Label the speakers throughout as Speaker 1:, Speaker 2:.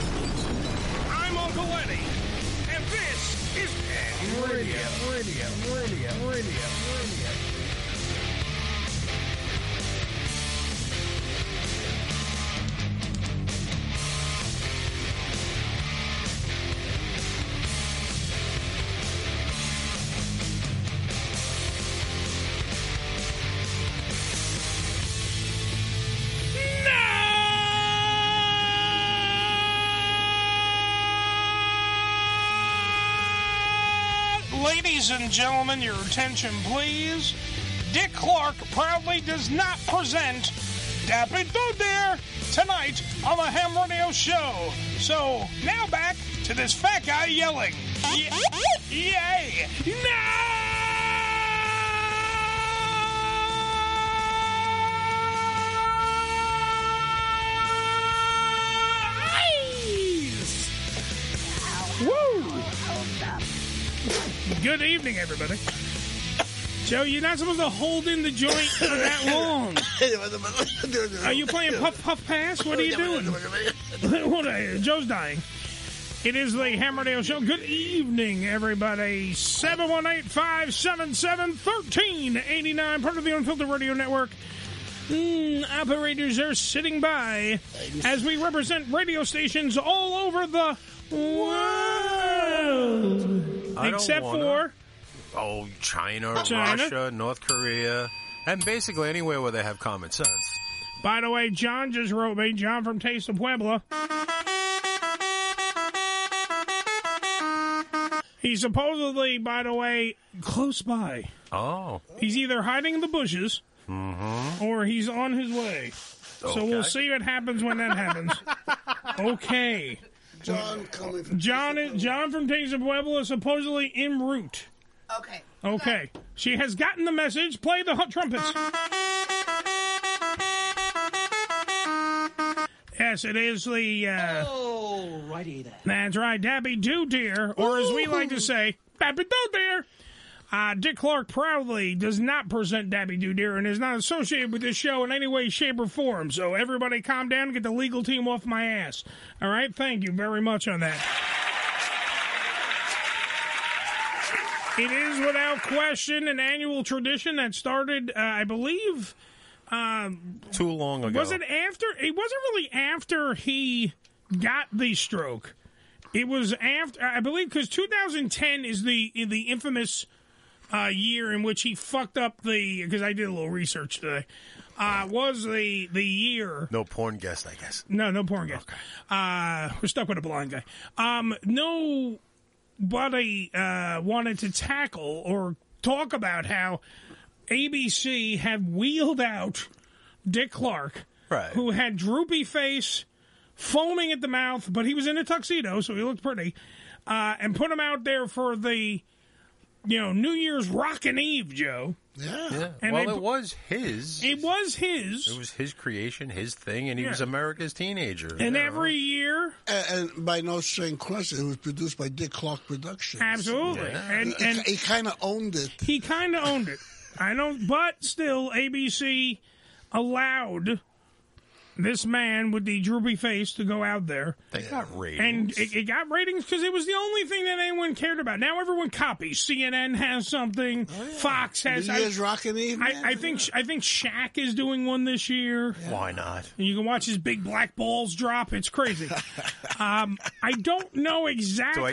Speaker 1: I'm Uncle Eddie, and this is Ed Radio. Radio, radio, radio, radio. Ladies and gentlemen, your attention, please. Dick Clark proudly does not present Dappy Do Dare tonight on the Ham Radio Show. So now back to this fat guy yelling. Ye- Yay! Nice! Woo! Good evening, everybody. Joe, you're not supposed to hold in the joint for that long. Are you playing puff puff pass? What are you doing? what are you- Joe's dying. It is the Hammerdale Show. Good evening, everybody. 718-577-1389, part of the Unfiltered Radio Network. Mm, operators are sitting by as we represent radio stations all over the world.
Speaker 2: I don't
Speaker 1: Except
Speaker 2: wanna.
Speaker 1: for...
Speaker 2: Oh, China,
Speaker 1: China.
Speaker 2: Russia, North Korea, and basically anywhere where they have common sense.
Speaker 1: By the way, John just wrote me, John from Taste of Puebla. He's supposedly, by the way, close by.
Speaker 2: Oh.
Speaker 1: He's either hiding in the bushes or he's on his way. So we'll
Speaker 2: Okay.
Speaker 1: see what happens when that happens. okay.
Speaker 3: John coming from
Speaker 1: John is, John from Taste of Puebla is supposedly en route.
Speaker 3: Okay.
Speaker 1: Okay. She has gotten the message. Play the hu- trumpets. Yes, it is the. Uh,
Speaker 4: Oh, righty then.
Speaker 1: That's right, Dappy Doo Deer, or as we like to say, Dappy Doo Deer. Uh, Dick Clark proudly does not present Dappy Doo Deer and is not associated with this show in any way, shape, or form. So everybody calm down, get the legal team off my ass. All right, thank you very much on that. It is without question an annual tradition that started, uh, I believe, um,
Speaker 2: Too long ago.
Speaker 1: was it after? It wasn't really after he got the stroke. It was after, I believe, because 2010 is the in the infamous uh, year in which he fucked up the. Because I did a little research today. Uh, was the the year?
Speaker 2: No porn guest, I guess.
Speaker 1: No, no porn guys. Uh, we're stuck with a blind guy. Um, nobody uh, wanted to tackle or talk about how ABC had wheeled out Dick Clark,
Speaker 2: Right.
Speaker 1: who had droopy face, foaming at the mouth, but he was in a tuxedo, so he looked pretty, uh, and put him out there for the, you know, New Year's Rockin' Eve, Joe.
Speaker 3: Yeah.
Speaker 1: And
Speaker 2: well,
Speaker 1: they-
Speaker 2: it was his.
Speaker 1: It was his.
Speaker 2: It was his creation, his thing, and he
Speaker 1: Yeah.
Speaker 2: was America's teenager.
Speaker 1: and
Speaker 2: you know.
Speaker 1: every year,
Speaker 3: And, and by no strange question, it was produced by Dick Clark Productions.
Speaker 1: absolutely, and
Speaker 3: And
Speaker 1: and
Speaker 3: he kind of owned it.
Speaker 1: he kind of owned it. I don't, but still, ABC allowed this man with the droopy face to go out there,
Speaker 2: they got ratings.
Speaker 1: and it, it got ratings because it was the only thing that anyone cared about. Now everyone copies. CNN has something. Fox has.
Speaker 3: Oh, New Year's
Speaker 1: I,
Speaker 3: Rockin' Eve. man.
Speaker 1: I, I think I think Shaq is doing one this year.
Speaker 2: Why not?
Speaker 1: And you can watch his big black balls drop. It's crazy. um, I don't know
Speaker 2: Do
Speaker 1: exactly.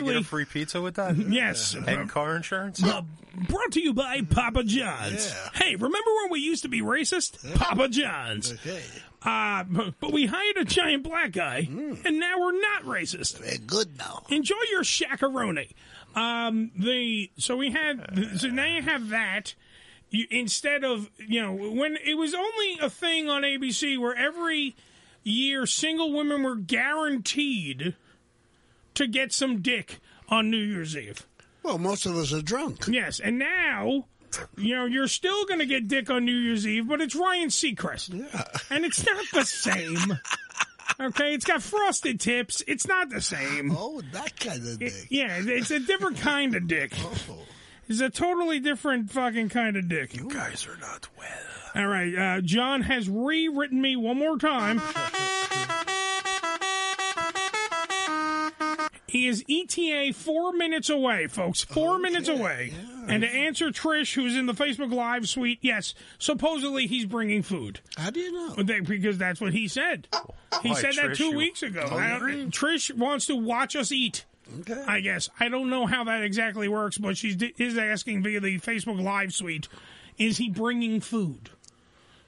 Speaker 2: I get a free pizza with that?
Speaker 1: yes,
Speaker 2: And car insurance?
Speaker 1: Uh, brought to you by Papa John's.
Speaker 3: Yeah.
Speaker 1: Hey, remember when we used to be racist? Papa John's.
Speaker 3: Okay.
Speaker 1: Uh, bu- but we hired a giant black guy,
Speaker 2: Mm.
Speaker 1: and now we're not racist.
Speaker 3: They're good now.
Speaker 1: Enjoy your shakaroni. Um, the so we had so now you have that. You, instead of you know when it was only a thing on ABC where every year single women were guaranteed to get some dick on New Year's Eve.
Speaker 3: Well, most of us are drunk.
Speaker 1: Yes, and now You know, you're still going to get dick on New Year's Eve, but it's Ryan Seacrest. And it's not the same. Okay, it's got frosted tips. It's not the same.
Speaker 3: Oh, that kind of dick. Oh.
Speaker 1: yeah, it's a different kind of dick. It's a totally different fucking kind of dick. You
Speaker 2: guys are not well.
Speaker 1: All right, uh, John has rewritten me one more time. He is ETA four minutes away, folks. Four minutes away. And to answer Trish, who's in the Facebook Live suite, yes, supposedly he's bringing food.
Speaker 3: How do you know? Oh.
Speaker 1: because that's what he said. He
Speaker 4: Why,
Speaker 1: said that
Speaker 4: Trish,
Speaker 1: two
Speaker 4: you-
Speaker 1: weeks ago.
Speaker 4: Oh,
Speaker 1: I don't- Trish wants to watch us eat. I guess I don't know how that exactly works, but she is asking via the Facebook Live suite, is he bringing food?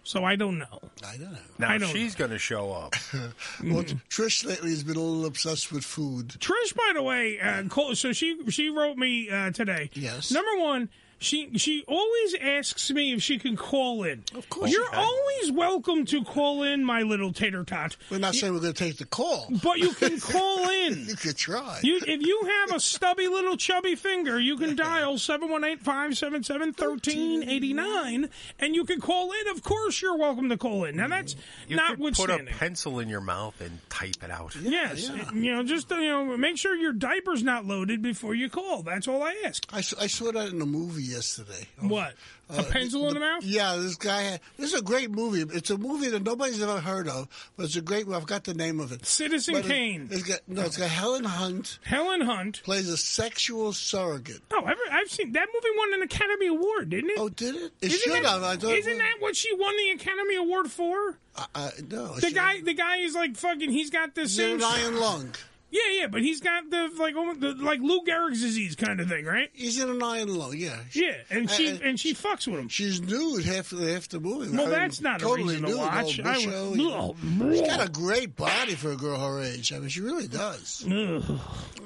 Speaker 1: So I don't know.
Speaker 3: I don't know.
Speaker 2: Now
Speaker 1: I don't
Speaker 2: she's going to show up.
Speaker 1: Mm-hmm.
Speaker 3: Well, Trish lately has been a little obsessed with food.
Speaker 1: Trish, by the way, uh, Cole, so she she wrote me uh, today. Yes. Number one, she she always asks me if she can call in. Of course, you're always welcome to call in, my little tater tot. We're not saying we're going to take the call, but you can call in. you
Speaker 3: could try.
Speaker 1: You, if you have a stubby little chubby finger, you can dial 718-577-1389, and you can call in. Of course, you're welcome to call in. Now
Speaker 3: Mm-hmm.
Speaker 1: that's
Speaker 2: You could put a
Speaker 1: notwithstanding.
Speaker 2: pencil in your mouth and type it out.
Speaker 1: Yes, you know, just uh, you know, make sure your diaper's not loaded before you call. That's all I ask.
Speaker 3: I, s- I saw that in a movie yesterday. Um, uh,
Speaker 1: What? a pencil in the mouth?
Speaker 3: Yeah, this guy. Had, this is a great movie. It's a movie that nobody's ever heard of, but it's a great. I forgot the name of it.
Speaker 1: Citizen
Speaker 3: But it-
Speaker 1: Kane.
Speaker 3: it's got, no, it's got Helen Hunt.
Speaker 1: Helen Hunt
Speaker 3: plays a sexual surrogate.
Speaker 1: Oh, I've, I've seen that movie won an Academy Award, didn't it? Oh,
Speaker 3: did it? It
Speaker 1: Isn't
Speaker 3: should
Speaker 1: that,
Speaker 3: have. I thought it
Speaker 1: isn't
Speaker 3: was-
Speaker 1: that what she won the Academy Award for?
Speaker 3: I, I, no,
Speaker 1: the
Speaker 3: it should-
Speaker 1: guy, the guy is like fucking. He's got the same
Speaker 3: an iron lung.
Speaker 1: Yeah, yeah, but he's got the like almost the, like Lou Gehrig's disease kind of thing, right?
Speaker 3: He's in an iron lung. Yeah. Uh,
Speaker 1: Yeah, and she
Speaker 3: I-
Speaker 1: and she fucks with him.
Speaker 3: She's nude half the half the movie.
Speaker 1: Well,
Speaker 3: I mean,
Speaker 1: that's not a
Speaker 3: totally
Speaker 1: reason to
Speaker 3: nude,
Speaker 1: watch.
Speaker 3: Old
Speaker 1: I
Speaker 3: Michelle,
Speaker 1: would-
Speaker 3: you know.
Speaker 1: Ugh.
Speaker 3: She's got a great body for a girl her age. I mean, she really does.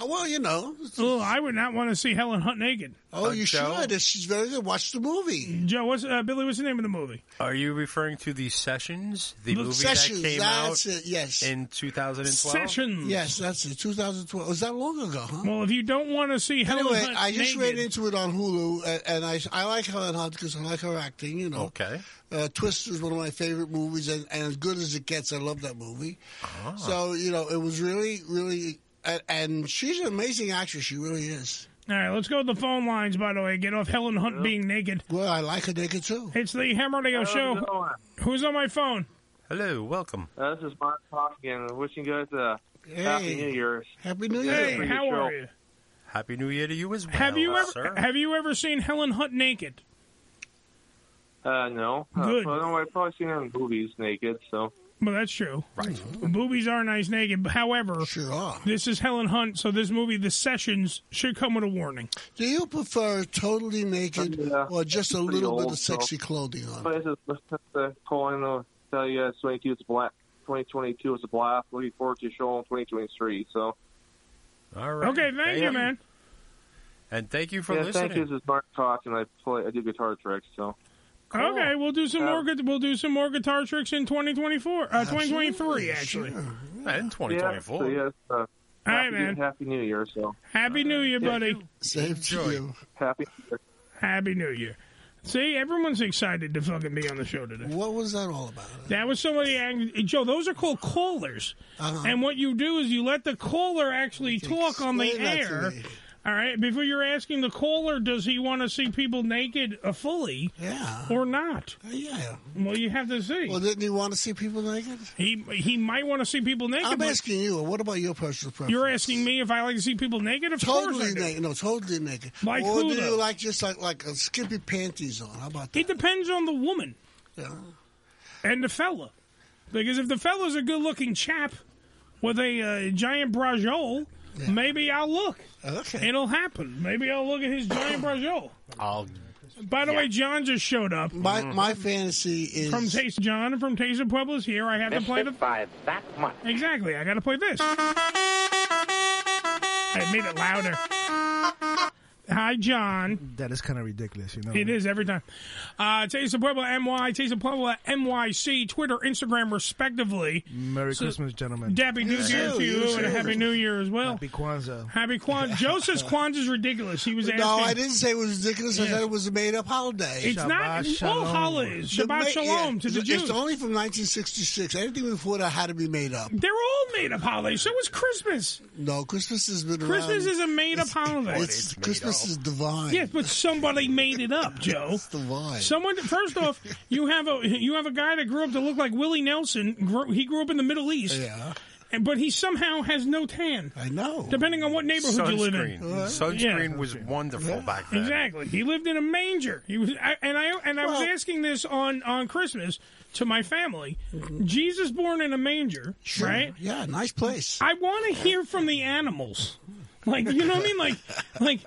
Speaker 3: Well, you know.
Speaker 1: Oh, I would not want to see Helen Hunt naked.
Speaker 3: Oh, you should. It's- She's very good. Watch the movie.
Speaker 1: Joe, what's uh, Billy? What's the name of the movie?
Speaker 2: Are you referring to the Sessions, the,
Speaker 1: The
Speaker 2: movie
Speaker 1: Sessions,
Speaker 2: that came
Speaker 1: that's
Speaker 2: out
Speaker 1: it, yes.
Speaker 2: in 2012?
Speaker 1: Sessions.
Speaker 3: Yes, that's it. 2012. Was that long ago? Huh?
Speaker 1: Well, if you don't want to see Helen
Speaker 3: Anyway,
Speaker 1: Hunt
Speaker 3: I just
Speaker 1: naked,
Speaker 3: ran into it on Hulu, and, and I I like Helen Hunt because I like her acting. You know.
Speaker 2: Okay.
Speaker 3: Uh, Twist is one of my favorite movies, and, and as good as it gets, I love that movie.
Speaker 1: Ah.
Speaker 3: So you know, it was really, really, and, and she's an amazing actress. She really is.
Speaker 1: All right, let's go to the phone lines. By the way, get off Helen Hunt being naked.
Speaker 3: Well, I like her naked too.
Speaker 1: It's the Ham Radio
Speaker 5: How's it
Speaker 1: Show.
Speaker 5: going?
Speaker 1: Who's on my phone?
Speaker 2: Hello, welcome.
Speaker 5: Uh, this is Mark talking. Wishing you guys a happy
Speaker 2: Hey.
Speaker 5: New Year's.
Speaker 3: Happy New
Speaker 5: Year.
Speaker 1: Hey, how
Speaker 5: Sure.
Speaker 1: are you?
Speaker 2: Happy New Year to you as well.
Speaker 1: Have you ever
Speaker 2: sir.
Speaker 1: have you ever seen Helen Hunt naked?
Speaker 5: Uh, no, uh,
Speaker 1: Good.
Speaker 5: Well, no, I've probably seen her in movies naked. So
Speaker 1: Well, that's true. Right. Boobies are nice naked. but However,
Speaker 3: sure are.
Speaker 1: this is Helen Hunt, so this movie, The Sessions, should come with a warning.
Speaker 3: Do you prefer totally naked or just a
Speaker 5: uh, pretty
Speaker 3: little bit
Speaker 5: old,
Speaker 3: of sexy
Speaker 5: so-
Speaker 3: clothing on?
Speaker 5: but this is uh, calling to tell you guys 22 is a black. 2022 is a blast. Looking forward to your show in 2023. So
Speaker 2: All right.
Speaker 1: Okay, thank you, man.
Speaker 2: And thank you for
Speaker 5: yeah,
Speaker 2: listening.
Speaker 5: thank you. This is Mark talking. I play. I do guitar tricks. So
Speaker 1: Okay, we'll do some
Speaker 5: Yeah.
Speaker 1: more. gu- We'll do some more guitar tricks in 2024, uh, 2023, actually.
Speaker 2: And
Speaker 5: yeah, so
Speaker 2: 2024.
Speaker 5: yes. Uh, All
Speaker 1: right, man.
Speaker 5: Happy New Year. So
Speaker 1: Happy New Year,
Speaker 5: Yeah.
Speaker 1: buddy.
Speaker 3: Same to you.
Speaker 5: happy. New Year.
Speaker 1: Happy New Year. See, everyone's excited to fucking be on the show today.
Speaker 3: What was that all about?
Speaker 1: That was somebody, ang- Joe. Those are called callers,
Speaker 3: Uh-huh.
Speaker 1: and what you do is you let the caller actually talk on the
Speaker 3: Explain that to
Speaker 1: air.
Speaker 3: me.
Speaker 1: All right, before you're asking the caller, does he want to see people naked uh, fully,
Speaker 3: yeah, Uh,
Speaker 1: or not?
Speaker 3: Yeah.
Speaker 1: Well, you have to see.
Speaker 3: Well, didn't you want to see people naked?
Speaker 1: He he might want to see people naked.
Speaker 3: I'm
Speaker 1: but
Speaker 3: asking you. What about your personal preference?
Speaker 1: You're asking me if I like to see people naked. Of course,
Speaker 3: Totally
Speaker 1: I do.
Speaker 3: naked. No, totally naked.
Speaker 1: Like
Speaker 3: or
Speaker 1: who,
Speaker 3: do
Speaker 1: though?
Speaker 3: you like just like like a skimpy panties on? How about that?
Speaker 1: It depends on the woman
Speaker 3: Yeah.
Speaker 1: and the fella, because if the fella's a good-looking chap with a uh, giant brajole, maybe I'll look.
Speaker 3: Okay,
Speaker 1: it'll happen. Maybe I'll look at his giant brajole.
Speaker 2: I'll.
Speaker 1: By the way, John just showed up.
Speaker 3: My my fantasy is
Speaker 1: from Taste John from Taste of Pueblos. Here, I have to play the
Speaker 6: by that much.
Speaker 1: exactly. I got to play this. I made it louder. Hi, John.
Speaker 4: That is kind of ridiculous, you know.
Speaker 1: It is every time. Uh, Taste of Puebla MY, Taste of Puebla MYC, Twitter, Instagram, respectively.
Speaker 4: Merry
Speaker 1: So-
Speaker 4: Christmas, gentlemen.
Speaker 1: Happy New Year to you, and a Happy New Year as well. Happy
Speaker 4: Kwanzaa.
Speaker 1: Happy Kwanzaa. Joseph's Kwanzaa is ridiculous. He was asking.
Speaker 3: No, I didn't say it was ridiculous. I
Speaker 1: Yeah.
Speaker 3: said it was a made up holiday.
Speaker 1: It's Shabbat not- all shalom. holidays. Shabbat
Speaker 3: ma-
Speaker 1: shalom to the
Speaker 3: it's
Speaker 1: Jews.
Speaker 3: only from 1966. Anything before that had to be made up.
Speaker 1: They're all made up holidays. So was Christmas.
Speaker 3: No, Christmas has been around.
Speaker 1: Christmas is a made up holiday.
Speaker 3: It's, Christmas is divine.
Speaker 1: Yes, but somebody made it up, Joe. It's
Speaker 3: divine.
Speaker 1: Someone. First off, you have a you have a guy that grew up to look like Willie Nelson. Grew, he grew up in the Middle East.
Speaker 3: Yeah.
Speaker 1: And, but he somehow has no tan.
Speaker 3: I know.
Speaker 1: Depending on what neighborhood you live
Speaker 2: Sunscreen.
Speaker 1: in. Uh,
Speaker 2: Sunscreen
Speaker 1: Yeah.
Speaker 2: was wonderful back then.
Speaker 1: Exactly. He lived in a manger. He was, I, and I and I was asking this on on Christmas to my family. Jesus born in a manger, right?
Speaker 3: Mm-hmm. Yeah, nice place.
Speaker 1: I want to hear from the animals. Like you know what I mean? Like, like,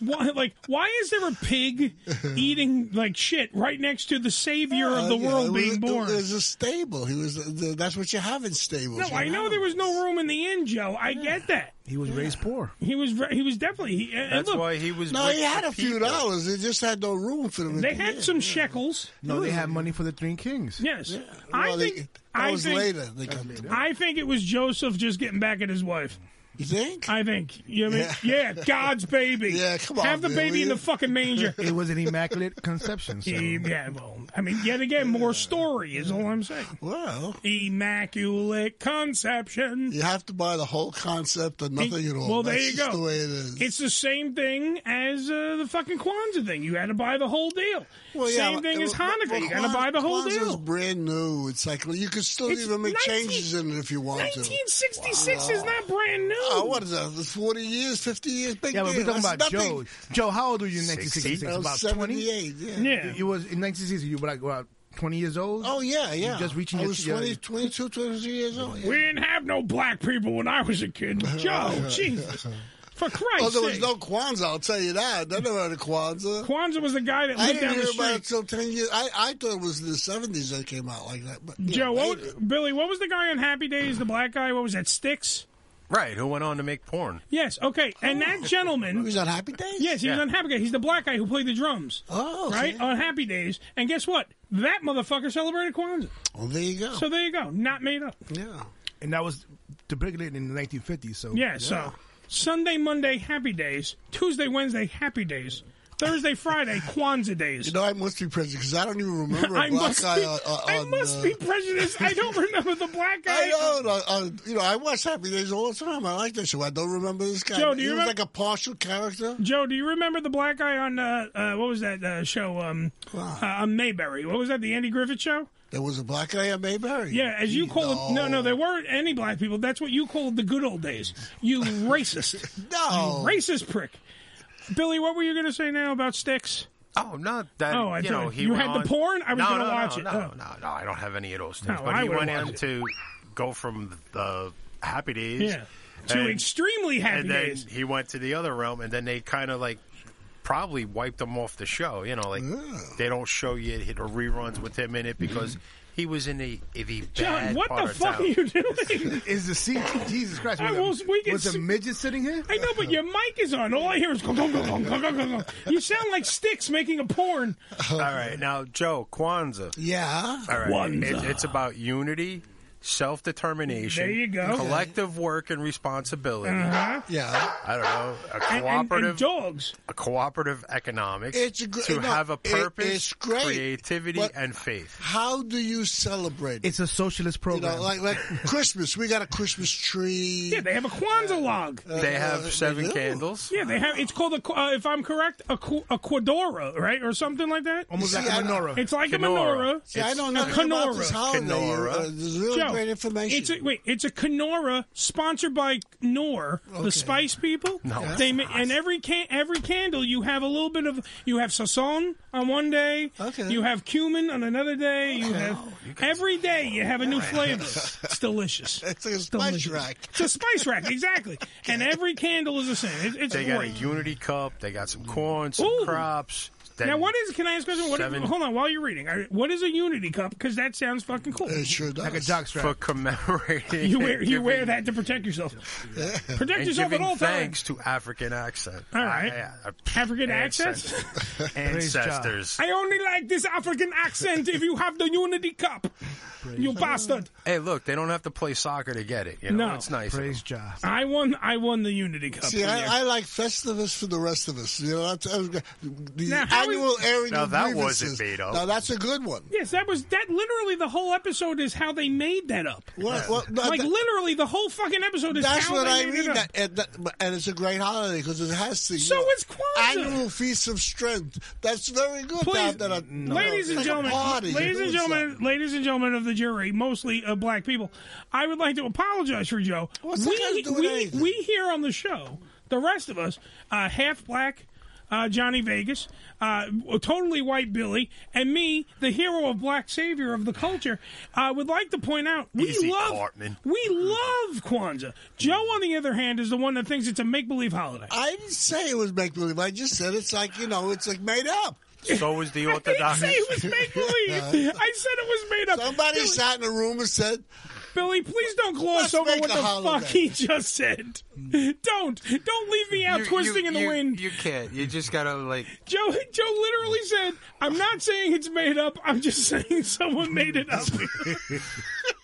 Speaker 1: why, like, why is there a pig eating like shit right next to the savior of the
Speaker 3: Uh, Yeah,
Speaker 1: world
Speaker 3: it was-
Speaker 1: being born?
Speaker 3: It was a stable. He was. The, that's what you have in stables.
Speaker 1: no,
Speaker 3: you
Speaker 1: I know there was no room in the inn, Joe. I get that.
Speaker 4: He was raised poor.
Speaker 1: He was. re- He was definitely. He, and
Speaker 2: That's
Speaker 1: look,
Speaker 2: why he was.
Speaker 3: No,
Speaker 2: rich
Speaker 3: he had
Speaker 2: for
Speaker 3: a few
Speaker 2: people.
Speaker 3: dollars. They just had no room for them. at
Speaker 1: They
Speaker 3: the
Speaker 1: had
Speaker 3: end.
Speaker 1: some shekels.
Speaker 4: No, they had money for the Three Kings.
Speaker 1: Yes, I
Speaker 3: Well, they-
Speaker 1: think.
Speaker 3: that
Speaker 1: I
Speaker 3: was
Speaker 1: think,
Speaker 3: later. They got them.
Speaker 1: I think it was Joseph just getting back at his wife.
Speaker 3: You think?
Speaker 1: I think. You know what I mean? Yeah,
Speaker 4: Yeah.
Speaker 1: God's baby. Yeah,
Speaker 3: come on,
Speaker 1: Have the
Speaker 3: man,
Speaker 1: baby
Speaker 3: will
Speaker 1: in the
Speaker 3: you?
Speaker 1: fucking manger.
Speaker 4: It was an immaculate conception. So.
Speaker 1: yeah, well, I mean, yet again, more story is all I'm saying.
Speaker 3: Well,
Speaker 1: immaculate conception.
Speaker 3: You have to buy the whole concept or nothing at all.
Speaker 1: Well, there
Speaker 3: That's
Speaker 1: you
Speaker 3: just
Speaker 1: go.
Speaker 3: The way it is.
Speaker 1: It's the same thing as uh, the fucking Kwanzaa thing. You had to buy the whole deal. same
Speaker 3: but-
Speaker 1: thing as
Speaker 3: well,
Speaker 1: Hanukkah.
Speaker 3: well,
Speaker 1: you got to
Speaker 3: Kwan-
Speaker 1: buy the whole
Speaker 3: Kwanzaa's
Speaker 1: deal.
Speaker 3: brand new. It's like you could still
Speaker 1: It's
Speaker 3: even make
Speaker 1: 19
Speaker 3: changes in it if you want to. Uh,
Speaker 1: 1966 is not brand new.
Speaker 3: Oh, what is that? It's Forty years, fifty years, big
Speaker 4: Yeah, but we're
Speaker 3: deal.
Speaker 4: talking
Speaker 3: That's
Speaker 4: about
Speaker 3: nothing.
Speaker 4: Joe. Joe, how old were you in
Speaker 3: Sixty?
Speaker 4: 1966?
Speaker 3: I was
Speaker 4: About 20?
Speaker 3: 78, yeah.
Speaker 1: Yeah.
Speaker 4: You was in 1966, you were like what, 20 years old?
Speaker 3: Oh yeah, yeah.
Speaker 4: You just reaching
Speaker 3: I
Speaker 4: your,
Speaker 3: was
Speaker 4: your-
Speaker 3: 20, 22, 23 years old.
Speaker 1: We didn't have no black people when I was a kid. Joe, Jesus. For Christ's
Speaker 3: Oh, there was
Speaker 1: sake.
Speaker 3: no Kwanzaa. I'll tell you that. They never had a Kwanzaa.
Speaker 1: Kwanzaa was the guy that
Speaker 3: I
Speaker 1: lived
Speaker 3: didn't
Speaker 1: down
Speaker 3: hear
Speaker 1: the
Speaker 3: about it
Speaker 1: street.
Speaker 3: till ten years. I, I thought it was in the seventies that came out like that. But yeah,
Speaker 1: Joe, what,
Speaker 3: later.
Speaker 1: Billy, what was the guy on Happy Days? The black guy? What was that? Sticks?
Speaker 2: Right, who went on to make porn.
Speaker 1: Yes. Okay. And that gentleman. He
Speaker 3: Oh. was on Happy Days?
Speaker 1: Yes, he was
Speaker 2: Yeah.
Speaker 1: on Happy Days. He's the black guy who played the drums.
Speaker 3: Oh. okay.
Speaker 1: Right? On Happy Days. And guess what? That motherfucker celebrated Kwanzaa.
Speaker 3: Well, there you go.
Speaker 1: So there you go. Not made up.
Speaker 3: yeah.
Speaker 4: And that was depicted in the 1950s, so.
Speaker 1: Yeah, so Sunday, Monday, Happy Days. Tuesday, Wednesday, Happy Days. Thursday, Friday, Kwanzaa Days.
Speaker 3: You know, I must be president because I don't even remember a
Speaker 1: I
Speaker 3: black
Speaker 1: must
Speaker 3: guy
Speaker 1: be-
Speaker 3: on, on-
Speaker 1: I
Speaker 3: on,
Speaker 1: must
Speaker 3: uh,
Speaker 1: be prejudiced. I don't remember the black guy.
Speaker 3: I know, no, uh, you know, I watch Happy Days all the time. I like this show. I don't remember this guy.
Speaker 1: Joe, do you
Speaker 3: he
Speaker 1: remem-
Speaker 3: was like a partial character.
Speaker 1: Joe, do you remember the black guy on uh, uh, what was that uh, show? Um, uh, on Mayberry. What was that? The Andy Griffith Show.
Speaker 3: There was a black guy at Mayberry.
Speaker 1: Yeah, as you call it. No, no, there weren't any black people. That's what you called the good old days. You racist.
Speaker 3: No.
Speaker 1: You racist prick. Billy, what were you going to say now about sticks?
Speaker 2: Oh, not that.
Speaker 1: Oh, I
Speaker 2: you
Speaker 1: thought-
Speaker 2: know, he
Speaker 1: you
Speaker 2: went
Speaker 1: had the
Speaker 2: on-
Speaker 1: porn? I was
Speaker 2: no,
Speaker 1: gonna
Speaker 2: no,
Speaker 1: watch
Speaker 2: no,
Speaker 1: it.
Speaker 2: No,
Speaker 1: Oh.
Speaker 2: no, no, I don't have any of those things.
Speaker 1: No,
Speaker 2: but
Speaker 1: I
Speaker 2: he
Speaker 1: would've
Speaker 2: went
Speaker 1: watched
Speaker 2: in
Speaker 1: it.
Speaker 2: to go from the happy days
Speaker 1: Yeah. To extremely happy
Speaker 2: and then
Speaker 1: days.
Speaker 2: He went to the other realm, and then they kind of like probably wiped him off the show. You know, like they don't show you hit or reruns with him in it because he was in the the bad
Speaker 1: Mm-hmm. John, what
Speaker 2: part
Speaker 1: the
Speaker 2: of
Speaker 1: fuck
Speaker 2: town.
Speaker 1: are you doing?
Speaker 4: Is the seat, Jesus Christ,
Speaker 1: I
Speaker 4: was,
Speaker 1: was- we
Speaker 4: a,
Speaker 1: can
Speaker 4: was a
Speaker 1: see-
Speaker 4: midget sitting here?
Speaker 1: I know, but your mic is on. All I hear is go go go go go go go. You sound like sticks making a porn.
Speaker 2: All right, now Joe Kwanzaa.
Speaker 3: Yeah.
Speaker 2: All right.
Speaker 1: Kwanzaa.
Speaker 2: It, it's about unity, self determination.
Speaker 1: There you go.
Speaker 2: Collective work and responsibility.
Speaker 1: Uh-huh.
Speaker 3: Yeah.
Speaker 2: I don't know. A
Speaker 1: And, and,
Speaker 2: cooperative,
Speaker 1: and dogs.
Speaker 2: a cooperative economics.
Speaker 3: It's a gr-
Speaker 2: to
Speaker 3: no,
Speaker 2: have a
Speaker 3: it-
Speaker 2: purpose,
Speaker 3: it's great,
Speaker 2: creativity,
Speaker 3: but-
Speaker 2: and faith.
Speaker 3: How do you celebrate? it?
Speaker 4: It's a socialist
Speaker 3: You
Speaker 4: program.
Speaker 3: know, like like Christmas. We got a Christmas tree.
Speaker 1: Yeah, they have a Kwanzaa log.
Speaker 4: Uh,
Speaker 2: They have
Speaker 3: they
Speaker 2: seven
Speaker 3: do.
Speaker 2: candles.
Speaker 1: uh, Yeah, they have. It's called a. qu- Uh, if I'm correct, a, qu- a quadora, right, or something like that.
Speaker 4: Almost like
Speaker 3: See, I-
Speaker 4: a menorah.
Speaker 1: It's like
Speaker 2: Kenora.
Speaker 1: a menorah.
Speaker 3: See, I don't know
Speaker 1: a
Speaker 3: nothing about this
Speaker 1: Kenora.
Speaker 3: holiday.
Speaker 2: Kenora.
Speaker 3: Uh, there's really
Speaker 1: Joe,
Speaker 3: great information.
Speaker 1: It's a, wait, it's a Kenora sponsored by Knorr, the Spice People.
Speaker 2: No, it's
Speaker 1: they ma- and every can, every candle you have a little bit of you have sasson on one day,
Speaker 3: Okay.
Speaker 1: you have cumin on another day, you have every day you have a new flavor. It's delicious.
Speaker 3: It's like a spice
Speaker 1: delicious.
Speaker 3: rack.
Speaker 1: It's a spice rack, exactly. And every candle is the same. It, it's
Speaker 2: They got a
Speaker 1: great.
Speaker 2: unity cup. They got some corn, some
Speaker 1: Ooh.
Speaker 2: crops. Then-
Speaker 1: now, what is? Can I ask a question? What,
Speaker 2: Seven-
Speaker 1: hold on, while you're reading, I- what is a unity cup? Because that sounds fucking cool. It
Speaker 3: sure does.
Speaker 4: Like a jock strap.
Speaker 2: for commemorating.
Speaker 1: You wear you
Speaker 2: and
Speaker 1: wear
Speaker 2: giving-
Speaker 1: that to protect yourself. Protect
Speaker 2: and
Speaker 1: yourself at
Speaker 2: giving
Speaker 1: all times.
Speaker 2: thanks to African accent.
Speaker 1: All right.
Speaker 2: I- I-
Speaker 1: African accents.
Speaker 2: ancestors. ancestors.
Speaker 1: I only like this African accent if you have the unity cup. You bastard.
Speaker 2: Hey, look, they don't have to play soccer to get it. You know,
Speaker 1: No.
Speaker 2: it's nice.
Speaker 4: Praise Jah.
Speaker 1: I won. I won the unity cup.
Speaker 3: See,
Speaker 1: one year.
Speaker 3: I, I like Festivus for the rest of us. You know, that's, that was good. the
Speaker 1: Now, how
Speaker 3: annual airing
Speaker 2: Now,
Speaker 3: of
Speaker 2: that
Speaker 3: grievances.
Speaker 2: wasn't made up.
Speaker 3: Now that's a good one.
Speaker 1: Yes, that was that. Literally, the whole episode is how they made that up.
Speaker 3: What, what, no,
Speaker 1: like
Speaker 3: that-
Speaker 1: literally, the whole fucking episode is
Speaker 3: that's
Speaker 1: how
Speaker 3: what
Speaker 1: they
Speaker 3: I
Speaker 1: made
Speaker 3: mean,
Speaker 1: it up.
Speaker 3: that, and, that, and it's a great holiday because it has to. you
Speaker 1: So
Speaker 3: know,
Speaker 1: is Kwanzaa.
Speaker 3: Annual feast of strength. That's very good. to
Speaker 1: Please,
Speaker 3: have that on- you know,
Speaker 1: ladies
Speaker 3: it's
Speaker 1: and
Speaker 3: like a
Speaker 1: gentlemen,
Speaker 3: party.
Speaker 1: ladies and
Speaker 3: It's like-
Speaker 1: gentlemen, ladies and gentlemen of the jury, mostly uh, black people, I would like to apologize for Joe.
Speaker 3: What's that got to
Speaker 1: we,
Speaker 3: do with
Speaker 1: we,
Speaker 3: anything?
Speaker 1: we here on the show, the rest of us, uh, half black. Uh, Johnny Vegas, uh, totally white Billy, and me, the hero of black savior of the culture, uh, would like to point out we
Speaker 2: Easy,
Speaker 1: love
Speaker 2: Cartman.
Speaker 1: we love Kwanzaa. Joe, on the other hand, is the one that thinks it's a make believe holiday.
Speaker 3: I didn't say it was make believe. I just said it's like you know, it's like made up.
Speaker 2: So is the
Speaker 1: I
Speaker 2: Orthodox.
Speaker 1: didn't say it was make believe. I said it was made up.
Speaker 3: Somebody
Speaker 1: Billy-
Speaker 3: sat in a room and said,
Speaker 1: Billy, please don't gloss
Speaker 3: Let's
Speaker 1: over
Speaker 3: make
Speaker 1: what
Speaker 3: a
Speaker 1: the
Speaker 3: holiday. Mm.
Speaker 1: fuck he just said. Don't. Don't leave me out twisting in the
Speaker 6: you-
Speaker 1: wind.
Speaker 6: You can't. You just gotta like.
Speaker 1: Joe Joe literally said, I'm not saying it's made up, I'm just saying someone made it up. what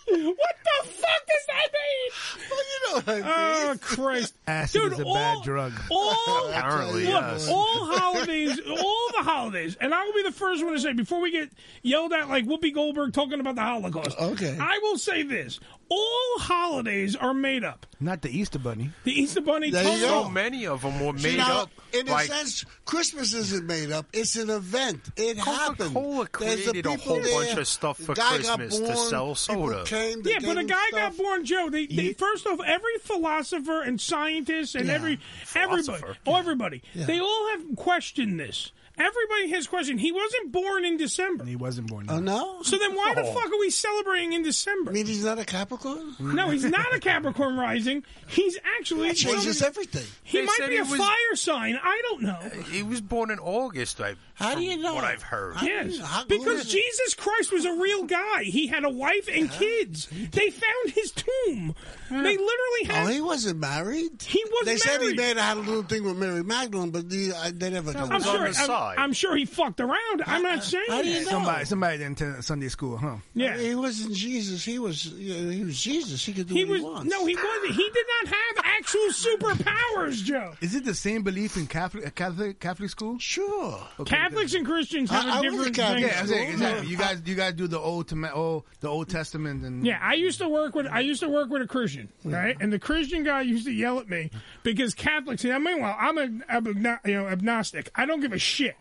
Speaker 1: the fuck does that mean?
Speaker 3: "Well, you know what I mean."
Speaker 1: Oh Christ.
Speaker 4: Acid
Speaker 1: Dude,
Speaker 4: is a
Speaker 1: all,
Speaker 4: bad drug.
Speaker 1: All
Speaker 2: Apparently,
Speaker 1: Look,
Speaker 2: yes.
Speaker 1: all holidays, all the holidays, and I will be the first one to say before we get yelled at like Whoopi Goldberg talking about the Holocaust.
Speaker 3: Okay.
Speaker 1: I will say this: all holidays are made up.
Speaker 4: Not the Easter Bunny.
Speaker 1: The Easter Bunny.
Speaker 3: There you
Speaker 1: told-
Speaker 3: go.
Speaker 2: So many of them were made
Speaker 3: Now,
Speaker 2: up.
Speaker 3: In a
Speaker 2: like,
Speaker 3: sense, Christmas isn't made up. It's an event. It happened.
Speaker 2: Coca-Cola
Speaker 3: There's the
Speaker 2: created a
Speaker 3: people
Speaker 2: whole
Speaker 3: there.
Speaker 2: bunch of stuff for
Speaker 3: guy got
Speaker 2: Christmas to
Speaker 3: born,
Speaker 2: sell
Speaker 3: people
Speaker 2: soda.
Speaker 3: Came, they
Speaker 1: Yeah,
Speaker 3: gave
Speaker 1: but a
Speaker 3: him
Speaker 1: guy got
Speaker 3: stuff.
Speaker 1: born, Joe. They, they
Speaker 4: Yeah.
Speaker 1: first off, every philosopher and scientist and
Speaker 3: Yeah.
Speaker 1: every everybody,
Speaker 2: Philosopher.
Speaker 1: oh, everybody, they all have questioned this. Everybody has questioned. He wasn't born in December,
Speaker 4: He wasn't born.
Speaker 3: Oh, no?
Speaker 1: so then why the fuck are we celebrating in December?
Speaker 3: I mean, he's not a Capricorn?
Speaker 1: No, he's not a Capricorn rising. He's actually
Speaker 3: That changes
Speaker 1: some-
Speaker 3: everything.
Speaker 1: he
Speaker 2: They
Speaker 1: might
Speaker 2: said
Speaker 1: be
Speaker 2: he
Speaker 1: a
Speaker 2: was-
Speaker 1: fire sign. I don't know.
Speaker 2: he was born in August. I,
Speaker 3: How do you know?
Speaker 2: What I've heard.
Speaker 1: Yes,
Speaker 3: how- who
Speaker 1: because
Speaker 3: is it?
Speaker 1: Jesus Christ was a real guy. He had a wife and kids. They found his tomb. They literally
Speaker 3: Oh,
Speaker 1: had.
Speaker 3: he wasn't married.
Speaker 1: He wasn't
Speaker 3: They said he
Speaker 1: married.
Speaker 3: made had a little thing with Mary Magdalene, but the, I, they never. told
Speaker 1: I'm
Speaker 3: us.
Speaker 2: was on
Speaker 1: sure.
Speaker 2: the
Speaker 1: I'm,
Speaker 2: side.
Speaker 1: I'm sure he fucked around. I'm not saying
Speaker 3: How do you
Speaker 1: that.
Speaker 3: know?
Speaker 4: Somebody, somebody didn't attend Sunday school, huh?
Speaker 1: Yeah,
Speaker 3: He wasn't Jesus. He was. You know, he was Jesus. He could do
Speaker 1: he
Speaker 3: what
Speaker 1: was.
Speaker 3: he wants.
Speaker 1: No, he wasn't. He did not have actual superpowers, Joe.
Speaker 4: Is it the same belief in Catholic uh, Catholic Catholic school?
Speaker 3: sure.
Speaker 4: Okay,
Speaker 1: Catholics and Christians have a
Speaker 3: I- I was a
Speaker 1: different
Speaker 3: Catholic.
Speaker 1: thing.
Speaker 4: Yeah, I'm saying,
Speaker 3: Sure.
Speaker 4: exactly. You guys, you guys do the old, Tem- old the Old Testament and
Speaker 1: Yeah, I used to work with I used to work with a Christian, right? And the Christian guy used to yell at me because Catholics. And I meanwhile, I'm a, I'm a you know agnostic. I don't give a shit.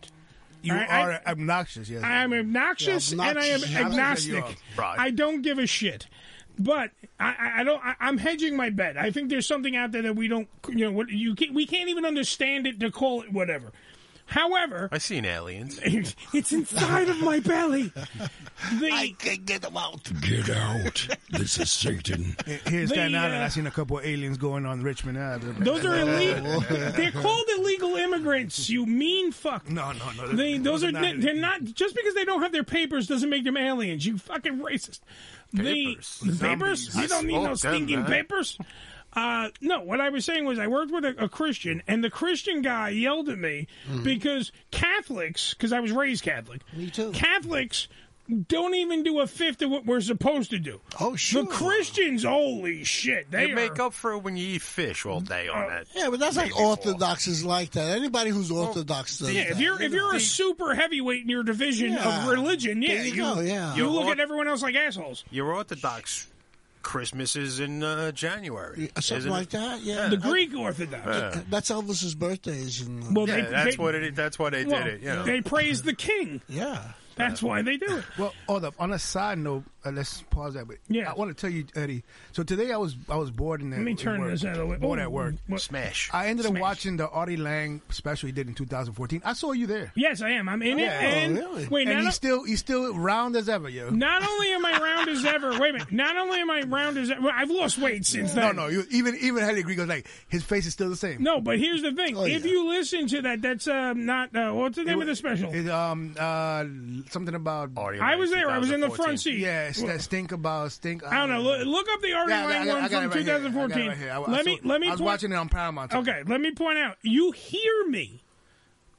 Speaker 4: you
Speaker 1: I- I-
Speaker 4: are obnoxious. Yes,
Speaker 1: I am obnoxious,
Speaker 3: Yeah, obnoxious.
Speaker 1: and I am
Speaker 4: Obnoxious you
Speaker 1: agnostic.
Speaker 4: are.
Speaker 2: Right.
Speaker 1: I don't give a shit. But I, I- I don't. I, I'm hedging my bet. I think there's something out there that we don't. You know, what you can, we can't even understand it to call it whatever. However,
Speaker 2: I seen aliens.
Speaker 1: it's inside of my belly. The,
Speaker 3: I can't get him out.
Speaker 7: Get out. This is Satan.
Speaker 4: Here's
Speaker 1: The,
Speaker 4: that now that
Speaker 1: uh,
Speaker 4: I seen a couple of aliens going on Richmond uh, Avenue.
Speaker 1: Those are illegal. they're called illegal immigrants. You mean fuck.
Speaker 4: no, no, no.
Speaker 1: They, those are
Speaker 4: not-
Speaker 1: they're not just because they don't have their papers doesn't make them aliens. You fucking racist.
Speaker 2: Papers.
Speaker 1: They, papers?
Speaker 2: I
Speaker 1: You don't need no
Speaker 2: smoked them,
Speaker 1: stinking
Speaker 2: man.
Speaker 1: papers. Uh, no, what I was saying was I worked with a, a Christian, and the Christian guy yelled at me because Catholics, because I was raised Catholic.
Speaker 3: Hmm. Me too.
Speaker 1: Catholics don't even do a fifth of what we're supposed to do.
Speaker 3: Oh, sure.
Speaker 1: The Christians, holy shit, they
Speaker 2: You make
Speaker 1: are- Oh,
Speaker 2: up for it when you eat fish all day on that.
Speaker 3: Yeah, but that's like Orthodox is like that. Anybody who's Orthodox does
Speaker 1: Yeah,
Speaker 3: that.
Speaker 1: if you're if you're a super heavyweight in your division
Speaker 3: Yeah.
Speaker 1: of religion, yeah,
Speaker 3: There you go, yeah.
Speaker 1: you
Speaker 2: You're
Speaker 1: look
Speaker 2: all-
Speaker 1: at everyone else like assholes.
Speaker 2: Your Orthodox Christmas is in uh, January.
Speaker 3: Something
Speaker 2: isn't
Speaker 3: like
Speaker 2: it?
Speaker 3: that. Yeah.
Speaker 1: The Greek Orthodox.
Speaker 3: That's Elvis's birthday. Is in, uh,
Speaker 1: Well,
Speaker 2: Yeah,
Speaker 1: they,
Speaker 2: that's
Speaker 1: they,
Speaker 2: what it. That's why they did
Speaker 1: well,
Speaker 2: it. You know.
Speaker 1: They praise the king.
Speaker 3: yeah.
Speaker 1: That's why they do it.
Speaker 4: Well, on, the, on a side note, uh, let's pause that. But
Speaker 1: Yeah.
Speaker 4: I want to tell you, Eddie. So today I was I was bored in that.
Speaker 1: Let me
Speaker 4: at
Speaker 1: turn
Speaker 4: work.
Speaker 1: this out of the way.
Speaker 4: Bored
Speaker 1: Oh,
Speaker 4: at work.
Speaker 1: what-
Speaker 2: Smash.
Speaker 4: I ended up
Speaker 1: Smash.
Speaker 4: watching the Artie Lang special he did in 2014. I saw you there,
Speaker 1: Yes, I am. I'm in
Speaker 4: Yeah.
Speaker 1: it. And
Speaker 3: Oh, really?
Speaker 1: wait,
Speaker 4: and
Speaker 1: not,
Speaker 4: he's still he's still round as ever, yo.
Speaker 1: not only am I round as ever. Wait a minute. Not only am I round as ever. well, I've lost weight since
Speaker 4: No,
Speaker 1: then.
Speaker 4: no. You, even even Henry Grieco's like his face is still the same. Oh,
Speaker 1: No, but here's the thing. if
Speaker 3: yeah.
Speaker 1: you listen to that, that's uh, not uh, what's the name of the special.
Speaker 4: It, um uh something about
Speaker 2: Audio
Speaker 1: I
Speaker 2: Lang
Speaker 1: was there. I was in the
Speaker 2: 2014.
Speaker 1: front seat.
Speaker 4: yeah it's that stink about stink. uh,
Speaker 1: I don't know. Look, look up the Ari
Speaker 4: Yeah, I got- I
Speaker 1: Lang
Speaker 4: got- I
Speaker 1: one
Speaker 4: got
Speaker 1: from
Speaker 4: it right here. I got it
Speaker 1: 2014.
Speaker 4: right here. I- I
Speaker 1: let me
Speaker 4: saw-
Speaker 1: let me
Speaker 4: I was
Speaker 1: point,
Speaker 4: watching it on Paramount.
Speaker 1: Okay, let me point out. You hear me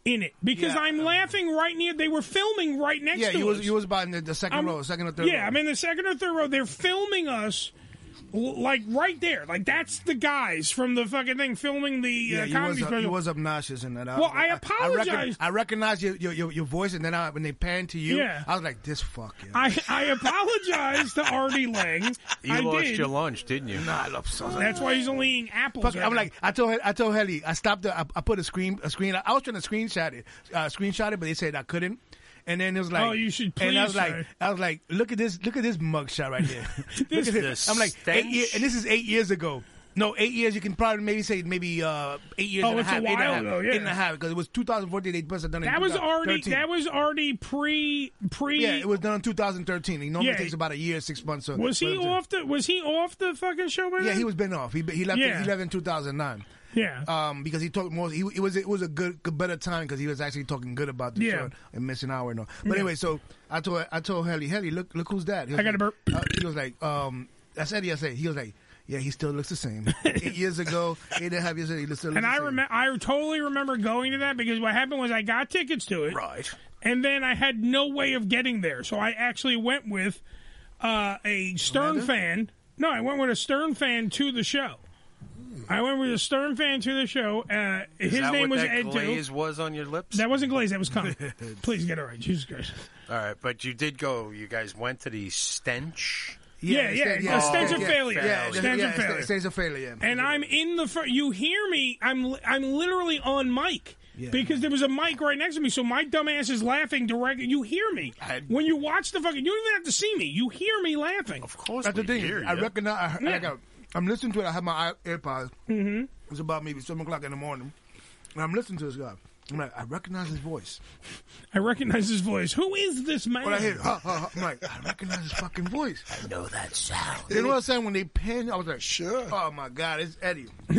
Speaker 1: in it because
Speaker 4: Yeah. um,
Speaker 1: I'm laughing right near. They were filming right next
Speaker 4: Yeah,
Speaker 1: to
Speaker 4: you
Speaker 1: us.
Speaker 4: was you was about in the, the 2nd
Speaker 1: I'm-
Speaker 4: row, second or third.
Speaker 1: yeah,
Speaker 4: row.
Speaker 1: I'm in the second or third row. They're filming us. l- Like right there, like that's the guys from the fucking thing filming the
Speaker 4: yeah,
Speaker 1: uh,
Speaker 4: you
Speaker 1: comedy
Speaker 4: was,
Speaker 1: special.
Speaker 4: you was obnoxious in that.
Speaker 1: Well, I
Speaker 4: I, recog-
Speaker 1: apologized.
Speaker 4: I recognized your, your your your voice, and then I, when they panned to you,
Speaker 1: Yeah.
Speaker 4: I was like, "This fuck." Yeah.
Speaker 1: I, I apologize to Artie Lang.
Speaker 2: You
Speaker 1: I
Speaker 2: lost
Speaker 1: did.
Speaker 2: your lunch, didn't you?
Speaker 4: Nah, I love sausage.
Speaker 1: That's why he's only eating apples.
Speaker 4: Fuck,
Speaker 1: right
Speaker 4: I'm
Speaker 1: now.
Speaker 4: like, I told, I told Helly, I stopped. The, I, I put a screen, a screen. I was trying to screenshot it, uh, screenshot it, but they said I couldn't. And then it was like,
Speaker 1: Oh, you should
Speaker 4: And I was
Speaker 1: please,
Speaker 4: like,
Speaker 1: sir.
Speaker 4: I was like, look at this, look at this mugshot right here. look at this.
Speaker 2: the
Speaker 4: I'm like, eight
Speaker 2: stench.
Speaker 4: year, and this is eight years ago. No, eight years. You can probably maybe say maybe uh, eight years
Speaker 1: Oh,
Speaker 4: and a
Speaker 1: it's a
Speaker 4: half, eight and a
Speaker 1: while
Speaker 4: half,
Speaker 1: ago, yeah.
Speaker 4: eight and a half, because it was 2014. They must have done it. in
Speaker 1: that was already
Speaker 4: 2013.
Speaker 1: that was already pre pre.
Speaker 4: yeah, it was done in 2013. It normally
Speaker 1: Yeah.
Speaker 4: takes about a year, six months. uh, So
Speaker 1: Was he
Speaker 4: but-
Speaker 1: off the Was he off the fucking show? By
Speaker 4: Yeah,
Speaker 1: then?
Speaker 4: he was been off. He he left.
Speaker 1: Yeah.
Speaker 4: He left in 2009.
Speaker 1: Yeah.
Speaker 4: um, because he talked more. He, it was it was a good, good better time because he was actually talking good about the
Speaker 1: Yeah.
Speaker 4: show and missing hour and all. But anyway, so I told I told Helly, Helly, look look who's that? He was
Speaker 1: I got a
Speaker 4: like-
Speaker 1: burp.
Speaker 4: Uh, he was like, um, I said yes. I said he was like, yeah, he still looks the same. Eight years ago, eight and a half years ago, he still looks
Speaker 1: and
Speaker 4: the
Speaker 1: I
Speaker 4: same.
Speaker 1: remember, I totally remember going to that because what happened was I got tickets to it,
Speaker 2: Right.
Speaker 1: and then I had no way of getting there, so I actually went with uh, a Stern fan. No, I went with a Stern fan to the show. I went with a Stern fan to the show. Uh, his
Speaker 2: Is that
Speaker 1: name
Speaker 2: what
Speaker 1: was
Speaker 2: that
Speaker 1: Ed. Too.
Speaker 2: glaze was on your lips?
Speaker 1: That wasn't Glaze. That was Connie. Please get it right. Jesus Christ.
Speaker 2: All right, but you did go. You guys went to the stench.
Speaker 1: Yeah, yeah.
Speaker 4: it's-
Speaker 1: a stage of
Speaker 4: yeah,
Speaker 1: failure.
Speaker 4: Yeah,
Speaker 1: stage
Speaker 4: yeah,
Speaker 1: of
Speaker 4: yeah,
Speaker 1: failure.
Speaker 4: sta- stage of failure. Yeah.
Speaker 1: and I'm in the front. You hear me? I'm li- I'm literally on mic because there was a mic right next to me. So my dumb ass is laughing direct. You hear me when you watch the fucking. You don't even have to see me. You hear me laughing.
Speaker 2: Of course,
Speaker 4: That's the
Speaker 2: we
Speaker 4: thing.
Speaker 2: hear
Speaker 4: I
Speaker 2: ya.
Speaker 4: recognize. I, heard-
Speaker 1: Yeah.
Speaker 4: I got, I'm listening to it. I have my i- AirPods. Mm-hmm. It's about maybe seven o'clock in the morning, and I'm listening to this guy. I'm like, I recognize his voice.
Speaker 1: I recognize his voice. Who is this man?
Speaker 4: But I hear, ha, ha, ha. I'm like, I recognize his fucking voice.
Speaker 2: I know that sound.
Speaker 4: You know what I'm saying? When they panned, I was like,
Speaker 3: Sure.
Speaker 4: Oh my God, it's Eddie.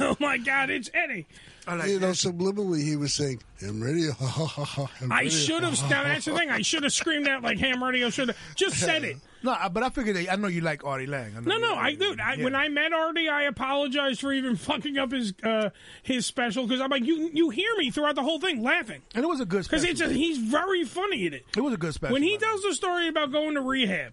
Speaker 1: oh my God, it's Eddie.
Speaker 4: I'm like,
Speaker 3: You know, subliminally he was saying, "I'm ready." Ha, ha, ha, ha, I'm
Speaker 1: I
Speaker 3: ready."
Speaker 1: should have. Now that's the thing. I should have screamed out like ham radio. Should have just said it.
Speaker 4: no, I- but I figured that I know you like Artie Lang. I know
Speaker 1: No,
Speaker 4: you
Speaker 1: no,
Speaker 4: like
Speaker 1: I
Speaker 4: Artie
Speaker 1: dude. I,
Speaker 4: Lang. Yeah.
Speaker 1: When I met Artie, I apologized for even fucking up his uh, his special because I'm like, you you hear me throughout the whole thing laughing
Speaker 4: and it was a good
Speaker 1: because
Speaker 4: special.
Speaker 1: it's a, he's very funny in it.
Speaker 4: it was a good special.
Speaker 1: when he
Speaker 4: by the way.
Speaker 1: tells the story about going to rehab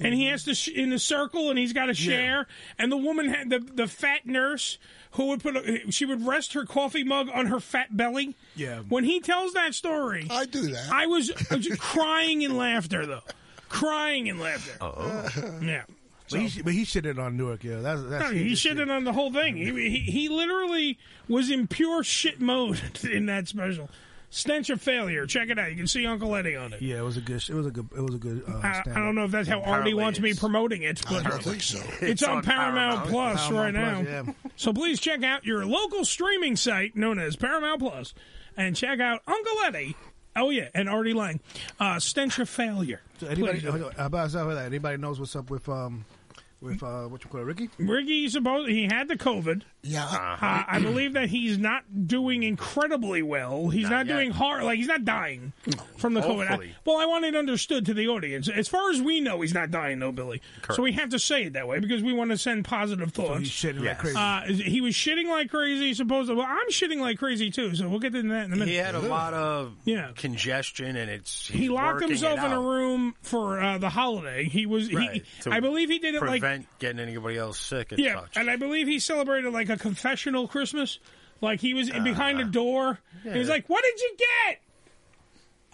Speaker 1: and he has to sh- in the circle and he's got to share and the woman had the, the fat nurse who would put a, she would rest her coffee mug on her fat belly
Speaker 4: Yeah.
Speaker 1: when he tells that story
Speaker 3: I do that.
Speaker 1: I was, I was crying in laughter though crying in laughter oh yeah
Speaker 4: but he, sh- but he shitted on Newark. Yeah, that's, that's
Speaker 1: no, he
Speaker 4: just-
Speaker 1: shitted on the whole thing. He, he he literally was in pure shit mode in that special. Stench of failure. Check it out. You can see Uncle Eddie on it.
Speaker 4: Yeah, it was a good. sh- It was a good. It was a good.
Speaker 1: I,
Speaker 4: Uh,
Speaker 1: I
Speaker 4: stand-up.
Speaker 1: don't know if that's how Artie
Speaker 2: Apparently
Speaker 1: wants me
Speaker 2: it's-
Speaker 1: promoting it,
Speaker 3: I
Speaker 1: but
Speaker 3: don't think so.
Speaker 1: it's, on, Paramount, Plus
Speaker 4: Paramount
Speaker 1: right
Speaker 4: Plus,
Speaker 1: now.
Speaker 4: yeah.
Speaker 1: So please check out your local streaming site known as Paramount Plus and check out Uncle Eddie. Oh yeah, and Artie Lang, uh, Stench of Failure.
Speaker 4: So anybody,
Speaker 1: Please.
Speaker 4: hold on, how about how about that? Anybody knows what's up with um with uh what you call it, Ricky?
Speaker 1: Riggy supposed he had the COVID.
Speaker 3: Yeah,
Speaker 1: Uh, I believe that he's not doing incredibly well. He's not,
Speaker 2: Not yet.
Speaker 1: doing hard. Like he's not dying from the COVID. I,
Speaker 2: Hopefully.
Speaker 1: well, I want it understood to the audience. As far as we know, he's not dying, though, Billy. So we have to say it that way because we want to send positive
Speaker 4: He
Speaker 1: thoughts.
Speaker 4: shitted like
Speaker 2: Yes.
Speaker 4: crazy.
Speaker 1: uh, he was shitting like crazy. Supposedly, well, I'm shitting like crazy too. So we'll get into that in a minute.
Speaker 2: He had a lot of
Speaker 1: Yeah.
Speaker 2: congestion, and it's
Speaker 1: He locked himself in
Speaker 2: a
Speaker 1: a room for uh, the holiday. He was.
Speaker 2: Right,
Speaker 1: He,
Speaker 2: to
Speaker 1: I believe he did it like
Speaker 2: Prevent getting anybody else sick. And
Speaker 1: Yeah,
Speaker 2: such.
Speaker 1: and I believe he celebrated like a confessional Christmas. Like he was in behind a
Speaker 4: Ah.
Speaker 1: door. He was like, "What did you get?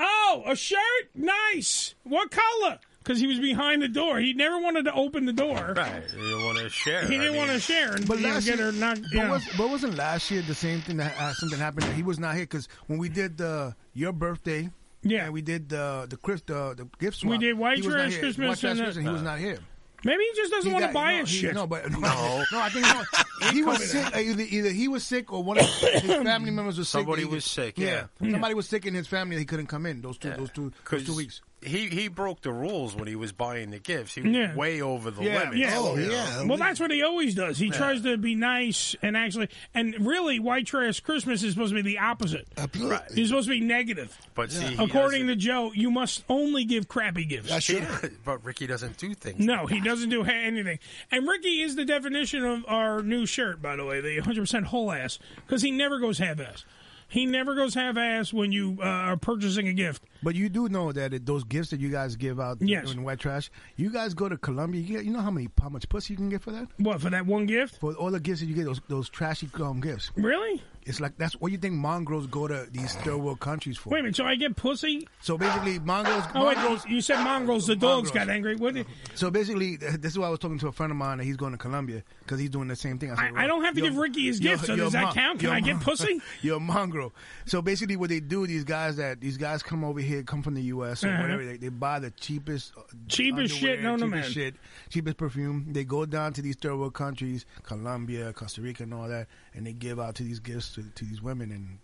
Speaker 1: Oh, a shirt. Nice. What color?" Because he was behind the door. He never wanted to open the door.
Speaker 2: right. You want to share?
Speaker 1: He didn't want to
Speaker 2: to.
Speaker 1: share. And,
Speaker 4: But
Speaker 1: you know,
Speaker 4: last
Speaker 1: get
Speaker 4: year-
Speaker 1: her knocked- you
Speaker 4: But,
Speaker 1: know.
Speaker 4: was, but wasn't last year the same thing that uh, something happened that he was not here? Because when we did the your birthday
Speaker 1: Yeah.
Speaker 4: and we did the the Chris the the gift swap.
Speaker 1: We did White
Speaker 4: He was not
Speaker 1: Trash
Speaker 4: here.
Speaker 1: Christmas
Speaker 4: White Trash
Speaker 1: and, uh,
Speaker 4: Christmas, and he was not here.
Speaker 1: Maybe he just doesn't
Speaker 4: He
Speaker 1: want to
Speaker 4: got-
Speaker 1: buy
Speaker 4: no,
Speaker 1: his
Speaker 4: he-
Speaker 1: shit.
Speaker 4: No, but no, no I think no, he was sick. uh, Either, either he was sick or one of his family members was sick.
Speaker 2: Somebody
Speaker 4: He-
Speaker 2: was sick,
Speaker 4: Yeah.
Speaker 2: yeah.
Speaker 4: somebody was sick in his family. He couldn't come in those two those two those
Speaker 2: 'Cause
Speaker 4: two weeks.
Speaker 2: He he broke the rules when he was buying the gifts. He was
Speaker 1: Yeah.
Speaker 2: way over the
Speaker 4: Yeah.
Speaker 2: limit.
Speaker 1: Yeah.
Speaker 3: Oh, yeah.
Speaker 1: Well, that's what he always does. He tries to be nice and actually, and really, white trash Christmas is supposed to be the opposite.
Speaker 3: Absolutely.
Speaker 1: It's supposed to be negative.
Speaker 2: But see, he
Speaker 1: According to Joe, you must only give crappy gifts.
Speaker 3: That's true.
Speaker 2: doesn't- but Ricky doesn't do things.
Speaker 1: No, he doesn't do ha- anything. And Ricky is the definition of our new shirt, by the way, the 100% whole ass, because he never goes half ass. He never goes half ass when you uh, are purchasing a gift.
Speaker 4: But you do know that it, those gifts that you guys give out
Speaker 1: Yes.
Speaker 4: in White Trash, you guys go to Columbia. You, get, you know how many how much pussy you can get for that?
Speaker 1: What, for that one gift?
Speaker 4: For all the gifts that you get, those those trashy um, gifts.
Speaker 1: Really?
Speaker 4: It's like that's what you think mongrels go to these third world countries for.
Speaker 1: Wait a minute, so I get pussy?
Speaker 4: So basically, mongrels.
Speaker 1: Oh, wait,
Speaker 4: mongrels
Speaker 1: you said mongrels. The dogs
Speaker 4: Mongrels.
Speaker 1: got angry. What? did-
Speaker 4: So basically, th- this is why I was talking to a friend of mine that he's going to Colombia because he's doing the same thing.
Speaker 1: I- I don't have to
Speaker 4: "Yo-
Speaker 1: give Ricky his
Speaker 4: yo-
Speaker 1: gift, so
Speaker 4: yo,
Speaker 1: does that
Speaker 4: mon-
Speaker 1: count? Can
Speaker 4: yo,
Speaker 1: I get
Speaker 4: mon-
Speaker 1: pussy?
Speaker 4: You're a mongrel. So basically, what they do, these guys that these guys come over here, come from the U.S. or
Speaker 1: Uh-huh.
Speaker 4: whatever, they, they buy the cheapest, uh,
Speaker 1: Cheapest shit
Speaker 4: underwear,
Speaker 1: known to
Speaker 4: cheapest
Speaker 1: man.
Speaker 4: shit, cheapest perfume. They go down to these third world countries, Colombia, Costa Rica, and all that, and they give out to these gifts to, to these women, and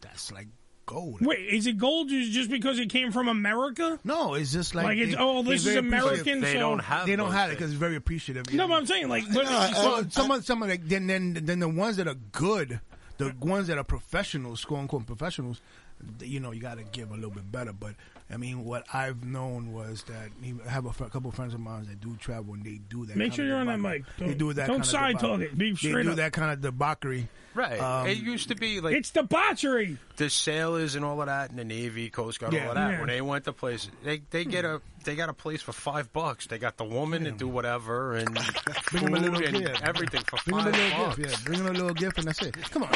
Speaker 4: that's like gold.
Speaker 1: Wait, is it gold ju- just because it came from America?
Speaker 4: No, it's just like,
Speaker 1: Like, it's,
Speaker 4: they-
Speaker 1: oh, this
Speaker 4: they're
Speaker 1: is
Speaker 4: very appreciative.
Speaker 1: American,
Speaker 2: They
Speaker 1: so.
Speaker 2: don't have.
Speaker 4: They don't
Speaker 2: those
Speaker 4: have it
Speaker 2: things.
Speaker 4: because it's very appreciative.
Speaker 1: no, but I'm saying, like, but,
Speaker 4: Well, some of some of the, then then then the ones that are good, the ones that are professionals, quote unquote professionals, th- you know, you got to give a little bit better. But I mean, what I've known was that I have a, fr- couple of friends of mine that do travel and they do that.
Speaker 1: Make
Speaker 4: kind
Speaker 1: sure
Speaker 4: of
Speaker 1: you're on that
Speaker 4: debauchery.
Speaker 1: mic.
Speaker 4: They
Speaker 1: Don't-
Speaker 4: do that.
Speaker 1: don't
Speaker 4: kind of
Speaker 1: side talk
Speaker 4: debauchery.
Speaker 1: it. Be
Speaker 4: They
Speaker 1: straight
Speaker 4: do
Speaker 1: up.
Speaker 4: that kind of debauchery.
Speaker 2: Right.
Speaker 4: Um,
Speaker 2: it used to be like
Speaker 1: it's debauchery.
Speaker 2: the sailors and all of that, and the Navy, Coast Guard,
Speaker 4: Yeah.
Speaker 2: all of that.
Speaker 1: Yeah.
Speaker 2: When they went to place, they they get a they got a place for five bucks. They got the woman to do whatever and
Speaker 4: Bring 'em
Speaker 2: food
Speaker 4: a little
Speaker 2: and
Speaker 4: gift.
Speaker 2: everything for
Speaker 4: Bring them
Speaker 2: five
Speaker 4: a little
Speaker 2: bucks.
Speaker 4: gift. Yeah, bring them a little gift, and that's it. Come on,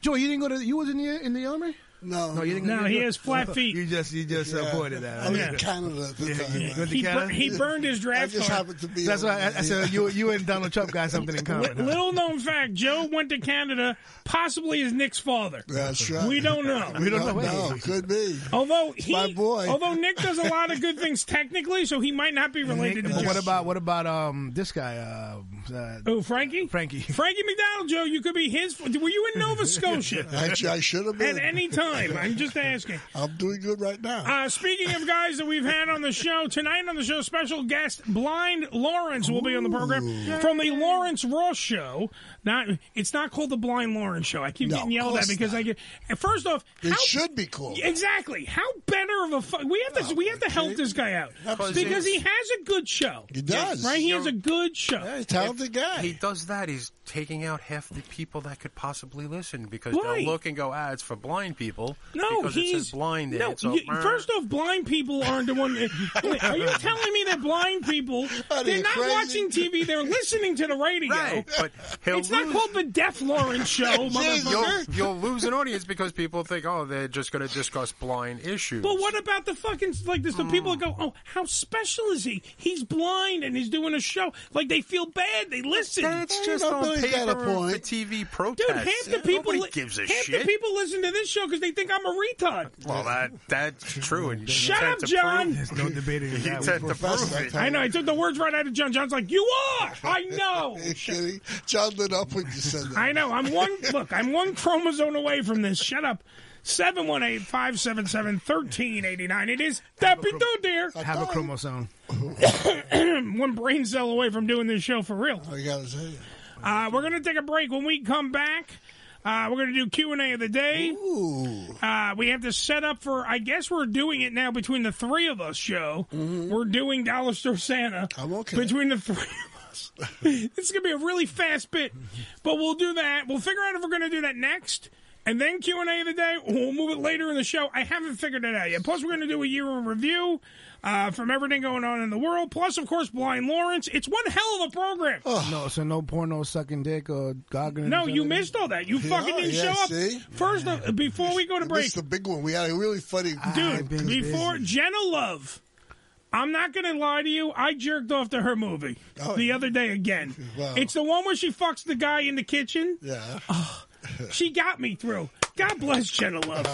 Speaker 4: Joe. You didn't go to. You was in the in the army.
Speaker 3: No,
Speaker 4: No, you didn't.
Speaker 1: No,
Speaker 4: you
Speaker 1: he
Speaker 4: didn't-
Speaker 1: has flat feet.
Speaker 4: You just you just avoided that.
Speaker 3: I was
Speaker 4: Okay.
Speaker 3: in Canada at the time.
Speaker 4: yeah. Good
Speaker 1: He, bur-
Speaker 4: Canada?
Speaker 1: he burned his
Speaker 3: I
Speaker 1: draft
Speaker 3: just
Speaker 1: card.
Speaker 3: happened to be.
Speaker 4: That's
Speaker 3: on
Speaker 4: why I, I said you you and Donald Trump got something in common. huh?
Speaker 1: Little known fact: Joe went to Canada, possibly as Nick's father.
Speaker 3: That's right.
Speaker 1: We don't know.
Speaker 4: We don't
Speaker 3: No,
Speaker 4: know.
Speaker 3: no, could be.
Speaker 1: Although he,
Speaker 3: my boy.
Speaker 1: although Nick does a lot of good things technically, so he might not be related
Speaker 4: But
Speaker 1: to Joe.
Speaker 4: what about what about um this guy uh, uh
Speaker 1: Oh, Frankie?
Speaker 4: Frankie.
Speaker 1: Frankie McDonald, Joe. You could be his. Were you in Nova Scotia
Speaker 3: Actually, I should have
Speaker 1: at
Speaker 3: been.
Speaker 1: any time? I'm just asking.
Speaker 3: I'm doing good right now.
Speaker 1: Uh, speaking of guys that we've had on the show tonight, on the show, special guest Blind Lawrence will be on the program from the Lawrence Ross Show. Not, it's not called the Blind Lawrence Show. I keep
Speaker 3: No,
Speaker 1: getting
Speaker 3: of
Speaker 1: yelled at
Speaker 3: course
Speaker 1: because
Speaker 3: not.
Speaker 1: I get. First off,
Speaker 3: it
Speaker 1: how,
Speaker 3: should be called.
Speaker 1: exactly how better of a fu- we have to we have to help this guy out because he has a good show.
Speaker 3: He does.
Speaker 1: right? He has a good show.
Speaker 3: Yeah, he's a talented guy.
Speaker 2: He does that. He's taking out half the people that could possibly listen because
Speaker 1: Right.
Speaker 2: they'll look and go, "Ah, it's for blind people."
Speaker 1: No,
Speaker 2: because
Speaker 1: he's
Speaker 2: it says blind. in
Speaker 1: No,
Speaker 2: it, so,
Speaker 1: you-
Speaker 2: "Meh."
Speaker 1: first off, blind people aren't the one. Are you telling me that blind people
Speaker 3: Are they
Speaker 1: they're not
Speaker 3: crazy?
Speaker 1: watching TV? They're listening to the radio.
Speaker 2: right, but he'll
Speaker 1: It's
Speaker 2: lose.
Speaker 1: not called the Deaf Lawrence Show,
Speaker 2: You'll,
Speaker 1: motherfucker.
Speaker 2: you'll lose an audience because people think, oh, they're just going to discuss blind issues.
Speaker 1: But what about the fucking like this? The people that go, oh, how special is he? He's blind and he's doing a show. Like they feel bad. They listen.
Speaker 2: That's just
Speaker 3: don't
Speaker 2: on
Speaker 3: believe
Speaker 2: paper
Speaker 3: that a point.
Speaker 2: for TV protests.
Speaker 1: Dude, half the people
Speaker 2: Nobody
Speaker 1: li-
Speaker 2: gives a
Speaker 1: half
Speaker 2: shit.
Speaker 1: the people listen to this show because they think I'm a retard.
Speaker 2: well, that that's true. And you
Speaker 1: Shut
Speaker 2: tend
Speaker 1: up,
Speaker 2: to
Speaker 1: John.
Speaker 2: prove-
Speaker 4: there's no debating
Speaker 2: You
Speaker 4: that.
Speaker 2: tend to
Speaker 3: Professor,
Speaker 2: prove it.
Speaker 1: I know. I took the words right out of John. John's like, you are. I know.
Speaker 3: Are you kidding? John lit up when you said that.
Speaker 1: I know. I'm one. Look, I'm one chromosome away from this. Shut up. 718-577-1389. It is Deputy Dear.
Speaker 4: have a chromosome.
Speaker 1: One brain cell away from doing this show for real.
Speaker 3: I gotta say,
Speaker 1: Uh, we're gonna take a break. When we come back, uh, we're gonna do Q and A of the day. Uh, we have to set up for. I guess we're doing it now between the three of us. Show we're doing Dollar Store Santa.
Speaker 3: Mm-hmm. I'm okay.
Speaker 1: Between the three of us, it's gonna be a really fast bit, but we'll do that. We'll figure out if we're gonna do that next. And then Q and A of the day. We'll move it later in the show. I haven't figured it out yet. Plus, we're going to do a year in review uh, from everything going on in the world. Plus, of course, Blind Lawrence. It's one hell of a program.
Speaker 3: Oh.
Speaker 4: No, so no porno sucking dick or goggling.
Speaker 1: No, you missed all that. You fucking didn't show
Speaker 3: yeah,
Speaker 1: up.
Speaker 3: see?
Speaker 1: First, of, before we go to break,
Speaker 3: that's the big one. We had a really funny.
Speaker 1: dude,
Speaker 4: been
Speaker 1: before
Speaker 4: busy.
Speaker 1: Jenna Love, I'm not going to lie to you. I jerked off to her movie
Speaker 3: Oh,
Speaker 1: the
Speaker 3: yeah.
Speaker 1: other day again.
Speaker 3: Wow.
Speaker 1: It's the one where she fucks the guy in the kitchen.
Speaker 3: yeah,
Speaker 1: She got me through. God bless Jenna Love.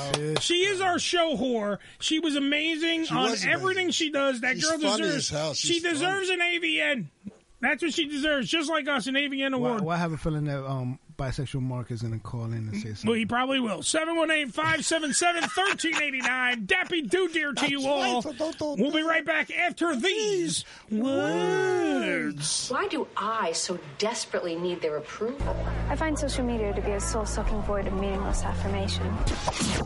Speaker 1: she is our show whore. She was amazing
Speaker 8: She
Speaker 1: on
Speaker 8: was amazing.
Speaker 1: everything she does. That
Speaker 8: She's
Speaker 1: girl
Speaker 8: funny
Speaker 1: deserves.
Speaker 8: as hell.
Speaker 1: She
Speaker 8: She's
Speaker 1: deserves an AVN. That's what she deserves, just like us, an AVN award.
Speaker 9: Well, I have a feeling that um, bisexual Mark is going to call in and say something.
Speaker 1: Well, he probably will. 718 577 1389. Dappy do dear to you all. We'll be right back after these words.
Speaker 10: Why do I so desperately need their approval?
Speaker 11: I find social media to be a soul sucking void of meaningless affirmation.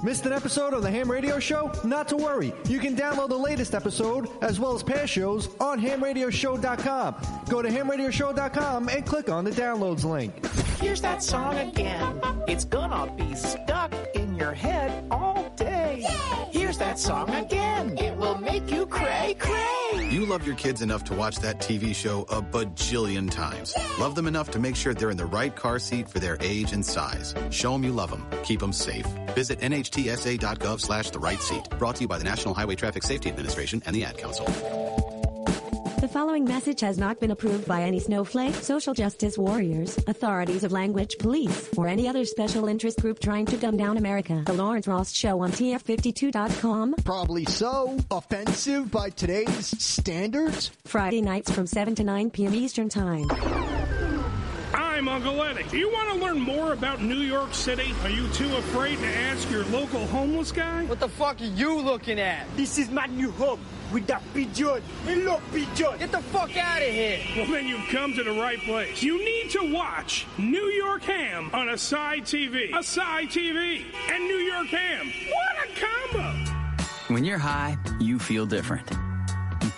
Speaker 12: Missed an episode of the Ham Radio Show? Not to worry. You can download the latest episode, as well as past shows, on hamradioshow.com. Go to hamradioshow.com and click on the downloads link.
Speaker 13: Here's that song again. It's gonna be stuck in your head all day. Here's that song again. It will make you cray cray.
Speaker 14: You love your kids enough to watch that TV show a bajillion times. Love them enough to make sure they're in the right car seat for their age and size. Show them you love them. Keep them safe. Visit nhtsa.gov slash the right seat. Brought to you by the National Highway Traffic Safety Administration and the Ad Council.
Speaker 15: The following message has not been approved by any snowflake, social justice warriors, authorities of language police, or any other special interest group trying to dumb down America. The Lawrence Ross Show on TF52.com.
Speaker 12: Probably so. Offensive by today's standards?
Speaker 15: Friday nights from 7 to 9 p.m. Eastern Time.
Speaker 1: I'm Uncle Eddie. Do you want to learn more about New York City? Are you too afraid to ask your local homeless guy? What the fuck are you looking at? This is my new home with that pigeon. Hey, look, pigeon. Get the fuck out of here. Well, then you've come to the right place. You need to watch New York Ham on Asai TV. Asai TV and New York Ham. What a combo!
Speaker 16: When you're high, you feel different. You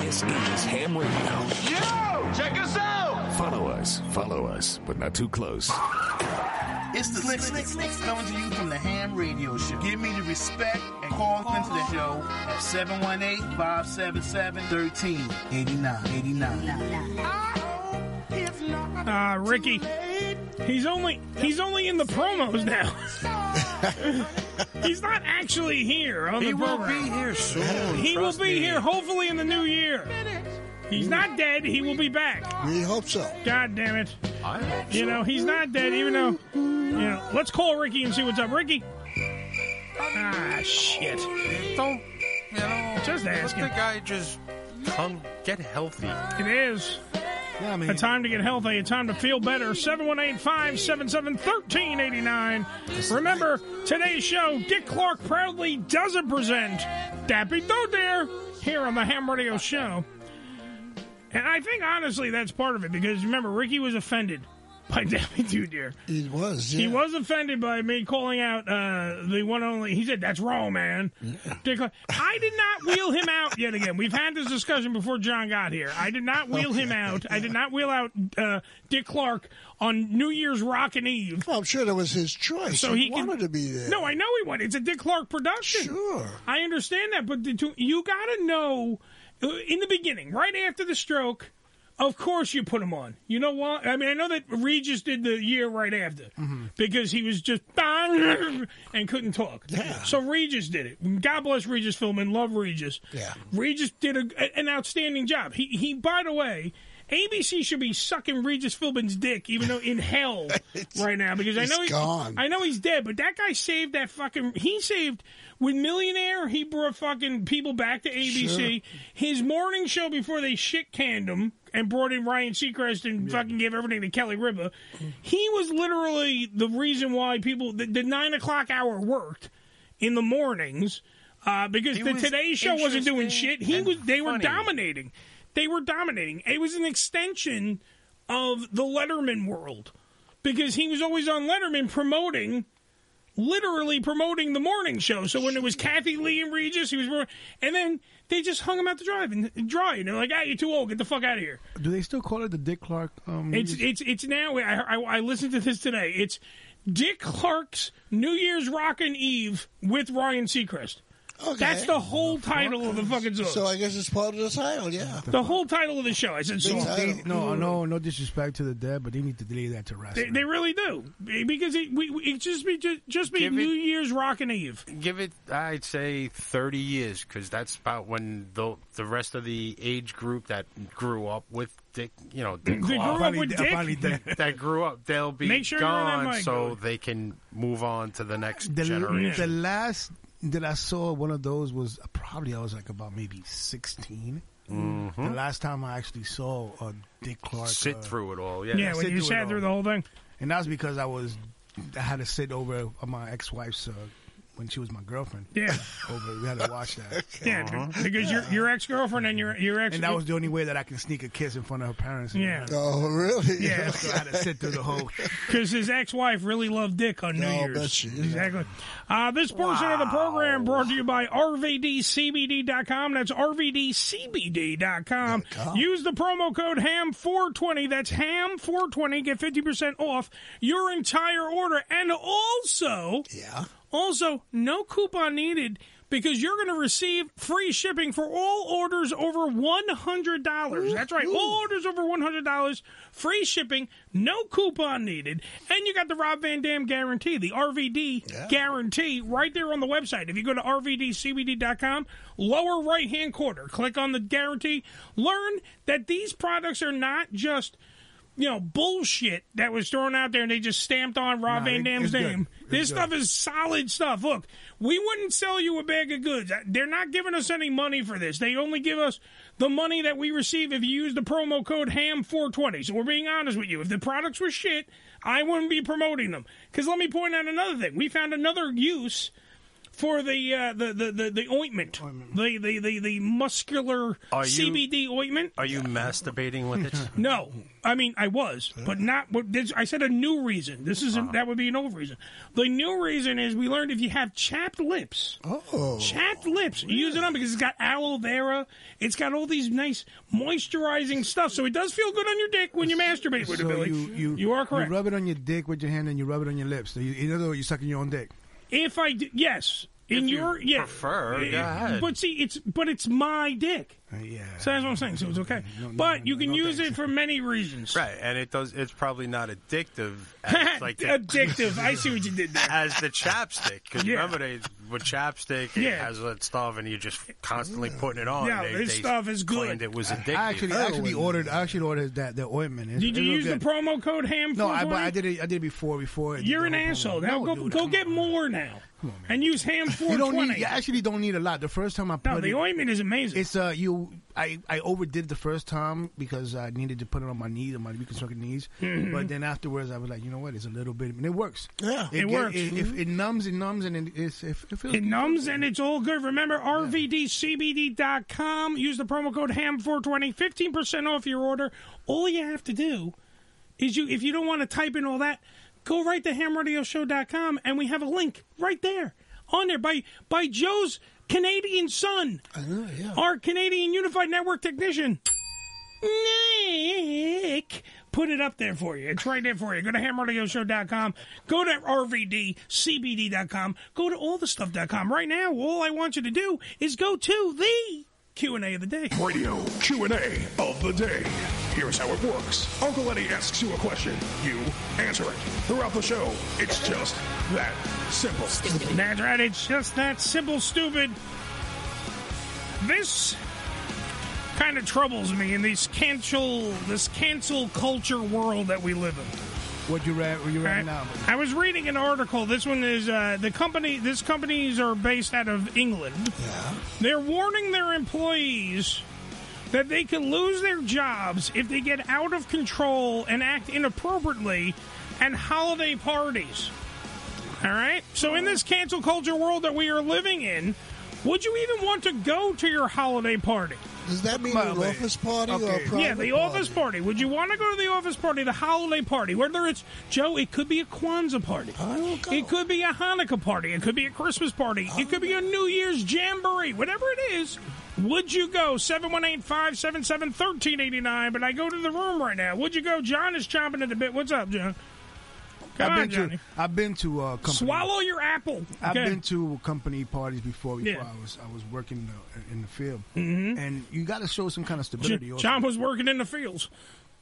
Speaker 17: This is Ham Radio.
Speaker 4: Yo! Check us out!
Speaker 17: Follow us, follow us, but not too close.
Speaker 4: It's the Slick Slick Slicks coming to you from the Ham Radio Show. Give me the respect and call into the show at 718 577 1389. 89.
Speaker 1: Ah, Ricky. He's only he's only in the promos now. he's not actually here on
Speaker 18: He
Speaker 1: the
Speaker 18: will
Speaker 1: program.
Speaker 18: be here soon,
Speaker 1: He will
Speaker 18: trust
Speaker 1: be
Speaker 18: me. Mm.
Speaker 1: here hopefully in the new year. He's not dead. He will be back.
Speaker 8: We hope so.
Speaker 1: God damn it. you know he's not dead, even though you know. Let's call Ricky and see what's up, Ricky. Ah shit! Don't you know? Just asking. The guy just come get healthy. It is.
Speaker 9: Yeah, I mean,
Speaker 1: a time to get healthy, a time to feel better. 718 577 1389. Remember, today's show, Dick Clark proudly doesn't present Dappy Do Dare here on the Ham Radio Show. And I think, honestly, that's part of it because remember, Ricky was offended by Dappy Do Dare.
Speaker 8: He was.
Speaker 1: He was offended by me calling out uh, the one only. He said, "That's wrong, man." Dick Clark- I did not wheel him out yet again. We've had this discussion before John got here. I did not wheel him out. I did not wheel out uh, Dick Clark on New Year's Rockin' Eve.
Speaker 8: I'm sure that was his choice.
Speaker 1: So
Speaker 8: he,
Speaker 1: he,
Speaker 8: wanted
Speaker 1: can,
Speaker 8: to be there.
Speaker 1: No, I know he wanted. It's a Dick Clark production. Sure, I understand that, but the two, you got to know uh, in the beginning, right after the stroke. Of course, you put him on. You know what? I mean, I know that Regis did the year right after because he was just bang and couldn't talk. So Regis did it. God bless Regis Philbin. Love Regis.
Speaker 8: Yeah.
Speaker 1: Regis did a, an outstanding job. He, he, by the way, ABC should be sucking Regis Philbin's dick, even though in hell right now, because I
Speaker 8: he's
Speaker 1: know he-
Speaker 8: gone.
Speaker 1: I know he's dead, but that guy saved that fucking. He saved with Millionaire. He brought fucking people back to ABC. His morning show before they shit canned him and brought in Ryan Seacrest and fucking gave everything to Kelly Ripa. He was literally the reason why people the, the nine o'clock hour worked in the mornings uh, because
Speaker 2: He
Speaker 1: the
Speaker 2: was
Speaker 1: Today Show wasn't doing shit. He was. They were
Speaker 2: funny.
Speaker 1: dominating. They were dominating. It was an extension of the Letterman world because he was always on Letterman promoting. Literally promoting the morning show. So when it was Kathy Lee and Regis, he was, promoting- and then they just hung him out to dry and dry. And they're like, "Ah, you're too old. Get the fuck out of here."
Speaker 4: Do they still call it the Dick Clark? Um,
Speaker 1: It's it's it's now. I, I I listened to this today. It's Dick Clark's New Year's Rockin' Eve with Ryan Seacrest. That's the whole title of the fucking song.
Speaker 3: So I guess it's part of the title, yeah.
Speaker 1: the whole title of the show. I said
Speaker 4: They-
Speaker 1: song.
Speaker 4: they- no, no, no disrespect to the dead, but they need to delay that to rest.
Speaker 1: They, they really do because it, we, we- it just be just, just be
Speaker 2: Give it-
Speaker 1: New Year's Rockin' Eve.
Speaker 2: Give it, I'd say, 30 years, because that's about when the the rest of the age group that grew up with Dick, you know, Dick
Speaker 1: They grew
Speaker 2: Clark,
Speaker 1: up with Probably- Dick? probably
Speaker 2: that grew up, they'll be
Speaker 1: Make sure you're on that
Speaker 2: gone
Speaker 1: mic,
Speaker 2: so they can move on to the next
Speaker 4: the, the
Speaker 2: generation.
Speaker 4: last that I saw one of those was uh, probably I was like about maybe 16
Speaker 2: Mhm.
Speaker 4: The last time I actually saw uh, Dick Clark
Speaker 2: Sit
Speaker 4: uh,
Speaker 2: through it all, yeah.
Speaker 1: Yeah, when
Speaker 4: sit
Speaker 1: you
Speaker 4: through
Speaker 1: sat
Speaker 4: it
Speaker 1: through
Speaker 4: all.
Speaker 1: the whole thing.
Speaker 4: and that's because I was I had to sit over on my ex wife's uh, when she was my girlfriend.
Speaker 1: Yeah,
Speaker 4: over we had to watch that. Uh-huh.
Speaker 1: Yeah,
Speaker 3: Uh-huh.
Speaker 1: because your your ex girlfriend and your your ex
Speaker 4: and that was the only way that I can sneak a kiss in front of her parents.
Speaker 1: Yeah.
Speaker 3: Oh, really?
Speaker 1: Yeah.
Speaker 4: So I had to sit through the whole.
Speaker 1: Because his ex-wife really loved Dick on New
Speaker 4: I'll
Speaker 1: Year's.
Speaker 4: bet she did.
Speaker 1: Exactly. Uh, this portion of the program brought to you by RVDCBD.com. That's RVDCBD.com. Use the promo code HAM420. That's HAM420. Get 50% off your entire order. And also, yeah. also, no coupon needed because you're going to receive free shipping for all orders over $100. That's right. All orders over $100, free shipping, no coupon needed. And you got the Rob Van Dam guarantee, the RVD guarantee, right there on the website. If you go to RVDCBD.com, lower right hand corner, click on the guarantee. Learn that these products are not just. You know, bullshit that was thrown out there and they just stamped on Rob
Speaker 4: Nah,
Speaker 1: Van
Speaker 4: it-
Speaker 1: Dam's
Speaker 4: it's good.
Speaker 1: name.
Speaker 4: It's
Speaker 1: This
Speaker 4: good.
Speaker 1: stuff stuff is solid stuff. Look, we wouldn't sell you a bag of goods. They're not giving us any money for this. They only give us the money that we receive if you use the promo code HAM420. So we're being honest with you. If the products were shit, I wouldn't be promoting them. Because let me point out another thing. We found another use for the uh, the, the, the the ointment, The, the the the muscular
Speaker 2: Are you-
Speaker 1: CBD ointment.
Speaker 2: Are you masturbating with it?
Speaker 1: No, I mean I was, but not. But this, I said a new reason. This
Speaker 2: Uh-huh.
Speaker 1: isn't. That would be an old reason. The new reason is we learned if you have chapped lips.
Speaker 3: Oh,
Speaker 1: chapped lips. You use it on because it's got aloe vera. It's got all these nice moisturizing stuff. So it does feel good on your dick when you masturbate with it,
Speaker 4: So
Speaker 1: Billy.
Speaker 4: you, you
Speaker 1: are correct.
Speaker 4: You rub it on your dick with your hand and you rub it on your lips. So you, in other words, you're sucking your own dick.
Speaker 1: If I d- yes, in your yeah,
Speaker 4: prefer,
Speaker 1: Eh,
Speaker 4: go ahead.
Speaker 1: But see, it's but it's my dick.
Speaker 4: yeah.
Speaker 1: So that's what I'm saying. So it's okay. but you can use it for many reasons.
Speaker 2: Right, and it does. It's probably not addictive. As, like the-
Speaker 1: Addictive. I see what you did there.
Speaker 2: As the chapstick, because
Speaker 1: Yeah.
Speaker 2: remember they with chapstick, it
Speaker 1: Yeah.
Speaker 2: has that stuff, and you're just constantly putting it on.
Speaker 1: Yeah,
Speaker 2: they,
Speaker 1: this
Speaker 2: they
Speaker 1: stuff is good.
Speaker 2: claimed It was addictive.
Speaker 4: I actually, I actually ordered. I actually ordered that the ointment. It's-
Speaker 1: Did you use
Speaker 4: it's real good.
Speaker 1: the promo code ham?
Speaker 4: No, I, but
Speaker 1: 420?
Speaker 4: I did it. I did it before. Before
Speaker 1: You're an asshole. Now go, go get more now. and use ham
Speaker 4: You don't
Speaker 1: 420.
Speaker 4: need. You actually don't need a lot. The first time I put
Speaker 1: no, the
Speaker 4: it,
Speaker 1: ointment is amazing.
Speaker 4: it's uh you. I I overdid the first time because I needed to put it on my knees, on my reconstructed knees.
Speaker 1: Mhm.
Speaker 4: But then afterwards, I was like, you know what? It's a little bit, and it works.
Speaker 1: Yeah. It
Speaker 4: get-
Speaker 1: works.
Speaker 4: It, if it numbs, it numbs, and it it's, if, if
Speaker 1: It numbs and it's all good. Remember, RVDCBD.com. Use the promo code HAM420. 15% off your order. All you have to do is you, if you don't want to type in all that, go right to hamradioshow.com and we have a link right there on there by, by Joe's Canadian son, our Canadian Unified Network technician. Nick put it up there for you. It's right there for you. Go to hamradioshow.com. Go to rvdcbd.com. Go to allthestuff.com. Right now, all I want you to do is go to the Q&A of the day.
Speaker 11: Radio Q&A of the day. Here's how it works. Uncle Eddie asks you a question. You answer it. Throughout the show, it's just that simple.
Speaker 1: That's right. It's just that simple, stupid. This kind of troubles me in this cancel this cancel culture world that we live in.
Speaker 4: What you read? What you read now?
Speaker 1: I was reading an article. This one is uh, the company. This companies are based out of England. They're warning their employees that they can lose their jobs if they get out of control and act inappropriately at holiday parties. All right. So in this cancel culture world that we are living in, Would you even want to go to your holiday party?
Speaker 3: Does that mean an office party or a private
Speaker 1: Yeah, the office party. Would you want to go to the office party, the holiday party? Whether it's Joe, it could be a Kwanzaa party. I will go. It could be a Hanukkah party. It could be a Christmas party. It could be a New Year's jamboree. Whatever it is, would you go? 718-577-1389. But I go to the room right now. Would you go? John is chomping at the bit. What's up, John? Come
Speaker 4: I've
Speaker 1: on,
Speaker 4: been
Speaker 1: Johnny.
Speaker 4: to I've been to uh, company.
Speaker 1: Swallow your apple.
Speaker 4: I've
Speaker 1: Okay.
Speaker 4: been to company parties before. Before
Speaker 1: Yeah.
Speaker 4: I was I was working uh, in the field, and you got to show some kind of stability.
Speaker 1: J-
Speaker 4: also.
Speaker 1: John was working in the fields.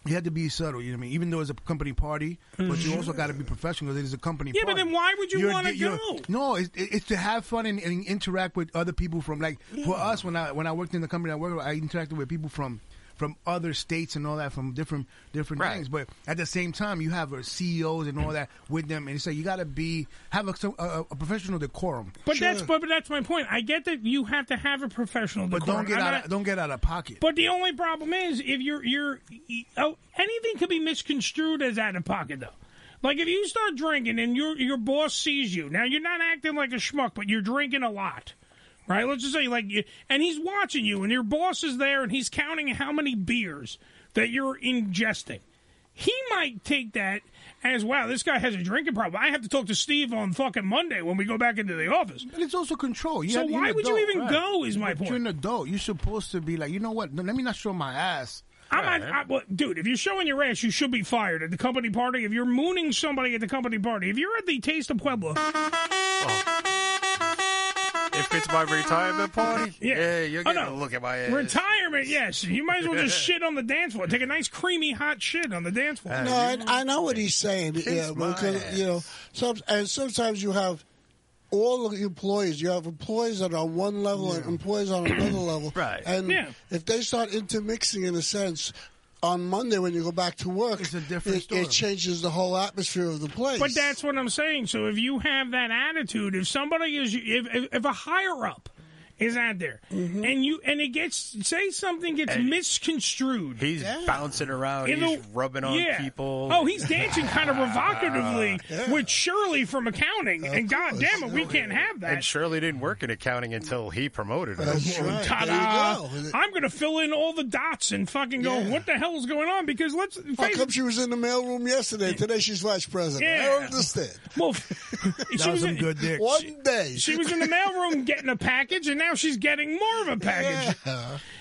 Speaker 4: You had to be subtle. You know what I mean? Even though it's a company party, but you also got to be professional. 'cause It is a company.
Speaker 1: Mm-hmm. Yeah, but
Speaker 4: party.
Speaker 1: then why would you
Speaker 4: You're-
Speaker 1: wanna
Speaker 4: you're-
Speaker 1: go?
Speaker 4: No, it's, it's to have fun and, and interact with other people from like for us when I when I worked in the company I worked with, I interacted with people from from other states and all that from different different things. But at the same time, you have uh, CEOs and all that with them, and so you got to be have a, some- a, a professional decorum.
Speaker 1: But that's but, but that's my point. I get that you have to have a professional,
Speaker 4: But
Speaker 1: decorum.
Speaker 4: don't get
Speaker 1: I'm
Speaker 4: out
Speaker 1: not-
Speaker 4: of, don't get out of pocket.
Speaker 1: But the only problem is if you're you're oh, anything could be misconstrued as out of pocket though. Like if you start drinking and your your boss sees you. Now you're not acting like a schmuck, but you're drinking a lot. Right? Let's just say like you, and he's watching you and your boss is there and he's counting how many beers that you're ingesting. He might take that as wow, this guy has a drinking problem. I have to talk to Steve on fucking Monday when we go back into the office.
Speaker 4: But it's also control. Oh, You
Speaker 1: so
Speaker 4: have- you're
Speaker 1: why
Speaker 4: an
Speaker 1: would you
Speaker 4: adult,
Speaker 1: even
Speaker 4: right.
Speaker 1: go? Is my
Speaker 4: But
Speaker 1: point.
Speaker 4: You're an adult. You're supposed to be like, you know what? No, Let me not show my ass.
Speaker 1: I'm not, I, well, dude. If you're showing your ass, you should be fired at the company party. If you're mooning somebody at the company party, if you're at the Taste of Pueblo,
Speaker 2: If it's my retirement party, yeah, you're
Speaker 1: Oh,
Speaker 2: gonna
Speaker 1: no.
Speaker 2: look at my ass.
Speaker 1: retirement, yes, you might as well just shit on the dance floor. Take a nice creamy hot shit on the dance floor.
Speaker 3: No, I, I know what he's saying. yeah,
Speaker 1: my
Speaker 3: because you know, some, and sometimes you have all the employees. You have employees that are on one level and employees on another level. Right. And
Speaker 1: Yeah.
Speaker 3: if they start intermixing, in a sense. On Monday, when you go back to work, it's a different it,
Speaker 1: story.
Speaker 3: it changes the whole atmosphere of the place.
Speaker 1: But that's what I'm saying. So if you have that attitude, if somebody is, if if, if a higher up is out there, and you and it gets say something gets misconstrued,
Speaker 2: He's bouncing around.
Speaker 1: In the-
Speaker 2: he's rubbing on
Speaker 1: yeah.
Speaker 2: people.
Speaker 1: Oh, he's dancing kind of provocatively with Shirley from accounting, and God damn it, we can't have that.
Speaker 2: And Shirley didn't work in accounting until he promoted her.
Speaker 1: Ta-da! I'm going to fill in all the dots and fucking go. What the hell is going on? Because let's
Speaker 3: How
Speaker 1: face
Speaker 3: Oh, come
Speaker 1: it.
Speaker 3: she was in the mailroom yesterday? Today she's vice president. I
Speaker 1: Yeah.
Speaker 3: don't understand.
Speaker 1: Well, she was in-
Speaker 3: One day.
Speaker 1: She was in the mailroom getting a package, and now she's getting more of a package.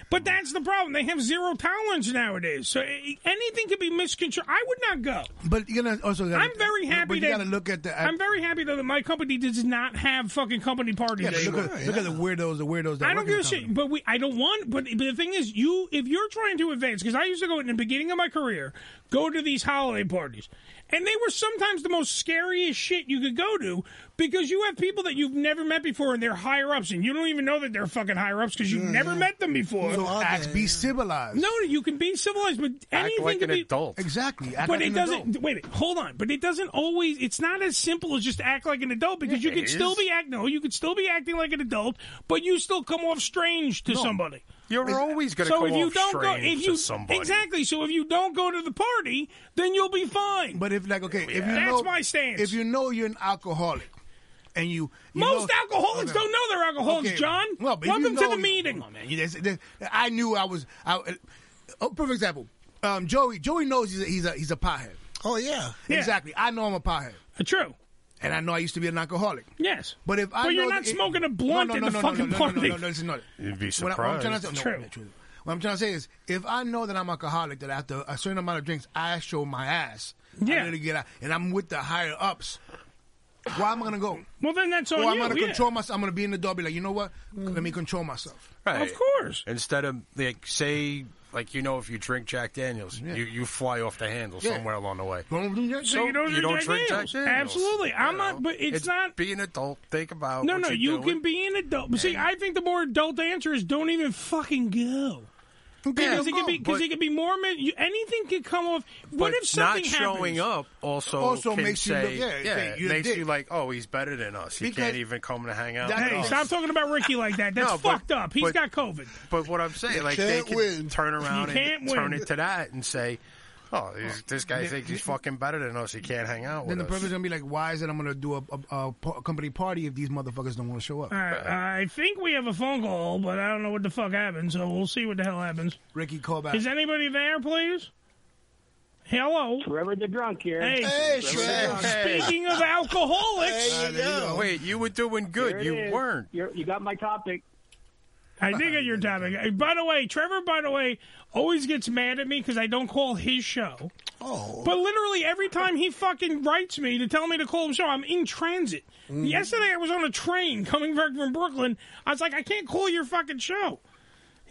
Speaker 1: But that's the problem. They have zero tolerance nowadays, so eh, anything can be misconstrued. I would not go.
Speaker 4: But you gotta also. Gotta,
Speaker 1: I'm very happy
Speaker 4: But you
Speaker 1: that
Speaker 4: gotta look at the.
Speaker 1: I'm very happy though that my company does not have fucking company parties.
Speaker 4: yeah, but look,
Speaker 1: anymore.
Speaker 4: at, look at the weirdos. The weirdos. That
Speaker 1: I don't
Speaker 4: work in
Speaker 1: give a
Speaker 4: the
Speaker 1: shit. But we, I don't want. But, but the thing is, you if you're trying to advance, because I used to go in the beginning of my career, go to these holiday parties, and they were sometimes the most scariest shit you could go to because you have people that you've never met before and they're higher ups, and you don't even know that they're fucking higher ups because you've never met them before.
Speaker 4: company. Mm-hmm. So act, be civilized.
Speaker 1: No, you can be civilized, but anything
Speaker 4: like
Speaker 1: can
Speaker 4: an
Speaker 1: be
Speaker 4: adult. Exactly. Act
Speaker 1: but
Speaker 4: like
Speaker 1: it
Speaker 4: an
Speaker 1: doesn't.
Speaker 4: adult.
Speaker 1: Wait, a minute, hold on. But it doesn't always. It's not as simple as just act like an adult because
Speaker 2: Yeah,
Speaker 1: you could
Speaker 2: it
Speaker 1: still
Speaker 2: is.
Speaker 1: be act. No, you could still be acting like an adult, but you still come off strange to
Speaker 2: No.
Speaker 1: somebody.
Speaker 2: You're
Speaker 1: Is-
Speaker 2: always gonna
Speaker 1: so
Speaker 2: come
Speaker 1: if you
Speaker 2: off
Speaker 1: don't go,
Speaker 2: strange
Speaker 1: if
Speaker 2: to
Speaker 1: you,
Speaker 2: somebody.
Speaker 1: Exactly. So if you don't go to the party, then you'll be fine.
Speaker 4: But if like okay, if you
Speaker 1: that's
Speaker 4: know,
Speaker 1: my stance.
Speaker 4: If you know you're an alcoholic, and you, you
Speaker 1: Most
Speaker 4: know-
Speaker 1: alcoholics
Speaker 4: Okay.
Speaker 1: don't know they're alcoholics,
Speaker 4: Okay.
Speaker 1: John.
Speaker 4: Well, but if you
Speaker 1: Welcome to
Speaker 4: know
Speaker 1: the
Speaker 4: you-
Speaker 1: meeting.
Speaker 4: Come on, man. You- there's- there- I knew I was. I, oh, perfect example. Um, Joey. Joey knows he's a, he's a he's a pothead.
Speaker 3: Oh yeah.
Speaker 4: Exactly. I know I'm a pothead.
Speaker 1: Uh, True.
Speaker 4: And I know I used to be an alcoholic.
Speaker 1: Yes.
Speaker 4: But if
Speaker 1: But
Speaker 4: I know
Speaker 1: you're not
Speaker 4: that it-
Speaker 1: smoking a blunt
Speaker 4: no, no,
Speaker 1: in
Speaker 4: no,
Speaker 1: the
Speaker 4: no, no,
Speaker 1: fucking
Speaker 4: no, no, no,
Speaker 1: party.
Speaker 4: No, no, no, listen, no.
Speaker 2: You'd be
Speaker 4: What, I, what I'm trying to
Speaker 2: surprised.
Speaker 4: say,
Speaker 2: True.
Speaker 4: No, not true. What I'm trying to say is, if I know that I'm alcoholic, that after a certain amount of drinks, I show my ass. Yeah. I really get out, and I'm with the higher ups. Why am I gonna go?
Speaker 1: Well, then that's
Speaker 4: Or
Speaker 1: on
Speaker 4: I'm
Speaker 1: you,
Speaker 4: gonna
Speaker 1: yeah. Mm.
Speaker 4: control myself. I'm gonna be in the door, be like, you know what? Let me control myself.
Speaker 2: Right.
Speaker 1: Of course.
Speaker 2: Instead of like say like you know if you drink Jack Daniels, you, you fly off the handle
Speaker 1: Yeah.
Speaker 2: somewhere along the way.
Speaker 1: So you don't drink Jack Daniels. Absolutely. I'm not- but it's not-
Speaker 2: Be an adult. Think about
Speaker 1: No,
Speaker 2: what
Speaker 1: no,
Speaker 2: you're
Speaker 1: you
Speaker 2: doing.
Speaker 1: can be an adult. But see, I think the more adult answer is don't even fucking go. Because it could be because
Speaker 2: but-
Speaker 1: it could be Mormon. You, anything could come off.
Speaker 2: But
Speaker 1: What if something
Speaker 2: not showing
Speaker 1: happens?
Speaker 2: up also
Speaker 1: Also
Speaker 2: can
Speaker 1: makes you
Speaker 2: say,
Speaker 1: look- yeah, okay,
Speaker 2: it
Speaker 1: you're a
Speaker 2: makes
Speaker 1: dick.
Speaker 2: you like oh he's better than us. He
Speaker 1: Because-
Speaker 2: can't even come to hang out. with
Speaker 1: Hey,
Speaker 2: us.
Speaker 1: stop talking about Ricky like that. That's
Speaker 2: No, but-
Speaker 1: fucked up. He's
Speaker 2: but-
Speaker 1: got COVID.
Speaker 2: But what I'm saying,
Speaker 1: You
Speaker 2: like they
Speaker 1: can't
Speaker 2: can
Speaker 1: win.
Speaker 2: turn around
Speaker 1: You can't
Speaker 2: and turn
Speaker 1: win.
Speaker 2: it to that and say, Oh, he's- this guy thinks he's fucking better than us. He can't hang out with
Speaker 4: Then the
Speaker 2: us.
Speaker 4: president's gonna be like, "Why is it I'm gonna do a, a, a pa- company party if these motherfuckers don't want to show up?"
Speaker 1: All right, I think we have a phone call, but I don't know what the fuck happened, so we'll see what the hell happens.
Speaker 4: Ricky, call back.
Speaker 1: Is oh. anybody there, please? Hello? Trevor the drunk here. Hey,
Speaker 2: Hey, Trevor. Hey.
Speaker 1: Speaking of alcoholics.
Speaker 2: There you go. Wait, you were doing good. You weren't.
Speaker 1: You're, you got my topic. I did get your topic. Uh, By the way, Trevor, by the way, always gets mad at me because I don't call his show. Oh. But literally every time he fucking writes me to tell me to call him show, I'm in transit.
Speaker 2: Mm.
Speaker 1: Yesterday I was on a train coming back from Brooklyn. I was like, I can't call your fucking show.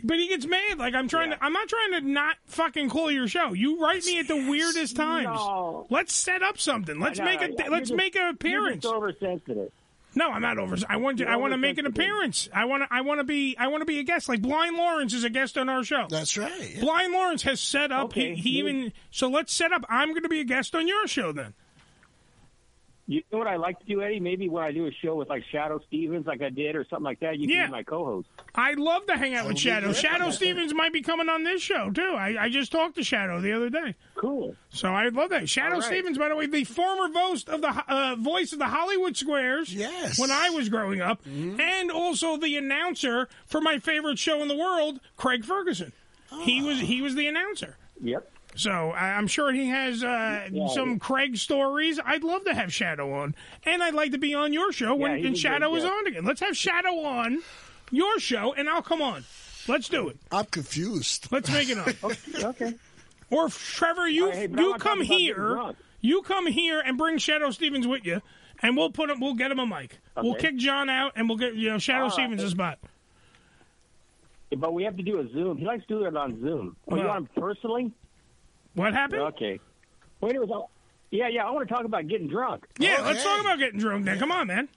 Speaker 1: But he gets mad. Like I'm trying to. I'm not trying to not fucking call your show. You write me at the weirdest times.
Speaker 19: No.
Speaker 1: Let's set up something. Let's
Speaker 19: No,
Speaker 1: make a.
Speaker 19: no, you're
Speaker 1: let's
Speaker 19: just-
Speaker 1: make an
Speaker 19: you're just
Speaker 1: appearance.
Speaker 19: oversensitive.
Speaker 1: No, I'm not over. I want to.
Speaker 19: You're
Speaker 1: I want to make an
Speaker 19: oversensitive.
Speaker 1: appearance. I want to. I want to be. I want to be a guest. Like Blind Lawrence is a guest on our show. That's right. Blind Lawrence has set up.
Speaker 19: Okay,
Speaker 1: he he
Speaker 19: you-
Speaker 1: even. So let's set up. I'm going to be a guest on your show then.
Speaker 19: You know what I like to do, Eddie? Maybe when I do a show with like Shadow Stevens, like I did, or something like that, you
Speaker 1: Yeah.
Speaker 19: can be my co-host.
Speaker 1: I love to hang out with
Speaker 19: be
Speaker 1: Shadow.
Speaker 19: great.
Speaker 1: Shadow Stevens might be coming on this show too. I, I just talked to Shadow the other day. Cool. So I love that. Shadow
Speaker 19: All right.
Speaker 1: Stevens, by the way, the former voice of the uh, voice of the Hollywood Squares. Yes. When I was growing up,
Speaker 19: Mm-hmm.
Speaker 1: and also the announcer for my favorite show in the world, Craig Ferguson. He was he was the announcer.
Speaker 19: Ah. Yep.
Speaker 1: So I, I'm sure he has uh,
Speaker 19: Yeah.
Speaker 1: some Craig stories. I'd love to have Shadow on, and I'd like to be on your show
Speaker 19: Yeah,
Speaker 1: when
Speaker 19: he's a
Speaker 1: and
Speaker 19: good
Speaker 1: Shadow is
Speaker 19: guest.
Speaker 1: on again. Let's have Shadow on your show, and I'll come on. Let's do it.
Speaker 3: I'm confused.
Speaker 1: Let's make it up. okay. Or Trevor, you
Speaker 19: right, hey, but I'm
Speaker 1: you
Speaker 19: not
Speaker 1: come
Speaker 19: talking about getting
Speaker 1: here.
Speaker 19: drunk.
Speaker 1: You come here and bring Shadow Stevens with you, and we'll put him. We'll get him a mic. We'll
Speaker 19: Okay.
Speaker 1: kick John out, and we'll get you know Shadow
Speaker 19: All right.
Speaker 1: Stevens a spot.
Speaker 19: But we have to do a Zoom. He likes to do it on Zoom. Oh,
Speaker 1: Well-
Speaker 19: you want him personally?
Speaker 1: What happened?
Speaker 19: Okay. Wait, it was all... Yeah, yeah. I want to talk about getting drunk.
Speaker 1: Yeah, let's talk about getting drunk. Then come on, man.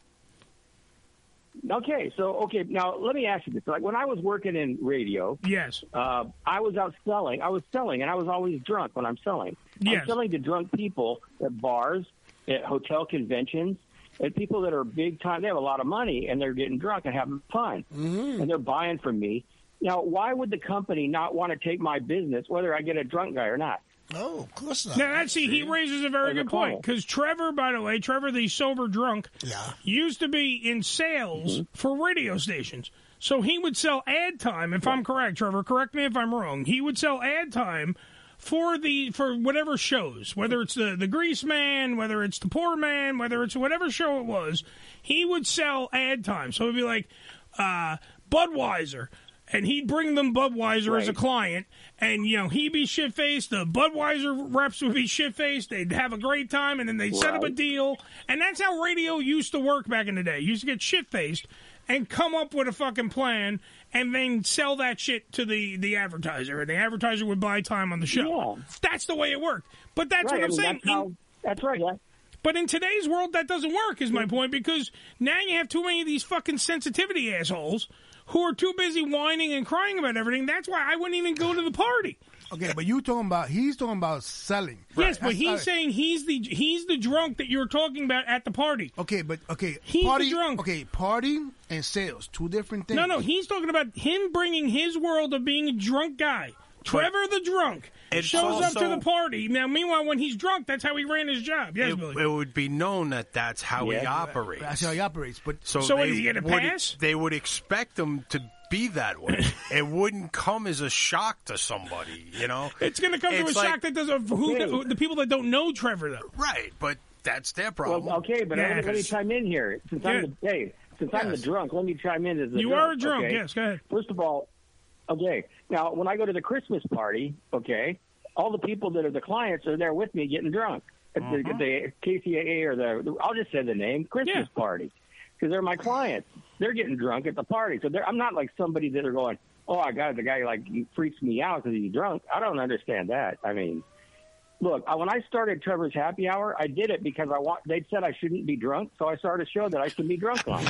Speaker 19: Okay, so okay, now let me ask you this: like when I was working in radio,
Speaker 1: yes,
Speaker 19: uh, I was out selling. I was selling, and I was always drunk when I'm selling.
Speaker 1: Yes.
Speaker 19: I'm selling to drunk people at bars, at hotel conventions, and people that are big time. They have a lot of money, and they're getting drunk and having fun, and they're buying from me. Now, why would the company not want to take my business, whether I get a drunk guy or not?
Speaker 3: No, of course not.
Speaker 1: Now that's see, he raises a very
Speaker 19: There's a
Speaker 1: good point
Speaker 19: call.
Speaker 1: because Trevor, by the way, Trevor the sober drunk,
Speaker 3: yeah.
Speaker 1: used to be in sales for radio stations. So he would sell ad time, if I'm correct, Trevor. Correct me if I'm wrong. He would sell ad time for the for whatever shows, whether it's the the Grease Man, whether it's the Poor Man, whether it's whatever show it was. He would sell ad time, so it'd be like uh, Budweiser. And he'd bring them Budweiser as a client, and you know he'd be shit faced. The Budweiser reps would be shit faced. They'd have a great time, and then they'd set up a
Speaker 19: Right.
Speaker 1: deal. And that's how radio used to work back in the day. You used to get shit faced and come up with a fucking plan and then sell that shit to the, the advertiser. And the advertiser would buy time on the show. That's the way it worked. But that's
Speaker 19: Right,
Speaker 1: what
Speaker 19: I
Speaker 1: I'm
Speaker 19: mean,
Speaker 1: saying.
Speaker 19: that's how- that's right.
Speaker 1: But in today's world, that doesn't work, is my point, because now you have too many of these fucking sensitivity assholes who are too busy whining and crying about everything. That's why I wouldn't even go to the party.
Speaker 4: Okay, but you talking about he's talking about selling.
Speaker 1: Yes, but he's saying he's the he's the drunk that you're talking about at the party.
Speaker 4: Okay, but okay,
Speaker 1: he's the
Speaker 4: party
Speaker 1: drunk.
Speaker 4: Okay, party and sales, two different things.
Speaker 1: No, no, he's talking about him bringing his world of being a drunk guy. Trevor the drunk
Speaker 2: It's
Speaker 1: shows up to
Speaker 2: also-
Speaker 1: the party. Now, meanwhile, when he's drunk, that's how he ran his job. Yes,
Speaker 2: It,
Speaker 1: Billy.
Speaker 2: it would be known that that's how he
Speaker 1: Yeah.
Speaker 2: operates.
Speaker 4: That's how he operates. But
Speaker 2: So,
Speaker 1: So what,
Speaker 2: they
Speaker 1: does he get a
Speaker 2: would-
Speaker 1: pass?
Speaker 2: They would expect him to be that way. it wouldn't come as a shock to somebody, you know.
Speaker 1: It's going to come to a
Speaker 2: It's like-
Speaker 1: shock that doesn't who,
Speaker 2: Dude.
Speaker 1: who- the people that don't know Trevor though.
Speaker 2: Right, but that's their problem.
Speaker 19: Well, okay, but let, me, let me chime in here. Since
Speaker 2: Yeah.
Speaker 19: I'm the hey, since I'm the
Speaker 2: Yes.
Speaker 19: drunk, let me chime in as the
Speaker 1: You
Speaker 19: drunk,
Speaker 1: are a drunk,
Speaker 19: okay?
Speaker 1: yes, go ahead.
Speaker 19: First of all, okay. Now, when I go to the Christmas party, okay, all the people that are the clients are there with me getting drunk at the,
Speaker 1: Uh-huh.
Speaker 20: Mhm.
Speaker 19: the KCAA or the I'll just say the name Christmas party because they're my clients. They're getting drunk at the party, so they're, I'm not like somebody that are going, "Oh, I got the guy like he freaks me out because he's drunk." I don't understand that. I mean. Look, I- when I started Trevor's Happy Hour, I did it because I want. They said I shouldn't be drunk, so I started a show that I should be drunk on.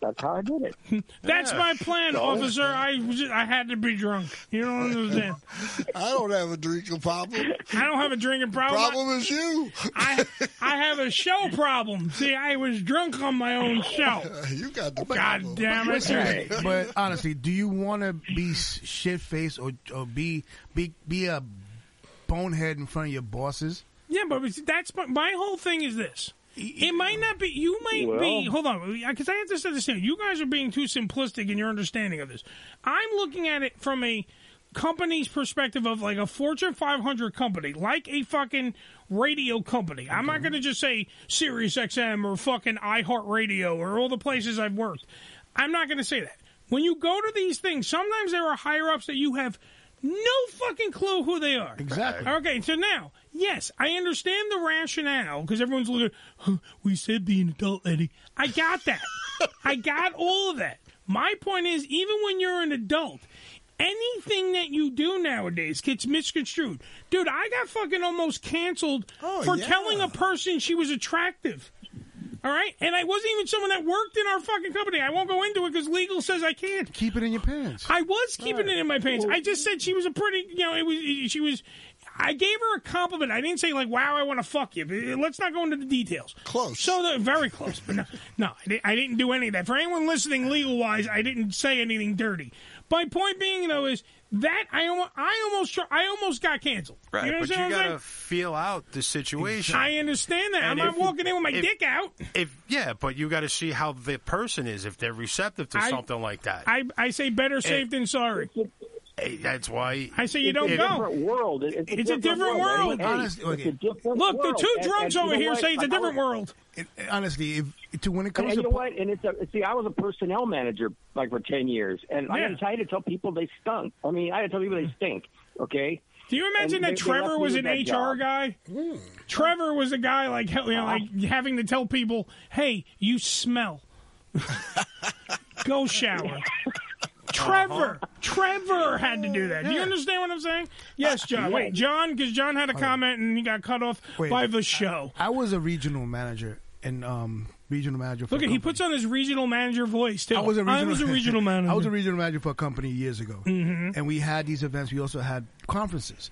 Speaker 19: That's how I did it.
Speaker 1: That's
Speaker 19: Yeah.
Speaker 1: my plan,
Speaker 19: So-
Speaker 1: officer. I was just- I had to be drunk. You don't understand.
Speaker 3: I don't have a drinking problem.
Speaker 1: I don't have a drinking problem.
Speaker 3: Problem is you.
Speaker 1: I I have a show problem. See, I was drunk on my own show.
Speaker 3: you got the
Speaker 1: God damn it!
Speaker 4: But, but honestly, do you want to be shit faced or or be be be a bonehead in front of your bosses.
Speaker 1: Yeah, but it's- that's but my whole thing is this. It might not be. You might be.
Speaker 4: Well-
Speaker 1: Hold on, because I have to understand. You guys are being too simplistic in your understanding of this. I'm looking at it from a company's perspective of like a Fortune 500 company, like a fucking radio company. I'm not going to just say Sirius XM or fucking iHeartRadio or all the places I've worked. I'm not going to say that. When you go to these things, sometimes there are higher ups that you have no fucking clue who they are.
Speaker 4: Exactly.
Speaker 1: Okay, so now, yes, I understand the rationale because everyone's looking, huh, we said be an adult, Eddie. I got that. I got all of that. My point is, even when you're an adult, anything that you do nowadays gets misconstrued. Dude, I got fucking almost canceled for
Speaker 20: yeah.
Speaker 1: telling a person she was attractive. All right, and I wasn't even someone that worked in our fucking company. I won't go into it because legal says I can't.
Speaker 4: Keep it in your pants.
Speaker 1: I was keeping it
Speaker 4: Right.
Speaker 1: in my pants.
Speaker 4: Well-
Speaker 1: I just said she was a pretty. You know, it was she was. I gave her a compliment. I didn't say like, "Wow, I want to fuck you." But, uh, Let's not go into the details. Close. So the, very close, but no, no, I di- I didn't do any of that. For anyone listening, legal wise, I didn't say anything dirty. My point being, though, is that I almost, I almost, tr- I almost got canceled.
Speaker 2: Right,
Speaker 1: You know
Speaker 2: but
Speaker 1: what
Speaker 2: you
Speaker 1: I'm saying?
Speaker 2: gotta feel out the situation.
Speaker 1: I understand that. I'm
Speaker 2: And
Speaker 1: not
Speaker 2: if-
Speaker 1: walking in with my
Speaker 2: if-
Speaker 1: dick out.
Speaker 2: If yeah, but you got to see how the person is if they're receptive to
Speaker 1: I-
Speaker 2: something like that.
Speaker 1: I, I say better safe than sorry.
Speaker 2: Hey, that's why
Speaker 1: I say you
Speaker 2: If-
Speaker 1: don't
Speaker 2: if-
Speaker 1: go.
Speaker 19: world. It-
Speaker 1: It's, a different world. Look, the two drunks over here say it's a different world.
Speaker 4: honestly, if, to when it
Speaker 19: And,
Speaker 4: comes
Speaker 19: and
Speaker 4: to
Speaker 19: you know what? And it's a, see, I was a personnel manager like for ten years, and I, had, to- I had to tell people they stunk. I mean, I had to tell people they stink. Okay.
Speaker 1: Do you imagine
Speaker 19: And
Speaker 1: that
Speaker 19: they- they
Speaker 1: Trevor
Speaker 19: left me
Speaker 1: was
Speaker 19: with
Speaker 1: an
Speaker 19: that
Speaker 1: HR
Speaker 19: job.
Speaker 1: guy?
Speaker 4: Hmm.
Speaker 1: Trevor was a guy like hell- you know, like having to tell people, "Hey, you smell. Go shower."
Speaker 4: Uh-huh.
Speaker 1: Trevor, Trevor had to do that. Do you understand what I'm saying?
Speaker 4: Uh,
Speaker 1: Yes, John. Wait, John, because John had a comment and he got cut off
Speaker 4: Wait,
Speaker 1: by the show.
Speaker 4: I was a regional manager and um regional manager. For
Speaker 1: Look,
Speaker 4: a
Speaker 1: at he
Speaker 4: company.
Speaker 1: puts on his regional manager voice too.
Speaker 4: I was a regional,
Speaker 1: regional manager.
Speaker 4: I was a regional manager for a company years ago, mm-hmm. and we had these events. We also had conferences,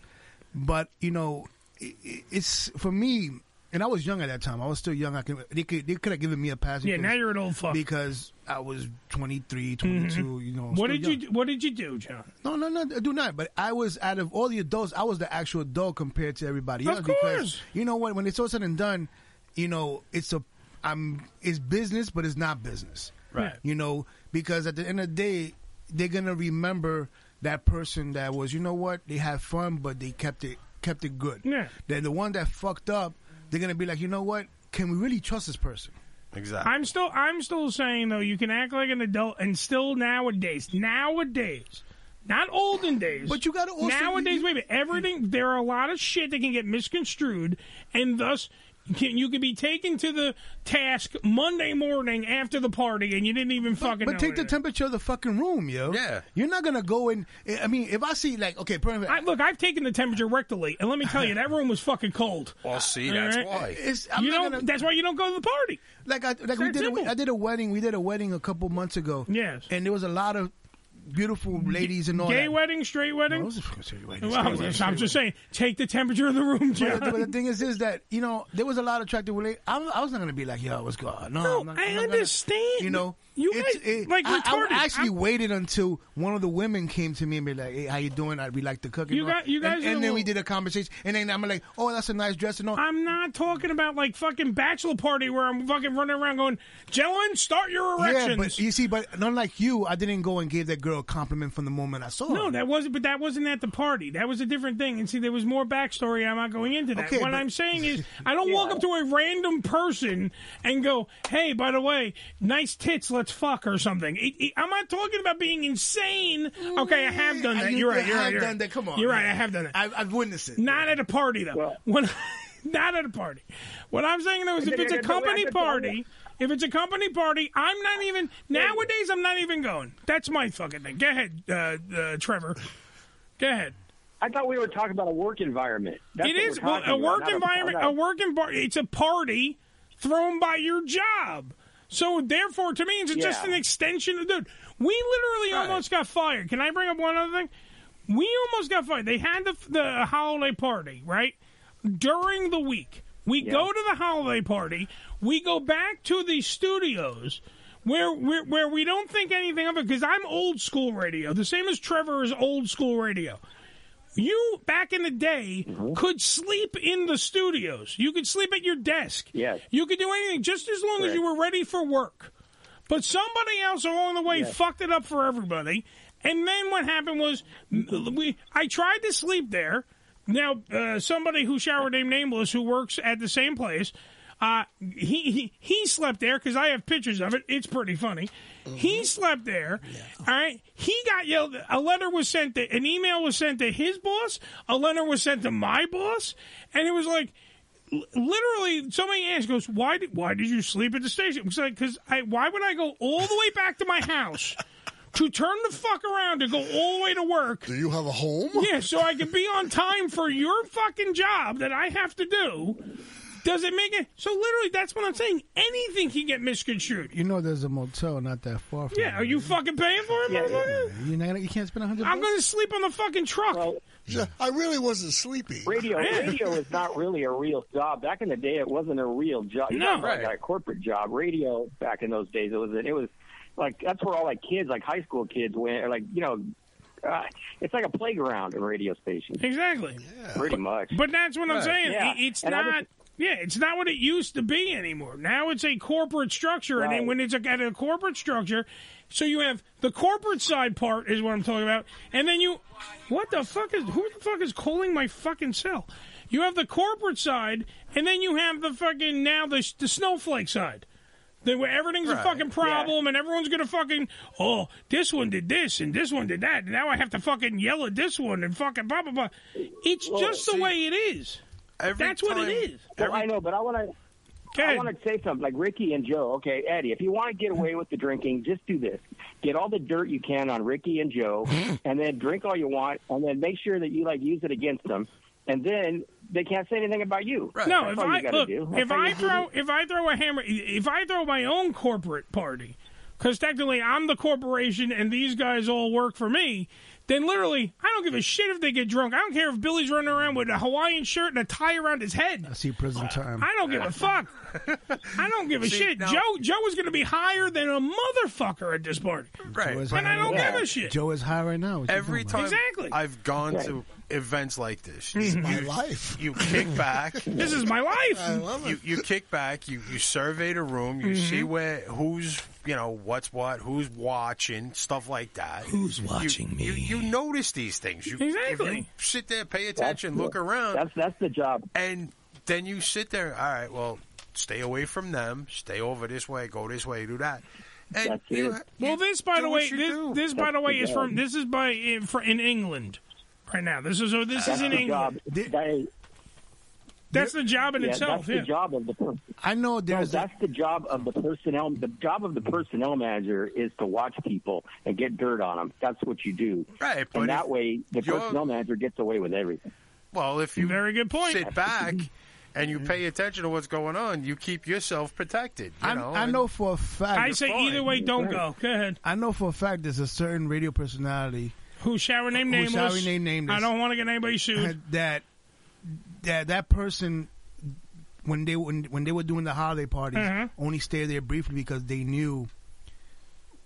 Speaker 4: but you know, i i- it's for me. And I was young at that time. I was still young. I can they could they could have given me a pass.
Speaker 1: Yeah,
Speaker 4: because-
Speaker 1: now you're an old fuck. Mm-hmm.
Speaker 4: because I was 23, 22, You know,
Speaker 1: What
Speaker 4: still
Speaker 1: did you
Speaker 4: young.
Speaker 1: do- What did you do, John?
Speaker 4: No, no, no, I do not. But I was out of all the adults, I was the actual adult compared to everybody
Speaker 1: Of
Speaker 4: else. Because you know what? When it's all said and done, you know it's a, I'm it's business, but it's not business.
Speaker 2: Right.
Speaker 4: You know because at the end of the day, they're gonna remember that person that was. You know what? They had fun, but they kept it kept it good.
Speaker 1: Yeah.
Speaker 4: They're the one that fucked up. They're gonna be like, you know what? Can we really trust this person?
Speaker 2: Exactly.
Speaker 1: I'm still I'm still saying though you can act like an adult and still nowadays nowadays not olden days
Speaker 4: But you gotta also-
Speaker 1: nowadays wait a minute, everything there are a lot of shit that can get misconstrued and thus can, you could be taken to the task Monday morning after the party and you didn't even fucking
Speaker 4: But
Speaker 1: know
Speaker 4: take the
Speaker 1: it.
Speaker 4: temperature of the fucking room, yo. Yeah. You're not gonna go in. I mean, if I see like, okay, perfect.
Speaker 1: I, look, I've taken the temperature rectally, and let me tell you, that room was fucking cold.
Speaker 2: Well, see,
Speaker 1: All
Speaker 2: that's
Speaker 1: right?
Speaker 2: why.
Speaker 1: you don't. that's why you don't go to the party.
Speaker 4: Like I like we
Speaker 1: that
Speaker 4: did. A,
Speaker 1: simple.
Speaker 4: I did a wedding. We did a wedding a couple months ago. Yes. And there was a lot of beautiful ladies and all
Speaker 1: Gay
Speaker 4: that.
Speaker 1: wedding, straight wedding.
Speaker 4: wedding,
Speaker 1: Well,
Speaker 4: straight
Speaker 1: I'm just-
Speaker 4: wedding,
Speaker 1: I'm
Speaker 4: straight
Speaker 1: just saying, take the temperature of the room, John.
Speaker 4: But, but the thing is, is that you know there was a lot of attractive. Rela- I'm, I was not gonna be like, yo, what's going on? No, I'm not,
Speaker 1: I understand.
Speaker 4: you know,
Speaker 1: you
Speaker 4: it's-
Speaker 1: guys like
Speaker 4: I, I
Speaker 1: retarded.
Speaker 4: would actually
Speaker 1: I'm-
Speaker 4: waited until one of the women came to me and be like, "Hey, how you doing? I'd be like the cooking."
Speaker 1: You got- you guys
Speaker 4: and,
Speaker 1: are
Speaker 4: and
Speaker 1: a
Speaker 4: then we
Speaker 1: little-
Speaker 4: did a conversation, and then I'm like, "Oh, that's a nice dress and all."
Speaker 1: I'm not talking about like fucking bachelor party where I'm fucking running around going, gentlemen, start your erections.
Speaker 4: Yeah, but you see, but unlike you, I didn't go and give that girl a compliment from the moment I saw her.
Speaker 1: No, that wasn't. But that wasn't at the party. That was a different thing. And see, there was more backstory. I'm not going into that.
Speaker 4: Okay,
Speaker 1: what
Speaker 4: but-
Speaker 1: I'm saying is, I don't walk up to a random person and go, "Hey, by the way, nice tits. Let's fuck" or something. It- it- I'm not talking about being insane. Okay, I have done
Speaker 4: Mm. I-
Speaker 1: that.
Speaker 4: you-
Speaker 1: You're right.
Speaker 4: I
Speaker 1: You're right.
Speaker 4: have
Speaker 1: you're
Speaker 4: done
Speaker 1: right.
Speaker 4: that. Come on,
Speaker 1: You're right.
Speaker 4: man.
Speaker 1: I have done it.
Speaker 4: I've, I've witnessed it.
Speaker 1: Not at a party though. when, not at a party. What I'm saying though is, if it's a company party. If it's a company party, I'm not even nowadays. I'm not even going. That's my fucking thing. Go ahead, uh, uh, Trevor. Go ahead.
Speaker 19: I thought we were talking about a work environment. That's
Speaker 1: It
Speaker 19: what
Speaker 1: is
Speaker 19: we're
Speaker 1: well,
Speaker 19: talking
Speaker 1: a
Speaker 19: about,
Speaker 1: work
Speaker 19: not
Speaker 1: environment.
Speaker 19: not
Speaker 1: A work environment. It's a party thrown by your job. So therefore, to me, it's just
Speaker 20: Yeah.
Speaker 1: an extension of dude. We literally almost got fired. Can I bring up one other thing? We almost got fired. They had the the holiday party right during the week. We go to the holiday party. We go back to the studios where where, where we don't think anything of it because I'm old school radio. The same as Trevor is old school radio. You back in the day could sleep in the studios. You could sleep at your desk.
Speaker 19: Yes.
Speaker 1: You could do anything just as long as you were ready for work. But somebody else along the way fucked it up for everybody. And then what happened was we I tried to sleep there. Now uh, somebody who shower named Nameless who works at the same place uh, he, he he slept there because I have pictures of it. It's pretty funny. He slept there. All right. He got yelled. A letter was sent. To, an email was sent to his boss. A letter was sent to my boss, and it was like l- literally somebody asked goes why did why did you sleep at the station because like, 'cause I why would I go all the way back to my house to turn the fuck around to go all the way to work do
Speaker 3: you have a
Speaker 4: Oh
Speaker 3: home
Speaker 1: yeah so I could be on time for your fucking job that I have to do does it make it so literally that's what I'm saying anything can get misconstrued
Speaker 4: You know, there's a motel not that far from.
Speaker 1: yeah are you fucking paying for it motherfucker?
Speaker 4: You're not gonna, you can't spend a hundred.
Speaker 1: I'm gonna sleep on the fucking truck.
Speaker 3: I really wasn't sleepy.
Speaker 19: Radio, radio is not really a real job. Back in the day, it wasn't a real job. You
Speaker 3: No.
Speaker 19: know, like a corporate job. Radio back in those days, it was. It was like that's where all like kids, like high school kids, went. Or like you know, uh, it's like a playground in radio stations.
Speaker 1: Exactly.
Speaker 19: Pretty much.
Speaker 1: But that's what I'm
Speaker 19: Right.
Speaker 1: saying.
Speaker 19: Yeah.
Speaker 1: I- It's
Speaker 19: And I
Speaker 1: not.
Speaker 19: just-
Speaker 1: yeah, it's not what it used to be anymore. Now it's a corporate structure, and then when it's a, at a corporate structure, so you have the corporate side part is what I'm talking about, and then you, what the fuck is who the fuck is calling my fucking cell? You have the corporate side, and then you have the fucking now the the snowflake side. They where everything's a
Speaker 20: Right.
Speaker 1: fucking problem, and everyone's gonna fucking oh this one did this and this one did that, and now I have to fucking yell at this one and fucking blah blah blah. It's
Speaker 19: Well,
Speaker 1: just the
Speaker 19: see,
Speaker 1: way it is. That's what it is.
Speaker 19: Well, I know, but I want to. I want to say something like Ricky and Joe. Okay, Eddie, if you want to get away with the drinking, just do this: get all the dirt you can on Ricky and Joe, and then drink all you want, and then make sure that you like use it against them, and then they can't say anything about you.
Speaker 1: No,
Speaker 19: That's
Speaker 1: if
Speaker 19: all you
Speaker 1: I
Speaker 19: gotta
Speaker 1: look,
Speaker 19: do. That's
Speaker 1: if
Speaker 19: all
Speaker 1: I
Speaker 19: you gotta
Speaker 1: throw
Speaker 19: do.
Speaker 1: if I throw a hammer, if I throw my own corporate party, because technically I'm the corporation and these guys all work for me. Then literally, I don't give a shit if they get drunk. I don't care if Billy's running around with a Hawaiian shirt and a tie around his head.
Speaker 4: I see prison time.
Speaker 1: I don't give a fuck. I don't give a
Speaker 4: See,
Speaker 1: shit.
Speaker 4: now-
Speaker 1: Joe Joe is going to be higher than a motherfucker at this party.
Speaker 2: Right.
Speaker 4: Joe is
Speaker 1: And I
Speaker 4: high
Speaker 1: don't
Speaker 4: right
Speaker 1: give
Speaker 4: now.
Speaker 1: a shit.
Speaker 4: Joe is high right now. What you
Speaker 2: Every
Speaker 4: talking
Speaker 2: time
Speaker 4: about?
Speaker 2: I've gone
Speaker 4: Right.
Speaker 2: to events like this,
Speaker 4: This is
Speaker 2: you-
Speaker 4: my
Speaker 2: you-
Speaker 4: life.
Speaker 2: You kick back.
Speaker 4: This
Speaker 1: is my life.
Speaker 4: I love Mm-hmm.
Speaker 2: You, you kick back. You you survey the room. You see where who's you know what's what, who's watching, stuff like that. Who's
Speaker 7: watching
Speaker 2: me? You, you notice these things. You, If you
Speaker 7: Exactly.
Speaker 2: sit there, pay attention, look around.
Speaker 19: That's that's the job.
Speaker 2: And then you sit there. All right. Well, stay away from them. Stay over this way. Go this way. Do that. And
Speaker 1: That's
Speaker 2: you
Speaker 1: it.
Speaker 2: ha-
Speaker 1: Well,
Speaker 2: you
Speaker 1: this, by
Speaker 2: do
Speaker 1: the
Speaker 2: what
Speaker 1: way,
Speaker 2: you
Speaker 1: this,
Speaker 2: do.
Speaker 1: this by the way, is
Speaker 19: job.
Speaker 1: from this is by in, for, in England right now. This is oh, this
Speaker 19: That's
Speaker 1: is in
Speaker 19: the job.
Speaker 1: England. That's the job in
Speaker 19: Yeah,
Speaker 1: itself.
Speaker 19: That's
Speaker 1: yeah.
Speaker 19: the job of the person.
Speaker 4: I know
Speaker 19: there's. that's the job of the personnel. The job of the personnel manager is to watch people and get dirt on them. That's what you do.
Speaker 2: Right, but
Speaker 19: and
Speaker 2: if
Speaker 19: that way the
Speaker 2: you're-
Speaker 19: personnel manager gets away with everything.
Speaker 2: Well, if you
Speaker 1: very good point.
Speaker 2: Sit back and you pay attention to what's going on. You keep yourself protected. You
Speaker 4: I'm-
Speaker 2: know,
Speaker 4: I
Speaker 2: and-
Speaker 4: know for a fact.
Speaker 2: I say either way, don't Right. go.
Speaker 1: Go ahead.
Speaker 4: I know for a fact there's a certain radio personality
Speaker 1: who shower name
Speaker 4: who
Speaker 1: nameless.
Speaker 4: shall we name nameless.
Speaker 1: I don't want to get anybody sued.
Speaker 4: Uh, that that that person when they when when they were doing the holiday parties
Speaker 1: Mhm.
Speaker 4: only stayed there briefly because they knew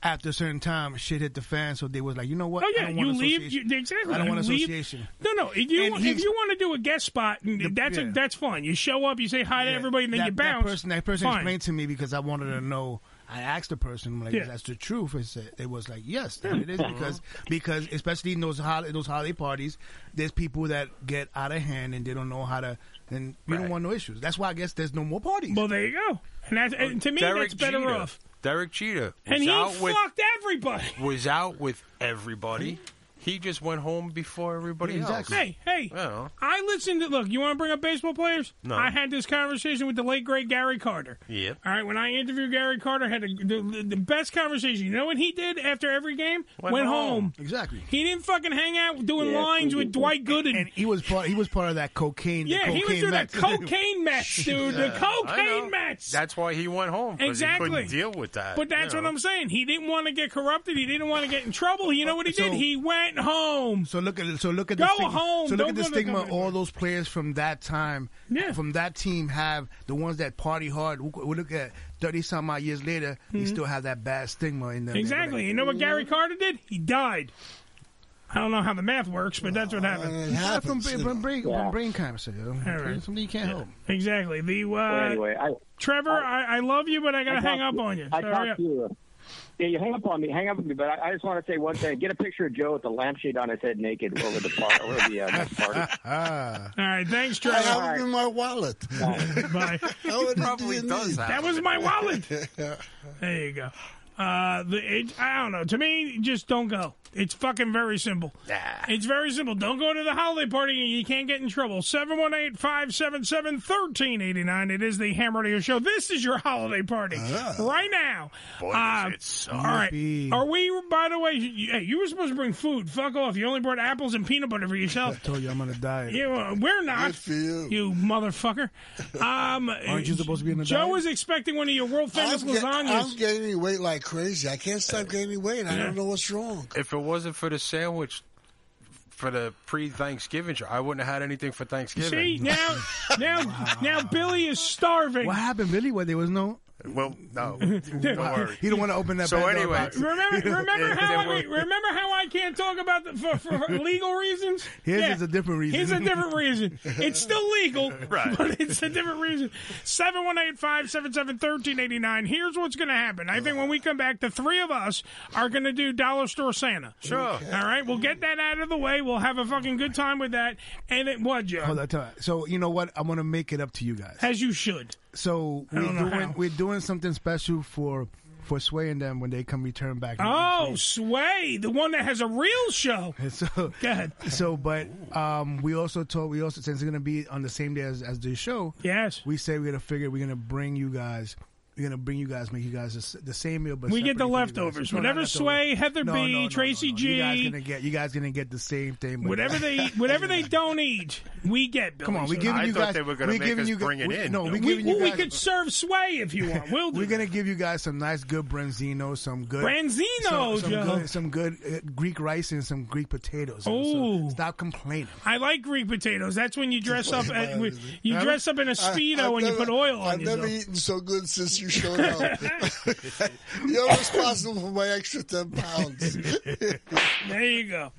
Speaker 4: after a certain time shit hit the fan, so they was like, you know what?
Speaker 1: Oh
Speaker 4: I
Speaker 1: yeah,
Speaker 4: don't want
Speaker 1: you leave. You,
Speaker 4: association.
Speaker 1: exactly.
Speaker 4: I don't
Speaker 1: you
Speaker 4: want
Speaker 1: leave-
Speaker 4: association.
Speaker 1: No, no. If you
Speaker 4: And
Speaker 1: if
Speaker 4: he's-
Speaker 1: you want to do a guest spot, that's
Speaker 4: yeah.
Speaker 1: a, that's fine. You show up, you say hi to everybody, and then
Speaker 4: that,
Speaker 1: you bounce.
Speaker 4: That person, that person
Speaker 1: fine.
Speaker 4: explained to me because I wanted to know. I asked the person, I'm like,
Speaker 1: Yeah.
Speaker 4: that's the truth. It, said, it was like, yes, that it is because because especially in those holiday those holiday parties, there's people that get out of hand and they don't know how to and we don't want no issues. That's why I guess there's no more parties.
Speaker 1: Well, there you go. And, that's, and to me,
Speaker 2: Derek
Speaker 1: that's better
Speaker 2: Jeter.
Speaker 1: off.
Speaker 2: Derek Cheetah was
Speaker 1: And he
Speaker 2: out with
Speaker 1: fucked everybody.
Speaker 2: was out with everybody. He just went home before everybody else.
Speaker 1: Hey, hey. I listened to. Look, you want to bring up baseball players?
Speaker 2: No.
Speaker 1: I had this conversation with the late great Gary Carter.
Speaker 2: Yep.
Speaker 1: All right, when I interviewed Gary Carter, I had a, the, the best conversation. You know what he did after every game?
Speaker 4: Went home. Exactly.
Speaker 1: He didn't fucking hang out doing lines with Dwight Gooden.
Speaker 4: and he was part. He was part of that cocaine. the
Speaker 1: yeah, he was
Speaker 4: cocaine
Speaker 1: doing
Speaker 4: meth.
Speaker 1: the cocaine match, dude.
Speaker 2: Yeah,
Speaker 1: the
Speaker 2: I know.
Speaker 1: cocaine match.
Speaker 2: That's why he went home. Oh, 'cause
Speaker 1: Exactly.
Speaker 2: He couldn't deal with that.
Speaker 1: But that's
Speaker 2: you
Speaker 1: what
Speaker 2: know.
Speaker 1: I'm saying. He didn't want to get corrupted. He didn't want to get in trouble. You know what he did? He went home.
Speaker 4: So look at so look at
Speaker 1: Go
Speaker 4: the stigma.
Speaker 1: home.
Speaker 4: So look
Speaker 1: Don't
Speaker 4: at the
Speaker 1: go to
Speaker 4: stigma.
Speaker 1: company.
Speaker 4: all those players from that time, from that team, have the ones that party hard. We, we look at thirty some odd years later,
Speaker 1: Mm-hmm.
Speaker 4: they still have that bad stigma in them.
Speaker 1: Exactly. You know what Gary Carter did? He died. I don't know how the math works, but that's what happened.
Speaker 4: Uh, happens, from, from brain, from brain cancer. you know. Something you can't help.
Speaker 1: Exactly. The uh,
Speaker 19: anyway, I,
Speaker 1: Trevor, I, I love you, but I got to hang up
Speaker 19: talked-
Speaker 1: on you.
Speaker 19: I
Speaker 1: Hurry
Speaker 19: talked
Speaker 1: up.
Speaker 19: to you. Yeah, you hang up on me. Hang up on me. But I, I just want to say one thing. Get a picture of Joe with the lampshade on his head, naked, over the par- over the uh, next party.
Speaker 1: All right, thanks, Trevor.
Speaker 19: I have it in
Speaker 3: my wallet.
Speaker 1: Bye.
Speaker 4: Oh,
Speaker 3: That
Speaker 1: probably does.
Speaker 3: have
Speaker 1: That
Speaker 3: it.
Speaker 1: was my wallet. There you go. Uh, the it, I don't know. To me, just don't go. It's fucking very simple. It's very simple. Don't go to the holiday party and you can't get in trouble. 718-577-1389. It is the Ham Radio Show. This is your holiday party right now. Uh,
Speaker 2: Boy, does it suck.
Speaker 1: All right.
Speaker 2: Yippee.
Speaker 1: Are we, by the way, you, hey, you were supposed to bring food. Fuck off. You only brought apples and peanut butter for yourself.
Speaker 4: I told you I'm on a diet.
Speaker 1: You, uh, we're not. you. motherfucker. Um,
Speaker 4: Aren't you supposed to be in the
Speaker 1: Joe
Speaker 4: diet?
Speaker 1: was expecting one of your world famous
Speaker 3: I'm, get- I'm
Speaker 1: lasagnas.
Speaker 3: gaining weight like crazy. I can't
Speaker 1: Uh,
Speaker 3: stop gaining weight. I don't know what's wrong.
Speaker 2: If it wasn't for the sandwich, for the pre-Thanksgiving show, I wouldn't have had anything for
Speaker 1: See
Speaker 2: Thanksgiving.
Speaker 1: now, now, now, Billy is starving.
Speaker 4: What happened, Billy? Where there was no.
Speaker 2: Well, no, don't worry.
Speaker 4: He don't want to open that.
Speaker 2: So
Speaker 4: Pandora
Speaker 2: anyway,
Speaker 4: box.
Speaker 1: Remember, remember
Speaker 4: Yeah.
Speaker 1: how I, remember how I can't talk about the, for, for legal reasons.
Speaker 4: His is a different reason.
Speaker 1: Here's a different reason. It's still legal,
Speaker 4: Right.
Speaker 1: but it's a different reason. 718-577-1389. Here's what's going to happen. I think when we come back, the three of us are going to do Dollar Store Santa.
Speaker 4: Sure. Okay.
Speaker 1: All right? We'll get that out of the way. We'll have a fucking good time with that. And it, what, Joe?
Speaker 4: Hold on, tell her. So you know what? I'm gonna make it up to you guys.
Speaker 1: As you should.
Speaker 4: So
Speaker 1: I
Speaker 4: we're
Speaker 1: don't know how.
Speaker 4: doing we're doing something special for for Sway and them when they come return back.
Speaker 1: Oh, Sway, the one that has a real show.
Speaker 4: So go
Speaker 1: ahead.
Speaker 4: So, but um, we also told we also since it's gonna be on the same day as as the show.
Speaker 1: Yes.
Speaker 4: We say we're gonna figure we're gonna bring you guys. We're gonna bring you guys, make you guys the s- the same meal, but
Speaker 1: We get the
Speaker 4: separate for you guys.
Speaker 1: leftovers.
Speaker 4: No, not
Speaker 1: Whatever
Speaker 4: leftovers.
Speaker 1: Sway, Heather
Speaker 4: No,
Speaker 1: B,
Speaker 4: no, no, no,
Speaker 1: Tracy
Speaker 4: no. You guys
Speaker 1: G.
Speaker 4: gonna get you guys gonna get the same thing. but-
Speaker 1: Whatever they whatever they don't eat, we get. Billy.
Speaker 4: Come on, we giving you guys. we giving you gu- we- No, we giving
Speaker 1: well,
Speaker 4: you
Speaker 1: we
Speaker 4: guys.
Speaker 1: could serve Sway if you want. We'll
Speaker 4: We're gonna give you guys some nice, good branzino, some good
Speaker 1: Branzino,
Speaker 4: some, some
Speaker 1: Joe.
Speaker 4: good, some good uh, Greek rice and some Greek potatoes. Oh, stop complaining.
Speaker 1: I like Greek potatoes. That's when you dress up. At, you
Speaker 4: Huh?
Speaker 1: dress up in a speedo
Speaker 3: I- I've
Speaker 1: and you
Speaker 3: never-
Speaker 1: put oil on
Speaker 3: I've
Speaker 1: yourself.
Speaker 3: never eaten so good since you showed up. You're responsible for my extra ten pounds.
Speaker 1: There you go.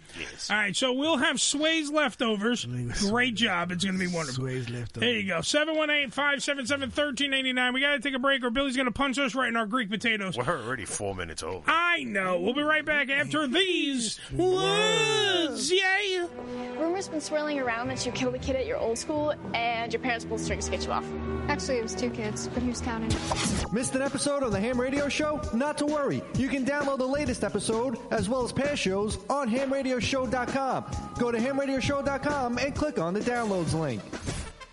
Speaker 1: All right, so we'll have Sway's leftovers. Great job. It's going to be wonderful.
Speaker 4: Sway's leftovers.
Speaker 1: There you go. 718-577-1389. We got to take a break or Billy's going to punch us right in our Greek potatoes.
Speaker 2: We're already four minutes over.
Speaker 1: I know. We'll be right back after these words. Yay!
Speaker 20: Rumors been swirling around that you killed a kid at your old school, and your parents pulled strings to get you off.
Speaker 21: Actually, it was two kids, but who's counting?
Speaker 12: Missed an episode on the Ham Radio Show? Not to worry. You can download the latest episode as well as past shows on hamradioshow.com. Go to hamradioshow.com and click on the downloads link.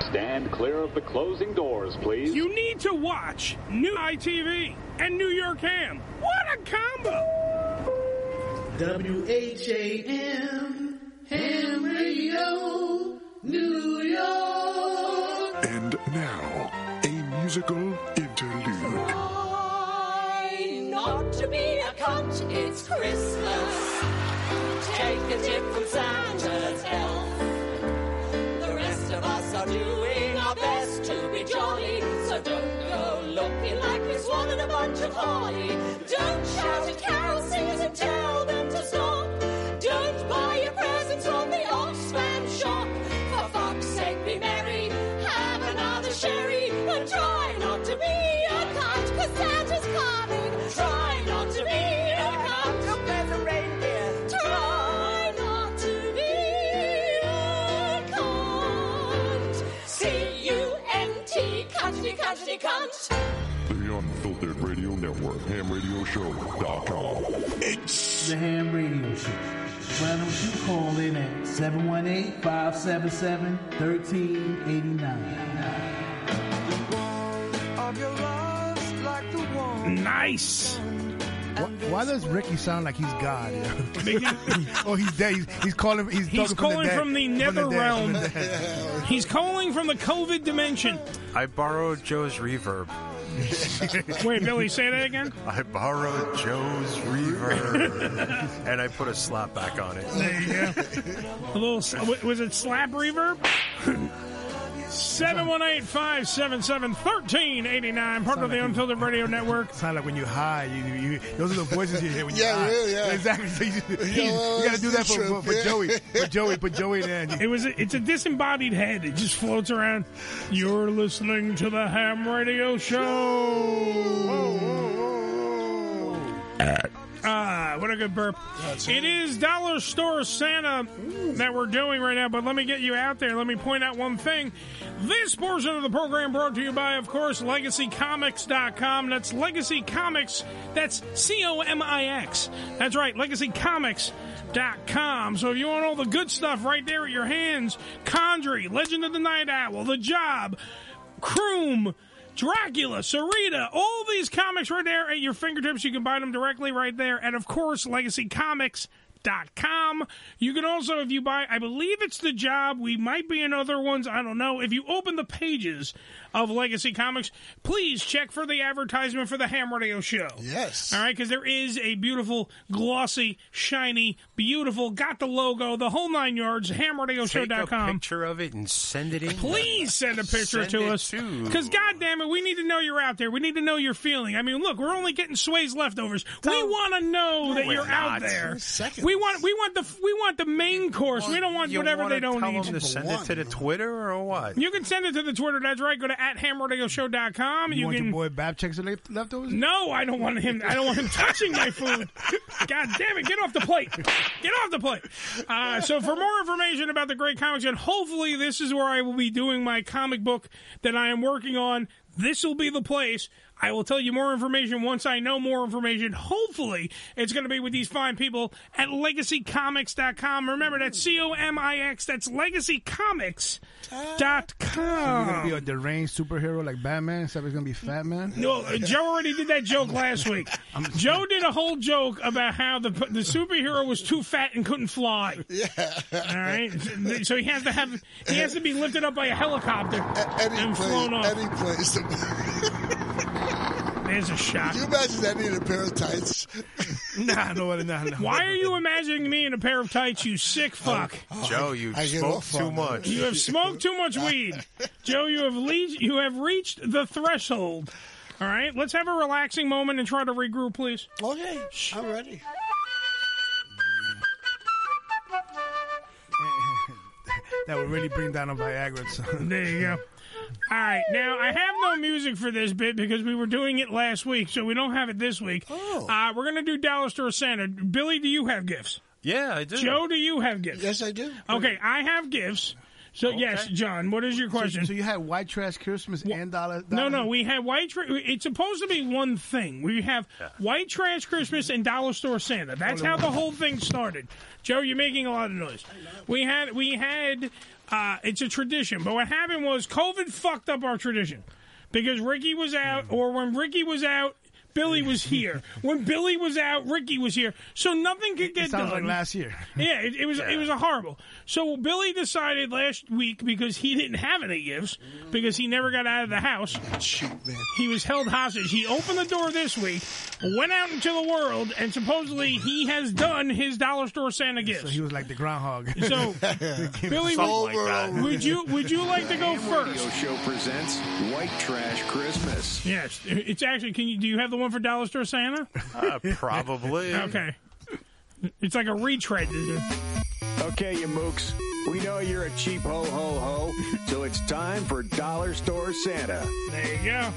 Speaker 22: Stand clear of the closing doors, please.
Speaker 1: You need to watch New ITV and New York Ham. What a combo!
Speaker 23: W H A M Ham Radio New York.
Speaker 11: And now, a musical interlude.
Speaker 13: Try not to be a cunt, it's Christmas. Take a tip from Santa's elf. The rest of us are doing our best to be jolly, so don't go looking like we swallowed a bunch of holly. Don't shout at carol singers and tell them to stop. Don't buy your presents from the Oxfam shop. For fuck's sake, be merry, have another sherry, and try not to be a cunt, cause Santa's coming. Try not to be a cunt. Look, there's a reindeer. Try not to be a cunt. C-U-N-T, cuntity, cuntity, cunt.
Speaker 11: The Unfiltered Radio Network, hamradioshow.com.
Speaker 23: It's the Ham Radio Show. Why don't you call in at 718 577 1389?
Speaker 1: Nice.
Speaker 4: Why, why does Ricky sound like he's God? oh, he's dead. He's, he's calling. He's,
Speaker 1: He's
Speaker 4: talking
Speaker 1: calling from the,
Speaker 4: dead.
Speaker 1: nether
Speaker 4: From the dead,
Speaker 1: realm.
Speaker 4: from the dead.
Speaker 1: He's calling from the COVID dimension.
Speaker 2: I borrowed Joe's reverb.
Speaker 1: Wait, Billy, say that again.
Speaker 2: I borrowed Joe's reverb, and I put a slap back on it.
Speaker 1: There you go. A little. s- wa- Was it slap reverb? 718-577-1389, part of the Unfiltered Radio Network.
Speaker 4: Sound like when you high, you, you, those are the voices you hear when you
Speaker 1: Yeah,
Speaker 4: high.
Speaker 1: yeah, yeah.
Speaker 4: Exactly. So you,
Speaker 1: Yeah, well,
Speaker 4: you got to do that
Speaker 1: that's
Speaker 4: for,
Speaker 1: the
Speaker 4: for, for
Speaker 1: truth,
Speaker 4: Joey.
Speaker 1: yeah.
Speaker 4: For Joey. For Joey. There.
Speaker 1: It was. A, it's a disembodied head. It just floats around. You're listening to the Ham Radio Show. Whoa, whoa, whoa. Ah, what a good burp! It is Dollar Store Santa that we're doing right now. But let me get you out there. Let me point out one thing. This portion of the program brought to you by, of course, LegacyComics.com. That's Legacy Comics. That's C O M I X. That's right, LegacyComics.com. So if you want all the good stuff right there at your hands, Condry, Legend of the Night Owl, The Job, Croom, Dracula, Sarita, all these comics right there at your fingertips. You can buy them directly right there. And of course, legacycomics.com. You can also, if you buy, I believe it's the job. We might be in other ones. I don't know. If you open the pages of Legacy Comics, please check for the advertisement for the Ham Radio Show. Yes. All right, because there is a beautiful, glossy, shiny, beautiful, got the logo, the whole nine yards,
Speaker 2: Take a
Speaker 1: hamradioshow.com.
Speaker 2: picture of it and send it in.
Speaker 1: Please send a picture
Speaker 2: Send
Speaker 1: to
Speaker 2: it
Speaker 1: us.
Speaker 2: to-
Speaker 1: Because, God damn it, we need to know you're out there. We need to know you're feeling. I mean, look, we're only getting Sway's leftovers. we want to know
Speaker 2: No,
Speaker 1: that
Speaker 2: we're
Speaker 1: you're
Speaker 2: not.
Speaker 1: out there.
Speaker 2: Seconds.
Speaker 1: We want, we want the, we want the main course. we don't want
Speaker 2: You
Speaker 1: whatever
Speaker 2: wanna
Speaker 1: they don't
Speaker 2: tell
Speaker 1: need.
Speaker 2: them to send it to the Twitter or what?
Speaker 1: You can send it to the Twitter. That's right. Go to at hamradioshow.com.
Speaker 4: You,
Speaker 1: You
Speaker 4: want
Speaker 1: can.
Speaker 4: your boy Bab checks the left- leftovers?
Speaker 1: No, I don't want him. I don't want him touching my food. God damn it! Get off the plate. Get off the plate. Uh, so, for more information about the great comics, and hopefully, this is where I will be doing my comic book that I am working on. This will be the place. I will tell you more information once I know more information. Hopefully, it's going to be with these fine people at legacycomics.com. Remember, that's C O M I X. That's
Speaker 4: You're gonna
Speaker 1: legacycomics.com.
Speaker 4: be a deranged superhero like Batman. Except it's gonna be Fat Man.
Speaker 1: No, uh, Joe already did that joke last week. Joe did a whole joke about how the the superhero was too fat and couldn't fly. Yeah. All right. So he has to have he has to be lifted up by a helicopter and flown off. Any place. There's a shot.
Speaker 3: Can you imagine that in a pair of tights?
Speaker 4: nah, no, nah, no.
Speaker 1: Why are you imagining me in a pair of tights? You sick fuck.
Speaker 2: Joe, you
Speaker 3: Oh, I get
Speaker 2: spoke
Speaker 3: off
Speaker 2: too
Speaker 3: on
Speaker 2: much.
Speaker 1: You have smoked too much weed, Joe. You have le- you have reached the threshold. All right, let's have a relaxing moment and try to regroup, please.
Speaker 3: Okay, I'm ready.
Speaker 4: That would really bring down a Viagra. Song.
Speaker 1: There you go. All right, now I have no music for this bit because we were doing it last week, so we don't have it this week. Oh. Uh, we're gonna do Dollar Store Santa. Billy, do you have gifts?
Speaker 2: Yeah, I do.
Speaker 1: Joe, do you have gifts? Yes, I do. Okay, I have gifts. So yes, John, what is your question?
Speaker 4: So, so you had White Trash Christmas and Dollar.
Speaker 1: no, no, we have white. Tra- it's supposed to be one thing. We have white trash Christmas and dollar store Santa. That's
Speaker 4: Only
Speaker 1: how the
Speaker 4: one.
Speaker 1: whole thing started. Joe, you're making a lot of noise. We had, we had. Uh, it's a tradition, but what happened was COVID fucked up our tradition because Ricky was out, or when Ricky was out. Billy was here. When Billy was out, Ricky was here. So nothing could get
Speaker 4: sounds
Speaker 1: done
Speaker 4: like last year.
Speaker 1: yeah, it, it was it was a horrible. So Billy decided last week because he didn't have any gifts because he never got out of the house. He was held hostage. He opened the door this week, went out into the world, and supposedly he has done his dollar store Santa gifts. So he
Speaker 4: was like the groundhog.
Speaker 1: So Billy,
Speaker 5: Oh,
Speaker 24: Something like that.
Speaker 1: would, would you would you like to go
Speaker 24: Ham
Speaker 1: first?
Speaker 24: Radio Show presents White Trash Christmas.
Speaker 1: Yes, it's actually. Can you do you have the one for dollar store Santa?
Speaker 2: Uh, probably.
Speaker 1: Okay, it's like a retread. Is it?
Speaker 24: Okay, you mooks. We know you're a cheap ho ho ho, so it's time for Dollar Store Santa.
Speaker 1: There you go.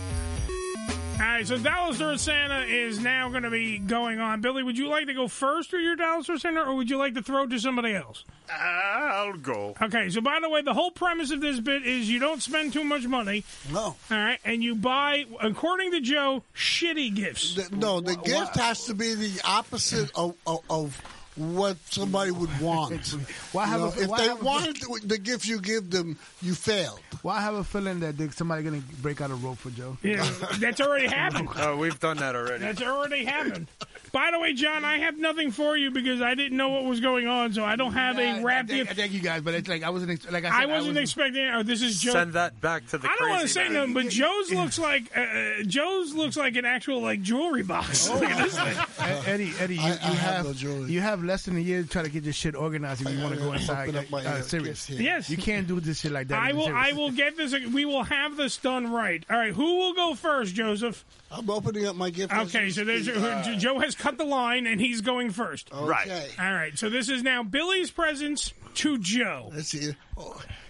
Speaker 1: All right, so Dollar Store Santa is now going to be going on. Billy, would you like to go first or your Dollar Store Santa, or would you like to throw it to somebody else?
Speaker 2: I'll go.
Speaker 1: Okay, so by the way, the whole premise of this bit is you don't spend too much money. No. All right, and you buy, according to Joe, shitty gifts.
Speaker 3: No, the gift has to be the opposite of, of, of what somebody would want.
Speaker 4: Why have
Speaker 3: You know,
Speaker 4: a-
Speaker 3: if
Speaker 4: why
Speaker 3: they
Speaker 4: have a-
Speaker 3: wanted the, the gift you give them, you failed.
Speaker 4: Well, I have a feeling that there's somebody gonna break out a rope for Joe.
Speaker 1: Yeah, that's already happened.
Speaker 2: Oh, Uh, we've done that already.
Speaker 1: That's already happened. By the way, John, I have nothing for you because I didn't know what was going on, so I don't have
Speaker 4: Yeah,
Speaker 1: a wrapped.
Speaker 4: I thank, I thank you guys, but it's like I wasn't ex- like I said,
Speaker 1: I wasn't expecting. Oh, this is Joe.
Speaker 2: Send that back to the.
Speaker 1: I don't want
Speaker 2: crazy
Speaker 1: to say
Speaker 2: man.
Speaker 1: nothing, but Joe's looks like uh, uh, Joe's looks like an actual like jewelry box. Look at this thing.
Speaker 4: Ed- Oh. Eddie, Eddie, you,
Speaker 1: I- I
Speaker 4: you
Speaker 1: have
Speaker 4: have,
Speaker 1: no jewelry.
Speaker 4: you have less than a year to try to get this shit organized if you want to go
Speaker 1: gotta
Speaker 4: inside.
Speaker 1: open up my,
Speaker 4: uh,
Speaker 1: uh,
Speaker 4: serious.
Speaker 1: gifts here. Yes.
Speaker 4: you can't do this shit like that.
Speaker 1: I
Speaker 4: It's
Speaker 1: will.
Speaker 4: serious.
Speaker 1: I will get this. uh, We will have this done right. All right. Who will go first, Joseph?
Speaker 3: I'm opening up my gift.
Speaker 1: Okay. So there's
Speaker 3: Uh,
Speaker 1: Joe has cut the line and he's going first.
Speaker 3: Right. Okay.
Speaker 1: All right. So this is now Billy's presents to Joe.
Speaker 3: Let's see. Oh,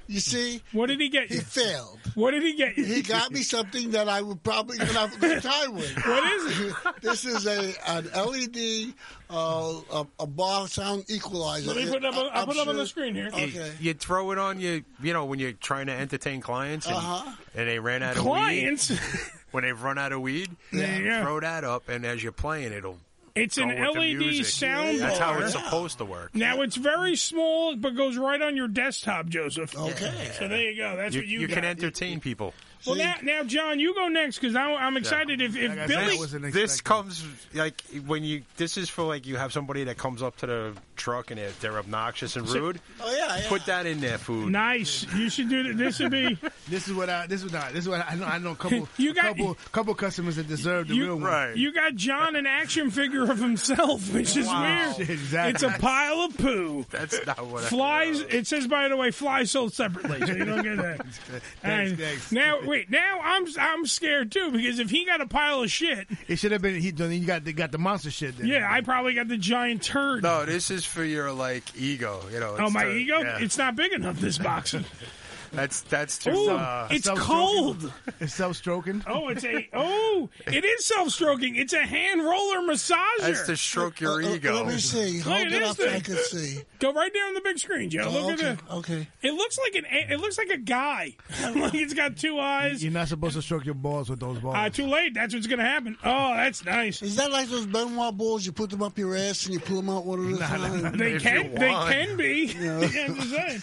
Speaker 3: You see,
Speaker 1: what did he get?
Speaker 3: He failed.
Speaker 1: What did he get?
Speaker 3: He got me something that I would probably gonna have a good time with.
Speaker 1: What is it?
Speaker 3: This is a an LED uh, a, a bar sound equalizer.
Speaker 1: Let me put it up on- I'll
Speaker 3: I'm
Speaker 1: put it up on the
Speaker 3: sure-
Speaker 1: screen here.
Speaker 2: You-
Speaker 3: Okay.
Speaker 2: You, throw it on you, you know, when you're trying to entertain clients and,
Speaker 3: Uh-huh.
Speaker 2: and they ran out
Speaker 1: Clients?
Speaker 2: of weed. When they've run out of weed,
Speaker 1: There you go.
Speaker 2: throw that up, and as you're playing, it'll.
Speaker 1: It's
Speaker 2: go
Speaker 1: an
Speaker 2: with the
Speaker 1: LED
Speaker 2: music.
Speaker 1: sound
Speaker 2: That's how
Speaker 1: bar.
Speaker 2: it's supposed to work.
Speaker 1: Now it's very small, but goes right on your desktop, Joseph.
Speaker 2: Okay.
Speaker 1: So there you go. That's
Speaker 2: you,
Speaker 1: what you,
Speaker 2: you
Speaker 1: got.
Speaker 2: can entertain people.
Speaker 1: Well, now, now, John, you go next because I'm excited. If, if Billy,
Speaker 2: this comes like when you this is for like you have somebody that comes up to the truck and they're, they're obnoxious and
Speaker 1: So-
Speaker 2: rude.
Speaker 1: Oh, yeah, yeah.
Speaker 2: Put that in there, food.
Speaker 1: Nice. You should do th- this. Would be
Speaker 4: this is what I. This is what I. This is what I, I know. I know a couple.
Speaker 1: You got-
Speaker 4: a couple, couple customers that deserve the
Speaker 1: you,
Speaker 4: real one.
Speaker 1: you got John an action figure of himself, which is
Speaker 4: Wow.
Speaker 1: weird.
Speaker 4: Exactly.
Speaker 1: It's a pile of poo.
Speaker 2: That's not what I-
Speaker 1: Flies. It says, by the way, flies sold separately, so you don't get that.
Speaker 4: Thanks,
Speaker 1: And
Speaker 4: thanks.
Speaker 1: Now, wait. Now I'm I'm scared too because if he got a pile of shit,
Speaker 4: It should have been. He done. You got the got the monster shit. Then.
Speaker 1: yeah, I probably got the giant turd.
Speaker 2: No, this is for your like ego. You know.
Speaker 1: Oh,
Speaker 2: it's
Speaker 1: my
Speaker 2: to-
Speaker 1: ego?
Speaker 2: yeah.
Speaker 1: It's not big enough, this box.
Speaker 2: That's that's too.
Speaker 1: Ooh,
Speaker 2: uh,
Speaker 1: it's
Speaker 4: Self-stroking.
Speaker 1: cold.
Speaker 4: It's self stroking.
Speaker 1: Oh, it's a oh, it is self-stroking. It's a hand roller massager.
Speaker 2: That's to stroke your ego.
Speaker 3: Uh, Let me see.
Speaker 1: Look
Speaker 3: Hold
Speaker 1: at
Speaker 3: it
Speaker 1: this
Speaker 3: up so I
Speaker 1: thing.
Speaker 3: can see.
Speaker 1: Go right there on the big screen, Joe.
Speaker 3: Oh,
Speaker 1: Look
Speaker 3: okay,
Speaker 1: at it.
Speaker 3: Okay.
Speaker 1: It looks like an. It looks like a guy. like it's got two eyes.
Speaker 4: You're not supposed to stroke your balls with those balls.
Speaker 1: Uh, too late. That's what's gonna happen. Oh, that's nice.
Speaker 3: Is that like those Benoit balls? You put them up your ass and you pull them out one at a time.
Speaker 1: They can. They can be. Yeah, I'm just saying.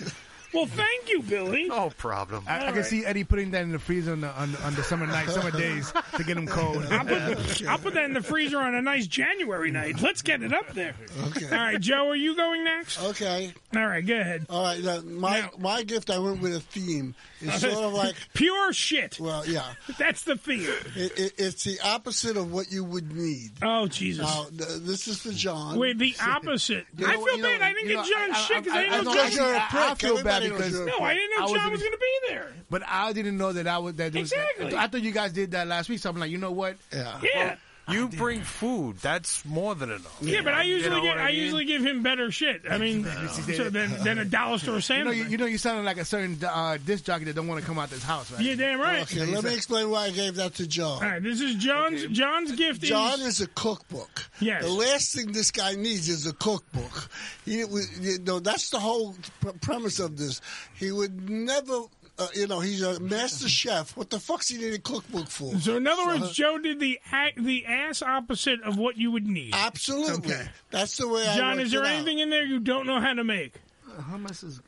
Speaker 1: Well, thank you, Billy.
Speaker 4: Oh,
Speaker 2: No problem.
Speaker 4: I, I can see Eddie putting that in the freezer on the, on, on the summer night, summer days to get him cold.
Speaker 1: I'll put, I'll put that in the freezer on a nice January night. Let's get it up there. Okay. All right, Joe, are you going next?
Speaker 3: Okay.
Speaker 1: All right, go ahead.
Speaker 3: All right, now, my my gift. I went with a theme. It's sort of like
Speaker 1: pure shit.
Speaker 3: Well, yeah,
Speaker 1: that's the theme.
Speaker 3: It, it, it's the opposite of what you would need.
Speaker 1: Oh Jesus!
Speaker 3: Now, th- this is for John.
Speaker 1: Wait, the opposite.
Speaker 3: You
Speaker 1: I
Speaker 3: know-
Speaker 1: feel
Speaker 3: you
Speaker 1: bad.
Speaker 3: know-
Speaker 1: I didn't get
Speaker 3: you know,
Speaker 1: John
Speaker 3: I-
Speaker 1: shit because I,
Speaker 3: I-
Speaker 1: didn't know
Speaker 3: I
Speaker 1: John.
Speaker 3: know you're a prick.
Speaker 4: I feel bad
Speaker 3: Everybody knows
Speaker 4: because
Speaker 3: you're a
Speaker 1: no,
Speaker 3: prick.
Speaker 1: I didn't know
Speaker 4: I
Speaker 1: John
Speaker 4: wasn't-
Speaker 1: was going to be there.
Speaker 4: But I didn't know that I was that. there Was,
Speaker 1: Exactly.
Speaker 4: I thought you guys did that last week, so I'm like, you know what?
Speaker 3: Yeah.
Speaker 1: Yeah.
Speaker 2: You bring food. That's more than enough.
Speaker 1: Yeah, but I
Speaker 2: You
Speaker 1: usually
Speaker 2: know
Speaker 1: get,
Speaker 2: what
Speaker 1: I,
Speaker 2: I mean?
Speaker 1: usually give him better shit. I mean, so than, than a dollar store
Speaker 4: You know,
Speaker 1: sandwich.
Speaker 4: you, you know, you sounded like a certain uh, disc jockey that don't want to come out this house, right?
Speaker 1: You're damn right.
Speaker 3: Okay, let me explain why I gave that to John.
Speaker 1: All right, this is John's John's gift.
Speaker 3: John
Speaker 1: is,
Speaker 3: is a cookbook.
Speaker 1: Yes.
Speaker 3: The last thing this guy needs is a cookbook. He, would- you know, that's the whole pr- premise of this. He would never. Uh, you know, he's a master chef. What the fuck's he need a cookbook for? Uh-huh.
Speaker 1: so in other words, Joe did the ac- the ass opposite of what you would need.
Speaker 3: Absolutely. That's the way I
Speaker 1: John,
Speaker 3: worked
Speaker 1: is there
Speaker 3: it out.
Speaker 1: anything in there you don't know how to make?
Speaker 4: Uh, Hummus is.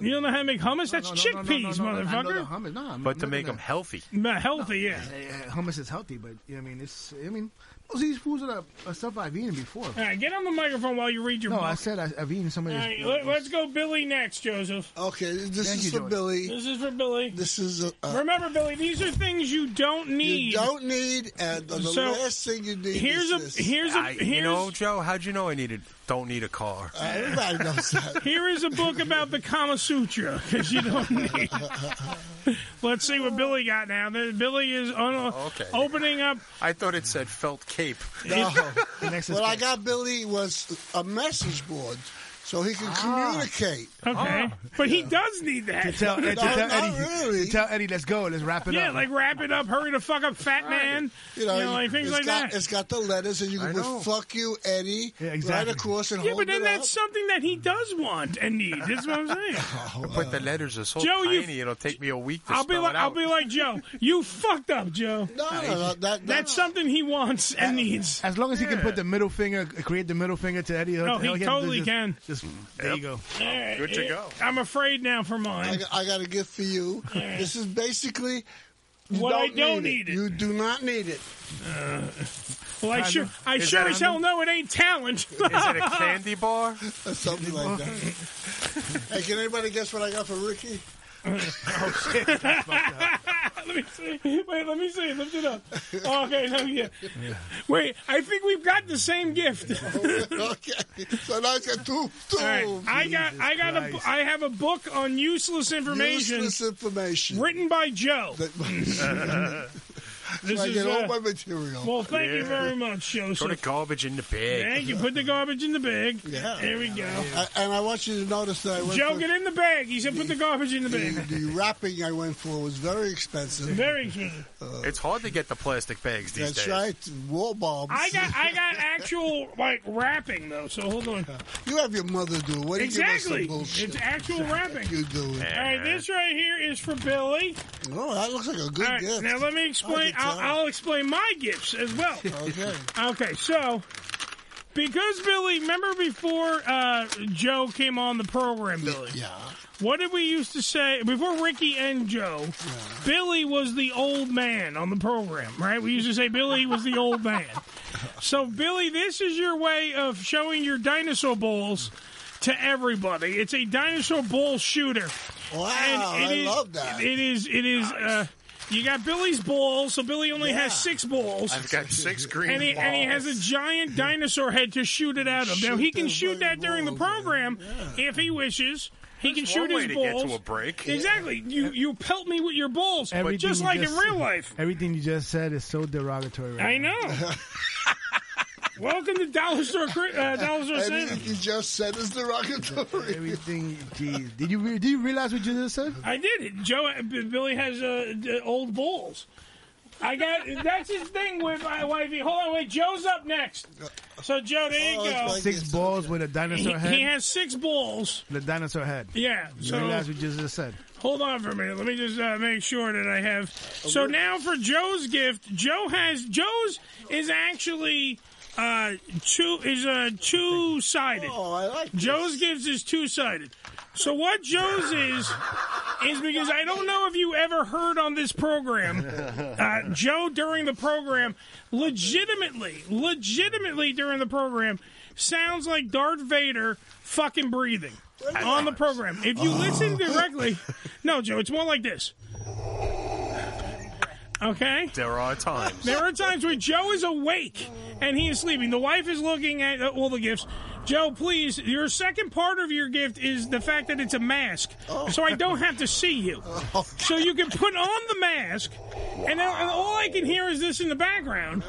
Speaker 1: You don't know how to make hummus? That's chickpeas,
Speaker 4: I know the
Speaker 1: motherfucker.
Speaker 4: hummus. No, I'm
Speaker 2: But to
Speaker 4: looking
Speaker 2: make
Speaker 4: at-
Speaker 2: them healthy.
Speaker 1: Ma- Healthy, yeah.
Speaker 4: Uh, hummus is healthy, but you know, I mean, it's. I mean, most of these foods are, are stuff I've eaten before.
Speaker 1: All right, get on the microphone while you read your
Speaker 4: No,
Speaker 1: book.
Speaker 4: I said I, I've eaten some of
Speaker 1: All
Speaker 4: this.
Speaker 1: right, let, us go Billy next, Joseph.
Speaker 3: Okay, this
Speaker 4: Thank
Speaker 3: is
Speaker 4: you,
Speaker 3: for
Speaker 4: George.
Speaker 3: Billy.
Speaker 1: This is for Billy.
Speaker 3: This is a, a
Speaker 1: Remember, Billy, these are things you don't need.
Speaker 3: you don't need, and the
Speaker 1: So,
Speaker 3: last thing you need.
Speaker 1: here's
Speaker 3: is
Speaker 1: a-
Speaker 3: this.
Speaker 1: here's a-
Speaker 2: I, you know, Joe, how'd you know I needed? Don't need a car.
Speaker 3: Everybody knows that.
Speaker 1: Here is a book about the Kama Sutra because you don't need. Let's see what Billy got now. There- Billy is un-
Speaker 2: okay.
Speaker 1: opening up.
Speaker 2: I thought it said felt cape.
Speaker 3: No. Uh-huh. what I got Billy was a message board, so he can communicate.
Speaker 1: Ah. Okay, but he does need that
Speaker 4: To tell, to
Speaker 3: No,
Speaker 4: tell
Speaker 3: not
Speaker 4: Eddie, to tell Eddie, let's go, let's wrap it
Speaker 1: Yeah,
Speaker 4: up.
Speaker 1: like wrap it up, hurry the fuck up, fat man. You know, like things
Speaker 3: it's
Speaker 1: like
Speaker 3: got,
Speaker 1: that.
Speaker 3: It's got the letters, and you
Speaker 1: I
Speaker 3: can
Speaker 1: know.
Speaker 3: put "fuck you, Eddie"
Speaker 1: exactly.
Speaker 3: right across and
Speaker 1: Yeah,
Speaker 3: hold
Speaker 1: but then
Speaker 3: it
Speaker 1: that's
Speaker 3: up.
Speaker 1: something that he does want and need. That's what I'm saying.
Speaker 2: But the letters are so
Speaker 1: Joe, you-
Speaker 2: tiny, it'll take me a week to
Speaker 1: I'll be
Speaker 2: spell
Speaker 1: like,
Speaker 2: it out.
Speaker 1: I'll be like Joe. You fucked up, Joe.
Speaker 3: No, no, no, that- that-
Speaker 1: that's something he wants and needs.
Speaker 4: As long as he can
Speaker 1: Yeah.
Speaker 4: put the middle finger, create the middle finger to Eddie.
Speaker 1: No,
Speaker 4: he'll-
Speaker 1: he
Speaker 4: he'll get-
Speaker 1: totally
Speaker 4: just-
Speaker 1: can.
Speaker 4: Just, there you go.
Speaker 1: All
Speaker 2: Good to go.
Speaker 1: I'm afraid now for
Speaker 3: I,
Speaker 1: mine.
Speaker 3: got- I got a gift for you. This is basically you
Speaker 1: What I don't
Speaker 3: You do not need it.
Speaker 1: Uh, Well, I
Speaker 4: Kinda.
Speaker 1: sure, I
Speaker 4: Is
Speaker 1: sure
Speaker 4: that
Speaker 1: as
Speaker 4: on
Speaker 1: hell know it ain't talent. Is it
Speaker 2: a candy bar?
Speaker 3: Something like that. hey, can anybody guess what I got for Ricky?
Speaker 2: Oh,
Speaker 1: let me see. Wait, let me see. Lift it up. Oh, okay, no, yeah. Wait, I think we've got the same gift. okay,
Speaker 3: so now it's got two. two.
Speaker 1: I got, I got a, bu-
Speaker 3: Christ.
Speaker 1: I have a book on useless information.
Speaker 3: Useless information.
Speaker 1: Written by Joe.
Speaker 3: so I
Speaker 1: is,
Speaker 3: get
Speaker 1: uh,
Speaker 3: all my material.
Speaker 1: Well, thank you very much,
Speaker 2: Put the
Speaker 1: Joseph.
Speaker 2: garbage in the bag.
Speaker 1: Thank you. Put the garbage in the bag.
Speaker 3: Yeah.
Speaker 1: There we go.
Speaker 3: I, and I want you to notice that I went
Speaker 1: Joe,
Speaker 3: for,
Speaker 1: get in the bag. He said, put the garbage in the bag.
Speaker 3: the wrapping I went for was very expensive.
Speaker 1: Very expensive.
Speaker 2: Uh, It's hard to get the plastic bags these
Speaker 3: That's
Speaker 2: days.
Speaker 3: right, war bombs.
Speaker 1: I got, I got actual like wrapping though. So hold on.
Speaker 3: You have your mother do it. What
Speaker 1: Exactly.
Speaker 3: Do you give us some bullshit?
Speaker 1: It's actual wrapping.
Speaker 3: You do it.
Speaker 1: All right, this right here is for Billy.
Speaker 3: Oh, that looks like a good
Speaker 1: All right,
Speaker 3: gift.
Speaker 1: Now let me explain.
Speaker 3: I can
Speaker 1: I'll,
Speaker 3: tell.
Speaker 1: I'll explain my gifts as well.
Speaker 3: Okay.
Speaker 1: Okay. So, because Billy, remember before uh, Joe came on the program, Billy.
Speaker 3: Yeah.
Speaker 1: What did we used to say before Ricky and Joe? Billy was the old man on the program, right? We used to say Billy was the old man. So, Billy, this is your way of showing your dinosaur balls to everybody. It's a dinosaur ball shooter.
Speaker 3: Wow,
Speaker 1: it
Speaker 3: I
Speaker 1: is-
Speaker 3: love that.
Speaker 1: It is. It is. Uh, you got Billy's balls, so Billy only has six balls.
Speaker 2: I've got six green
Speaker 1: And he, and he has
Speaker 2: balls.
Speaker 1: a giant dinosaur head to shoot it out of. now
Speaker 2: Shoot
Speaker 1: he can shoot that during the program if he wishes. He can
Speaker 2: one
Speaker 1: shoot his
Speaker 2: way to get
Speaker 1: balls.
Speaker 2: to a break.
Speaker 1: Exactly. You you pelt me with your balls, but just
Speaker 4: you
Speaker 1: like in
Speaker 4: just-
Speaker 1: real life.
Speaker 4: Everything you just said is so derogatory. Right
Speaker 1: I know. Welcome to Dollar Store. Cri- Uh, Dollar Store Center.
Speaker 3: Everything you just said is derogatory.
Speaker 4: Everything. Geez, did you re- did you realize what you just said?
Speaker 1: I did it. Joe B- Billy has uh, d- old balls. I got that's his thing with my wifey. Hold on, wait. Joe's up next. So Joe, there
Speaker 4: Oh,
Speaker 1: you go.
Speaker 4: Six balls with a
Speaker 1: he,
Speaker 4: dinosaur head.
Speaker 1: he has six balls.
Speaker 4: the dinosaur head.
Speaker 1: Yeah.
Speaker 4: You
Speaker 1: So
Speaker 4: realize what you just said?
Speaker 1: Hold on for a minute. Let me just uh, make sure that I have.
Speaker 3: Oh,
Speaker 1: So now for Joe's gift, Joe has Joe's is actually uh, two is uh, two sided. Oh,
Speaker 3: I like
Speaker 1: Joe's gift is two sided. So what Joe's is is because I don't know if you ever heard on this program, uh, Joe during the program, legitimately, legitimately during the program, sounds like Darth Vader fucking breathing on the program. If you listen directly, no, Joe, it's more like this. Okay.
Speaker 2: There are times.
Speaker 1: There are times where Joe is awake and he is sleeping. The wife is looking at uh, all the gifts. Joe, please, your second part of your gift is the fact that it's a mask, so I don't have to see you. So you can put on the mask, and, then- and all I can hear is this in the background,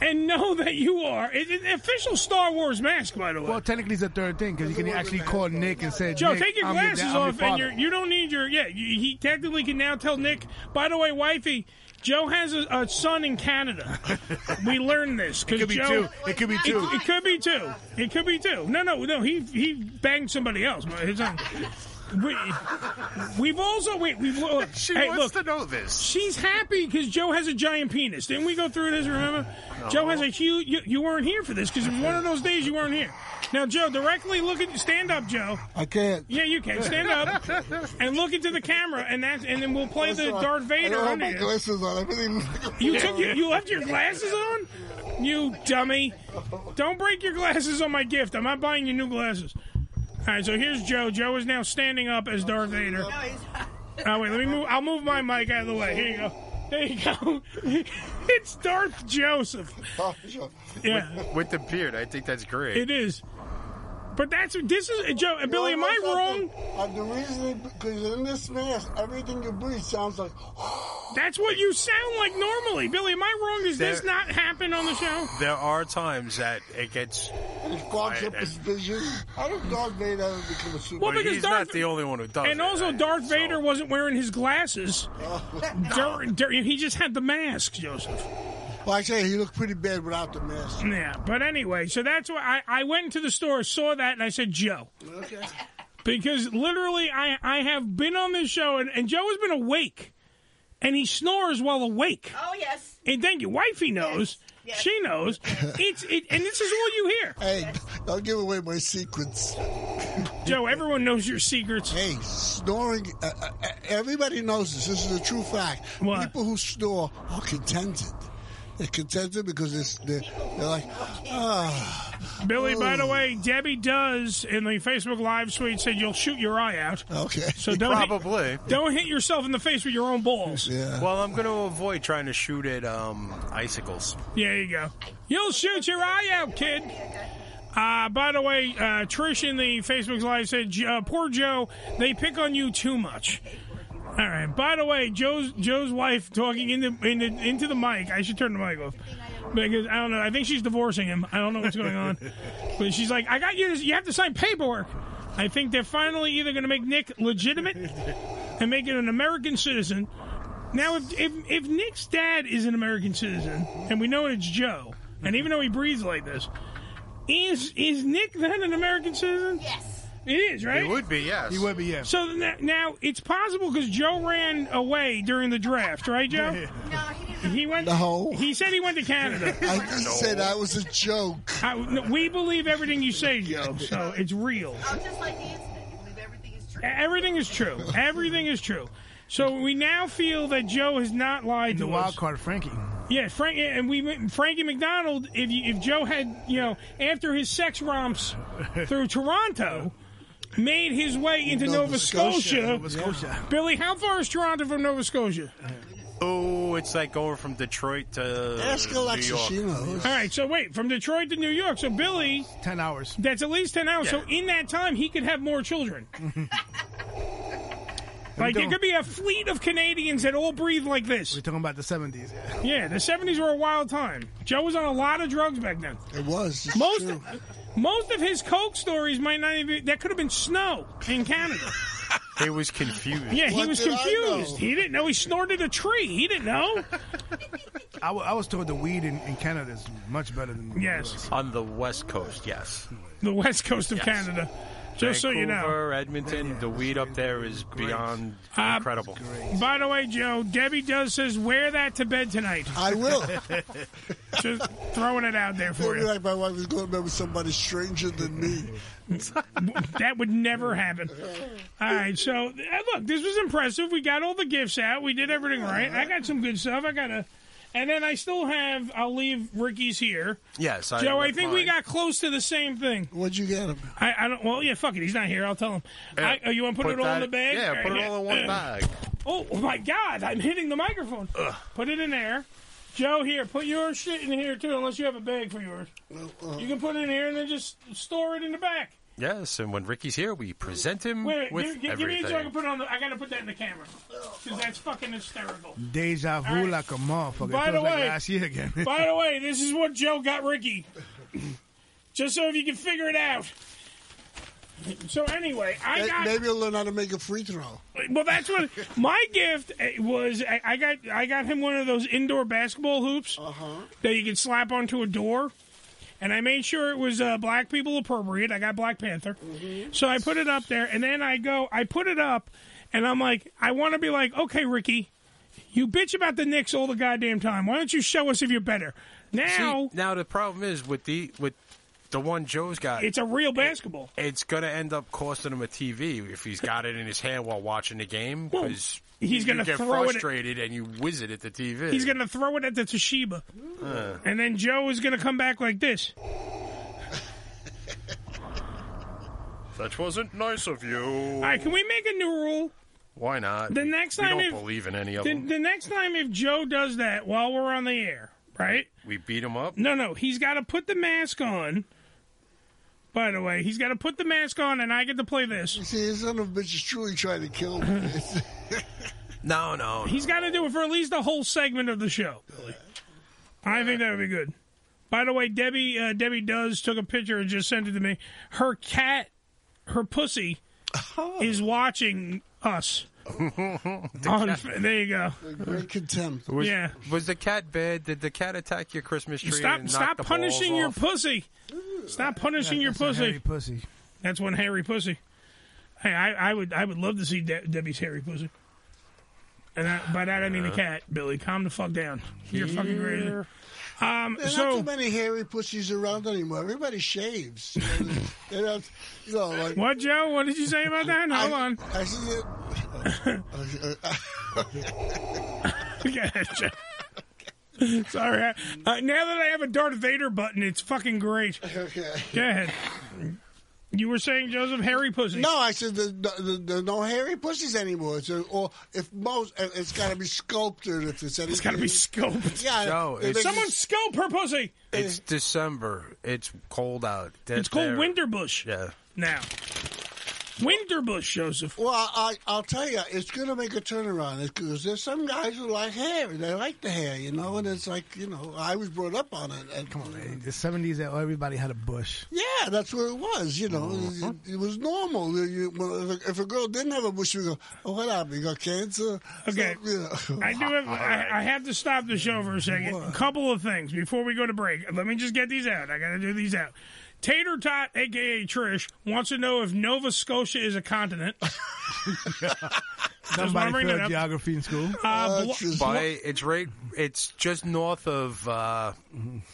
Speaker 1: and know that you are it, it- official Star Wars mask, by the way.
Speaker 4: Well, technically, it's the third thing because you can actually call Nick and say,
Speaker 1: Joe,
Speaker 4: "Nick,
Speaker 1: take your
Speaker 4: I'm
Speaker 1: glasses
Speaker 4: da- I'm
Speaker 1: off, and
Speaker 4: father."
Speaker 1: you're, you don't need your. Yeah, you, he technically can now tell Nick. By the way, wifey, Joe has a, a son in Canada. we learned this.
Speaker 4: It could be
Speaker 1: Joe,
Speaker 4: two. It could be two.
Speaker 1: It, it could be two. It could be two. No, no, no. He he banged somebody else. but His son. We, we've also wait. We've, look,
Speaker 2: She
Speaker 1: hey,
Speaker 2: wants to
Speaker 1: look,
Speaker 2: know this.
Speaker 1: She's happy because Joe has a giant penis. Didn't we go through this? Remember, Joe has a huge. You, you weren't here for this because one of those days you weren't here. Now, Joe, directly look at stand up, Joe.
Speaker 3: I can't.
Speaker 1: Yeah, you can stand up and look into the camera, and that, and then we'll play the
Speaker 3: Listen, I-
Speaker 1: Darth
Speaker 3: I
Speaker 1: Vader
Speaker 3: don't have
Speaker 1: on
Speaker 3: my
Speaker 1: it.
Speaker 3: glasses on. I really
Speaker 1: You took your, you left your glasses on, you dummy! Don't break your glasses on my gift. I'm not buying you new glasses. All right, so here's Joe. Joe is now standing up as Darth Vader. Oh wait, let me move. I'll move my mic out of the way. Here you go. There you go. it's Darth Joseph. Yeah.
Speaker 2: With, with the beard, I think that's great.
Speaker 1: It is. But that's this is Joe and Billy. Am I wrong?
Speaker 3: Uh, the reason because in this mask, everything you breathe sounds like.
Speaker 1: That's what you sound like normally, Billy. Am I wrong? Does this
Speaker 2: There-
Speaker 1: not happen on the show?
Speaker 2: There are times that it gets.
Speaker 3: clogs
Speaker 2: I-
Speaker 3: up
Speaker 2: I-
Speaker 3: his vision. How did Darth Vader ever become a super?
Speaker 1: Well, because
Speaker 2: uh, he's
Speaker 1: Darth-
Speaker 2: not the only one who does. it.
Speaker 1: And also, Darth Vader wasn't wearing his glasses. Dur- dur- he just had the mask, Joseph.
Speaker 3: Well, I tell you, he looked pretty bad without the mask.
Speaker 1: Yeah, but anyway, so that's why I, I went into the store, saw that, and I said, Joe.
Speaker 3: Okay.
Speaker 1: Because literally, I, I have been on this show, and, and Joe has been awake, and he snores while awake.
Speaker 13: Oh, yes.
Speaker 1: And then your wifey knows. She knows. It's it, and this is all you hear.
Speaker 3: Hey, don't give away my secrets.
Speaker 1: Joe, everyone knows your secrets.
Speaker 3: Hey, snoring, uh, uh, uh, everybody knows this. This is a true fact. People who snore are contented. They're contented because it's, they're, they're like, ah.
Speaker 1: Billy, by the way, Debbie does in the Facebook Live suite said you'll shoot your eye out.
Speaker 3: Okay.
Speaker 1: So don't
Speaker 2: Probably.
Speaker 1: hit, don't hit yourself in the face with your own balls.
Speaker 2: Well, I'm going to avoid trying to shoot at um, icicles.
Speaker 1: Yeah, you go. You'll shoot your eye out, kid. Uh, by the way, uh, Trish in the Facebook Live said, "J- uh, "Poor Joe, they pick on you too much." All right. By the way, Joe's Joe's wife talking into into, into the mic. I should turn the mic off because I don't know. I think she's divorcing him. I don't know what's going on, but she's like, "I got you. This, you have to sign paperwork." I think they're finally either going to make Nick legitimate and make it an American citizen. Now, if, if if Nick's dad is an American citizen, and we know it's Joe, and even though he breathes like this, is is Nick then an American citizen? Yes. It is, right?
Speaker 2: He would be, yes. He would be, yes.
Speaker 1: So th- now it's possible because Joe ran away during the draft, right, Joe? No, he didn't. He went.
Speaker 3: No.
Speaker 1: He said he went to Canada.
Speaker 3: I just said that was a joke.
Speaker 1: we believe everything you say, Joe. So it's real. E,
Speaker 13: just like the
Speaker 1: Everything is true. Everything is true. So we now feel that Joe has not lied
Speaker 4: The
Speaker 1: to
Speaker 4: wild
Speaker 1: us.
Speaker 4: card, Frankie.
Speaker 1: Yeah, Frank and we Frankie McDonald. If you, if Joe had you know after his sex romps through Toronto, made his way into Nova,
Speaker 4: Nova
Speaker 1: Scotia.
Speaker 4: Scotia, Nova Scotia.
Speaker 1: Billy, how far is Toronto from Nova Scotia?
Speaker 2: Oh, it's like going from Detroit to
Speaker 4: Uh,
Speaker 2: New York.
Speaker 1: All right, so wait, from Detroit to New York. So Billy,
Speaker 4: ten hours.
Speaker 1: That's at least ten hours.
Speaker 2: Yeah.
Speaker 1: So in that time, he could have more children. like there could be a fleet of Canadians that all breathe like this. We're
Speaker 4: talking about the seventies. Yeah.
Speaker 1: Yeah, the seventies were a wild time. Joe was on a lot of drugs back then.
Speaker 3: It was
Speaker 1: most most of his coke stories might not even that could have been snow in Canada.
Speaker 2: He was confused.
Speaker 1: Yeah, he was confused. He didn't know he snorted a tree. He didn't know.
Speaker 4: I, w- I was told the weed in, in Canada is much better than
Speaker 1: Yes.
Speaker 2: On the West Coast, yes.
Speaker 1: The west coast of
Speaker 2: Yes.
Speaker 1: Canada. Just so you know.
Speaker 2: Vancouver, Edmonton, the weed up there is beyond
Speaker 1: Uh,
Speaker 2: incredible.
Speaker 1: By the way, Joe, Debbie does says wear that to bed tonight.
Speaker 3: I will.
Speaker 1: Just throwing it out there for
Speaker 3: It'd be
Speaker 1: you.
Speaker 3: like my wife was going to bed with somebody stranger than me.
Speaker 1: that would never happen. All right, so uh, look, this was impressive. We got all the gifts out. We did everything right. I got some good stuff. I got a, and then I still have. I'll leave Ricky's here.
Speaker 2: Yes, I
Speaker 1: Joe, I
Speaker 2: left
Speaker 1: think we
Speaker 2: mine.
Speaker 1: got close to the same thing.
Speaker 3: What'd you get him?
Speaker 1: I, I don't. Well, yeah, fuck it. He's not here. I'll tell him. I, oh, you want to put,
Speaker 2: put
Speaker 1: it all in the
Speaker 2: that-
Speaker 1: bag?
Speaker 2: yeah, put it all in one
Speaker 1: Uh,
Speaker 2: bag.
Speaker 1: Oh my God! I'm hitting the microphone. Put it in there. Joe, here. Put your shit in here too, unless you have a bag for yours.
Speaker 3: uh,
Speaker 1: You can put it in here and then just store it in the back.
Speaker 2: Yes, and when Ricky's here, we present him
Speaker 1: Wait,
Speaker 2: with
Speaker 1: give, give, give me
Speaker 2: everything.
Speaker 1: a joke and put it on the. I gotta put that in the camera because that's fucking hysterical.
Speaker 4: Deja vu
Speaker 1: All right.
Speaker 4: like a motherfucker.
Speaker 1: By the
Speaker 4: It feels like
Speaker 1: way-
Speaker 4: last year again.
Speaker 1: By the way, this is what Joe got Ricky. Just so if you can figure it out. So anyway, I
Speaker 3: May-
Speaker 1: got.
Speaker 3: Maybe I'll learn how to make a free throw.
Speaker 1: Well, that's what my gift eh, was. I, I got I got him one of those indoor basketball hoops
Speaker 3: Uh-huh.
Speaker 1: that you could slap onto a door, and I made sure it was uh, black people appropriate. I got Black Panther, so I put it up there, and then I go, I put it up, and I'm like, I want to be like, okay, Ricky, you bitch about the Knicks all the goddamn time. Why don't you show us if you're better? Now
Speaker 2: See, now the problem is with the with the one Joe's got.
Speaker 1: it's a real basketball.
Speaker 2: it's gonna end up costing him a TV if he's got it in his hand while watching the game because
Speaker 1: Well, he's gonna
Speaker 2: you get
Speaker 1: throw it at-
Speaker 2: frustrated and you whiz it at the TV.
Speaker 1: He's going to throw it at the Toshiba.
Speaker 2: Uh.
Speaker 1: And then Joe is going to come back like this.
Speaker 2: That wasn't nice of you.
Speaker 1: All right, can we make a new rule?
Speaker 2: Why not?
Speaker 1: The next
Speaker 2: we
Speaker 1: time
Speaker 2: don't
Speaker 1: if-
Speaker 2: believe in any of
Speaker 1: The,
Speaker 2: them.
Speaker 1: the next time if Joe does that while we're on the air, right?
Speaker 2: We beat him up.
Speaker 1: No, no, he's got to put the mask on. By the way, he's got to put the mask on, and I get to play this.
Speaker 3: See, his son of a bitch is truly trying to kill me.
Speaker 2: No, no.
Speaker 1: He's got to do it for at least a whole segment of the show. I think that would be good. By the way, Debbie uh, Debbie does took a picture and just sent it to me. Her cat, her pussy, is watching us. On-
Speaker 2: cat.
Speaker 1: Oh, there you go.
Speaker 3: Great contempt.
Speaker 2: Was,
Speaker 1: yeah.
Speaker 2: Was the cat bad? Did the cat attack your Christmas tree?
Speaker 1: Stop!
Speaker 2: and knock
Speaker 1: Stop
Speaker 2: the
Speaker 1: punishing
Speaker 2: balls
Speaker 1: your
Speaker 2: off?
Speaker 1: pussy. Stop punishing your
Speaker 4: That's a hairy
Speaker 1: pussy.
Speaker 4: pussy.
Speaker 1: That's one hairy pussy. Hey, I, I would I would love to see De- Debbie's hairy pussy. And I, by that I mean the
Speaker 3: Yeah.
Speaker 1: cat, Billy. Calm the fuck down. You're fucking crazy. Um,
Speaker 3: There's Mm. not
Speaker 1: so
Speaker 3: too many hairy pussies around anymore. Everybody shaves. You know, you know, like,
Speaker 1: what, Joe? What did you say about that? Hold on.
Speaker 3: I uh, see
Speaker 1: Go ahead, Joe. Sorry. I, uh, now that I have a Darth Vader button, it's fucking great.
Speaker 3: Okay.
Speaker 1: Go ahead. You were saying Joseph hairy pussy.
Speaker 3: No, I said there's no, there- there's no hairy pussies anymore. It's, uh, or if most, uh, it's got to be sculpted. If it's anything,
Speaker 1: It's got to be scoped.
Speaker 3: Yeah,
Speaker 2: So,
Speaker 3: they-
Speaker 2: it's-
Speaker 1: someone scope her pussy.
Speaker 2: It's December. It's cold out.
Speaker 1: It's called Winterbush.
Speaker 2: Yeah.
Speaker 1: Now, Winterbush, Joseph.
Speaker 3: Well, I, I'll tell you, it's going to make a turnaround because there's some guys who like hair. They like the hair, you know, and it's like, you know, I was brought up on it. And, Come on,
Speaker 4: The seventies, everybody had a Uh-huh. bush.
Speaker 3: Yeah, that's what it was. You know, it, it was normal. You- you- well, if a- if a girl didn't have a bush, you go, "Oh, what happened? You got cancer?"
Speaker 1: Okay.
Speaker 3: So, you know.
Speaker 1: I do have. I, I have to stop the show for a second. A couple of things before we go to break. Let me just get these out. I got to do these out. Tater Tot, aka Trish, wants to know if Nova Scotia is a continent. Just wanna
Speaker 4: Somebody
Speaker 1: bring that
Speaker 4: failed
Speaker 1: up.
Speaker 4: geography in school.
Speaker 1: Uh, blo-
Speaker 2: By, it's right. It's just north of uh,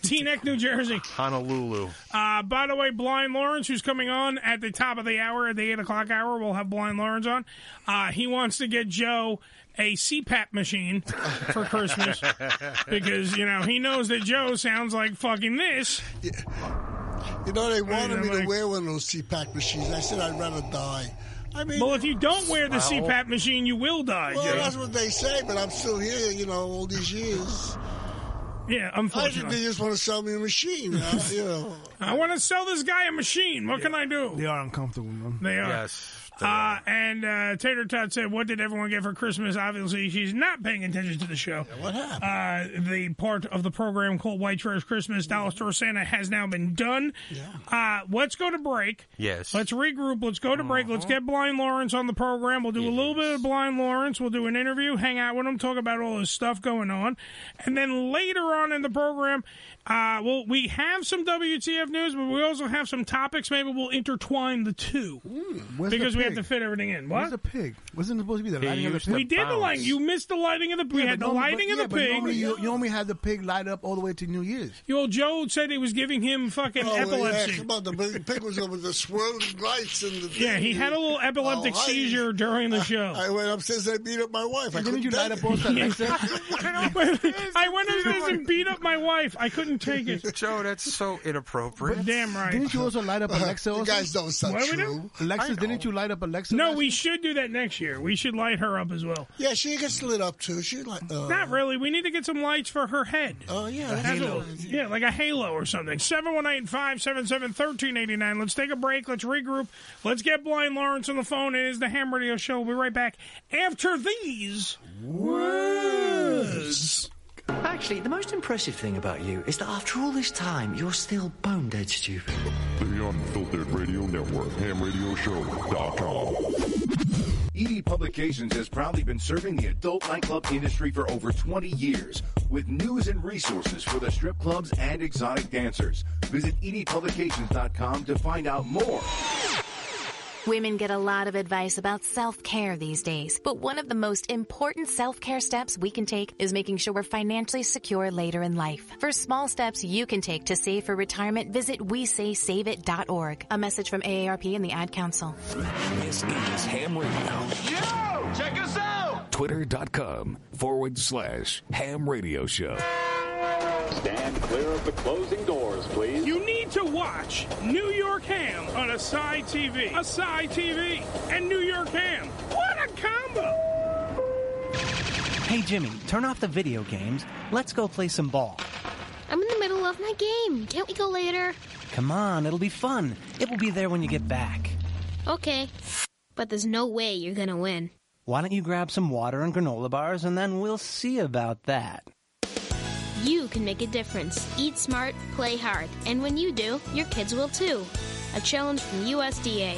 Speaker 1: Teaneck, New Jersey.
Speaker 2: Honolulu.
Speaker 1: Uh, by the way, Blind Lawrence, who's coming on at the top of the hour, at the 8 o'clock hour, we'll have Blind Lawrence on. Uh, he wants to get Joe a CPAP machine for Christmas because, you know, he knows that Joe sounds like fucking this.
Speaker 3: You know, they wanted
Speaker 1: I'm
Speaker 3: me
Speaker 1: like-
Speaker 3: to wear one of those CPAC machines. I said I'd rather die. I mean,
Speaker 1: well, if you don't wear the
Speaker 3: Wow.
Speaker 1: CPAP machine, you will die.
Speaker 3: Well,
Speaker 1: Joe.
Speaker 3: that's what they say, but I'm still here, you know, all these
Speaker 1: Yeah,
Speaker 3: years. I think they
Speaker 1: unfortunately.
Speaker 3: just want to sell me a machine. uh, you know.
Speaker 1: I want to sell this guy a machine. What can I do?
Speaker 4: They are uncomfortable, man.
Speaker 1: They are. Uh, and uh, Tater Tot said, "What did everyone get for Christmas?" Obviously, she's not paying attention to the show. what happened? Uh, the part of the program called White Trash Christmas Dollar Store Santa has now been done. Uh, let's go to break.
Speaker 2: Yes.
Speaker 1: Let's regroup. Let's go to break. Let's get Blind Lawrence on the program. We'll do a little bit of Blind Lawrence. We'll do an interview, hang out with him, talk about all this stuff going on. And then later on in the program, uh, well, we have some WTF news, but we also have some topics. Maybe we'll intertwine the two
Speaker 4: Where's the
Speaker 1: because we have
Speaker 4: pig?
Speaker 1: to fit everything in.
Speaker 4: Where's
Speaker 1: What?
Speaker 4: the pig? Wasn't it supposed to be the
Speaker 1: He
Speaker 4: lighting of the
Speaker 1: used
Speaker 4: pig?
Speaker 1: to We did the bounce. lighting. You missed the lighting of the- we had
Speaker 4: but
Speaker 1: the
Speaker 4: norm-
Speaker 1: lighting
Speaker 4: but-
Speaker 1: of the
Speaker 4: yeah, but
Speaker 1: pig.
Speaker 4: normally you, you only had the pig light up all the way to New Year's.
Speaker 1: You old Joe said he was giving him fucking
Speaker 3: Oh, well,
Speaker 1: epilepsy.
Speaker 3: Yeah, come on, the big pig was over the swirling lights and the.
Speaker 1: Yeah, he had a little epileptic
Speaker 3: Oh, I-
Speaker 1: seizure during the show.
Speaker 3: I went upstairs. I beat up my wife. I couldn't take it.
Speaker 1: I went upstairs and beat up my wife. I couldn't take it.
Speaker 4: Oh,
Speaker 2: Joe, that's so inappropriate.
Speaker 1: Damn right.
Speaker 4: Didn't you also light up Alexa? Also?
Speaker 1: What do we do?
Speaker 4: Alexis, didn't you light up Alexa?
Speaker 1: No, we should do that next year. We should light her up as well.
Speaker 3: Yeah, she gets lit up too. She like uh,
Speaker 1: Not really. We need to get some lights for her head.
Speaker 3: Oh, yeah.
Speaker 1: That's what- yeah, like a halo or something. 718 577 1389. Let's take a break. Let's regroup. Let's get Blind Lawrence on the phone. It is the Ham Radio Show. We'll be right back after these.
Speaker 25: Words. Actually, the most impressive thing about you is that after all this time, you're still bone dead stupid.
Speaker 26: The Unfiltered Radio Network, hamradioshow.com.
Speaker 18: ED E Publications has proudly been serving the adult nightclub industry for over 20 years with news and resources for the strip clubs and exotic dancers. Visit E edpublications.com to find out more.
Speaker 27: Women get a lot of advice about self care these days, but one of the most important self care steps we can take is making sure we're financially secure later in life. For small steps you can take to save for retirement, visit WeSaySaveIt.org. A message from AARP and the Ad Council.
Speaker 17: This is Ham Radio.
Speaker 26: Yo, check us out!
Speaker 17: Twitter.com forward slash Ham Radio Show.
Speaker 22: Stand clear of the closing doors, please.
Speaker 1: You need to watch New York Ham on Asai TV. Asai TV and New York Ham. What a combo!
Speaker 28: Hey Jimmy, turn off the video games. Let's go play some ball.
Speaker 29: I'm in the middle of my game. Can't we go later?
Speaker 28: Come on, it'll be fun. It will be there when you get back.
Speaker 29: Okay. But there's no way you're gonna win.
Speaker 28: Why don't you grab some water and granola bars and then we'll see about that.
Speaker 29: You can make a difference. Eat smart, play hard. And when you do, your kids will too. A challenge from USDA.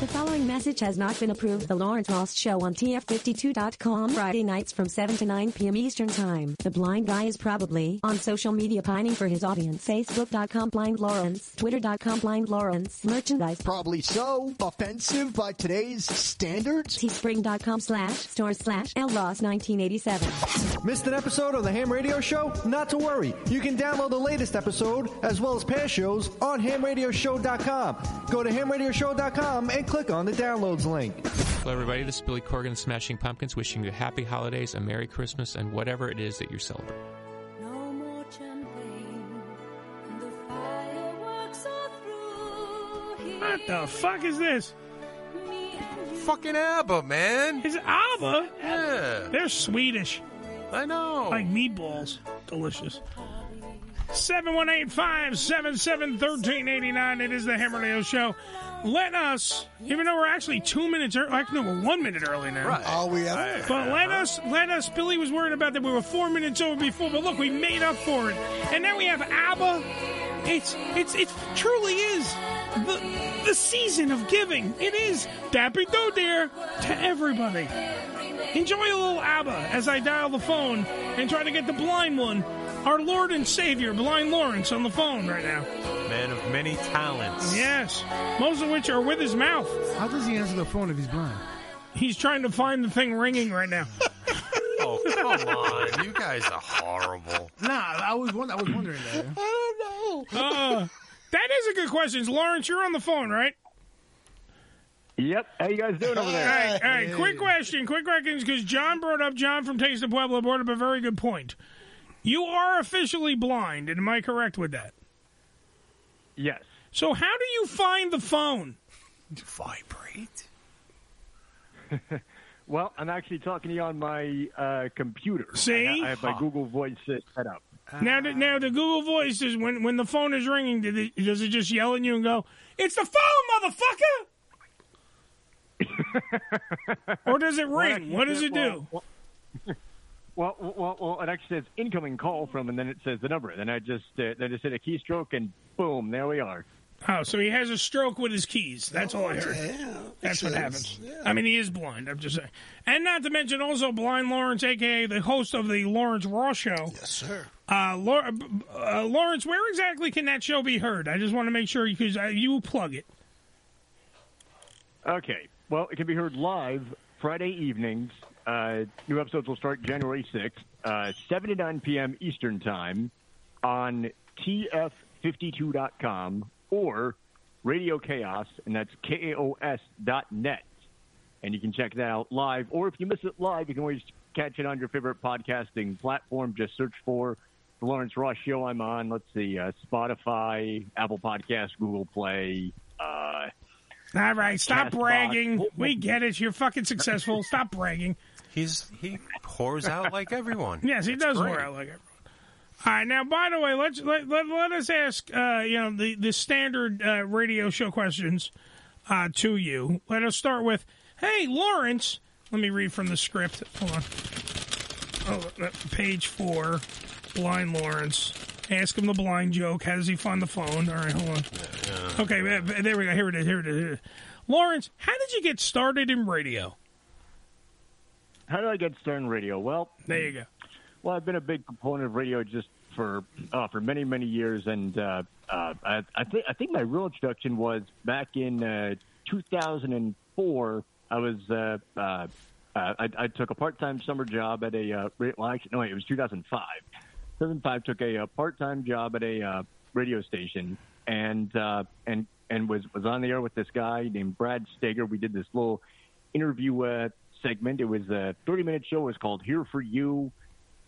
Speaker 15: The following message has not been approved. The Lawrence Ross Show on TF52.com Friday nights from 7 to 9 p.m. Eastern Time. The blind guy is probably on social media pining for his audience. Facebook.com blind Lawrence, Twitter.com blind Lawrence, merchandise. Probably so. Offensive by today's standards. Teespring.com slash store slash LRoss 1987.
Speaker 12: Missed an episode of the Ham Radio Show? Not to worry. You can download the latest episode as well as past shows on hamradioshow.com. Go to hamradioshow.com and click on the downloads link.
Speaker 30: Hello, everybody. This is Billy Corgan, of Smashing Pumpkins, wishing you happy holidays, a Merry Christmas, and whatever it is that you celebrate.
Speaker 1: What the fuck is this?
Speaker 2: Fucking ABBA, man.
Speaker 1: Is it ABBA?
Speaker 2: Yeah.
Speaker 1: They're Swedish.
Speaker 2: I know.
Speaker 1: Like meatballs. Delicious. 718-577-1389. It is the Hammer and Nails Show. Let us, even though we're actually two minutes early, like, no, we're one minute early now.
Speaker 3: Right. Are we ever?
Speaker 1: But let us, let us, Billy was worried about that we were four minutes over before, but look, we made up for it. And now we have ABBA. It's, it's, it truly is the, the season of giving. It is Dappy Do Dear to everybody. Enjoy a little ABBA as I dial the phone and try to get the blind one, our Lord and Savior, Blind Lawrence, on the phone right now.
Speaker 2: Man of many talents.
Speaker 1: Yes, most of which are with his mouth.
Speaker 4: How does he answer the phone if he's blind?
Speaker 1: He's trying to find the thing ringing right now.
Speaker 2: Oh, come on. You guys are horrible.
Speaker 4: Nah, I was won- I was wondering that.
Speaker 3: I
Speaker 1: don't know. Uh, that is a good question. Lawrence, you're on the phone, right?
Speaker 5: Yep. How you guys doing over there?
Speaker 1: All right, all right. quick question, quick questions, because John brought up John from Taste of Pueblo brought up a very good point. You are officially blind, and am I correct with that?
Speaker 5: Yes.
Speaker 1: So how do you find the phone?
Speaker 2: Vibrate.
Speaker 5: Well, I'm actually talking to you on my uh, computer.
Speaker 1: See?
Speaker 5: I, I have my
Speaker 1: Huh.
Speaker 5: Google Voice set set up.
Speaker 1: now, the, now the Google Voice is when when the phone is ringing. Did it, does it just yell at you and go, "It's the phone, motherfucker"? or does it
Speaker 5: Well,
Speaker 1: ring?
Speaker 5: actually,
Speaker 1: What does it
Speaker 5: well,
Speaker 1: do?
Speaker 5: Well, well, well, well, it actually says incoming call from, and then it says the number. And then I just uh, then I just hit a keystroke, and boom, there we are.
Speaker 1: Oh, so he has a stroke with his keys. That's all I heard. That's what happens. I mean, he is blind. I'm just saying. And not to mention also Blind Lawrence, a.k.a. the host of the Lawrence Raw Show. Yes,
Speaker 3: sir.
Speaker 1: Uh, Law- uh, Lawrence, where exactly can that show be heard? I just want to make sure because uh, you plug it.
Speaker 5: Okay. Well, it can be heard live Friday evenings. Uh, new episodes will start January 6th, uh, 7 to 9 p.m. Eastern Time on TF52.com or Radio Chaos, and that's K-A-O-S dot net. And you can check that out live. Or if you miss it live, you can always catch it on your favorite podcasting platform. Just search for The Lawrence Ross Show I'm on. Let's see, uh, Spotify, Apple Podcasts, Google Play, uh,
Speaker 1: All right, stop
Speaker 5: Castbox.
Speaker 1: bragging. We get it. You're fucking successful. Stop bragging.
Speaker 2: He's he whores out like everyone.
Speaker 1: Yes, he
Speaker 2: That's
Speaker 1: does
Speaker 2: great.
Speaker 1: wear out like everyone. All right, now by the way, let's let let, let us ask uh, you know the the standard uh, radio show questions uh, to you. Let us start with, hey Lawrence, let me read from the script. Hold on, oh, uh, page four, blind Lawrence. Ask him the blind joke. How does he find the phone? All right, hold on. Okay, uh, there we go. Here it is. Here it is. Here it is. Lawrence, how did you get started in radio?
Speaker 5: How did I get started in radio? Well,
Speaker 1: there you go.
Speaker 5: Well, I've been a big component of radio just for uh, for many many years, and uh, uh, I, I think I think my real introduction was back in uh, 2004. I was uh, uh, uh, I, I took a part time summer job at a uh, ra- well, actually, no, wait, it was 2005. 2005 took a, uh part-time job at a uh, radio station and uh, and and was was on the air with this guy named Brad Steger. We did this little interview uh, segment. It was a 30-minute show. It was called Here for You.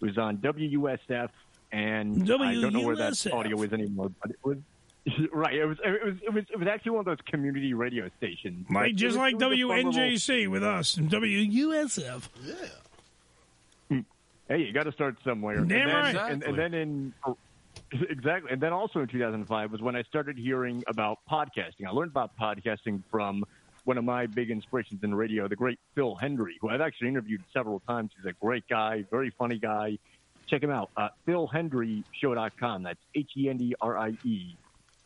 Speaker 5: It was on WUSF, and I don't know where that
Speaker 1: WUSF.
Speaker 5: audio is anymore, but it was. Right, it was it was it was it was actually one of those community radio stations, It
Speaker 1: Like
Speaker 5: was-
Speaker 1: just
Speaker 5: it
Speaker 1: like
Speaker 5: was a fun little-
Speaker 1: WNJC with us and WUSF.
Speaker 5: Hey, you got to start somewhere.
Speaker 1: Damn
Speaker 5: and then,
Speaker 1: right.
Speaker 5: And, and then in exactly, and then also in 2005 was when I started hearing about podcasting. I learned about podcasting from one of my big inspirations in radio, the great Phil Hendry, who I've actually interviewed several times. He's a great guy, very funny guy. Check him out, uh, philhendryshow.com. That's H E N D R I E.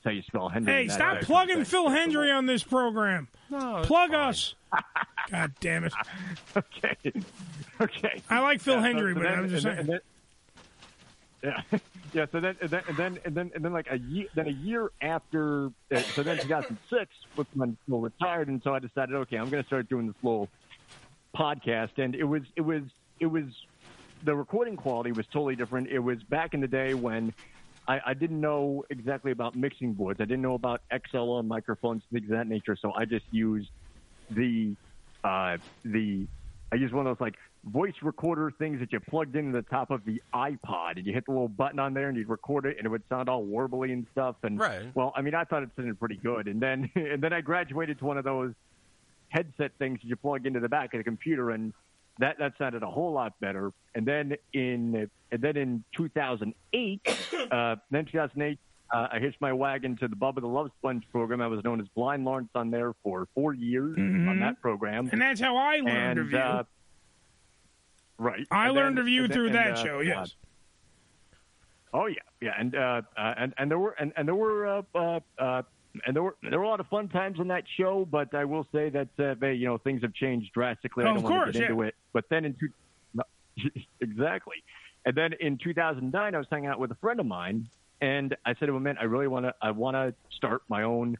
Speaker 5: That's how you spell Hendry.
Speaker 1: Hey,
Speaker 5: in that
Speaker 1: stop
Speaker 5: accent.
Speaker 1: plugging Phil Hendry on this program.
Speaker 2: No,
Speaker 1: plug us. God damn it.
Speaker 5: okay. Okay.
Speaker 1: I like Phil
Speaker 5: Yeah, so-
Speaker 1: Hendry,
Speaker 5: so
Speaker 1: but
Speaker 5: then-
Speaker 1: I'm just
Speaker 5: and
Speaker 1: saying.
Speaker 5: then- and then- yeah, yeah. So then, and then, and then, and then, and then, like a year, then a year after, uh, so then 2006 was when Phil retired, and so I decided, okay, I'm going to start doing this little podcast, and it was, it was, it was, the recording quality was totally different. It was back in the day when I, I didn't know exactly about mixing boards. I didn't know about XLR microphones, things of that nature. So I just used the uh, the I used one of those like voice recorder things that you plugged into the top of the iPod, and you hit the little button on there, and you'd record it, and it would sound all warbly and stuff. And
Speaker 2: Right.
Speaker 5: well, I mean, I thought it sounded pretty good, and then and then I graduated to one of those headset things that you plug into the back of the computer, and that that sounded a whole lot better. And then in and then in 2008, uh, then 2008, uh, I hitched my wagon to the Bubba the Love Sponge program. I was known as Blind Lawrence on there for four years on
Speaker 1: Mhm.
Speaker 5: that program,
Speaker 1: And that's how I learned
Speaker 5: And,
Speaker 1: of you.
Speaker 5: uh, right.
Speaker 1: I
Speaker 5: And
Speaker 1: learned
Speaker 5: then-
Speaker 1: of you
Speaker 5: and then-
Speaker 1: through
Speaker 5: and,
Speaker 1: that
Speaker 5: uh,
Speaker 1: show.
Speaker 5: uh,
Speaker 1: Yes.
Speaker 5: Oh yeah, yeah, and uh, uh, and and there were and, and there were uh, uh, uh, and there were there were a lot of fun times on that show. But I will say that uh, they, you know things have changed drastically. I
Speaker 1: Oh,
Speaker 5: don't
Speaker 1: of
Speaker 5: want
Speaker 1: course,
Speaker 5: to get into
Speaker 1: yeah.
Speaker 5: it. But then in two, no, exactly, and then in 2009, I was hanging out with a friend of mine, and I said to him, "Man, I really want to I want to start my own."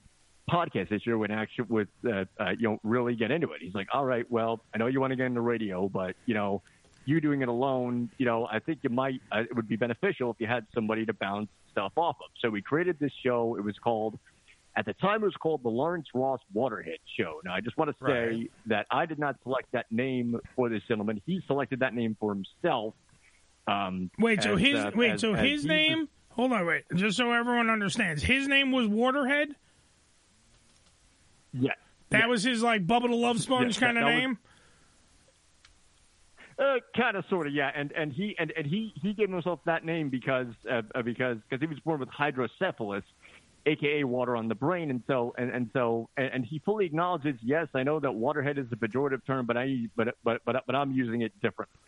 Speaker 5: podcast this year would actually would uh, uh, you know really get into it. He's like, all right, well, I know you want to get into radio, but you know, you doing it alone, you know, I think you might uh, it would be beneficial if you had somebody to bounce stuff off of. So we created this show. It was called at the time it was called the Lawrence Ross Waterhead Show. Now I just want to say
Speaker 6: Right.
Speaker 5: that I did not select that name for this gentleman. He selected that name for himself. Um,
Speaker 1: Wait, so
Speaker 5: as,
Speaker 1: his
Speaker 5: uh,
Speaker 1: wait,
Speaker 5: as-
Speaker 1: so
Speaker 5: as
Speaker 1: his
Speaker 5: he-
Speaker 1: name. Hold on, wait. Just so everyone understands, his name was Waterhead.
Speaker 5: Yeah.
Speaker 1: That was his like Bubba the Love Sponge
Speaker 5: Yeah, that-
Speaker 1: kind of
Speaker 5: that was-
Speaker 1: name.
Speaker 5: Uh, kind of, sort of, yeah. And and he and, and he he gave himself that name because uh, uh, because because he was born with hydrocephalus, aka water on the brain, and so and and so and, and he fully acknowledges. Yes, I know that waterhead is a pejorative term, but I but but but but I'm using it differently.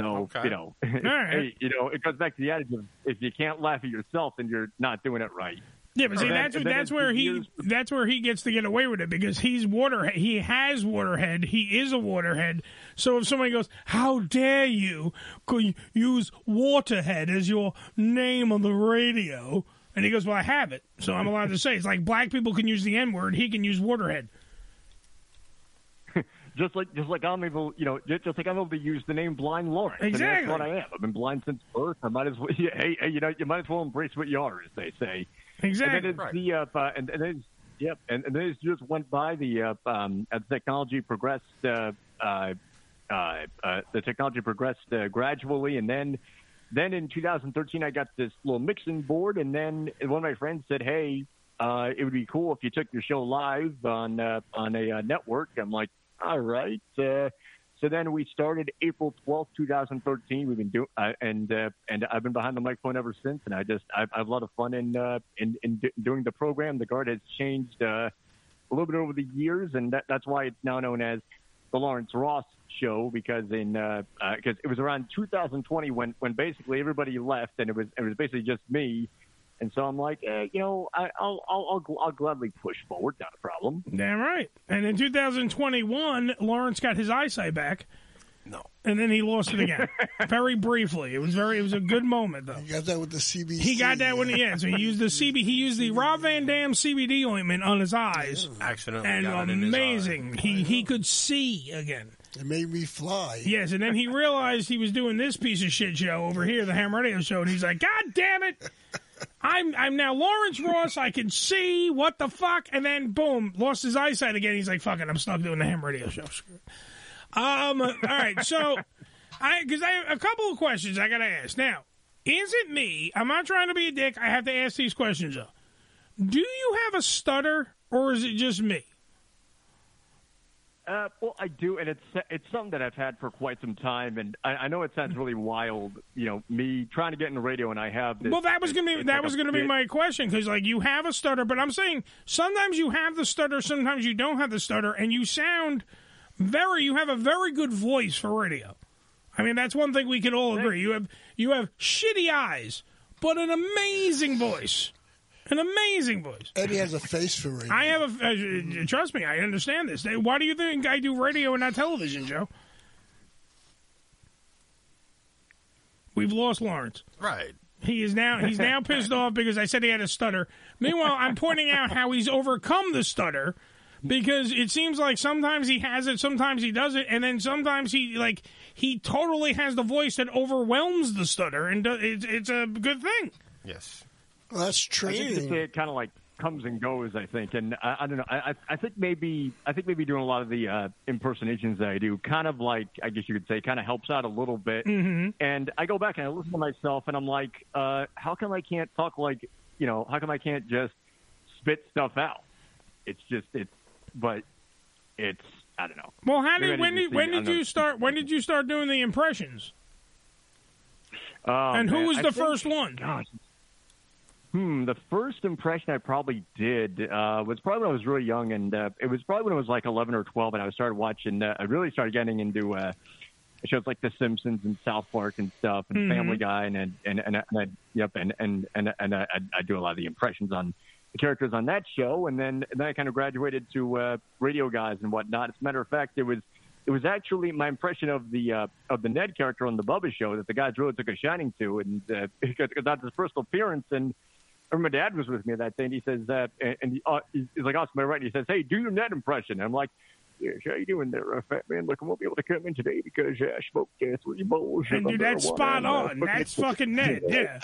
Speaker 5: So
Speaker 6: Okay.
Speaker 5: you know,
Speaker 6: right.
Speaker 5: hey, you know, it goes back to the adage of if you can't laugh at yourself, then you're not doing it right.
Speaker 1: Yeah, but see,
Speaker 5: And then-
Speaker 1: that's
Speaker 5: and then
Speaker 1: that's
Speaker 5: it-
Speaker 1: where
Speaker 5: it
Speaker 1: he
Speaker 5: years-
Speaker 1: that's where he gets to get away with it because he's water he has waterhead he is a waterhead. So if somebody goes, "How dare you co- use waterhead as your name on the radio?" and he goes, "Well, I have it, so I'm allowed to say." it." It's like black people can use the N word, he can use waterhead.
Speaker 5: just like just like I'm able, you know, just, just like I'm able to use the name Blind Lawrence. I mean,
Speaker 1: Exactly.
Speaker 5: that's what I am. I've been blind since birth. I might as well, yeah, hey, hey, you know, you might as well embrace what you are, as they say.
Speaker 1: Exactly.
Speaker 5: And then as
Speaker 1: Right.
Speaker 5: the uh, uh, and, and then as- yep, and, and then as just went by the uh, um, as technology progressed. Uh, uh, uh, uh, the technology progressed uh, gradually, and then then in 2013, I got this little mixing board, and then one of my friends said, "Hey, uh, it would be cool if you took your show live on uh, on a uh, network." I'm like, "All right." Uh, so then we started April 12th, 2013. We've been doing, uh, and uh, and I've been behind the microphone ever since. And I just I've, I've a lot of fun in uh, in, in d- doing the program. The guard has changed uh, a little bit over the years, and that, that's why it's now known as the Lawrence Ross Show because in because uh, uh 'cause it was around 2020 when when basically everybody left, and it was it was basically just me. And so I'm like, eh, you know, I, I'll, I'll I'll gl- I'll gladly push forward, not a problem.
Speaker 1: Damn right. And in 2021, Lawrence got his eyesight back.
Speaker 2: No.
Speaker 1: And then he lost it again, very briefly. It was very. It was a good moment though. He
Speaker 3: got that with the CBD.
Speaker 1: He got that when he yeah, so he used the CB. He used the Rob Van Dam CBD ointment on his eyes.
Speaker 2: Accidentally
Speaker 1: And um,
Speaker 2: got it in his eye.
Speaker 1: amazing, he he could see again.
Speaker 3: It made me fly.
Speaker 1: Yes, and then he realized he was doing this piece of shit show over here, the Ham Radio Show, and he's like, "God damn it! I'm I'm now Lawrence Ross. I can see what the fuck." And then boom, lost his eyesight again. He's like, "Fuck it, I'm stuck doing the Ham Radio Show." Screw it. Um. All right, so I because I have a couple of questions I gotta ask now. Is it me? I'm not trying to be a dick. I have to ask these questions though. Do you have a stutter, or is it just me?
Speaker 5: Uh, well, I do, and it's it's something that I've had for quite some time, and I, I know it sounds really wild, you know, me trying to get in the radio, and I have this.
Speaker 1: Well, that was gonna be
Speaker 5: it's
Speaker 1: that
Speaker 5: like
Speaker 1: was
Speaker 5: a
Speaker 1: gonna be
Speaker 5: bit-
Speaker 1: my question because like you have a stutter, but I'm saying sometimes you have the stutter, sometimes you don't have the stutter, and you sound very. You have a very good voice for radio. I mean, that's one thing we can all agree. You have you have shitty eyes, but an amazing voice, an amazing voice.
Speaker 3: Eddie has a face for radio.
Speaker 1: I have a uh, trust me. I understand this. Why do you think I do radio and not television, Joe? We've lost Lawrence.
Speaker 2: Right.
Speaker 1: He is now he's now pissed off because I said he had a stutter. Meanwhile, I'm pointing out how he's overcome the stutter because it seems like sometimes he has it, sometimes he doesn't, and then sometimes he like he totally has the voice that overwhelms the stutter, and do, it's it's a good thing.
Speaker 2: Yes.
Speaker 3: Well, that's
Speaker 5: I think you
Speaker 3: training.
Speaker 5: say it kind of like comes and goes, I think, and I, I don't know. I, I- I think maybe I think maybe doing a lot of the uh, impersonations that I do, kind of like I guess you could say, kind of helps out a little bit.
Speaker 1: Mm. Mm-hmm.
Speaker 13: Mhm.
Speaker 5: And I go back and I listen to myself, and I'm like, uh, how come I can't talk like you know? How come I can't just spit stuff out? It's just it's, but it's I don't know.
Speaker 1: Well, how
Speaker 5: Maybe I need
Speaker 1: did when
Speaker 5: to see-
Speaker 1: did when
Speaker 5: I
Speaker 1: did
Speaker 5: don't
Speaker 1: you
Speaker 5: know.
Speaker 1: start when did you start doing the impressions?
Speaker 5: Oh,
Speaker 1: and who
Speaker 5: man,
Speaker 1: was
Speaker 5: I
Speaker 1: the
Speaker 5: think-
Speaker 1: first one?
Speaker 5: Gosh. Hmm, the first impression I probably did uh, was probably when I was really young, and uh, it was probably when I was like 11 or 12, and I started watching. Uh, I really started getting into uh, shows like The Simpsons and South Park and stuff, and
Speaker 6: Mhm.
Speaker 5: Family Guy, and and and, and, I- and I, yep, and and and and I, I- I do a lot of the impressions on the characters on that show, and then and then I kind of graduated to uh, radio guys and whatnot. As a matter of fact, it was. It was actually my impression of the uh, of the Ned character on the Bubba show that the guys really took a shining to, and uh, because because that's his personal appearance, and I remember my dad was with me that day, and he says, uh, and and he, uh, he's he's like, Austin, am I right? And he says, hey, do your net impression. And I'm like, yes, how you doing there, uh, fat man? Look, I won't be able to come in today because uh, I smoked uh, three bowls.
Speaker 1: And
Speaker 5: of
Speaker 1: dude, that's
Speaker 5: marijuana
Speaker 1: spot
Speaker 5: and, uh,
Speaker 1: on. That's fucking Ned. Yeah,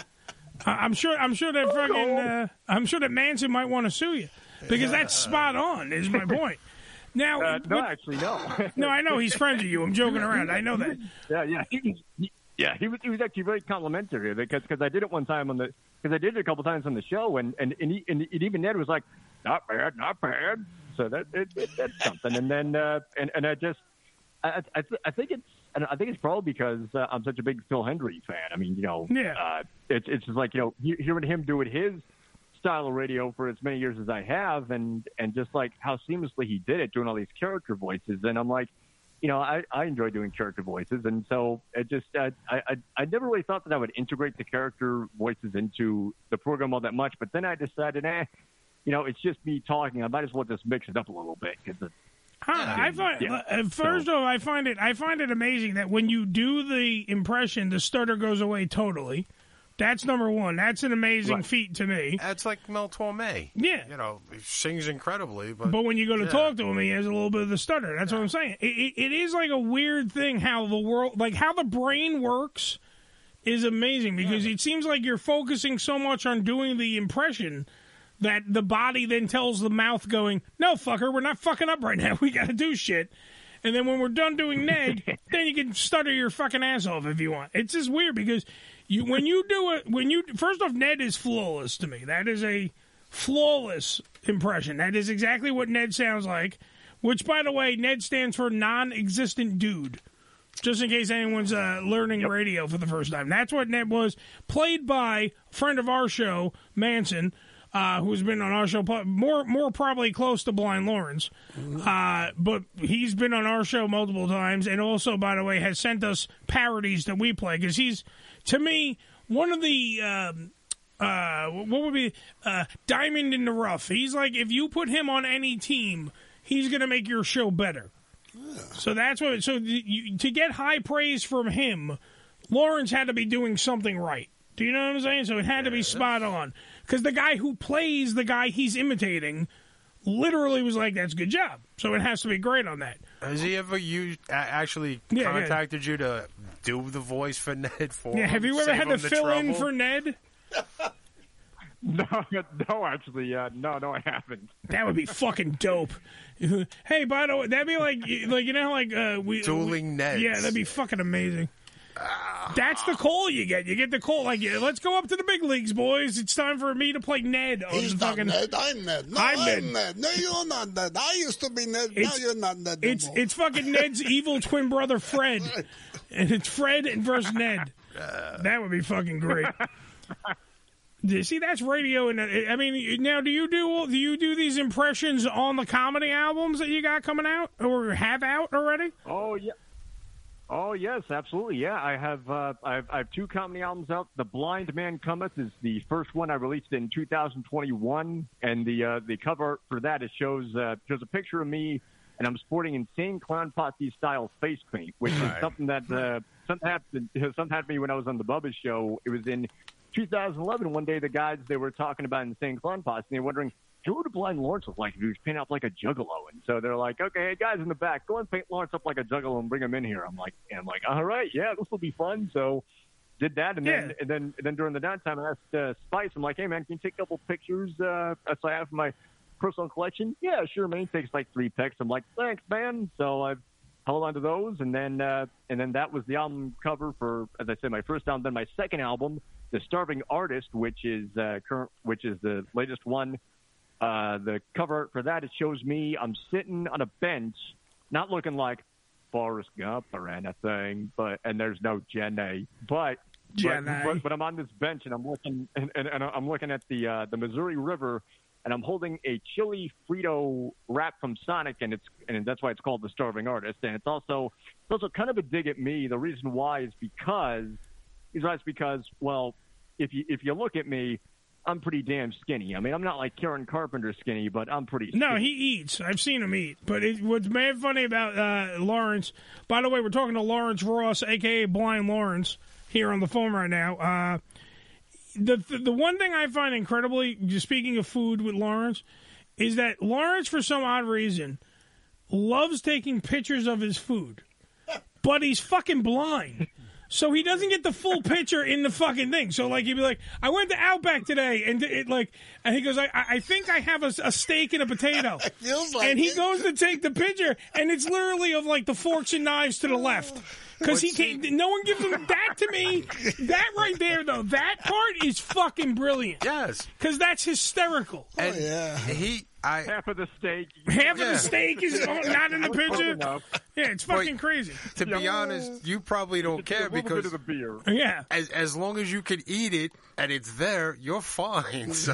Speaker 1: I- I'm sure. I'm sure that fucking. Uh, I'm sure that Manson might want to sue you because that's spot on. Is my point. Now,
Speaker 5: Uh, no,
Speaker 1: what-
Speaker 5: actually, no.
Speaker 1: no, I know he's friends with you. I'm joking around. I know that.
Speaker 5: Yeah, yeah. He was, yeah, he was, he was actually very complimentary because cause I did it one time on the because I did it a couple times on the show and and and, he, and, and even Ned was like, not bad, not bad. So that it, it, that's something. And then uh, and and I just I I, I th- I think it's and I think it's probably because uh, I'm such a big Phil Hendry fan. I mean, you know,
Speaker 1: Yeah.
Speaker 5: uh, it's it's just like you know he- hearing him do it his style of radio for as many years as I have, and and just like how seamlessly he did it, doing all these character voices, and I'm like, you know, I I enjoy doing character voices, and so it just uh, I, I I never really thought that I would integrate the character voices into the program all that much, but then I decided, eh, you know, it's just me talking. I might as well just mix it up a little bit because.
Speaker 1: Huh, I find
Speaker 5: Yeah.
Speaker 1: uh, first off, I find it I find it amazing that when you do the impression, the stutter goes away totally. That's number one. That's an amazing
Speaker 2: Right.
Speaker 1: feat to me.
Speaker 2: That's like Mel Torme.
Speaker 1: Yeah.
Speaker 2: You know, he sings incredibly, but.
Speaker 1: But, when you go to
Speaker 2: yeah.
Speaker 1: talk to him, he has a little bit of the stutter. That's what I'm saying. It, it, it is like a weird thing how the world, like how the brain works, is amazing because it seems like you're focusing so much on doing the impression that the body then tells the mouth, going, "No, fucker, we're not fucking up right now. We got to do shit." And then when we're done doing Ned, then you can stutter your fucking ass off if you want. It's just weird because you when you do it when you first off Ned is flawless to me. That is a flawless impression. That is exactly what Ned sounds like. Which, by the way, Ned stands for non-existent dude. Just in case anyone's uh, learning radio for the first time, that's what Ned was. Played by a friend of our show, Manson, uh, who's been on our show po- more more probably close to Blind Lawrence, uh, but he's been on our show multiple times, and also, by the way, has sent us parodies that we play because he's to me one of the. Um, uh, what would be uh, diamond in the rough? He's like if you put him on any team, he's gonna make your show better. So that's what. So th- you, to get high praise from him, Lawrence had to be doing something right. Do you know what I'm saying? So it had to be spot on because the guy who plays the guy he's imitating literally was like, "That's a good job." So it has to be great on that.
Speaker 2: Has he ever used, a- actually
Speaker 1: Yeah, yeah.
Speaker 2: contacted you to do the voice for Ned for
Speaker 1: yeah.
Speaker 2: him,
Speaker 1: Have you ever
Speaker 2: save
Speaker 1: had
Speaker 2: him
Speaker 1: to
Speaker 2: the
Speaker 1: fill in
Speaker 2: trouble?
Speaker 1: for Ned?
Speaker 5: No, no, actually, uh, no, no, I haven't.
Speaker 1: That would be fucking dope. hey, by the way, that'd be like, like you know, how, like uh, we
Speaker 2: Dueling
Speaker 1: we-
Speaker 2: Neds.
Speaker 1: Yeah, that'd be fucking amazing. That's the call you get. You get the call like, yeah, let's go up to the big leagues, boys. It's time for me to play Ned. On
Speaker 3: He's
Speaker 1: the
Speaker 3: not
Speaker 1: fucking,
Speaker 3: Ned. I'm Ned. No, I'm,
Speaker 1: I'm Ned.
Speaker 3: Ned. No, you're not Ned. I used to be Ned. now
Speaker 1: It's-
Speaker 3: you're not Ned. no
Speaker 1: It's
Speaker 3: more.
Speaker 1: it's fucking Ned's evil twin brother Fred, and it's Fred and versus Ned.
Speaker 3: Uh.
Speaker 1: That would be fucking great. Do you see that's radio, and uh, I mean, now do you do do you do these impressions on the comedy albums that you got coming out or have out already?
Speaker 5: Oh yeah. Oh yes, absolutely. Yeah, I have. Uh, I, have I have two comedy albums out. The Blind Man Cometh is the first one I released in 2021, and the uh, the cover art for that it shows uh, shows a picture of me, and I'm sporting insane clown posse style face paint, which
Speaker 6: Right.
Speaker 5: is something that uh, something happened something happened to me when I was on the Bubba show. It was in 2011. One day, the guys they were talking about insane clown posse, and they were wondering. Who would Blind Lawrence look like if he was painted up like a juggalo? And so they're like, okay, hey, guys in the back, go and paint Lawrence up like a juggalo and bring him in here. I'm like, and I'm like, all right, yeah, this will be fun. So did that, and then and then and then during the downtime, I asked uh, Spice, I'm like, hey man, can you take a couple pictures? Uh, that's I have for my personal collection. Yeah, sure, man. It takes like three pics. I'm like, thanks, man. So I held on to those, and then uh, and then that was the album cover for, as I said, my first album. Then my second album, The Starving Artist, which is uh, current, which is the latest one. Uh, the cover art for that it shows me I'm sitting on a bench, not looking like Forrest Gump or anything, but and there's no Jenny, but but,
Speaker 1: Jenny.
Speaker 5: but but I'm on this bench and I'm looking and, and, and I'm looking at the uh, the Missouri River and I'm holding a chili Frito wrap from Sonic and it's and that's why it's called the Starving Artist and it's also it's also kind of a dig at me. The reason why is because is right because well if you if you look at me. I'm pretty damn skinny. I mean, I'm not like Karen Carpenter skinny, but I'm pretty.
Speaker 1: No, he eats. I've seen him eat. But it, what's mad funny about uh, Lawrence, by the way, we're talking to Lawrence Ross, aka Blind Lawrence, here on the phone right now. Uh, the the one thing I find incredibly, just speaking of food with Lawrence, is that Lawrence, for some odd reason, loves taking pictures of his food, but he's fucking blind. So he doesn't get the full picture in the fucking thing. So like he'd be like, "I went to Outback today," and it like, and he goes, "I I I think I have a, a steak and a potato."
Speaker 3: feels like
Speaker 1: and he
Speaker 3: it.
Speaker 1: goes to take the picture, and it's literally of like the forks and knives to the left.
Speaker 3: Oh,
Speaker 1: Because he can't, no one gives him that to me. That right there, though, that part is fucking brilliant.
Speaker 2: Yes.
Speaker 1: Because that's hysterical.
Speaker 2: And
Speaker 3: Oh,
Speaker 2: He, I half
Speaker 5: of the steak.
Speaker 1: Half of the steak is not in the picture. Yeah, it's fucking
Speaker 2: Wait,
Speaker 1: crazy.
Speaker 2: To be honest, you probably don't care
Speaker 1: little bit
Speaker 2: because
Speaker 1: of the beer. Yeah.
Speaker 2: As as long as you can eat it and it's there, you're fine. So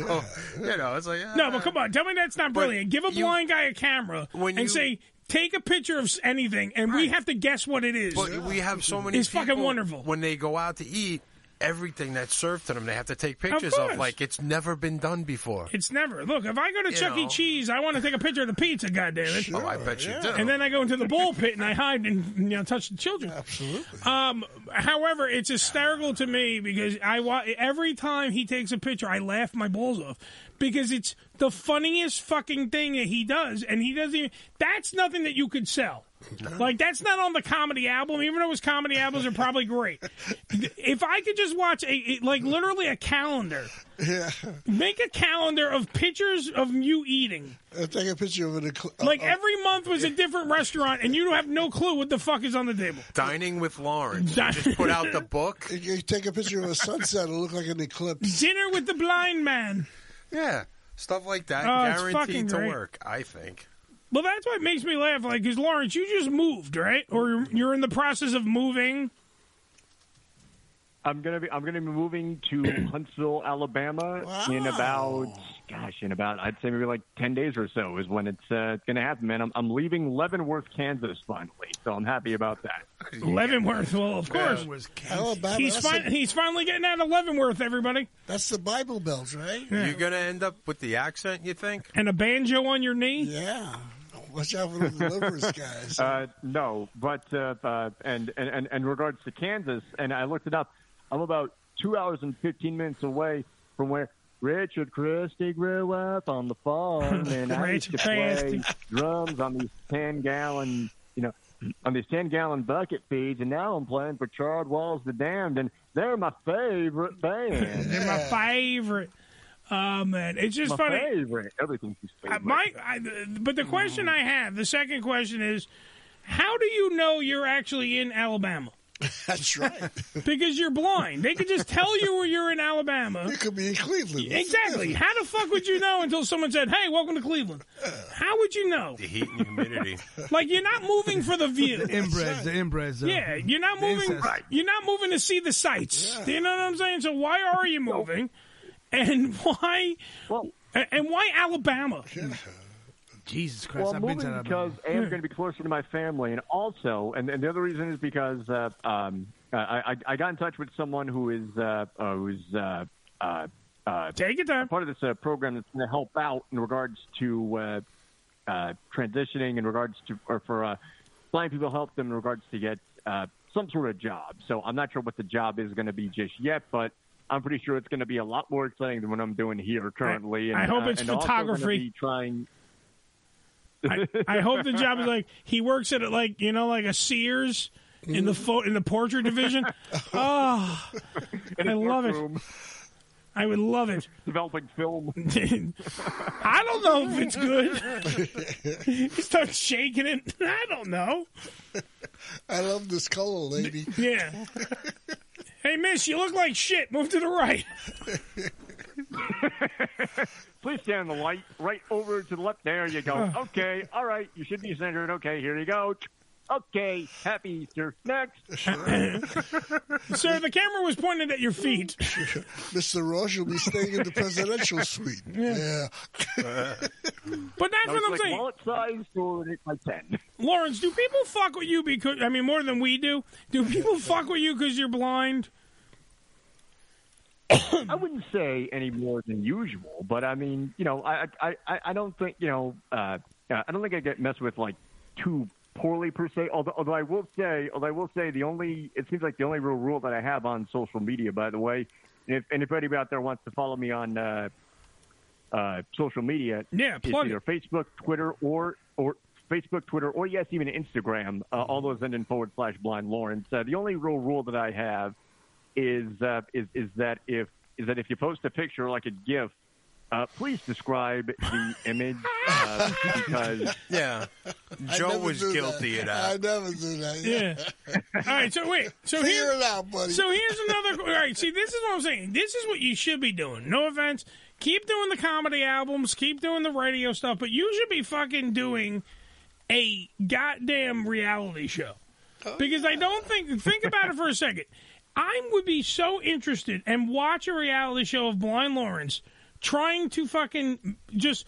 Speaker 2: you know, it's like uh,
Speaker 1: No, but come on, tell me that's not brilliant. Give a blind guy a camera
Speaker 2: when you-
Speaker 1: and say, take a picture of s- anything, and we have to guess what it is.
Speaker 2: But we have so many.
Speaker 1: It's fucking
Speaker 2: people,
Speaker 1: wonderful.
Speaker 2: when they go out to eat. Everything that's served to them, they have to take pictures of,
Speaker 1: course.
Speaker 2: like it's never been done before.
Speaker 1: It's never. Look, if I go to
Speaker 2: You
Speaker 1: Chuck E.
Speaker 2: know.
Speaker 1: Cheese, I want to take a picture of the pizza. Goddamn it!
Speaker 2: Sure, Oh, I bet you yeah. do.
Speaker 1: And then I go into the bull pit and I hide and you know touch the children. Absolutely. Um, however, it's hysterical to me because I wa- every time he takes a picture, I laugh my balls off because it's the funniest fucking thing that he does, and he doesn't. even... That's nothing that you could sell. Like that's not on the comedy album, even though his comedy albums are probably great. if I could just watch a like literally a calendar
Speaker 3: Yeah.
Speaker 1: Make a calendar of pictures of you eating.
Speaker 3: I Uh, take a picture of it. in cl-
Speaker 1: Like
Speaker 3: uh,
Speaker 1: every month was a different restaurant, and you have no clue what the fuck is on the table.
Speaker 2: Dining with Lawrence. You just put out the book.
Speaker 3: You, you take a picture of a sunset. It'll look like an eclipse.
Speaker 1: Dinner with the blind man.
Speaker 2: Yeah, stuff like that.
Speaker 1: Oh, it's fucking
Speaker 2: guaranteed to
Speaker 1: great.
Speaker 2: work, I think.
Speaker 1: Well, that's what makes me laugh. Like, because Lawrence, you just moved, right? Or you're- you're in the process of moving.
Speaker 5: I'm gonna be I'm gonna be moving to Huntsville, Alabama, in about gosh, in about I'd say maybe like ten days or so is when it's uh, gonna happen. Man, I'm I'm leaving Leavenworth, Kansas, finally, so I'm happy about that.
Speaker 1: Leavenworth, well, of course.
Speaker 3: Alabama,
Speaker 1: he's,
Speaker 3: that's
Speaker 1: fin-
Speaker 3: a-
Speaker 1: he's finally getting out of Leavenworth, everybody.
Speaker 3: That's the Bible Belt, right?
Speaker 2: You're gonna end up with the accent, you think?
Speaker 1: And a banjo on your knee.
Speaker 3: Yeah. Watch out for those livers, guys.
Speaker 5: Uh, no, but uh, uh, and, and and and regards to Kansas, and I looked it up. I'm about two hours and fifteen minutes away from where Richard Christie grew up on the farm, and I used to
Speaker 1: Richard
Speaker 5: play
Speaker 1: Christie.
Speaker 5: drums on these ten gallon, you know, on these ten gallon bucket feeds, and now I'm playing for Charred Walls the Damned, and they're my favorite band.
Speaker 1: They're my favorite. Oh man, it's just
Speaker 5: my
Speaker 1: funny.
Speaker 5: Favorite. Everything's his
Speaker 1: Uh,
Speaker 5: favorite.
Speaker 1: my, I, but the question
Speaker 3: Mm.
Speaker 1: I have, the second question is, how do you know you're actually in Alabama?
Speaker 3: That's right.
Speaker 1: because you're blind. They could just tell you where you're in Alabama. You
Speaker 3: could be in Cleveland.
Speaker 1: Exactly. How the fuck would you know until someone said, "Hey, welcome to Cleveland"?
Speaker 3: Uh.
Speaker 1: How would you know?
Speaker 2: The heat and humidity.
Speaker 1: Like you're not moving for the view.
Speaker 4: The inbreds, the inbreds. uh,
Speaker 1: Yeah, you're not
Speaker 4: the
Speaker 1: moving.
Speaker 4: incest.
Speaker 1: You're not moving to see the sights. Do you know what I'm saying? So why are you moving, and why, and- and why Alabama?
Speaker 4: Jesus Christ,
Speaker 5: Well,
Speaker 4: I've
Speaker 5: moving
Speaker 4: been to that.
Speaker 5: because I am going to be closer to my family, and also, and, and the other reason is because uh, um, I, I I got in touch with someone who is uh, uh, who's uh, uh, uh,
Speaker 1: take your time
Speaker 5: part of this uh, program that's going to help out in regards to uh, uh, transitioning, in regards to or for uh, blind people help them in regards to get uh, some sort of job. So I'm not sure what the job is going to be just yet, but. I'm pretty sure it's going to be a lot more exciting than what I'm doing here currently.
Speaker 1: I
Speaker 5: and,
Speaker 1: hope
Speaker 5: uh,
Speaker 1: it's
Speaker 5: and also gonna
Speaker 1: photography.
Speaker 5: be trying
Speaker 1: I hope the job is like he works at like you know like a Sears in
Speaker 3: Mm-hmm.
Speaker 1: the fo- in the portrait division. Oh,
Speaker 5: In
Speaker 1: I
Speaker 5: his
Speaker 1: love it.
Speaker 5: workroom.
Speaker 1: I would love it.
Speaker 5: Developing film.
Speaker 1: I don't know if it's good. he starts shaking it. I don't know.
Speaker 3: I love this color, lady.
Speaker 1: Yeah. Hey, miss, you look like shit. Move to the right.
Speaker 5: Please stand in the light, right over to the left. There you go. Okay, all right. You should be centered. Okay, here you go. Okay, happy Easter. Next.
Speaker 1: Sir, the camera was pointed at your feet.
Speaker 3: Mr. Ross, you'll be staying in the presidential suite. Yeah.
Speaker 1: But that's what I'm saying.
Speaker 5: Wallet size or eight by ten.
Speaker 1: Lawrence, do people fuck with you because I mean more than we do? Do people fuck with you because you're blind?
Speaker 5: I wouldn't say any more than usual, but I mean, you know, I I I, I don't think you know, uh, I don't think I get messed with like too poorly per se. Although although I will say, although I will say, the only it seems like the only real rule that I have on social media, by the way, and if anybody out there wants to follow me on uh, uh, social media,
Speaker 1: yeah, plug
Speaker 5: either Facebook, Twitter, or or. Facebook, Twitter, or yes, even Instagram. Uh,
Speaker 2: Mm-hmm.
Speaker 5: all those end in forward slash blind Lawrence. Uh, the only real rule that I have is uh, is is that if is that if you post a picture like a GIF, uh, please describe the image uh, because
Speaker 2: yeah,
Speaker 3: I
Speaker 2: Joe
Speaker 3: never
Speaker 2: was
Speaker 3: do
Speaker 2: guilty of that.
Speaker 3: I never do that.
Speaker 1: Yeah. All right, so wait. So
Speaker 3: Figure
Speaker 1: here,
Speaker 3: it out, buddy.
Speaker 1: So here's another. All right, see, this is what I'm saying. This is what you should be doing. No offense. Keep doing the comedy albums. Keep doing the radio stuff. But you should be fucking doing a goddamn reality show.
Speaker 3: Oh,
Speaker 1: because I don't think. Think about it for a second. I would be so interested and watch a reality show of Blind Lawrence trying to fucking just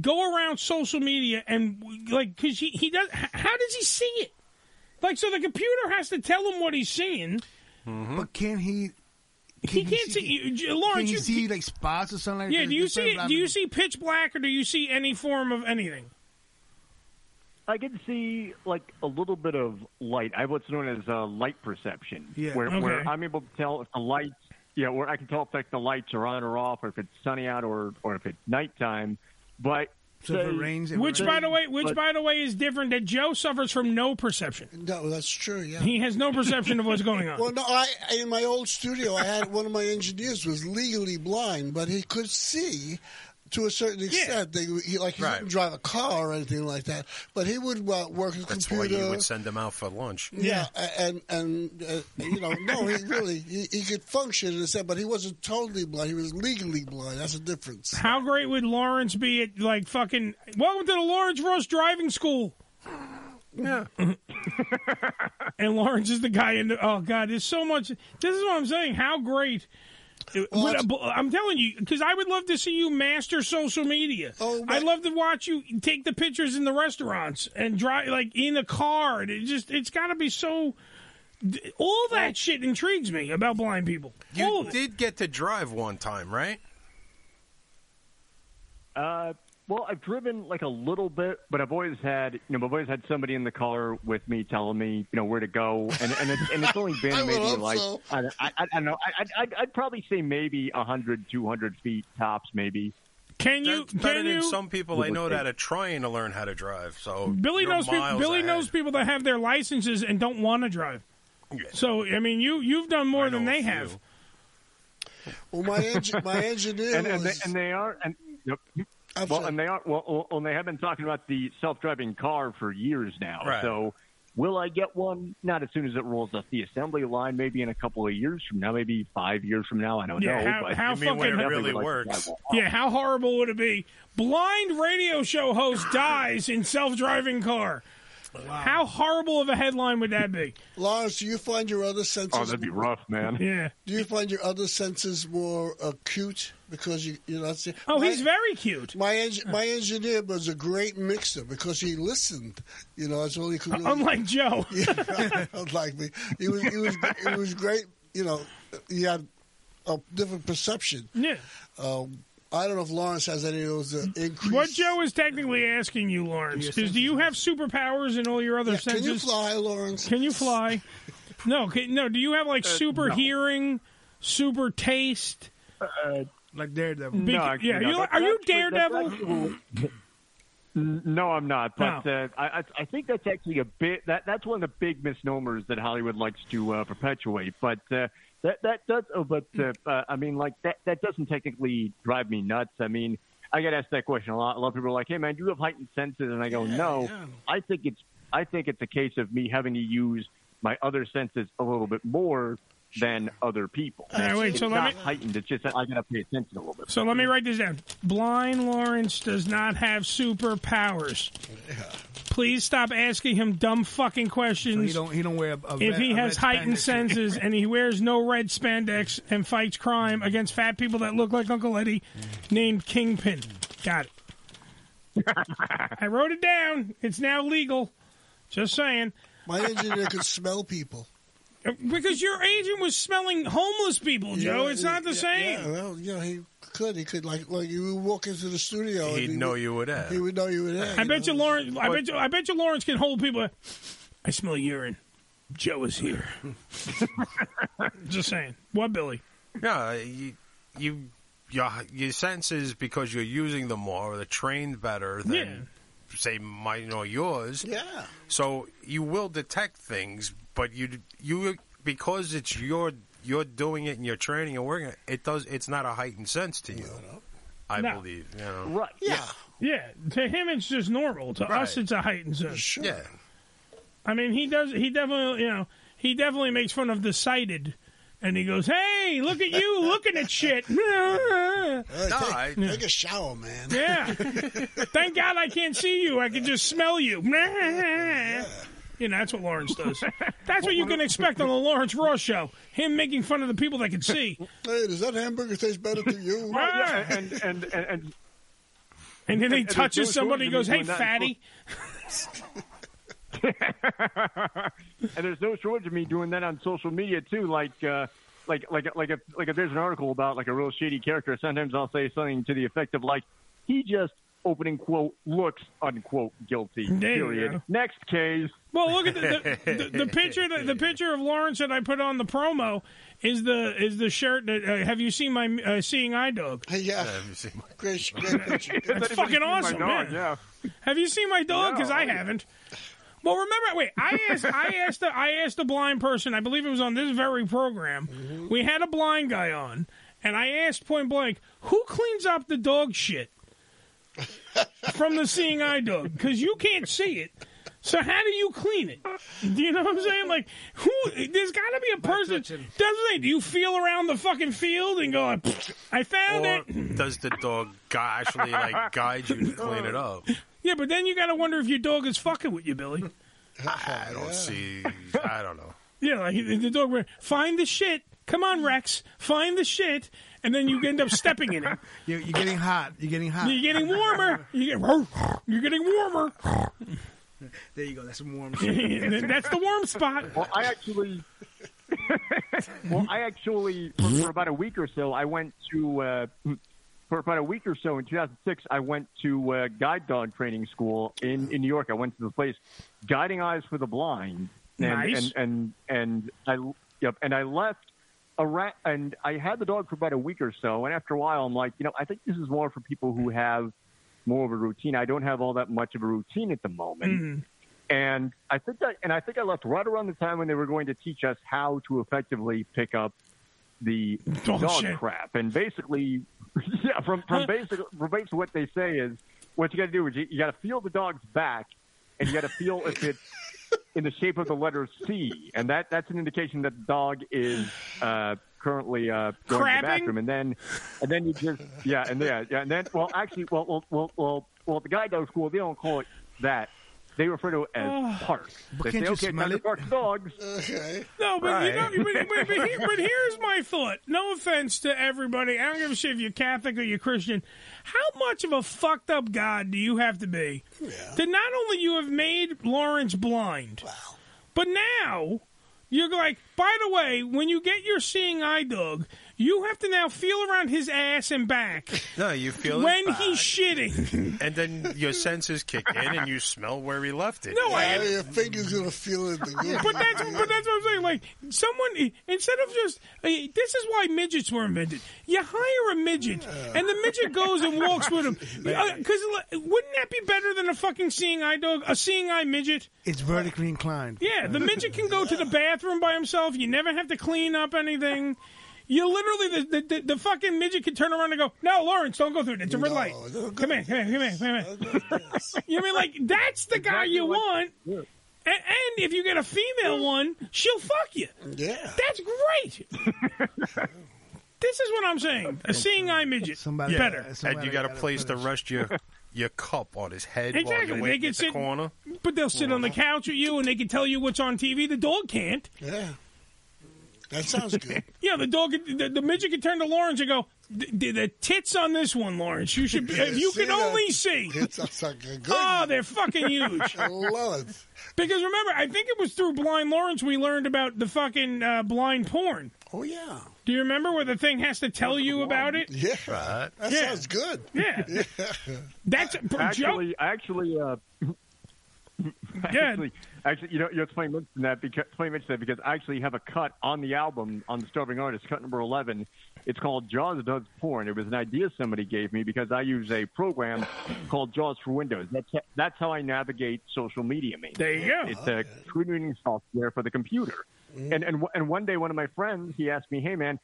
Speaker 1: go around social media and like because he he does. h- How does he see it? Like, so the computer has to tell him what he's seeing.
Speaker 4: But can he?
Speaker 1: he can't see, you- you- Lawrence.
Speaker 4: can you,
Speaker 1: you
Speaker 4: see like spots or something like
Speaker 1: yeah,
Speaker 4: that?
Speaker 1: do you
Speaker 4: Just
Speaker 1: see?
Speaker 4: like-
Speaker 1: Do you see pitch black, or do you see any form of anything?
Speaker 5: I can see like a little bit of light. I have what's known as uh, light perception,
Speaker 4: Yeah.
Speaker 5: where, where
Speaker 4: Okay.
Speaker 5: I'm able to tell if the lights, yeah, where I can tell if like the lights are on or off, or if it's sunny out, or or if it's nighttime. But say-
Speaker 1: which by the way, which
Speaker 5: but-
Speaker 1: by the way is different. That Joe suffers from no perception.
Speaker 3: No, that's true. Yeah,
Speaker 1: he has no perception of what's going on.
Speaker 3: Well, no, I in my old studio, I had one of my engineers was legally blind, but he could see to a certain extent. They, he, like he
Speaker 2: Right.
Speaker 3: couldn't drive a car or anything like that, but he would uh, work a
Speaker 2: That's why
Speaker 3: computer.
Speaker 2: you would send them out for lunch.
Speaker 3: Yeah, a- and and uh, you know, no, he really he, he could function and said, but he wasn't totally blind. He was legally blind. That's a difference.
Speaker 1: How great would Lawrence be at like fucking? Welcome to the Lawrence Ross Driving School. Yeah. and Lawrence is the guy in the. Oh God, there's so much. This is what I'm saying. How great. Would a bl- I'm telling you, because I would love to see you master social media. Oh, I'd love to watch you take the pictures in the restaurants and drive like in a car. It just it's got to be so. d- All that shit intrigues me about blind people.
Speaker 2: You did get to drive one time, right?
Speaker 5: Uh, well, I've driven like a little bit, but I've always had, you know, I've always had somebody in the car with me telling me, you know, where to go, and and it's, and it's only been
Speaker 3: I would
Speaker 5: maybe
Speaker 3: hope
Speaker 5: like
Speaker 3: so.
Speaker 5: I, I, I don't know, I, I'd- I'd, I'd probably say maybe 100, 200 feet tops, maybe.
Speaker 1: Can you?
Speaker 2: Better
Speaker 1: can
Speaker 2: than
Speaker 1: you?
Speaker 2: some people I know that are trying to learn how to drive. So
Speaker 1: Billy
Speaker 2: you're
Speaker 1: knows people.
Speaker 2: miles
Speaker 1: Billy
Speaker 2: ahead.
Speaker 1: knows people that have their licenses and don't want to drive. So I mean, you you've done more than they have.
Speaker 3: Well, my engi- my engineer
Speaker 5: and, and, they,
Speaker 3: was-
Speaker 5: and they are, and yep. well, and they are, well, well, and they have been talking about the self-driving car for years now.
Speaker 2: Right.
Speaker 5: So, will I get one? Not as soon as it rolls off the assembly line. Maybe in a couple of years from now. Maybe five years from now. I don't
Speaker 1: yeah,
Speaker 5: know.
Speaker 1: how,
Speaker 5: but
Speaker 1: how fucking
Speaker 5: Definitely would like to drive one.
Speaker 1: Yeah, how horrible would it be? Blind radio show host dies in self-driving car. How horrible of a headline would that be?
Speaker 3: Lawrence, do you find your other senses?
Speaker 5: Oh, that'd be rough, man.
Speaker 1: Yeah.
Speaker 3: Do you find your other senses more acute because you you're not seeing?
Speaker 1: Oh, he's very cute.
Speaker 3: My eng- my engineer was a great mixer because he listened. You know, that's all he could. Really,
Speaker 1: Unlike Joe,
Speaker 3: yeah, unlike me, he was he was he was great. You know, he had a different perception.
Speaker 1: Yeah.
Speaker 3: Um, I don't know if Lawrence has any of those uh, increased.
Speaker 1: What Joe is technically asking you, Lawrence, is do you have superpowers in all your other
Speaker 3: can you
Speaker 1: senses?
Speaker 3: fly, Lawrence?
Speaker 1: Can you fly? No, can, no. Do you have like
Speaker 4: Uh,
Speaker 1: super
Speaker 4: no.
Speaker 1: hearing, super taste?
Speaker 5: Uh,
Speaker 4: like Daredevil.
Speaker 1: Bec- yeah, you- are you Daredevil?
Speaker 5: N- No, I'm not. But uh, I, I- I think that's actually a bit that that's one of the big misnomers that Hollywood likes to uh, perpetuate. But uh, that that does. Oh, but uh, uh, I mean, like that that doesn't technically drive me nuts. I mean, I get asked that question a lot. A lot of people are like, "Hey, man, do you have heightened senses?" And I go, "No, I think it's I think it's a case of me having to use my other senses a little bit more." Than other people.
Speaker 1: All right, wait,
Speaker 5: It's
Speaker 1: so let
Speaker 5: not
Speaker 1: me-
Speaker 5: heightened. It's just that I gotta pay attention a little bit.
Speaker 1: So let me write this down. Blind Lawrence does not have superpowers. Please stop asking him dumb fucking questions.
Speaker 4: So he don't- he don't wear a- a
Speaker 1: if
Speaker 4: red-
Speaker 1: he
Speaker 4: a
Speaker 1: has
Speaker 4: red
Speaker 1: heightened
Speaker 4: spandex.
Speaker 1: senses and he wears no red spandex and fights crime against fat people that look like Uncle Eddie, named Kingpin. Got it. I wrote it down. It's now legal. Just saying.
Speaker 3: My engineer could smell people.
Speaker 1: Because your agent was smelling homeless people, Joe.
Speaker 3: Yeah,
Speaker 1: it's not the
Speaker 3: yeah,
Speaker 1: same.
Speaker 3: Yeah, well, you know, he could. He could, like, like you would walk into the studio. and
Speaker 2: He'd
Speaker 3: he
Speaker 2: know
Speaker 3: would-
Speaker 2: you were there.
Speaker 3: He would know you were there.
Speaker 1: I bet you Lawrence. I
Speaker 3: But-
Speaker 1: bet you. I bet you Lawrence can hold people. I smell urine. Joe is here. Just saying. What, Billy?
Speaker 2: Yeah, you, you, your your senses because you're using them more, they're trained better than say mine or yours.
Speaker 3: Yeah.
Speaker 2: So you will detect things, but you you because it's your you're doing it and you're training and working. It does. It's not a heightened sense to you. I
Speaker 1: No.
Speaker 2: believe. You know.
Speaker 5: Right.
Speaker 3: Yeah.
Speaker 1: Yeah. To him, it's just normal. To us,
Speaker 2: Right.
Speaker 1: it's a heightened sense.
Speaker 3: Sure.
Speaker 2: Yeah.
Speaker 1: I mean, he does. He definitely. You know. He definitely makes fun of the sighted, and he goes, "Hey, look at you looking at shit."
Speaker 3: Hey,
Speaker 1: no,
Speaker 3: take, take a shower, man.
Speaker 1: Yeah. Thank God I can't see you. I can just smell you. You know, that's what Lawrence does. That's what you can expect on the Lawrence Raw show. Him making fun of the people that can see.
Speaker 3: Hey, does that hamburger taste better to you?
Speaker 1: Right, yeah,
Speaker 5: and, and, and, and,
Speaker 1: And then he
Speaker 5: And there's
Speaker 1: touches
Speaker 5: no
Speaker 1: somebody and
Speaker 5: shortage
Speaker 1: goes,
Speaker 5: of
Speaker 1: hey,
Speaker 5: me doing that.
Speaker 1: fatty.
Speaker 5: and there's no shortage of me doing that on social media too. Like, uh, like, like, like, if, like, if there's an article about like a real shady character, sometimes I'll say something to the effect of like, he just opening quote looks unquote guilty.
Speaker 1: There you
Speaker 5: period.
Speaker 1: go.
Speaker 5: Next case.
Speaker 1: Well, look at the, the, the, the picture. The, the picture of Lawrence that I put on the promo is the is the shirt that uh, have you seen my uh, seeing eye dog?
Speaker 3: Yeah, great, great picture.
Speaker 1: That's fucking awesome, man. Have you seen my dog? Because I haven't. Well, remember, wait. I asked, I asked, a, I asked a blind person. I believe it was on this very program.
Speaker 3: Mm-hmm.
Speaker 1: We had a blind guy on, and I asked point blank, "Who cleans up the dog shit from the seeing eye dog? Because you can't see it." So how do you clean it? Do you know what I'm saying? Like, who? There's got to be a person. Doesn't it? Do you feel around the fucking field and go, "I found
Speaker 2: Or
Speaker 1: it"?
Speaker 2: does the dog gu- actually like guide you to clean it up?
Speaker 1: Yeah, but then you got to wonder if your dog is fucking with you, Billy.
Speaker 2: I don't see. I don't know.
Speaker 1: Yeah, like the the dog went, find the shit. Come on, Rex, find the shit, and then you end up stepping in it.
Speaker 4: You're, you're getting hot. You're getting hot.
Speaker 1: You're getting warmer. You get, you're getting warmer.
Speaker 4: There you go. That's some warm.
Speaker 1: That's the warm spot.
Speaker 5: Well, I actually, well, I actually for, for about a week or so, I went to uh, for about a week or so in 2006, I went to uh, guide dog training school in in New York. I went to the place Guiding Eyes for the Blind, and
Speaker 17: Nice.
Speaker 5: and, and and I yep, and I left. A rat, and I had the dog for about a week or so, and after a while, I'm like, you know, I think this is more for people who have more of a routine. I don't have all that much of a routine at the moment, and I think that, and I think I left right around the time when they were going to teach us how to effectively pick up the
Speaker 1: Oh,
Speaker 5: dog
Speaker 1: shit.
Speaker 5: crap. And basically, yeah, from from basic from basically what they say is what you got to do is you, you got to feel the dog's back, and you got to feel if it's in the shape of the letter C, and that that's an indication that the dog is uh, currently uh, going to
Speaker 17: Crapping?
Speaker 5: the bathroom. And then and then you just yeah, and yeah, yeah, and then well, actually, well, well, well, well, well at the guide dog school they don't call it that. They refer to it as park. They
Speaker 1: But can't
Speaker 5: say,
Speaker 1: you
Speaker 5: okay, time
Speaker 1: smell
Speaker 5: to
Speaker 1: it?"
Speaker 5: park dogs.
Speaker 3: Okay.
Speaker 1: No, but you know, but, but, but, here, but here's my thought. No offense to everybody. I don't give a shit if you're Catholic or you're Christian. How much of a fucked up God do you have to be to not only you have made Lawrence blind, but now you're like, by the way, when you get your seeing eye dog, You have to now feel around his ass and back
Speaker 2: No, you feel his
Speaker 1: when
Speaker 2: back,
Speaker 1: he's shitting.
Speaker 2: and then your senses kick in, and you smell where he left it.
Speaker 1: No, I
Speaker 3: Yeah,
Speaker 1: am-
Speaker 3: your finger's gonna feel it.
Speaker 1: but that's but that's what I'm saying. Like someone instead of just eh, this is why midgets were invented. You hire a midget, and the midget goes and walks with him. Because wouldn't that be better than a fucking seeing eye dog, a seeing eye midget?
Speaker 4: It's vertically inclined.
Speaker 1: Yeah, the midget can go to the bathroom by himself. You never have to clean up anything. You literally, the, the, the, the fucking midget can turn around and go, No, Lawrence, don't go through it. It's a red light. Come here, come here, come here, come here. you mean like, that's the guy you want. And, and if you get a female one, she'll fuck you.
Speaker 3: Yeah.
Speaker 1: That's great. this is what I'm saying. A seeing eye midget. Somebody better.
Speaker 2: and you got a place to rest your your cup on his head while
Speaker 1: Exactly.
Speaker 2: you
Speaker 1: They
Speaker 2: wait
Speaker 1: can
Speaker 2: in the
Speaker 1: sit,
Speaker 2: corner.
Speaker 1: but they'll sit on the couch with you, and they can tell you what's on TV. The dog can't.
Speaker 3: Yeah. That sounds good.
Speaker 1: Yeah, the dog, the, the midget could turn to Lawrence and go, "The- the, the tits on this one, Lawrence. You should, be, if you
Speaker 3: See
Speaker 1: can
Speaker 3: that?
Speaker 1: only see.
Speaker 3: It's it's like a good.
Speaker 1: Oh, they're fucking huge.
Speaker 3: I love it.
Speaker 1: Because remember, I think it was through Blind Lawrence we learned about the fucking uh, blind porn.
Speaker 3: Oh yeah.
Speaker 1: Do you remember where the thing has to tell you about it?
Speaker 3: Yeah.
Speaker 2: Right.
Speaker 3: That
Speaker 1: Yeah.
Speaker 3: sounds good.
Speaker 1: Yeah. That's
Speaker 5: actually, actually, uh, actually, actually, you know, you know, it's funny you mention that because it's funny you mention that because I actually have a cut on the album on the Starving Artist, cut number eleven. It's called Jaws Does Porn. It was an idea somebody gave me because I use a program called Jaws for Windows. That's that's how I navigate social media. Man.
Speaker 1: There you go.
Speaker 5: It's a screening software for the computer. And and and one day, one of my friends he asked me, "Hey, man."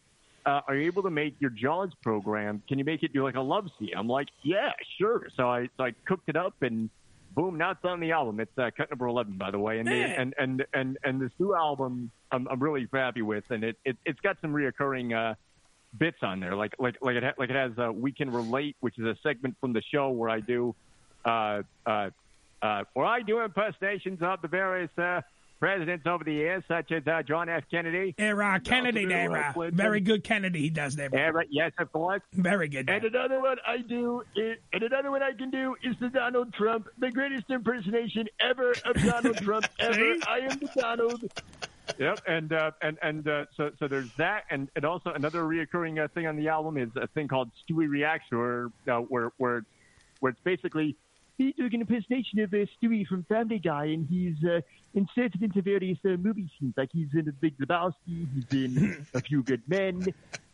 Speaker 5: uh, are you able to make your Jaws program? Can you make it do like a love scene? I'm like, yeah, sure. So I so I cooked it up and boom, now it's on the album. It's uh, cut number eleven, by the way, and the,
Speaker 18: Man.
Speaker 5: and and and and this new album I'm, I'm really happy with, and it, it it's got some reoccurring. Uh, bits on there like like like it ha- like it has uh, we can relate which is a segment from the show where i do uh uh uh where i do impersonations of the various uh presidents over the years such as uh, john f kennedy
Speaker 1: Era, Kennedy, era. Very good Kennedy, he does that.
Speaker 5: Era, yes, of course.
Speaker 1: Very good.
Speaker 5: And another one I do, is, and another one I can do is the Donald Trump, the greatest impersonation ever of Donald Trump ever. I am the Donald. Yep, and uh, and and uh, so so there's that, and, and also another reoccurring uh, thing on the album is a thing called Stewie Reacts, where uh, where where where it's basically he's doing an impersonation of uh, Stewie from Family Guy, and he's uh, inserted into various uh, movie scenes, like he's in The Big Lebowski, he's in A Few Good Men,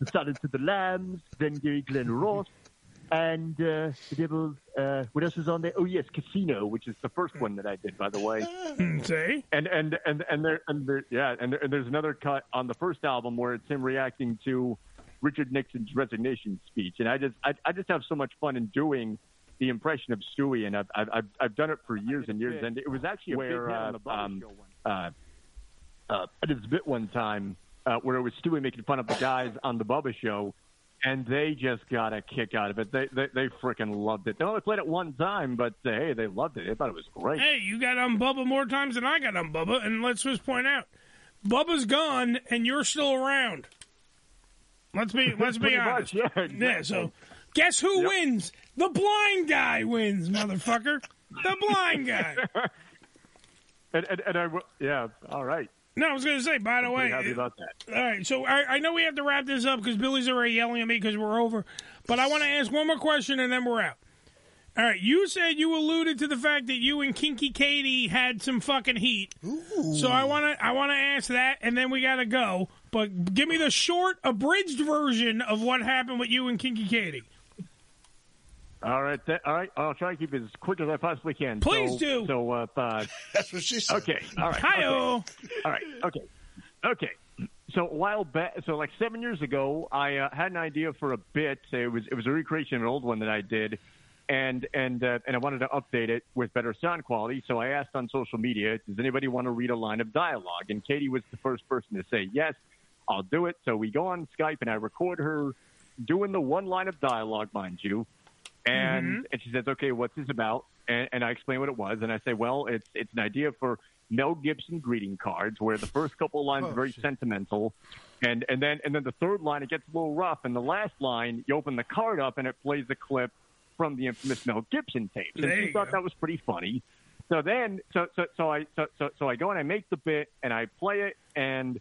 Speaker 5: The Silence of the Lambs, then Gary Glenn Ross, and uh, The Devil's. Uh, what else was on there? Oh yes, Casino, which is the first one that I did, by the way.
Speaker 18: Hmm,
Speaker 1: See?
Speaker 5: And and and and there and there, yeah, and, there, and there's another cut on the first album where it's him reacting to Richard Nixon's resignation speech, and I just I, I just have so much fun in doing the impression of Stewie, and I've I've I've, I've done it for years and years, and it was actually a
Speaker 18: Where,
Speaker 5: big hit on
Speaker 18: uh,
Speaker 5: the Bobby Show uh, uh, I did this bit one time uh, where it was Stewie making fun of the guys on the Bubba Show, and they just got a kick out of it. They they, they freaking loved it. They only played it one time, but uh, hey, they loved it. They thought it was great.
Speaker 1: Hey, you got on Bubba more times than I got on Bubba, and let's just point out, Bubba's gone and you're still around. Let's be let's be
Speaker 5: Pretty
Speaker 1: honest.
Speaker 5: much, yeah, exactly.
Speaker 1: so guess who wins? The blind guy wins, motherfucker. the blind guy.
Speaker 5: And, and, and I w- yeah, all right.
Speaker 1: No, I was going to say. By the
Speaker 5: I'm pretty
Speaker 1: way,
Speaker 5: happy about that.
Speaker 1: All right, so I, I know we have to wrap this up because Billy's already yelling at me because we're over. But I want to ask one more question and then we're out. All right, you said you alluded to the fact that you and Kinky Katie had some fucking heat. So I want to I want to ask that, and then we gotta go. But give me the short, abridged version of what happened with you and Kinky Katie.
Speaker 5: All right, th- all right. I'll try to keep it as quick as I possibly can.
Speaker 1: Please
Speaker 5: so,
Speaker 1: do.
Speaker 5: So uh, uh,
Speaker 3: that's what she said.
Speaker 5: Okay, all right.
Speaker 1: Hi-oh.
Speaker 5: okay. All right, okay, okay. So a while back, so like seven years ago, I uh, had an idea for a bit. It was it was a recreation of an old one that I did, and and uh, and I wanted to update it with better sound quality. So I asked on social media, does anybody want to read a line of dialogue? And Katie was the first person to say yes. I'll do it. So we go on Skype and I record her doing the one line of dialogue, mind you. And
Speaker 18: Mm-hmm.
Speaker 5: and she says, "Okay, what's this about?" And, and I explain what it was, and I say, "Well, it's it's an idea for Mel Gibson greeting cards, where the first couple lines
Speaker 18: Oh,
Speaker 5: are very sentimental, and and then and then the third line it gets a little rough, and the last line you open the card up and it plays a clip from the infamous Mel Gibson tapes." And
Speaker 18: There
Speaker 5: she
Speaker 18: you
Speaker 5: thought that was pretty funny. So then, so so so I so, so so I go and I make the bit and I play it and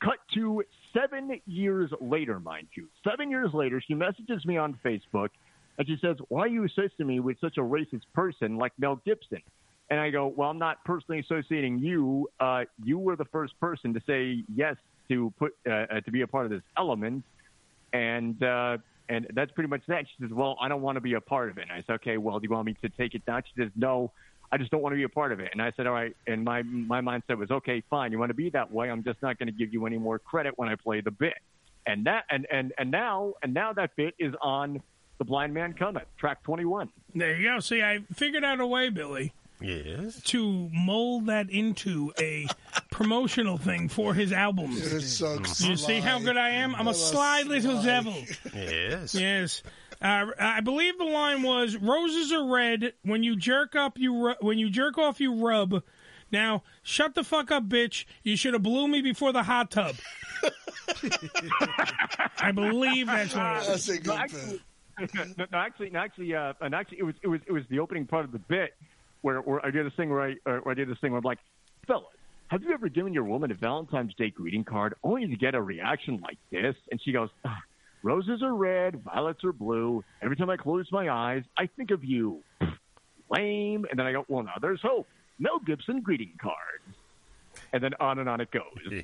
Speaker 5: Cut to seven years later, mind you. Seven years later, she messages me on Facebook and she says, Why are you associating me with such a racist person like Mel Gibson? And I go, Well, I'm not personally associating you. Uh, you were the first person to say yes to put uh, uh, to be a part of this element. And uh, and that's pretty much that. She says, Well, I don't want to be a part of it. And I said, Okay, well, do you want me to take it down? She says, No, I just don't want to be a part of it. And I said, All right. And my, my mindset was, Okay, fine. You want to be that way. I'm just not going to give you any more credit when I play the bit. And that and, and, and now and now that bit is on the blind man cometh, track twenty one.
Speaker 1: There you go. See, I figured out a way, Billy.
Speaker 2: Yes.
Speaker 1: To mold that into a promotional thing for his album.
Speaker 4: It
Speaker 2: Mm-hmm.
Speaker 4: sucks.
Speaker 1: You see how good I am? I'm a
Speaker 4: What a
Speaker 1: sly little
Speaker 4: sly.
Speaker 1: devil.
Speaker 2: Yes.
Speaker 1: Yes. Uh, I believe the line was "Roses are red. When you jerk up, you ru- when you jerk off, you rub." Now, shut the fuck up, bitch. You should have blew me before the hot tub. I believe that's what. it was.
Speaker 5: No, actually, no, no, actually, no, actually, uh, and actually, it was it was it was the opening part of the bit where, where I did this thing where I, uh, where I did this thing where I'm like, fellas, have you ever given your woman a Valentine's Day greeting card only to get a reaction like this? And she goes, "Ah, roses are red, violets are blue. Every time I close my eyes, I think of you. Lame. And then I go, well, now there's hope. Mel Gibson greeting cards. And then on and on it goes.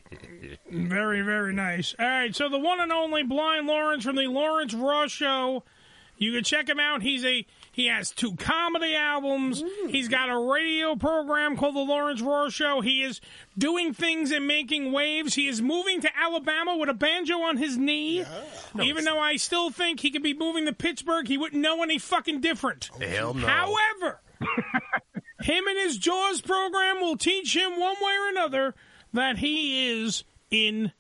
Speaker 1: Very, very nice. All right, so the one and only Blind Lawrence from the Lawrence Raw Show. You can check him out. He's a he has two comedy albums. He's got a radio program called the Lawrence Raw Show. He is doing things and making waves. He is moving to Alabama with a banjo on his knee. Even though I still think he could be moving to Pittsburgh, he wouldn't know any fucking different.
Speaker 2: Hell Oh, no.
Speaker 1: However, him and his Jaws program will teach him one way or another that he is in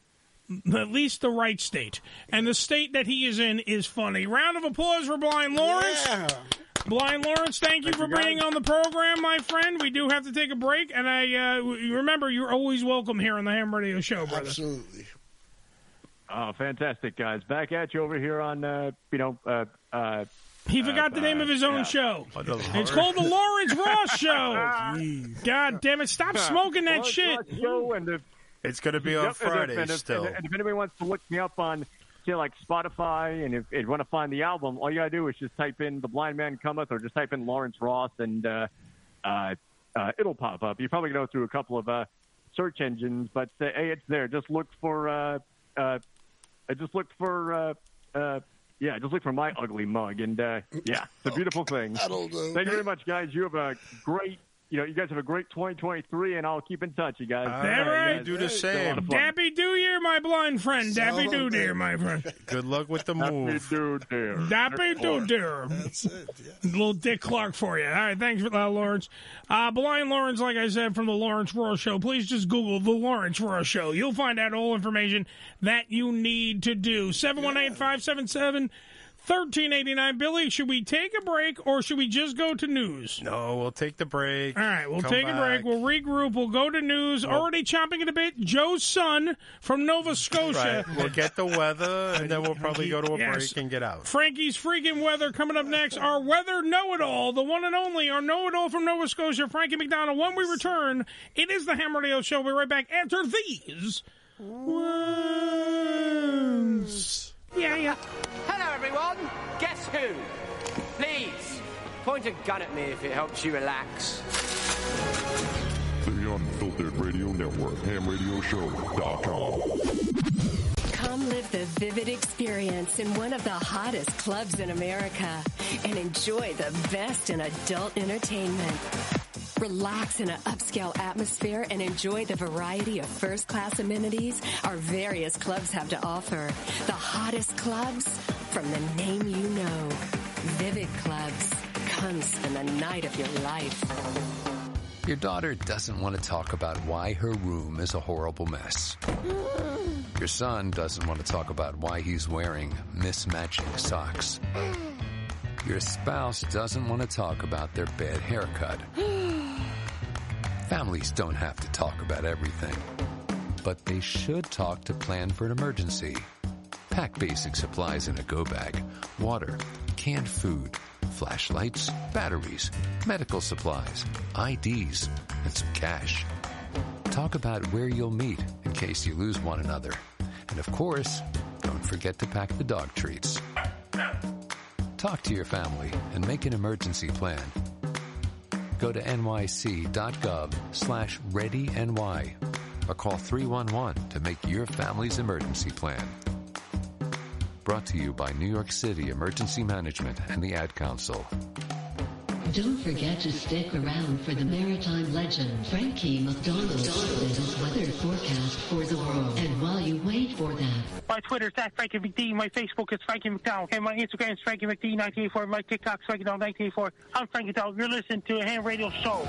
Speaker 1: at least the right state. And the state that he is in is funny. Round of applause for Blind Lawrence. Blind Lawrence, thank you for being on the program, my friend. We do have to take a break. And I uh, w- remember, you're always welcome here on the Ham Radio Show, brother.
Speaker 4: Absolutely.
Speaker 5: Oh, fantastic, guys. Back at you over here on, uh, you know, uh, uh,
Speaker 1: He forgot the name of his own show. It's called the Lawrence Ross Show. God damn it. Stop smoking that shit.
Speaker 5: Show and the
Speaker 2: It's going to be
Speaker 5: Yep,
Speaker 2: on
Speaker 5: and if-
Speaker 2: Friday
Speaker 5: and if,
Speaker 2: still.
Speaker 5: And, if anybody wants to look me up on, say, like Spotify, and if, if you want to find the album, all you got to do is just type in The Blind Man Cometh or just type in Lawrence Ross, and uh, uh, uh, it'll pop up. You probably go through a couple of uh, search engines, but uh, hey, it's there. Just look for, uh, uh, uh, just look for, uh, uh, yeah, just look for my ugly mug, and uh, yeah,
Speaker 2: Oh,
Speaker 5: it's a beautiful thing.
Speaker 4: don't know.
Speaker 5: Thank you very much, guys. You have a great. You know, you guys have a great 2023, and I'll keep in touch, you guys.
Speaker 1: All right.
Speaker 2: do the same.
Speaker 1: Dappy do year, my blind friend. Dappy do dear, my friend.
Speaker 2: Good luck with the move.
Speaker 1: Dappy do dear. That's
Speaker 4: it.
Speaker 1: Little Dick Clark for you. All right, thanks for uh, Lawrence. Uh, Blind Lawrence, like I said, from the Lawrence Royal Show. Please just Google the Lawrence Royal Show. You'll find out all information that you need to do. 718 577 1389. Billy, should we take a break or should we just go to news?
Speaker 2: No, we'll take the break.
Speaker 1: All right, we'll
Speaker 2: Come
Speaker 1: take a break.
Speaker 2: back.
Speaker 1: We'll regroup. We'll go to news. Already chomping it a bit. Joe's son from Nova Scotia.
Speaker 2: Right. We'll get the weather, and then we'll probably go to a
Speaker 1: Oh, Yes.
Speaker 2: break and get out.
Speaker 1: Frankie's freaking weather coming up next. Our weather know it all, the one and only, our know it all from Nova Scotia, Frankie McDonald. When we return, it is the Ham Radio Show. We'll be right back after these. Worms. Yeah, yeah.
Speaker 13: Hello, everyone. Guess who? Please point a gun at me if it helps you relax.
Speaker 26: The Unfiltered Radio Network, hamradioshow.com.
Speaker 21: Come live the vivid experience in one of the hottest clubs in America and enjoy the best in adult entertainment. Relax in an upscale atmosphere and enjoy the variety of first class amenities our various clubs have to offer. The hottest clubs from the name you know. Vivid Clubs. Come spend the night of your life.
Speaker 31: Your daughter doesn't want to talk about why her room is a horrible mess. Your son doesn't want to talk about why he's wearing mismatching socks. Your spouse doesn't want to talk about their bad haircut. Families don't have to talk about everything, but they should talk to plan for an emergency. Pack basic supplies in a go bag, water, canned food, flashlights, batteries, medical supplies, IDs, and some cash. Talk about where you'll meet and in case you lose one another. And of course, don't forget to pack the dog treats. Talk to your family and make an emergency plan. Go to nyc.gov slash readyny or call 311 to make your family's emergency plan. Brought to you by New York City Emergency Management and the Ad Council.
Speaker 14: Don't forget to stick around for the maritime legend, Frankie McDonald, and his weather forecast for the world. And while you wait for that,
Speaker 8: My Twitter is at Frankie McD. My Facebook is Frankie McDowell. And my Instagram is Frankie McD1984. My TikTok is Frankie McDowell1984. I'm Frankie McDowell. You're listening to a ham radio show.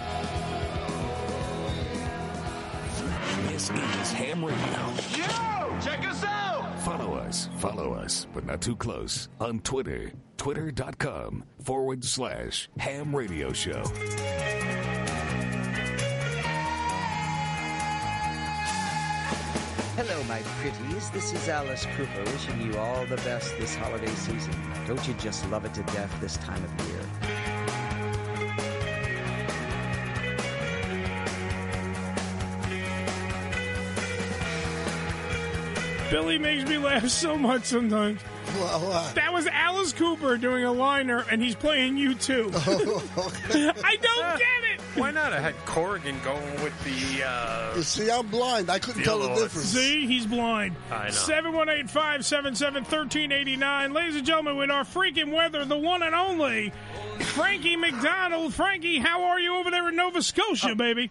Speaker 17: This is Ham Radio.
Speaker 13: Yo! Check us out!
Speaker 17: Follow us, follow us, but not too close on Twitter. Twitter.com forward slash ham radio show.
Speaker 24: Hello, my pretties. This is Alice Cooper wishing you all the best this holiday season. Don't you just love it to death this time of year?
Speaker 1: Billy makes me laugh so much sometimes. That was Alice Cooper doing a liner, and he's playing you too. I don't get it.
Speaker 2: Why not? I had Corrigan going with the. Uh,
Speaker 3: You see, I'm blind. I couldn't tell the
Speaker 2: Yellow.
Speaker 3: difference.
Speaker 1: See, he's blind.
Speaker 2: I know.
Speaker 1: 718 577 1389. Ladies and gentlemen, with our freaking weather, the one and only Frankie McDonald. Frankie, how are you over there in Nova Scotia,
Speaker 2: Uh,
Speaker 1: baby?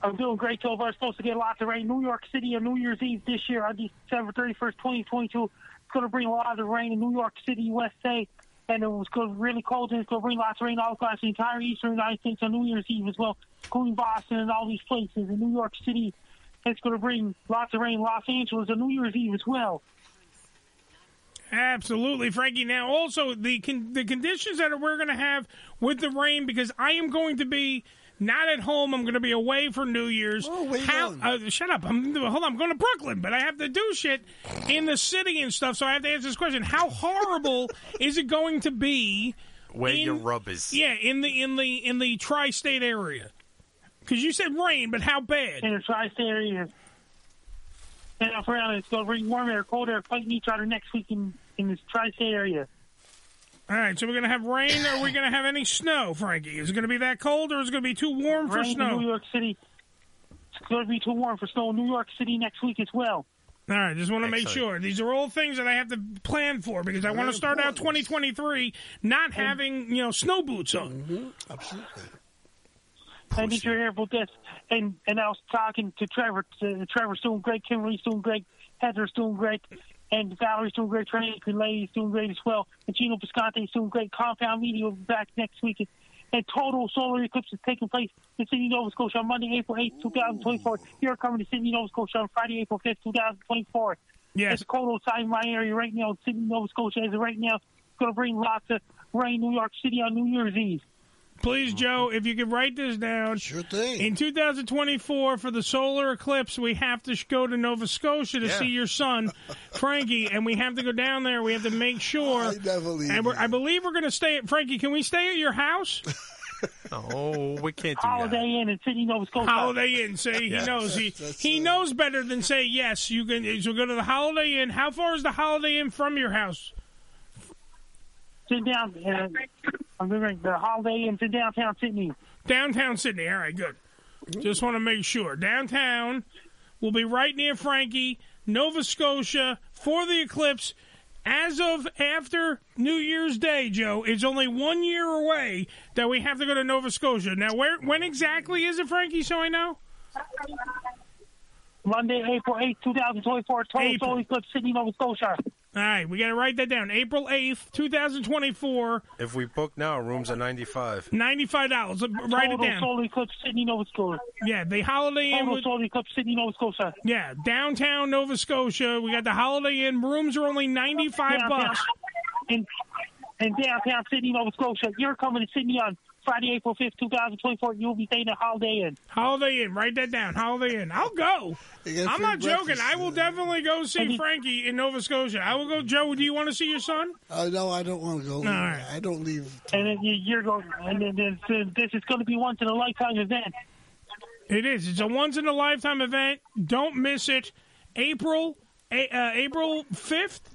Speaker 8: I'm doing great, Tova. It's supposed to get lots of rain. New York City on New Year's Eve this year on December 31st, 2022. It's going to bring a lot of rain in New York City, West Side. And it was going to be really cold, and it's going to bring lots of rain all across the entire eastern United States on New Year's Eve as well, including Boston and all these places. In New York City, it's going to bring lots of rain. Los Angeles on New Year's Eve as well.
Speaker 1: Absolutely, Frankie. Now, also the con- the conditions that we're going to have with the rain, because I am going to be not at home. I'm going to be away for New Year's. Oh, wait uh, Shut up. I'm hold on. I'm going to Brooklyn, but I have to do shit in the city and stuff. So I have to answer this question: How horrible is it going to be?
Speaker 2: Wear
Speaker 1: in-
Speaker 2: your rubbers.
Speaker 1: Yeah, in the in the in the tri-state area. Because you said rain, but how bad?
Speaker 8: In the tri-state area. And up around, it's going to bring warm air, cold air, fighting each other next week in, in this tri-state area.
Speaker 1: All right, so we're going to have rain, or are we going to have any snow, Frankie? Is it going to be that cold, or is it going to be too warm for
Speaker 8: rain
Speaker 1: snow?
Speaker 8: in New York City. It's going to be too warm for snow in New York City next week as well.
Speaker 1: All right, just want to make sure. These are all things that I have to plan for because I want to start out 2023 not having, you know, snow boots on.
Speaker 3: Absolutely.
Speaker 8: And did you hear about this? And and I was talking to Trevor. To, Trevor's doing great. Kimberly's doing great. Heather's doing great. And Valerie's doing great. Trinity Lady's doing great as well. And Gino Piscante's doing great. Compound Media will be back next week. And total solar eclipse is taking place in Sydney, Nova Scotia on Monday, April 8th, 2024. You're coming to Sydney, Nova Scotia on Friday, April 5th, 2024.
Speaker 1: Yes.
Speaker 8: It's cold outside my area right now in Sydney, Nova Scotia. As of right now, it's going to bring lots of rain New York City on New Year's Eve.
Speaker 1: Please, Joe, if you could write this down. Sure thing. In 2024, for the solar eclipse, we have to sh- go to Nova Scotia to see your son, Frankie, and we have to go down there. We have to make sure. I believe. And we're, I believe we're going to stay at Frankie. Can we stay at your house?
Speaker 2: Oh, we can't do that.
Speaker 8: Holiday Inn in Sydney, Nova Scotia.
Speaker 1: Holiday Inn. See,
Speaker 2: Yeah.
Speaker 1: he knows. He he knows better than say yes. You can. So go to the Holiday Inn. How far is the Holiday Inn from your house?
Speaker 8: Sit down. Uh, I'm doing the Holiday Inn in downtown Sydney.
Speaker 1: Downtown Sydney. All right, good. Just want to make sure. Downtown will be right near Frankie, Nova Scotia, for the eclipse. As of after New Year's Day, Joe, it's only one year away that we have to go to Nova Scotia. Now, where when exactly is it, Frankie? So I know.
Speaker 8: Monday, April 8th, 2024. Total solar eclipse, Sydney, Nova Scotia.
Speaker 1: All right, we got to write that down. April 8th, 2024,
Speaker 2: If we book now, rooms are ninety-five.
Speaker 1: $95. Uh, Write it
Speaker 8: Total
Speaker 1: down.
Speaker 8: solar eclipse, Sydney, Nova Scotia.
Speaker 1: Yeah, the Holiday Inn.
Speaker 8: Total
Speaker 1: was-
Speaker 8: solar eclipse, Sydney, Nova Scotia.
Speaker 1: Yeah, downtown Nova Scotia. We got the Holiday Inn. Rooms are only 95
Speaker 8: Downtown-
Speaker 1: bucks.
Speaker 8: In, in downtown Sydney, Nova Scotia. You're coming to Sydney on Friday, April 5th, 2024. You'll be staying at Holiday Inn.
Speaker 1: Holiday Inn. Write that down. Holiday Inn. I'll go.
Speaker 8: get
Speaker 1: I'm
Speaker 8: free
Speaker 1: not joking.
Speaker 8: breakfast.
Speaker 1: I will definitely go see Frankie in Nova Scotia. I will go. Joe, do you want to see your son?
Speaker 3: Uh, no, I don't want to go.
Speaker 1: No, all right.
Speaker 3: I don't leave.
Speaker 8: And then you- you're going, and then, then, then this is going to be once in a lifetime event.
Speaker 1: It is. It's a once in a lifetime event. Don't miss it. April, a, uh, April fifth.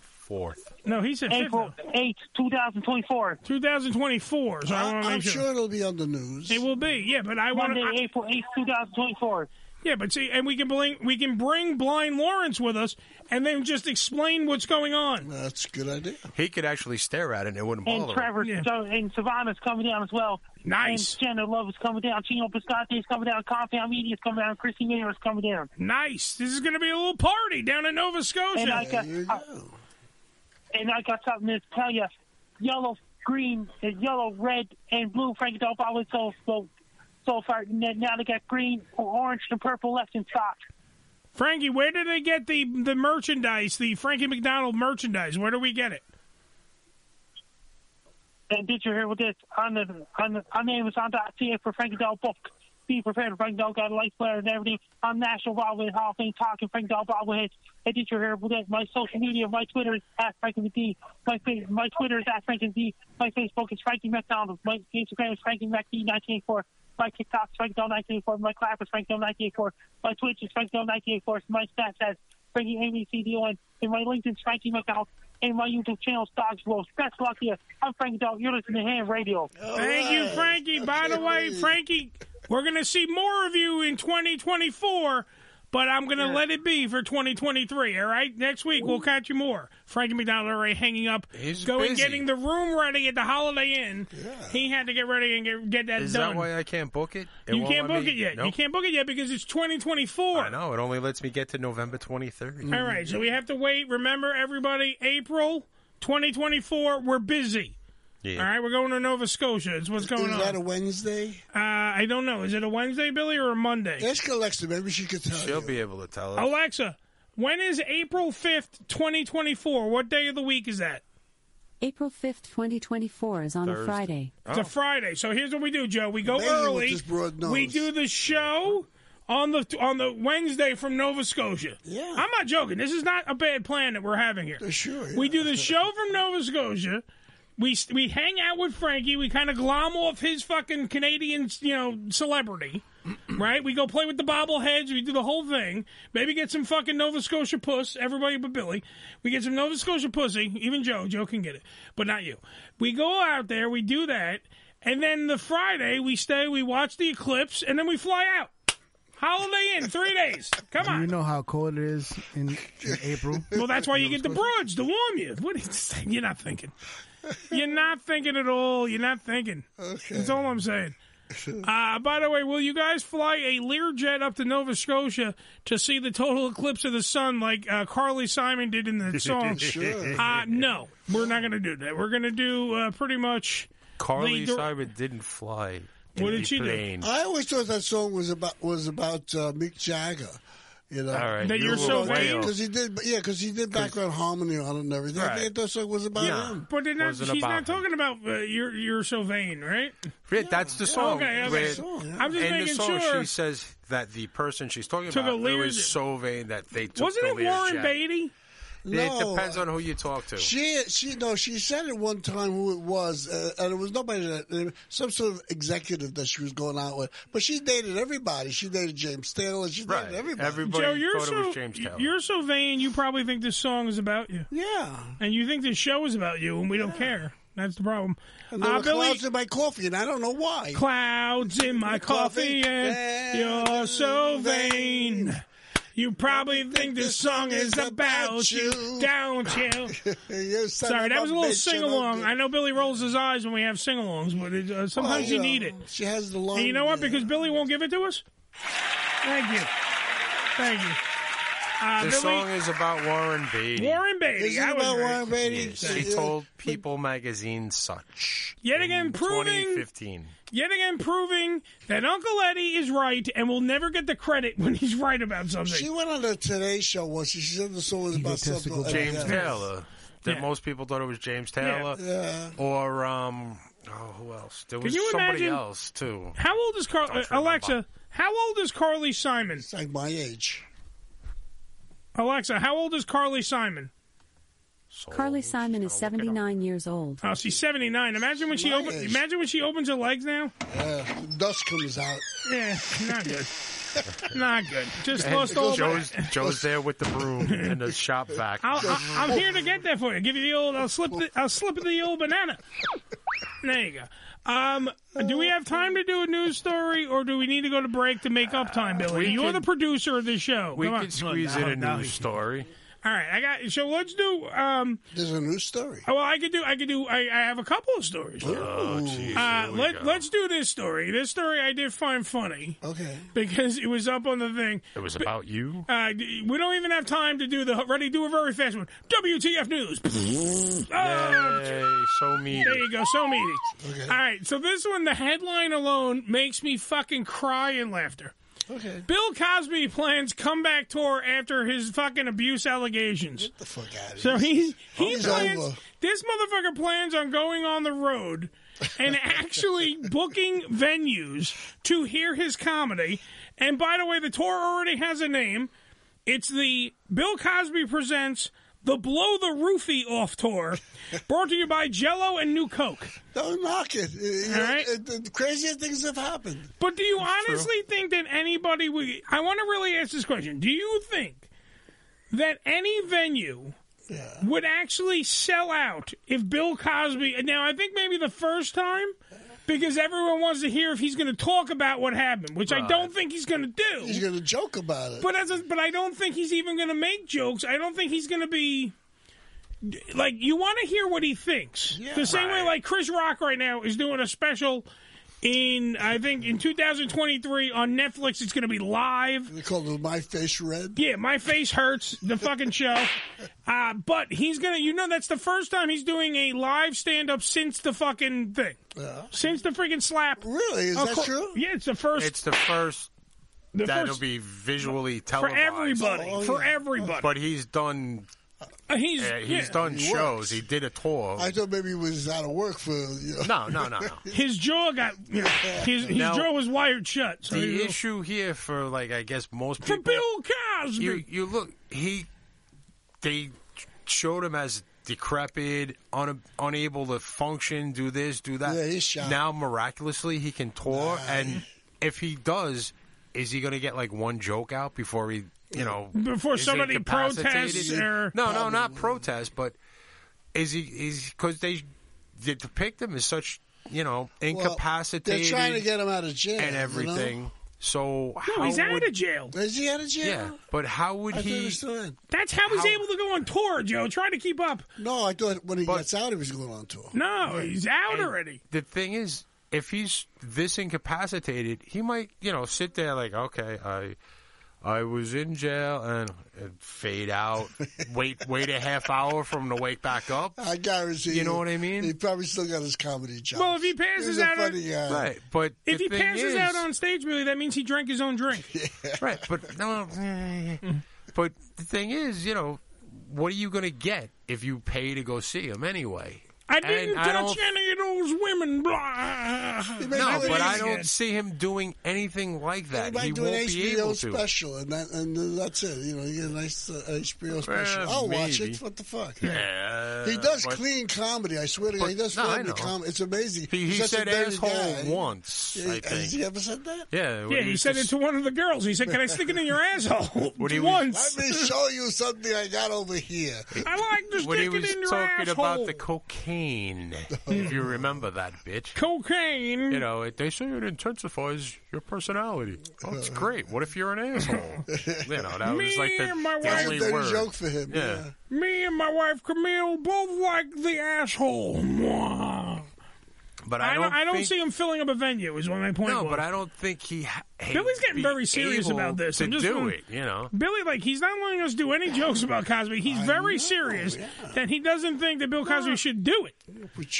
Speaker 2: Fourth.
Speaker 1: No, he said
Speaker 8: April eighth, two thousand twenty-four.
Speaker 1: Two thousand twenty-four. So I
Speaker 3: I'm,
Speaker 1: want to
Speaker 3: I'm
Speaker 1: make
Speaker 3: sure. it'll be on the news.
Speaker 1: It will be, yeah. But I want
Speaker 8: Monday, April eighth, two thousand twenty-four.
Speaker 1: Yeah, but see, and we can bring we can bring Blind Lawrence with us, and then just explain what's going on.
Speaker 3: That's a good idea.
Speaker 2: He could actually stare at it and it wouldn't
Speaker 8: And
Speaker 2: bother
Speaker 8: Trevor
Speaker 2: him.
Speaker 8: so, and Savannah's coming down as well.
Speaker 2: Nice.
Speaker 8: And Chandler Love is coming down. Chino Piscante is coming down. Compound Media is coming down. Christy Mayer is coming down.
Speaker 1: Nice. This is going to be a little party down in Nova Scotia.
Speaker 8: And I got, uh, I- and I got something to tell you. Yellow, green, uh, yellow, red, and blue. Frankie Dope always so so so far. N- Now they got green, orange, and purple left in stock.
Speaker 1: Frankie, where do they get the the merchandise? The Frankie McDonald merchandise. Where do we get it?
Speaker 8: And did you hear what this on the on the on Amazon.ca for Frankie Doll book? Be prepared for Frankie Doll got a life player and everything on National Bobblehead Hall of Fame talking Frankie Doll bobbleheads. And did you hear what this? My social media, my Twitter is at Frankie McD. My fa- my Twitter is at Frankie McD. My Facebook is Frankie McDonald. My Instagram is Frankie McD 1984. My TikTok is Frankie Doll 1984. My clap is Frankie Doll 1984. My Twitch is Frankie Doll 1984. My Snapchat is Frankie ABCD1. And my LinkedIn is Frankie McDonald. And my YouTube channel is Dogs Wolves. Best luck to you. I'm Frankie Doll. You're listening to Ham Radio.
Speaker 1: Thank you, Frankie. By the way, Frankie, we're going to see more of you in 2024, but I'm going to let it be for 2023. All right, next week we'll catch you more. Frankie McDonald already hanging up,
Speaker 2: He's
Speaker 1: going
Speaker 2: busy.
Speaker 1: getting the room ready at the Holiday Inn. He had to get ready and get, get that
Speaker 2: Is
Speaker 1: done.
Speaker 2: that why I can't book it? It
Speaker 1: you
Speaker 2: won't
Speaker 1: can't
Speaker 2: let
Speaker 1: book
Speaker 2: me-
Speaker 1: it yet. You
Speaker 2: Nope.
Speaker 1: can't book it yet because it's 2024.
Speaker 2: I know. It only lets me get to November 23rd.
Speaker 1: All right, so we have to wait. Remember, everybody, April 2024, we're busy.
Speaker 2: Yeah.
Speaker 1: All right, we're going to Nova Scotia. It's what's going
Speaker 3: Is
Speaker 1: on.
Speaker 3: that a Wednesday?
Speaker 1: Uh, I don't know. Is it a Wednesday, Billy, or a Monday?
Speaker 3: Ask Alexa. Maybe she could tell
Speaker 2: She'll
Speaker 3: you.
Speaker 2: be able to tell us.
Speaker 1: Alexa, when is April 5th, 2024? What day of the week is that?
Speaker 23: April 5th, 2024 is on a
Speaker 1: Thursday.
Speaker 23: Friday.
Speaker 1: It's
Speaker 2: Oh.
Speaker 1: a Friday. So here's what we do, Joe. We go
Speaker 23: Amazing with
Speaker 1: early.
Speaker 23: this broad nose.
Speaker 1: We do the show on the on the Wednesday from Nova Scotia. Yeah. I'm not joking. This is not a bad plan that we're having here. Sure. We do the show from Nova Scotia. We we hang out with Frankie. We kind of glom off his fucking Canadian, you know, celebrity. Right, we go play with the bobbleheads. We do the whole thing. Maybe get some fucking Nova Scotia puss. Everybody but Billy. We get some Nova Scotia pussy. Even Joe. Joe can get it, but not you. We go out there. We do that, and then the Friday we stay. We watch the eclipse, and then we fly out. Holiday in three days. Come on.
Speaker 4: You know how cold it is in, in April.
Speaker 1: Well, that's why you get the broads to warm you. What are you saying? You're not thinking. You're not thinking at all. You're not thinking. That's all I'm saying. Uh, by the way, will you guys fly a Learjet up to Nova Scotia to see the total eclipse of the sun like uh, Carly Simon did in the song?
Speaker 2: Sure.
Speaker 1: Uh, no, we're not going to do that. We're going to do uh, pretty much.
Speaker 2: Carly
Speaker 1: the dir-
Speaker 2: Simon didn't fly.
Speaker 1: What
Speaker 2: in
Speaker 1: did
Speaker 2: the
Speaker 1: she do?
Speaker 2: plane.
Speaker 3: I always thought that song was about was about uh, Mick Jagger. You know
Speaker 2: All right, That you you're were so way vain? off.
Speaker 3: because he did yeah because he did background harmony on it and everything. I
Speaker 2: Right.
Speaker 3: think that song was about
Speaker 2: Yeah.
Speaker 3: him.
Speaker 1: But they're not,
Speaker 2: Wasn't
Speaker 1: she's
Speaker 2: about
Speaker 1: not talking about uh, you're you're so vain, right?
Speaker 2: Right, that's the song.
Speaker 1: Okay, okay.
Speaker 2: where-
Speaker 1: I'm just
Speaker 2: in the
Speaker 1: making
Speaker 2: song,
Speaker 1: sure.
Speaker 2: she says that the person she's talking
Speaker 1: Took a
Speaker 2: about it was
Speaker 1: Learjet.
Speaker 2: so vain that they took
Speaker 1: Wasn't
Speaker 2: the
Speaker 1: it Warren
Speaker 2: Learjet.
Speaker 1: Beatty?
Speaker 2: It depends on who you talk to.
Speaker 3: She she no she said at one time who it was uh, and it was nobody that, uh, some sort of executive that she was going out with. But she dated everybody. She dated James Taylor. She dated everybody.
Speaker 1: Joe, you're so, You're so vain. You probably think this song is about you.
Speaker 3: Yeah,
Speaker 1: and you think this show is about you, and we don't care. That's the problem.
Speaker 3: And there
Speaker 1: Uh,
Speaker 3: were
Speaker 1: Billy-
Speaker 3: clouds in my coffee, and I don't know why.
Speaker 1: Clouds in my coffee, and you're so vain. You probably think this song is about you, don't you?
Speaker 3: son
Speaker 1: Sorry,
Speaker 3: of
Speaker 1: that
Speaker 3: a
Speaker 1: was a little
Speaker 3: bitch, you
Speaker 1: sing
Speaker 3: know,
Speaker 1: along. I know Billy rolls his eyes when we have sing alongs, but it, uh, sometimes
Speaker 3: Well,
Speaker 1: you
Speaker 3: yeah,
Speaker 1: need it.
Speaker 3: She has the long.
Speaker 1: And you know what? Because Billy won't give it to us. Thank you. Thank you. Uh,
Speaker 2: the
Speaker 1: Billy,
Speaker 2: song is about Warren Beatty.
Speaker 1: Warren Beatty.
Speaker 3: Is it
Speaker 1: I was
Speaker 3: about
Speaker 1: right.
Speaker 3: Warren Beatty?
Speaker 2: Yes, She
Speaker 3: Yeah.
Speaker 2: told People magazine such.
Speaker 1: Yet again, proving,
Speaker 2: 2015.
Speaker 1: yet again, proving that Uncle Eddie is right, and will never get the credit when he's right about something.
Speaker 3: She went on the Today Show once. She said the song was about something. like
Speaker 2: James
Speaker 3: that.
Speaker 2: Taylor. That most people thought it was James Taylor.
Speaker 3: Yeah.
Speaker 2: Or um oh who else? There
Speaker 1: Can
Speaker 2: was
Speaker 1: you
Speaker 2: somebody
Speaker 1: imagine-
Speaker 2: else too.
Speaker 1: How old is Carl?
Speaker 2: Don't
Speaker 1: uh,
Speaker 2: remember.
Speaker 1: Alexa? How old is Carly Simon? It's
Speaker 3: like my age.
Speaker 1: Alexa, how old is Carly Simon?
Speaker 23: Carly Simon is 79 years old.
Speaker 1: Oh, she's 79. Imagine when she
Speaker 23: My
Speaker 1: opens.
Speaker 23: age.
Speaker 1: Imagine when she opens her legs now.
Speaker 3: Yeah, dust comes out.
Speaker 1: Yeah, not good. not good. Just
Speaker 2: And
Speaker 1: lost all.
Speaker 2: Joe's,
Speaker 1: my-
Speaker 2: Joe's there with the broom and the shop vac.
Speaker 1: I'll, I, I'm here to get that for you. Give you the old. I'll slip. The, I'll slip the old banana. There you go. Um, do we have time to do a news story, or do we need to go to break to make up time, Billy?
Speaker 2: we
Speaker 1: You're
Speaker 2: could-
Speaker 1: the producer of the show.
Speaker 2: we
Speaker 1: Oh, Come on.
Speaker 2: could squeeze in a news story.
Speaker 1: All right, I got. So let's do. Um, Oh,
Speaker 3: There's a news story.
Speaker 1: Well, I could do. I could do. I, I have a couple of stories.
Speaker 2: Oh, geez,
Speaker 1: Uh,
Speaker 2: here we
Speaker 1: let,
Speaker 2: go.
Speaker 1: let's do this story. This story I did find funny.
Speaker 3: Okay.
Speaker 1: Because it was up on the thing.
Speaker 2: It was about you.
Speaker 1: Uh, d- we don't even have time to do the. Ready? Do a very fast one. WTF News. Oh,
Speaker 2: Yay, so mean.
Speaker 1: there you go. So meaty. All right. So this one, the headline alone makes me fucking cry in laughter.
Speaker 3: Okay.
Speaker 1: Bill Cosby plans comeback tour after his fucking abuse allegations. Get
Speaker 3: the fuck out of
Speaker 1: So he he
Speaker 3: It's
Speaker 1: plans.
Speaker 3: over.
Speaker 1: This motherfucker plans on going on the road and actually booking venues to hear his comedy. And by the way, the tour already has a name. It's the Bill Cosby presents the Blow the Roofie Off tour, brought to you by Jello and New Coke.
Speaker 3: Don't knock it. Uh,
Speaker 1: All right.
Speaker 3: The craziest things have happened.
Speaker 1: But do you honestly think that anybody would? I want to really ask this question. Do you think that any venue would actually sell out if Bill Cosby? Now, I think maybe the first time because everyone wants to hear if he's going to talk about what happened, which I
Speaker 3: Right.
Speaker 1: don't think he's going to do.
Speaker 3: He's going to joke about it.
Speaker 1: But as a, but I don't think he's even going to make jokes. I don't think he's going to be like you want to hear what he thinks. the same way like Chris Rock right now is doing a special in I think in 2023 on Netflix. It's going to be live.
Speaker 3: They call it My Face Red.
Speaker 1: Yeah, my face hurts. The fucking show. Uh, but he's gonna, you know, that's the first time he's doing a live stand up since the fucking thing, since the freaking slap.
Speaker 3: Really,
Speaker 2: Is that true?
Speaker 1: Yeah, it's the first.
Speaker 2: It's the first
Speaker 1: The
Speaker 2: that'll
Speaker 1: first-
Speaker 2: be visually
Speaker 1: for
Speaker 2: televised
Speaker 1: everybody, for everybody.
Speaker 2: But he's done.
Speaker 1: he's
Speaker 2: uh, he's
Speaker 1: yeah.
Speaker 2: done
Speaker 1: He
Speaker 2: shows.
Speaker 1: works.
Speaker 2: He did a tour.
Speaker 3: I thought maybe he was out of work for. You know.
Speaker 2: No, no, no, no.
Speaker 1: His jaw got you know, his his
Speaker 2: Now-
Speaker 1: jaw was wired shut. Uh, So
Speaker 2: the
Speaker 1: you know.
Speaker 2: issue here for like I guess most people
Speaker 1: Bill Cosby.
Speaker 2: You you look he they showed him as decrepit, un, unable to function, do this, do that.
Speaker 3: Yeah, he's shot.
Speaker 2: Now miraculously he can tour, and if he does, is he going to get like one joke out before he you know
Speaker 1: Before
Speaker 2: is
Speaker 1: somebody
Speaker 2: incapacitated?
Speaker 1: protests or-
Speaker 2: no no not protest, but is he is because they they depict him as such you know incapacitated.
Speaker 3: They're trying to get him out of jail
Speaker 2: and everything. So
Speaker 1: no,
Speaker 2: how
Speaker 1: he's
Speaker 2: would,
Speaker 1: out of jail.
Speaker 3: Is he out of jail?
Speaker 2: Yeah, but how would
Speaker 3: I thought he
Speaker 2: he?
Speaker 3: was still in.
Speaker 1: That's how he's
Speaker 2: How-
Speaker 1: able to go on tour, Joe. Try to keep up.
Speaker 3: No, I thought when he gets out, he was going on tour.
Speaker 1: No, he's out
Speaker 2: And
Speaker 1: already.
Speaker 2: The thing is, if he's this incapacitated, he might, you know, sit there like, okay, I, I was in jail, and, and fade out. wait, wait a half hour for him to wake back up.
Speaker 3: I guarantee.
Speaker 2: You know what I mean?
Speaker 3: He probably still got his comedy job.
Speaker 1: Well, if he passes
Speaker 3: was a
Speaker 1: out on-
Speaker 3: funny guy.
Speaker 2: Right, but
Speaker 1: If
Speaker 2: the
Speaker 1: he
Speaker 2: thing
Speaker 1: passes
Speaker 2: is-
Speaker 1: out on stage, really, that means he drank his own drink.
Speaker 2: right, but no, but the thing is, you know, what are you going to get if you pay to go see him anyway?
Speaker 1: I
Speaker 2: And
Speaker 1: didn't
Speaker 2: I
Speaker 1: touch
Speaker 2: don't
Speaker 1: any of those women. Blah.
Speaker 2: No, but I don't see him doing anything like that.
Speaker 3: might
Speaker 2: he
Speaker 3: do
Speaker 2: won't
Speaker 3: an
Speaker 2: be
Speaker 3: HBO
Speaker 2: able to.
Speaker 3: special, and that, and then that's it. You know, you get a nice uh, HBO special.
Speaker 2: Well,
Speaker 3: I'll watch
Speaker 2: maybe.
Speaker 3: it. What the fuck?
Speaker 2: Yeah,
Speaker 3: he does
Speaker 2: but-
Speaker 3: clean comedy. I swear to God, he does
Speaker 2: no, I
Speaker 3: clean
Speaker 2: know.
Speaker 3: comedy. It's amazing.
Speaker 2: He, he
Speaker 3: He's such a
Speaker 2: said
Speaker 3: dirty
Speaker 2: asshole
Speaker 3: guy.
Speaker 2: once,
Speaker 3: Yeah,
Speaker 2: I
Speaker 3: Has he
Speaker 2: think.
Speaker 3: ever said that?
Speaker 2: Yeah,
Speaker 1: Yeah, he said it to one of the girls. He said, "Can I stick it in your asshole?"
Speaker 2: What he was-
Speaker 1: once.
Speaker 3: Let me show you something I got over here.
Speaker 1: I like to
Speaker 2: when he
Speaker 1: stick
Speaker 2: was
Speaker 1: it in your
Speaker 2: talking
Speaker 1: asshole.
Speaker 2: about the cocaine. if you remember that, bitch.
Speaker 1: Cocaine.
Speaker 2: You know, it- they say it intensifies your personality. Oh, that's great. What if you're an asshole? you know, that
Speaker 1: Me
Speaker 2: was like the,
Speaker 1: and my
Speaker 2: the
Speaker 1: wife-
Speaker 2: only
Speaker 1: That's a dirty
Speaker 2: word.
Speaker 1: joke
Speaker 3: for him,
Speaker 2: Yeah.
Speaker 1: Me and my wife Camille both like the asshole. Mwah.
Speaker 2: But I
Speaker 1: I
Speaker 2: don't,
Speaker 1: don't, I don't
Speaker 2: think-
Speaker 1: see him filling up a venue. Is what my point
Speaker 2: No,
Speaker 1: was.
Speaker 2: but I don't think he. ha- he'd
Speaker 1: Billy's getting
Speaker 2: be
Speaker 1: very serious
Speaker 2: able
Speaker 1: about this.
Speaker 2: To
Speaker 1: I'm just
Speaker 2: do
Speaker 1: gonna-
Speaker 2: it, you know.
Speaker 1: Billy, like, he's not letting us do any jokes about Cosby. He's very serious that he doesn't think that Bill Cosby should do it.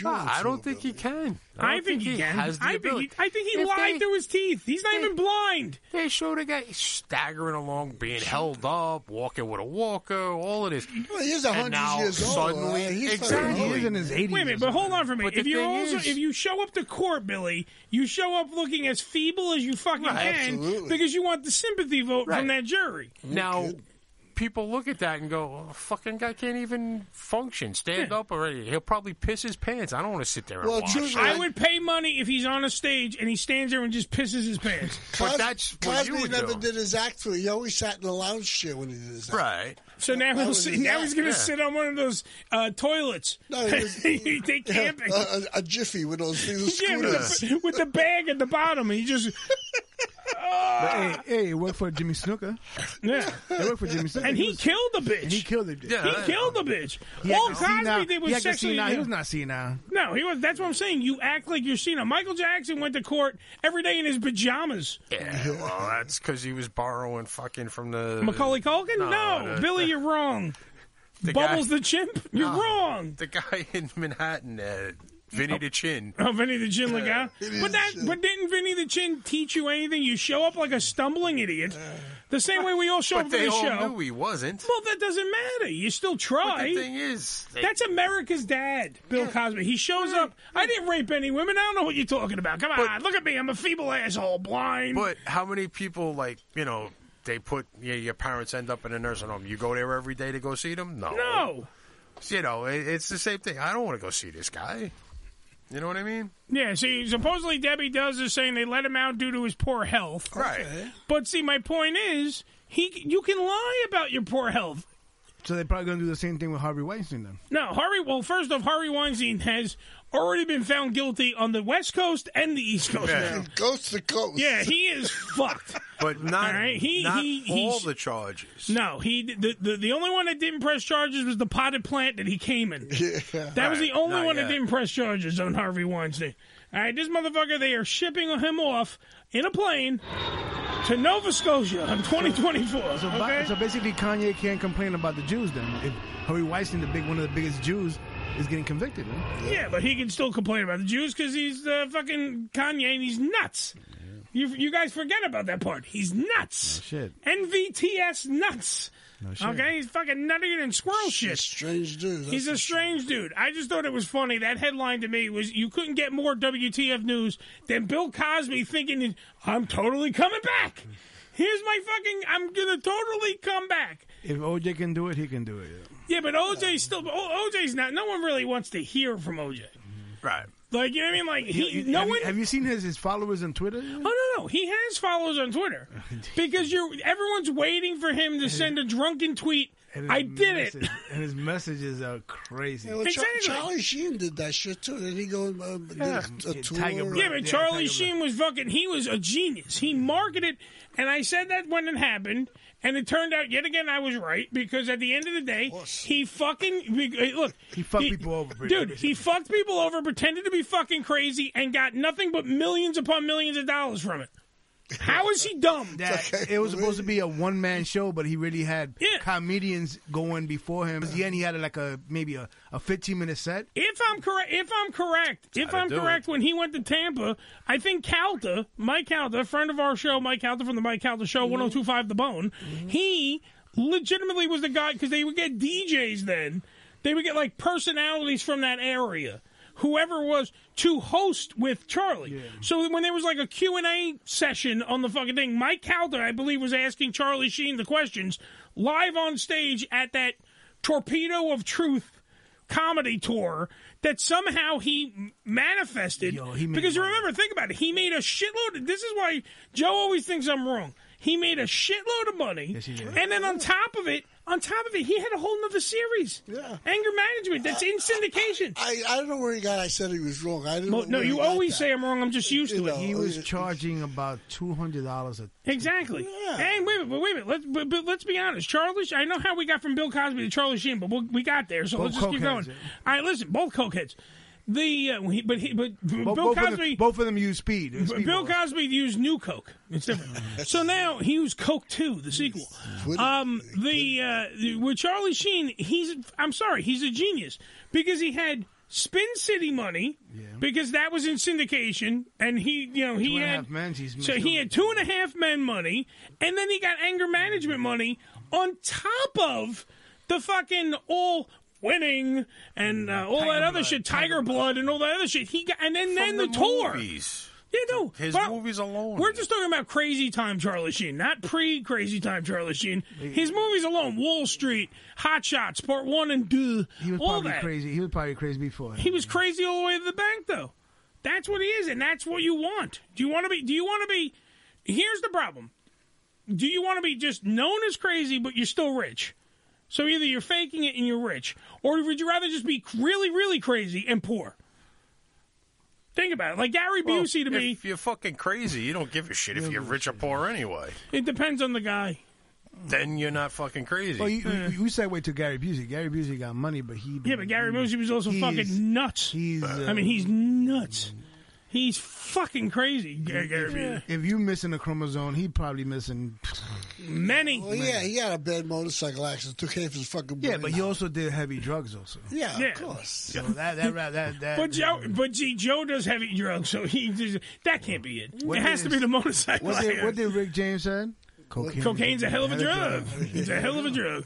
Speaker 2: Nah, I don't think he can.
Speaker 1: I,
Speaker 2: don't
Speaker 1: think, he, can.
Speaker 2: Has the
Speaker 1: I think
Speaker 2: ability.
Speaker 1: he, I think he lied through his teeth. He's not even blind.
Speaker 2: They showed a guy staggering along, being held up, walking with a walker, all of this.
Speaker 3: Well, he's a
Speaker 2: And
Speaker 3: hundred
Speaker 2: now
Speaker 3: years old,
Speaker 2: Suddenly,
Speaker 3: uh, he's
Speaker 2: exactly.
Speaker 3: fucking old. He's in his 80s
Speaker 1: Wait a minute, but hold on for a minute.
Speaker 2: But the
Speaker 1: If you
Speaker 2: thing
Speaker 1: also
Speaker 2: is-
Speaker 1: if you show up to court, Billy, you show up looking as feeble as you fucking
Speaker 2: Right.
Speaker 1: can
Speaker 2: Absolutely.
Speaker 1: because you want the sympathy vote
Speaker 2: Right.
Speaker 1: from that jury.
Speaker 2: now, people look at that and go, oh, "Fucking guy can't even function. Stand up already. He'll probably piss his pants. I don't want to sit there and watch."
Speaker 1: I would pay money if he's on a stage and he stands there and just pisses his pants.
Speaker 3: Cos- Cosby never did his act for. He always sat in the lounge chair when he did his act.
Speaker 2: Right.
Speaker 1: So now
Speaker 3: That
Speaker 1: he'll
Speaker 3: was
Speaker 1: sit,
Speaker 3: his
Speaker 1: now
Speaker 3: act,
Speaker 1: he's going to
Speaker 3: yeah.
Speaker 1: sit on one of those uh, toilets.
Speaker 3: No, he was-
Speaker 1: they camp.
Speaker 4: Uh,
Speaker 3: a, a, a jiffy with those things.
Speaker 1: Yeah, with, the, with the bag at the bottom, and he just Ah.
Speaker 4: hey, hey, it worked for Jimmy Snooker.
Speaker 1: Yeah,
Speaker 4: it worked for Jimmy Snooker.
Speaker 1: And he killed the bitch.
Speaker 4: And he killed the
Speaker 1: He
Speaker 4: bitch.
Speaker 1: killed the bitch. All
Speaker 4: acted
Speaker 1: Cosby
Speaker 4: senile.
Speaker 1: did was
Speaker 4: he acted
Speaker 1: sexually-
Speaker 4: senile. He was not uh, senile.
Speaker 1: no, he was. That's what I'm saying. You act like you're senile. Michael Jackson went to court every day in his pajamas.
Speaker 2: Yeah, well, that's because he was borrowing fucking from the
Speaker 1: Macaulay Culkin? No,
Speaker 2: the-
Speaker 1: Billy, you're wrong.
Speaker 2: the
Speaker 1: Bubbles
Speaker 2: guy-
Speaker 1: the chimp? You're
Speaker 2: No,
Speaker 1: wrong.
Speaker 2: The guy in Manhattan, uh, Vinny the Chin.
Speaker 1: Oh, Vinny the Chin like
Speaker 2: Yeah.
Speaker 1: huh? But that, but didn't Vinny the Chin teach you anything? You show up like a stumbling idiot, the same way we all show
Speaker 2: But
Speaker 1: up for
Speaker 2: they
Speaker 1: this
Speaker 2: all
Speaker 1: show.
Speaker 2: knew he wasn't.
Speaker 1: Well, that doesn't matter. You still try.
Speaker 2: But the thing is, they-
Speaker 1: that's America's dad, Bill Cosby. He shows up. I didn't rape any women. I don't know what you're talking about. Come on, look at me. I'm a feeble asshole, blind.
Speaker 2: But how many people like you know? They put yeah, your parents end up in a nursing home. You go there every day to go see them. No,
Speaker 1: No.
Speaker 2: You know, it, it's the same thing. I don't want to go see this guy. You know what I mean?
Speaker 1: Yeah, see, supposedly Debbie does is saying they let him out due to his poor health.
Speaker 2: Right.
Speaker 1: But see, my point is, he you can lie about your poor health.
Speaker 4: So they're probably going to do the same thing with Harvey Weinstein then.
Speaker 1: No, Harvey. Well, first off, Harvey Weinstein has already been found guilty on the West Coast and the East Coast.
Speaker 2: Yeah.
Speaker 1: now.
Speaker 3: Coast to coast.
Speaker 1: Yeah, he is fucked.
Speaker 2: But not,
Speaker 1: All right, he-
Speaker 2: not
Speaker 1: he-
Speaker 2: all
Speaker 1: he's-
Speaker 2: the charges.
Speaker 1: No, he the, the the only one that didn't press charges was the potted plant that he came in. That was
Speaker 2: Right,
Speaker 1: the only
Speaker 2: not
Speaker 1: one
Speaker 2: yet.
Speaker 1: that didn't press charges on Harvey Weinstein. All right, this motherfucker, they are shipping him off in a plane to Nova Scotia in 2024.
Speaker 4: So, ba-
Speaker 1: okay?
Speaker 4: so basically, Kanye can't complain about the Jews then. If Harvey Weinstein, the big one of the biggest Jews, is getting convicted. Huh?
Speaker 1: yeah, but he can still complain about the Jews because he's uh, fucking Kanye and he's nuts. You you guys forget about that part. He's
Speaker 2: Oh,
Speaker 1: nuts.
Speaker 4: Shit.
Speaker 1: NVTS nuts.
Speaker 4: shit.
Speaker 1: Okay, he's fucking nuttier than squirrel shit.
Speaker 3: strange dude.
Speaker 1: He's a strange dude. I just thought it was funny. That headline to me was you couldn't get more WTF news than Bill Cosby thinking, I'm totally coming back. Here's my fucking, I'm going to totally come back.
Speaker 4: If OJ can do it, he can do it. yeah.
Speaker 1: Yeah, but OJ's still, O- OJ's not, no one really wants to hear from OJ.
Speaker 2: Right.
Speaker 1: Like, you know what I mean? Like, he,
Speaker 4: You- you-
Speaker 1: no
Speaker 4: have,
Speaker 1: one.
Speaker 4: you, have you seen his, his followers on Twitter? yet?
Speaker 1: Oh no no, he has followers on Twitter because you're everyone's waiting for him to send a drunken tweet.
Speaker 4: And his
Speaker 1: I did it.
Speaker 4: message- And his messages are crazy.
Speaker 3: Yeah, well, Char- Charlie Sheen did that shit too. Then he go uh, did a tour.
Speaker 1: Yeah, but Charlie Sheen was fucking. He was a genius. He marketed, and I said that when it happened, and it turned out yet again I was right because at the end of the day, he fucking we- uh, look. He
Speaker 4: fucked people over, pretty
Speaker 1: dude.
Speaker 4: much.
Speaker 1: He fucked people over, pretended to be fucking crazy, and got nothing but millions upon millions of dollars from it. How is he dumb?
Speaker 4: That it was supposed to be a one man show, but he really had comedians going before him. At the end, he had like a maybe a, a fifteen minute set.
Speaker 1: If I'm correct, if I'm correct, if
Speaker 4: how to
Speaker 1: I'm
Speaker 4: do
Speaker 1: correct, when he went to Tampa, I think Calta, Mike Calta, a friend of our show, Mike Calta from the Mike Calta
Speaker 4: Mm-hmm.
Speaker 1: Show, 1025 The Bone, he legitimately was the guy because they would get DJs then. They would get like personalities from that area, whoever was to host with Charlie. So when there was like a Q&A session on the fucking thing, Mike Calta, I believe, was asking Charlie Sheen the questions live on stage at that Torpedo of Truth comedy tour that somehow he m- manifested. because remember, think about it. He made a shitload. Of, this is why Joe always thinks I'm wrong. He made a shitload of money, and then on top of it, on top of it, he had a whole nother series. Yeah. Anger management. That's in syndication.
Speaker 3: I, I don't know where he got. I said he was wrong. I didn't.
Speaker 1: Mo-
Speaker 3: know
Speaker 1: no,
Speaker 3: where he
Speaker 1: you
Speaker 3: got
Speaker 1: always
Speaker 3: that.
Speaker 1: say I'm wrong. I'm just used to it.
Speaker 4: He was charging about two hundred dollars a.
Speaker 1: Exactly. And wait a minute, but wait a minute. Let's but, but let's be honest. Charlie, Sheen- I know how we got from Bill Cosby to Charlie Sheen, but we'll, we got there. So
Speaker 4: Both
Speaker 1: let's just keep
Speaker 4: cokeheads,
Speaker 1: going. All right, listen, both cokeheads. The uh, he, but he, but
Speaker 4: Bo-
Speaker 1: Bill
Speaker 4: both of them-
Speaker 1: Cosby.
Speaker 4: both of them use speed.
Speaker 1: B- Bill Cosby used New Coke. It's different. so now he used Coke Two, the sequel. Um, the uh, the- with Charlie Sheen, he's I'm sorry, he's a genius because he had Spin City money because that was in syndication, and he you know he
Speaker 4: Two and a
Speaker 1: had
Speaker 4: half men, he's
Speaker 1: so he had two and a half men money, and then he got anger management money on top of the fucking all winning
Speaker 4: Mm,
Speaker 1: and uh, all that other shit, Tiger Blood and all that other shit. He got, and then then the, tour. Yeah, no.
Speaker 2: His
Speaker 1: but
Speaker 2: movies alone.
Speaker 1: We're just talking about Crazy Time Charlie Sheen, not pre Crazy Time Charlie Sheen. His movies alone, Wall Street, Hot Shots, Part One and Two,
Speaker 4: He was
Speaker 1: all
Speaker 4: probably
Speaker 1: that.
Speaker 4: crazy. He was probably crazy before.
Speaker 1: He was crazy all the way to the bank, though. That's what he is, and that's what you want. Do you want to be? Do you want to be? Here's the problem. Do you want to be just known as crazy, but you're still rich? So either you're faking it and you're rich, or would you rather just be really, really crazy and poor? Think about it. Like Gary
Speaker 2: Well,
Speaker 1: Busey to me,
Speaker 2: If you're fucking crazy, you don't give a shit if you're rich or poor anyway.
Speaker 1: it depends on the guy.
Speaker 2: Then you're not fucking crazy.
Speaker 4: Well, you, you, you segue to Gary Busey. Gary Busey got money, but he
Speaker 1: Yeah, but Gary Busey was also
Speaker 4: He's-
Speaker 1: fucking nuts.
Speaker 4: he's. uh,
Speaker 1: I mean, he's nuts. He's fucking crazy, Gary Busey.
Speaker 4: If you missing a chromosome, he probably missing
Speaker 1: many.
Speaker 3: Well, yeah, he had a bad motorcycle accident. Took half his fucking.
Speaker 4: Yeah,
Speaker 3: brain
Speaker 4: but
Speaker 3: out.
Speaker 4: he also did heavy drugs also.
Speaker 3: Yeah,
Speaker 1: Yeah.
Speaker 3: of course.
Speaker 4: So that that that that. that
Speaker 1: But Joe, but see, Joe does heavy drugs, so he just, that can't be it.
Speaker 4: What
Speaker 1: it has
Speaker 4: is-
Speaker 1: to be the motorcycle.
Speaker 4: What did,
Speaker 1: accident.
Speaker 4: what did Rick James say? Cocaine.
Speaker 1: Cocaine's a hell of a
Speaker 4: Hell of a
Speaker 1: drug. It's a hell of a drug.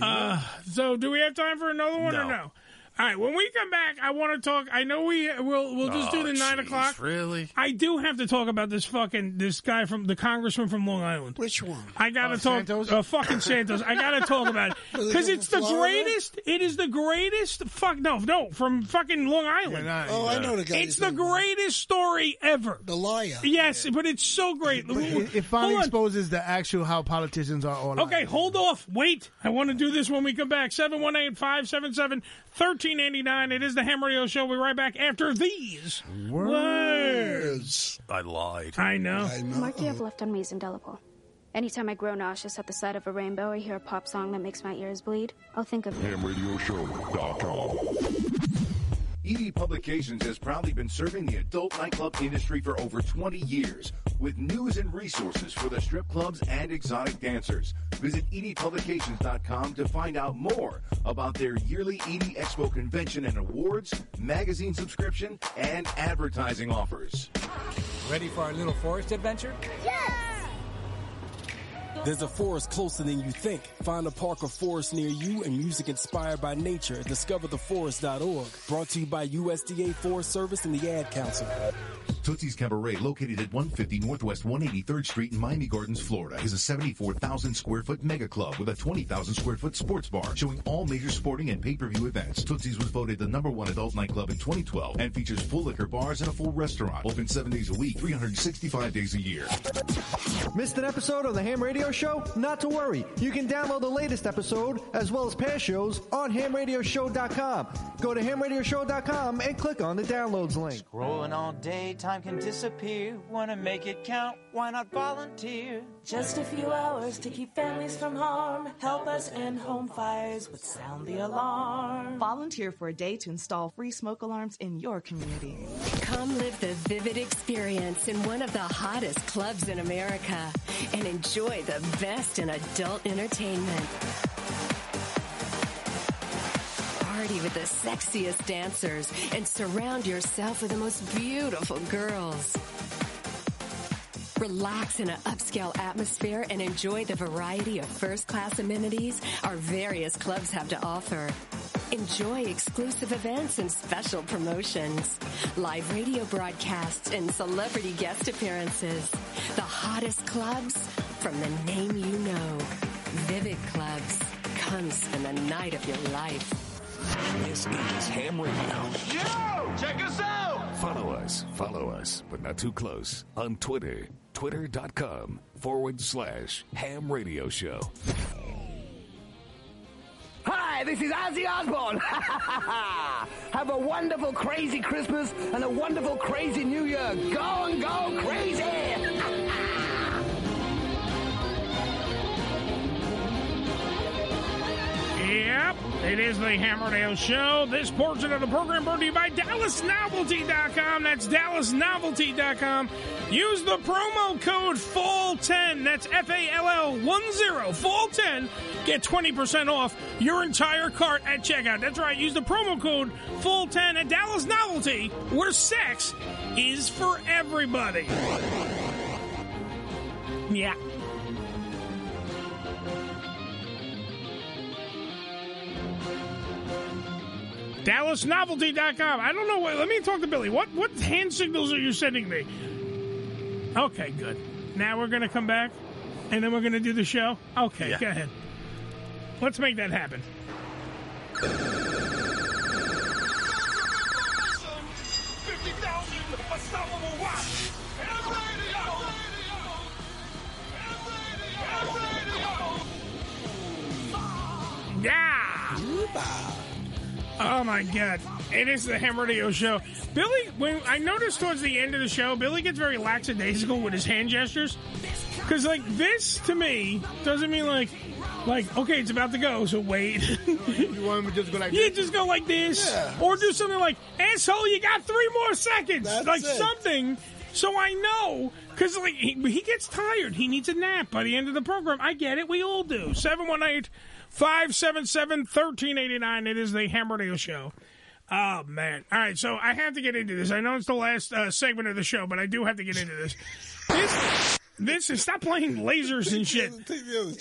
Speaker 1: Uh, so, do we have time for another one or
Speaker 2: No.
Speaker 1: no? All right. When we come back, I want to talk. I know we will. We'll just do
Speaker 2: Oh,
Speaker 1: the nine
Speaker 2: jeez,
Speaker 1: o'clock.
Speaker 2: Really?
Speaker 1: I do have to talk about this fucking this guy from the congressman from Long Island.
Speaker 3: Which one?
Speaker 1: I gotta
Speaker 4: Uh,
Speaker 1: talk.
Speaker 4: Santos?
Speaker 1: Uh, fucking Santos. I gotta talk about it
Speaker 4: Was it
Speaker 1: because
Speaker 4: from
Speaker 1: it's the
Speaker 4: Florida?
Speaker 1: greatest. It is the greatest. Fuck no, no, from fucking Long Island.
Speaker 3: Oh, I know the guy
Speaker 1: It's
Speaker 3: you're
Speaker 1: the greatest story ever. The
Speaker 3: liar.
Speaker 1: Yes, but it's so great.
Speaker 4: It, it
Speaker 1: Hold
Speaker 4: finally
Speaker 1: on.
Speaker 4: exposes the actual how politicians are all.
Speaker 1: Okay, hold off. Wait. I want to do this when we come back. 718 577 1389. It is the Ham Radio Show. We'll be right back after these words.
Speaker 2: I lied.
Speaker 1: I know.
Speaker 11: Mark, you have left on me is indelible. Anytime I grow nauseous at the sight of a rainbow or hear a pop song that makes my ears bleed, I'll think of you.
Speaker 17: HamRadioshow.com.
Speaker 18: ED E Publications has proudly been serving the adult nightclub industry for over 20 years with news and resources for the strip clubs and exotic dancers. Visit E edpublications.com to find out more about their yearly ED Expo convention and awards, magazine subscription, and advertising offers.
Speaker 32: Ready for our little forest adventure? Yes! There's a forest closer than you think. Find a park or forest near you and music inspired by nature at discovertheforest.org. Brought to you by USDA Forest Service and the Ad Council.
Speaker 18: Tootsie's Cabaret, located at 150 Northwest 183rd Street in Miami Gardens, Florida, is a 74,000 square foot mega club with a 20,000 square foot sports bar showing all major sporting and pay-per-view events. Tootsie's was voted the number one adult nightclub in 2012 and features full liquor bars and a full restaurant, open seven days a week, 365 days a year.
Speaker 22: Missed an episode of the Ham Radio Show? Not to worry. You can download the latest episode as well as past shows on hamradioshow.com. Go to hamradioshow.com and click on the downloads link.
Speaker 28: Rolling all day, time can disappear. Wanna make it count? Why not volunteer?
Speaker 33: Just a few hours to keep families from harm. Help us end home fires with sound the alarm.
Speaker 25: Volunteer for a day to install free smoke alarms in your community.
Speaker 21: Come live the vivid experience in one of the hottest clubs in America and enjoy the best in adult entertainment. Party with the sexiest dancers and surround yourself with the most beautiful girls. Relax in an upscale atmosphere and enjoy the variety of first class amenities our various clubs have to offer. Enjoy exclusive events and special promotions, live radio broadcasts, and celebrity guest appearances. The hottest clubs from the name you know. Vivid Clubs. Come spend the night of your life.
Speaker 17: This is Ham Radio.
Speaker 32: Yo! Check us out!
Speaker 17: Follow us, follow us, but not too close on Twitter. Twitter.com forward slash Ham Radio Show.
Speaker 13: Hi, this is Ozzy Osbourne. Have a wonderful, crazy Christmas and a wonderful, crazy New Year. Go and go crazy!
Speaker 1: Yep, it is the Hammerdale Show. This portion of the program brought to you by DallasNovelty.com. That's DallasNovelty.com. Use the promo code FALL10. That's F A L L 10 FALL10. Get 20% off your entire cart at checkout. That's right. Use the promo code FALL10 at Dallas Novelty, where sex is for everybody. Yeah. DallasNovelty.com. I don't know. What, let me talk to Billy. What what hand signals are you sending me? Okay, good. Now we're going to come back, and then we're going to do the show. Okay,
Speaker 5: Yeah.
Speaker 1: go ahead. Let's make that happen. Yeah. Oh my God! It is the Ham Radio Show. Billy, when I noticed towards the end of the show, Billy gets very lackadaisical with his hand gestures. Because like this to me doesn't mean like, like okay, it's about to go, so wait. you want him to just go like? Yeah, just go like this, or do something like asshole. You got three more seconds, like something. So I know, because like he, he gets tired, he needs a nap by the end of the program. I get it, we all do. 718 577 1389. It is the Ham Radio Show. Oh, man. All right, so I have to get into this. I know it's the last uh, segment of the show, but I do have to get into this. This, this is stop playing lasers and shit.
Speaker 4: It's the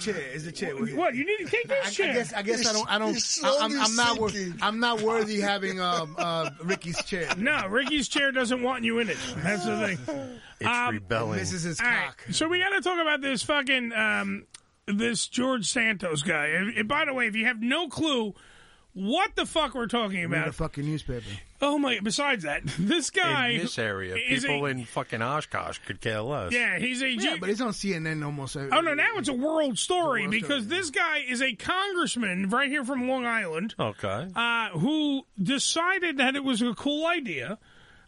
Speaker 4: chair. It's the chair.
Speaker 1: What? You need to take
Speaker 4: I, I
Speaker 1: this shit.
Speaker 4: guess. I guess I don't. I don't. I, I'm, I'm not. Wor- I'm not worthy having um, uh, Ricky's chair.
Speaker 1: No, Ricky's chair doesn't want you in it. That's the thing.
Speaker 4: It's rebelling. This is his
Speaker 1: all right, so we got to talk about this fucking um, this George Santos guy. And, and by the way, if you have no clue what the fuck we're talking
Speaker 4: Read
Speaker 1: about,
Speaker 4: a fucking newspaper.
Speaker 1: oh my! Besides that, this guy
Speaker 2: in this area,
Speaker 1: is
Speaker 2: people
Speaker 1: a,
Speaker 2: in fucking Oshkosh could care less.
Speaker 1: yeah, he's a
Speaker 4: Yeah, but it's on CNN almost. every-
Speaker 1: Oh no! Now it's a world story because this guy is a congressman right here from Long Island.
Speaker 2: Okay.
Speaker 1: uh, who decided that it was a cool idea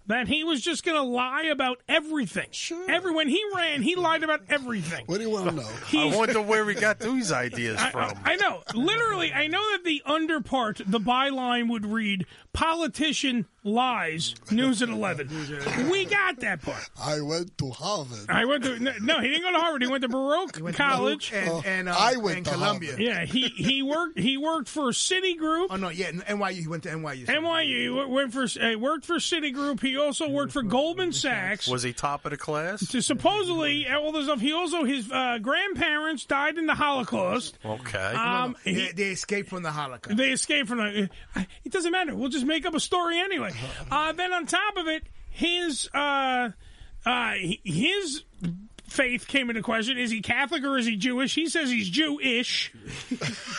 Speaker 1: that he was just going to lie about everything. Sure. Every, when he ran, he lied about everything. What
Speaker 3: do you want to know?
Speaker 2: I wonder where we got these ideas
Speaker 1: I,
Speaker 2: from.
Speaker 1: I know. Literally, I know that the under part, the byline would read politician lies, news at 11. we got that part.
Speaker 3: I went to Harvard.
Speaker 1: I went to no, no, he didn't go to Harvard. He went to Baroque College
Speaker 4: Baruch and- Oh, and, uh, I went and to Columbia. Harvard.
Speaker 1: Yeah, he he worked he worked for Citigroup. Oh
Speaker 4: no, yeah, NYU. He went to NYU.
Speaker 1: NYU he wo- went for uh, worked for Citigroup. He also worked for Goldman Sachs.
Speaker 2: Was he top of the class?
Speaker 1: To supposedly all this stuff. He also his uh, grandparents died in the Holocaust.
Speaker 2: Okay.
Speaker 1: Um,
Speaker 4: No, no, they, they escaped from the Holocaust.
Speaker 1: They escaped from the. It doesn't matter. We'll just make up a story anyway.
Speaker 2: Uh-huh.
Speaker 1: Uh, then on top of it, his uh, uh, his faith came into question. Is he Catholic or is he Jewish? He says he's Jewish,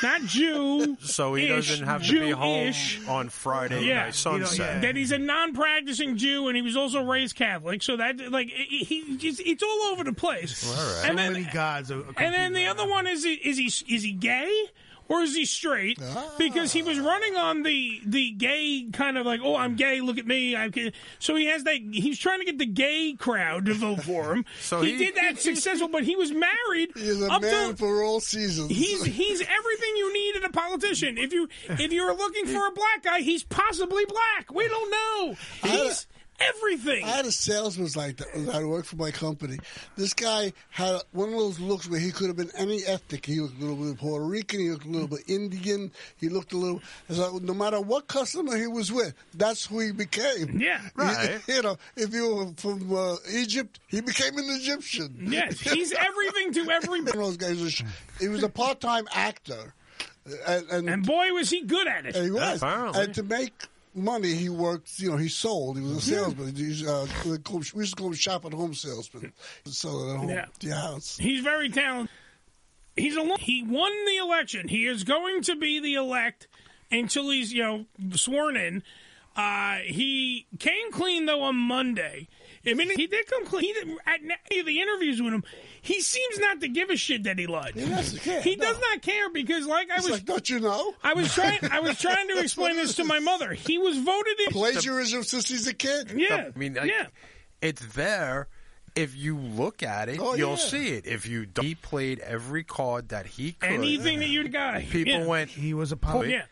Speaker 1: not Jew.
Speaker 2: So he doesn't have to be home on Friday night sunset.
Speaker 1: That he's a non-practicing Jew, and he was also raised Catholic. So that, like, he, he just, it's all over the place.
Speaker 4: So
Speaker 1: And then,
Speaker 4: many gods. Are, are
Speaker 1: and then the other one is he, is he is he gay or is he straight?
Speaker 3: Ah.
Speaker 1: Because he was running on the the gay kind of like, oh, I'm gay. Look at me. I'm gay. so he has that. He's trying to get the gay crowd to vote for him.
Speaker 2: So
Speaker 1: he,
Speaker 2: he-
Speaker 1: did that successful, but he was married. He's
Speaker 3: a man for all seasons.
Speaker 1: He's he's everything you need in a politician. If you if you're looking for a black guy, he's possibly black. We don't know. He's everything.
Speaker 3: I had a salesman like that when I worked for my company. This guy had one of those looks where he could have been any ethnic. He looked a little bit Puerto Rican. He looked a little bit Indian. He looked a little. It's like, no matter what customer he was with, that's who he became.
Speaker 1: Yeah,
Speaker 2: right.
Speaker 3: You, know, if you were from uh, Egypt, he became an Egyptian.
Speaker 1: Yes, he's everything to every.
Speaker 3: those guys. Was, he was a part-time actor, and, and,
Speaker 1: boy was he good at it.
Speaker 3: He was.
Speaker 1: Apparently.
Speaker 3: And to make money, he worked. You know, he sold. He was a
Speaker 1: Yeah.
Speaker 3: salesman. He's, uh, we used to call him shop at home salesman. Selling at home,
Speaker 1: Yeah.
Speaker 3: the house.
Speaker 1: He's very talented. He's a lo- he won the election. He is going to be the elect until he's you know sworn in. Uh, he came clean though on Monday. I mean, he did come clean. He did, at any of the interviews with him, he seems not to give a shit that he lied. He
Speaker 3: doesn't care,
Speaker 1: He does not care because, like I was,
Speaker 3: don't you know?
Speaker 1: I was trying. I was trying to explain this to my mother. He was voted in
Speaker 3: plagiarism since he's a kid.
Speaker 1: Yeah,
Speaker 2: I mean, I- it's there. If you look at it,
Speaker 1: Oh,
Speaker 2: you'll
Speaker 1: yeah.
Speaker 2: see it. If you don't, he played every card that he could.
Speaker 1: Anything that you got.
Speaker 2: People
Speaker 1: Yeah.
Speaker 2: went.
Speaker 4: He was a
Speaker 1: poet. Yeah.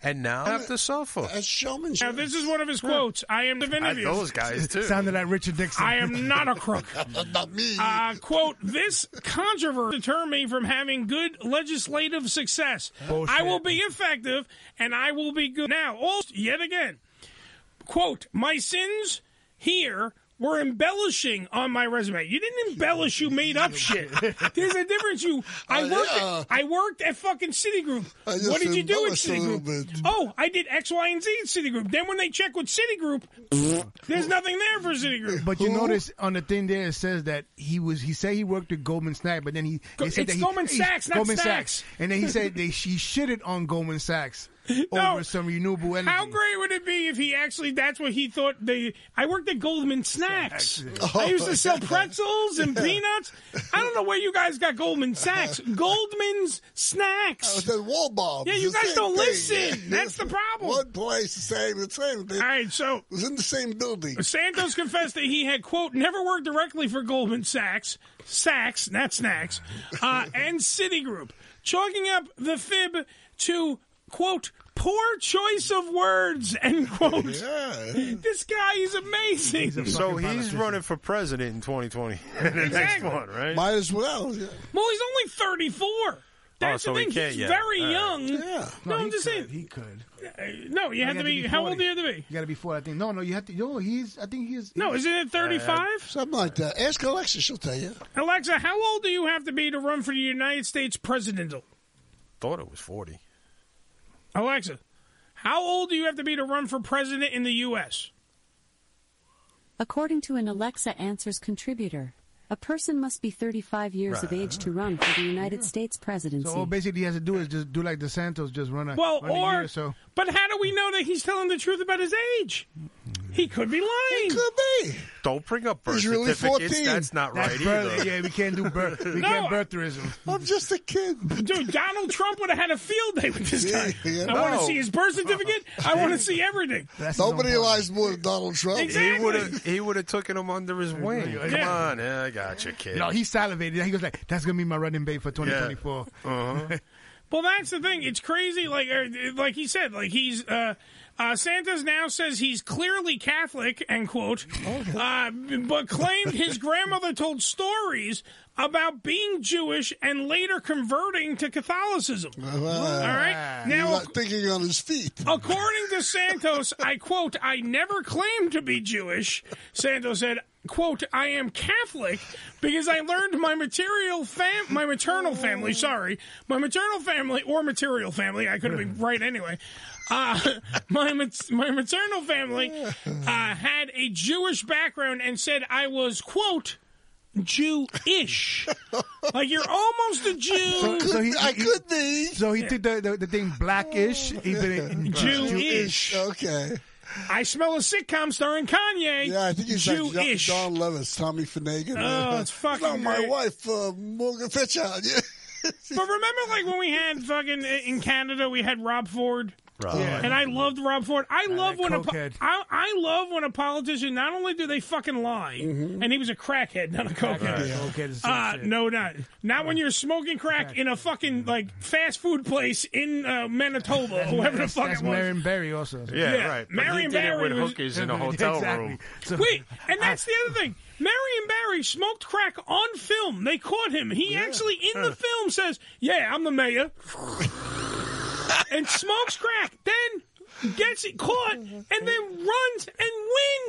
Speaker 2: And now have to suffer.
Speaker 3: As showmanship.
Speaker 1: Now this is one of his quotes. I am divinity.
Speaker 2: those guys too.
Speaker 4: Sounded like Richard Nixon.
Speaker 1: I am not a crook.
Speaker 3: not me.
Speaker 1: Uh, quote, this controversy deter me from having good legislative success. I will be effective and I will be good. Now, also, yet again, quote, my sins here were embellishing on my resume. You didn't embellish. You made up shit. There's a difference. You, I
Speaker 13: Uh,
Speaker 1: worked.
Speaker 13: yeah.
Speaker 1: At, I worked at fucking Citigroup.
Speaker 13: I just
Speaker 1: What did you do at
Speaker 13: embellished a little
Speaker 1: Citigroup? Oh, I did X, Y, and Z at Citigroup. Then when they check with Citigroup, there's nothing there for Citigroup.
Speaker 4: But you notice on the thing there it says that he was he said he worked at Goldman Sachs, but then he
Speaker 1: Go-
Speaker 4: they said
Speaker 1: it's
Speaker 4: that he,
Speaker 1: Goldman
Speaker 4: he-
Speaker 1: Sachs, not
Speaker 4: Goldman
Speaker 1: Stacks.
Speaker 4: and then he said they she shitted on Goldman Sachs over some renewable energy.
Speaker 1: How great would it be if he actually? That's what he thought. They. I worked at Goldman Snacks. I used to sell pretzels and peanuts. I don't know where you guys got Goldman Sachs. Goldman's Snacks.
Speaker 3: The Walmart.
Speaker 1: Yeah, you
Speaker 3: the
Speaker 1: guys
Speaker 3: same
Speaker 1: don't
Speaker 3: thing.
Speaker 1: listen. That's the problem.
Speaker 3: One place, the same, the same. They, All
Speaker 1: right, so it
Speaker 3: was in the same building.
Speaker 1: Santos confessed that he had quote never worked directly for Goldman Sachs, Sachs, not Snacks, uh, and Citigroup, chalking up the fib to quote poor choice of words end quote. This guy is amazing.
Speaker 2: so he's running for president in 2020. the next
Speaker 1: Exactly.
Speaker 2: one, right?
Speaker 3: Might as well. Yeah.
Speaker 1: Well, he's only 34. That's
Speaker 2: Oh, so
Speaker 1: the
Speaker 2: he
Speaker 1: thing.
Speaker 2: can't
Speaker 1: he's
Speaker 2: yet.
Speaker 1: very
Speaker 2: All right.
Speaker 1: young.
Speaker 4: Yeah.
Speaker 1: No,
Speaker 4: No,
Speaker 1: I'm
Speaker 4: he
Speaker 1: just saying.
Speaker 4: He could.
Speaker 1: No, you
Speaker 4: No,
Speaker 1: have
Speaker 4: you
Speaker 1: to
Speaker 4: have to
Speaker 1: be.
Speaker 4: be
Speaker 1: How old do
Speaker 4: 40.
Speaker 1: you have to be?
Speaker 4: You got to be four. I think. No, no, you have to. No, he's. I think he's.
Speaker 1: No,
Speaker 4: he's-
Speaker 1: isn't it 35?
Speaker 3: Uh, Something like that. Ask Alexa, she'll tell you.
Speaker 1: Alexa, how old do you have to be to run for the United States presidential?
Speaker 2: Thought it was 40.
Speaker 1: Alexa, how old do you have to be to run for president in the U.S.?
Speaker 23: According to an Alexa Answers contributor, a person must be 35 years of
Speaker 4: Right.
Speaker 23: age to run for the United States presidency.
Speaker 4: So all basically, he has to do is just do like DeSantos, just run a
Speaker 1: Well,
Speaker 4: run Uh, a
Speaker 1: or
Speaker 4: year or so.
Speaker 1: but how do we know that he's telling the truth about his age? He could be lying. He could
Speaker 3: be.
Speaker 2: Don't bring up birth certificates. That's not right
Speaker 4: birth-
Speaker 2: either.
Speaker 4: Yeah, we can't do birth. We
Speaker 1: No,
Speaker 4: can't birtherism.
Speaker 3: I'm just a kid.
Speaker 1: Dude, Donald Trump would have had a field day with this guy.
Speaker 3: Yeah, yeah.
Speaker 1: I want to
Speaker 3: No.
Speaker 1: see his birth certificate. I want to see everything.
Speaker 3: Nobody lies more than Donald Trump.
Speaker 2: He would have. He would have taken him under his wing. Come
Speaker 4: Yeah.
Speaker 2: on, yeah, I got you, kid.
Speaker 4: You know, he salivated. He goes like, "That's gonna be my running bait for 2024."
Speaker 1: Uh-huh. Well, that's the thing. It's crazy. Like, uh, like he said, like he's uh, uh, Santa's now says he's clearly Catholic. End quote. Uh, but claimed his grandmother told stories about being Jewish and later converting to Catholicism.
Speaker 3: Uh-huh.
Speaker 1: All right.
Speaker 3: He's
Speaker 1: Now,
Speaker 3: not thinking on his feet.
Speaker 1: According to Santos, I quote, I never claimed to be Jewish. Santos said, quote, I am Catholic because I learned my material fam my maternal family, sorry, my maternal family or material family, I could have been right anyway. Uh, my mat- my maternal family uh, had a Jewish background and said I was quote Jew-ish, like you're almost a Jew.
Speaker 4: So, so he, I could be. So he took the, the, the thing blackish. He did it
Speaker 1: Jewish.
Speaker 3: Okay.
Speaker 1: I smell a sitcom starring Kanye.
Speaker 3: Yeah, I think he's like
Speaker 1: Jewish.
Speaker 3: John, John Lewis, Tommy Finnegan.
Speaker 1: Oh, it's fucking
Speaker 3: No, my
Speaker 1: great.
Speaker 3: wife, uh, Morgan Fitchard. Yeah.
Speaker 1: but remember, like when we had fucking in Canada, we had Rob Ford.
Speaker 3: Rob. Yeah.
Speaker 1: And I loved Rob Ford. I love when a po-
Speaker 4: cokehead.
Speaker 1: I, I love when a politician not only do they fucking lie,
Speaker 3: Mm-hmm.
Speaker 1: and he was a crackhead, not a cokehead.
Speaker 4: Right. Cokehead is the same
Speaker 1: uh,
Speaker 4: shit.
Speaker 1: no, not not when you're smoking crack in a fucking like fast food place in uh, Manitoba,
Speaker 4: That's-
Speaker 1: whoever the
Speaker 4: that's-
Speaker 1: fuck
Speaker 4: that's
Speaker 1: it was.
Speaker 4: Marion Barry also.
Speaker 2: Yeah, right. But he
Speaker 1: Marion
Speaker 2: did it
Speaker 1: Barry
Speaker 2: with
Speaker 1: was-
Speaker 2: hookers in a hotel
Speaker 4: Exactly.
Speaker 2: room.
Speaker 1: Wait, and that's the other thing. Marion Barry smoked crack on film. They caught him. He actually in the film says, "Yeah, I'm the mayor," and smokes crack. Then gets it caught, and then runs and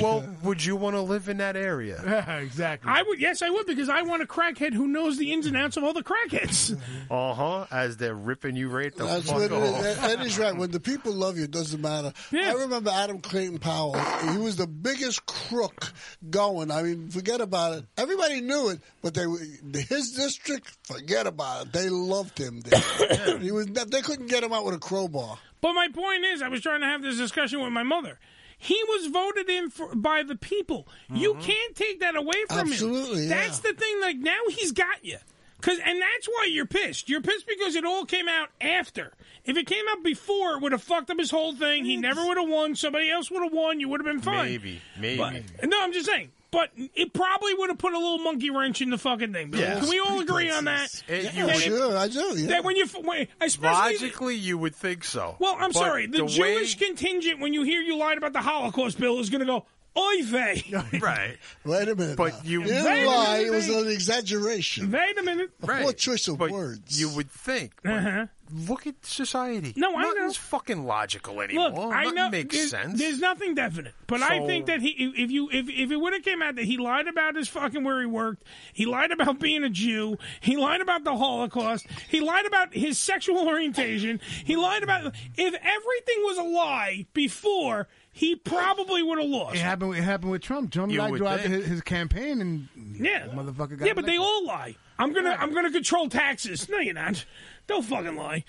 Speaker 2: well, would you want to live in that area?
Speaker 4: exactly.
Speaker 1: I would. Yes, I would because I want a crackhead who knows the ins and outs of all the crackheads.
Speaker 2: Uh huh. As they're ripping you right the
Speaker 3: That's
Speaker 2: fuck
Speaker 3: what it is.
Speaker 2: off.
Speaker 3: That- that is right. When the people love you, it doesn't matter. I remember Adam Clayton Powell. He was the biggest crook going. I mean, forget about it. Everybody knew it, but they were- his district. Forget about it. They loved him. There. he was. They couldn't get him out with a crowbar.
Speaker 1: But my point is, I was trying to have this discussion with my mother. He was voted in for, by the people.
Speaker 2: Mm-hmm.
Speaker 1: You can't take that away from him.
Speaker 3: Absolutely, yeah.
Speaker 1: That's the thing. Like now he's got you. Cause, and that's why you're pissed. You're pissed because it all came out after. If it came out before, it would have fucked up his whole thing. He never would have won. Somebody else would have won. You would have been fine.
Speaker 2: Maybe, maybe.
Speaker 1: But- no, I'm just saying. But it probably would have put a little monkey wrench in the fucking thing.
Speaker 2: Yeah.
Speaker 1: Can we all agree on that?
Speaker 2: It-
Speaker 1: That
Speaker 2: you
Speaker 1: it-
Speaker 2: would- Sure, I do, yeah.
Speaker 1: That when you, f- when, especially
Speaker 2: Logically, you would think so.
Speaker 1: well, I'm
Speaker 2: But
Speaker 1: sorry. The,
Speaker 2: way-
Speaker 1: Jewish contingent, when you hear you lied about the Holocaust bill, is going to go, oy vey.
Speaker 2: right.
Speaker 3: Wait a minute.
Speaker 2: But you
Speaker 3: He didn't
Speaker 1: Wait a
Speaker 3: lie.
Speaker 1: minute.
Speaker 3: It was an exaggeration.
Speaker 1: Wait a minute.
Speaker 2: Right.
Speaker 3: Poor choice of
Speaker 2: But
Speaker 3: words.
Speaker 2: You would think.
Speaker 1: Uh-huh.
Speaker 2: look at society.
Speaker 1: No, I know.
Speaker 2: Nothing's fucking logical anymore.
Speaker 1: Look, I
Speaker 2: Nothing
Speaker 1: know
Speaker 2: makes
Speaker 1: there's,
Speaker 2: sense.
Speaker 1: There's nothing definite, but I
Speaker 2: So-
Speaker 1: think that he, if you, if if it would have came out that he lied about his fucking where he worked, he lied about being a Jew, he lied about the Holocaust, he lied about his sexual orientation, he lied about if everything was a lie before, he probably would have lost.
Speaker 4: It happened. It happened with Trump. Trump
Speaker 1: You
Speaker 4: lied
Speaker 1: would
Speaker 4: throughout
Speaker 1: think.
Speaker 4: his, his campaign, and
Speaker 1: Yeah,
Speaker 4: motherfucker got.
Speaker 1: yeah, but they
Speaker 4: elected.
Speaker 1: all lie. I'm gonna I'm gonna control taxes. No, you're not. Don't fucking lie.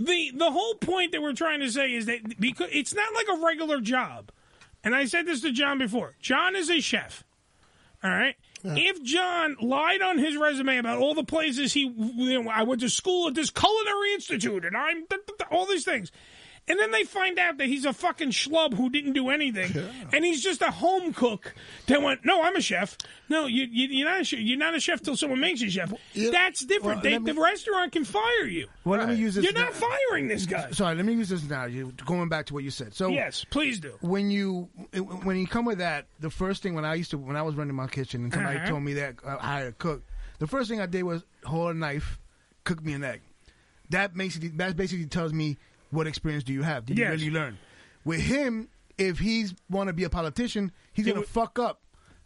Speaker 1: the The whole point that we're trying to say is that because it's not like a regular job, and I said this to John before. John is a chef. All right. If John lied on his resume about all the places he, you know, I went to school at this culinary institute, and I'm th- th- th- all these things, and then they find out that he's a fucking schlub who didn't do anything, and he's just a home cook that went, no, I'm a chef. No, you, you, you're not a chef. You're not a chef till someone makes you a chef. That's different.
Speaker 4: well,
Speaker 1: they,
Speaker 4: let me-
Speaker 1: the restaurant can fire you.
Speaker 4: Well, let me use this.
Speaker 1: You're not firing this guy.
Speaker 4: Sorry, let me use this analogy. Going back to what you said. So
Speaker 1: Yes, please do.
Speaker 4: When you when you come with that, the first thing when I used to when I was running my kitchen and somebody
Speaker 1: Uh-huh.
Speaker 4: told me that uh, I had a cook, the first thing I did was hold a knife, cook me an egg. That basically that basically tells me what experience do you have? Did
Speaker 1: Yes.
Speaker 4: you really learn? With him, if he's want to be a politician, he's gonna fuck up.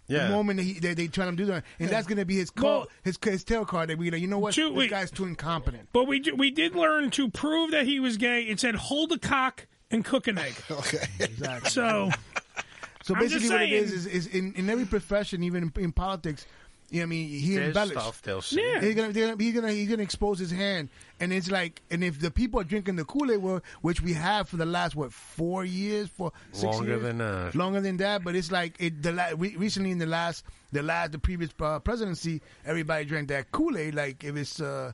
Speaker 2: Yeah.
Speaker 4: The moment that he, they, they try to do that, and that's going to be his call,
Speaker 1: Well-
Speaker 4: his his tail card. That we, you know what,
Speaker 1: Shoot,
Speaker 4: this
Speaker 1: wait.
Speaker 4: guy's too incompetent.
Speaker 1: But we do, we did learn to prove that he was gay. It said hold a cock and cook an egg. okay,
Speaker 4: exactly.
Speaker 1: So,
Speaker 4: So
Speaker 1: I'm
Speaker 4: basically,
Speaker 1: just
Speaker 4: what it
Speaker 1: saying-
Speaker 4: is is, is in, in every profession, even in, in politics, you know, what I mean, he
Speaker 2: There's
Speaker 4: embellished.
Speaker 2: stuff they'll say. Yeah.
Speaker 4: He's gonna, they're gonna, he's gonna, he's gonna expose his hand, and it's like, and if the people are drinking the Kool Aid, well, which we have for the last what four years, for six
Speaker 2: Longer
Speaker 4: years?
Speaker 2: than that.
Speaker 4: longer than that, but it's like it. The la- re- recently in the last, the last, the previous uh, presidency, everybody drank that Kool Aid. Like if it's, uh,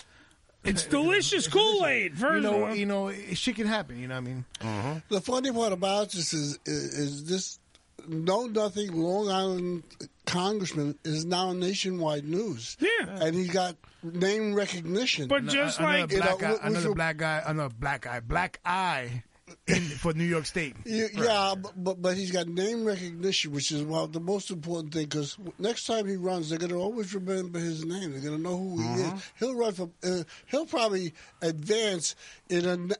Speaker 1: it's delicious Kool Aid. First
Speaker 4: you
Speaker 1: of
Speaker 4: know,
Speaker 1: all.
Speaker 4: you know, it, shit can happen. You know what I mean? Mm-hmm.
Speaker 3: The funny part about this is, is, is this know nothing Long Island congressman is now nationwide news.
Speaker 1: Yeah,
Speaker 3: and he got name recognition.
Speaker 4: Ano- another black guy, another black guy, another black guy, black eye in, for New York State.
Speaker 3: You- Yeah, bu- but but he's got name recognition, which is one of the most important thing. Because next time he runs, they're going to always remember his name. They're going to know who he
Speaker 1: Uh-huh.
Speaker 2: Mhm.
Speaker 3: is. He'll run for. Uh, he'll probably advance in a n-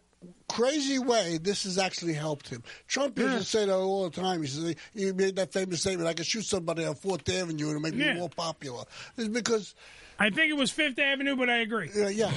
Speaker 3: crazy way. This has actually helped him. Trump used to say that all the time. He says he made that famous statement: "I could shoot somebody on Fourth Avenue and make
Speaker 1: Yeah.
Speaker 3: me more popular." It's because
Speaker 1: I think it was Fifth Avenue, but I agree.
Speaker 3: yeah, yeah,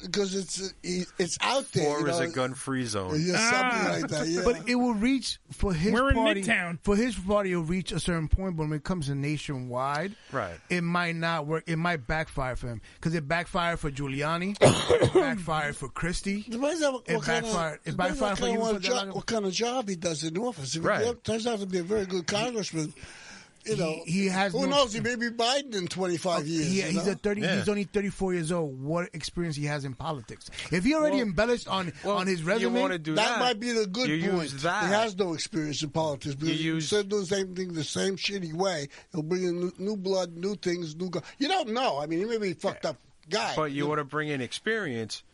Speaker 3: because it's uh, it's out there.
Speaker 2: or
Speaker 3: you
Speaker 2: is
Speaker 3: know.
Speaker 2: it gun free zone?
Speaker 1: Uh,
Speaker 3: Yeah, something like that. Yeah.
Speaker 4: But it will reach for his
Speaker 1: Ah. We're in
Speaker 4: party.
Speaker 1: Midtown.
Speaker 4: For his party, it'll reach a certain point, but when it comes to nationwide,
Speaker 2: Right.
Speaker 4: it might not work. It might backfire for him because it backfired for Giuliani, it backfired for Christie, it
Speaker 3: Depends on what kind of-
Speaker 4: backfired, it
Speaker 3: depends on
Speaker 4: backfired for
Speaker 3: kind
Speaker 4: you.
Speaker 3: of
Speaker 4: for
Speaker 3: what,
Speaker 4: the-
Speaker 3: job, what kind of job he does in office. If
Speaker 4: Right.
Speaker 3: he turns out to be a very good congressman, you know,
Speaker 4: he, he has
Speaker 3: who
Speaker 4: no- Oh,
Speaker 3: knows? He may be Biden in 25 years.
Speaker 4: He,
Speaker 3: you
Speaker 4: he's
Speaker 3: know?
Speaker 4: a thirty. He's only thirty four years old. What experience he has in politics? If he already embellished on on his resume,
Speaker 2: wanna do that that.
Speaker 3: might be the good
Speaker 2: You
Speaker 3: point.
Speaker 2: use that.
Speaker 3: He has no experience in politics because
Speaker 2: You
Speaker 3: you
Speaker 2: use-
Speaker 3: instead of doing the same thing the same shitty way, he'll bring in new, new blood, new things, new. Go- you don't know. I mean, he may be a fucked up guy.
Speaker 2: But you want to bring in experience.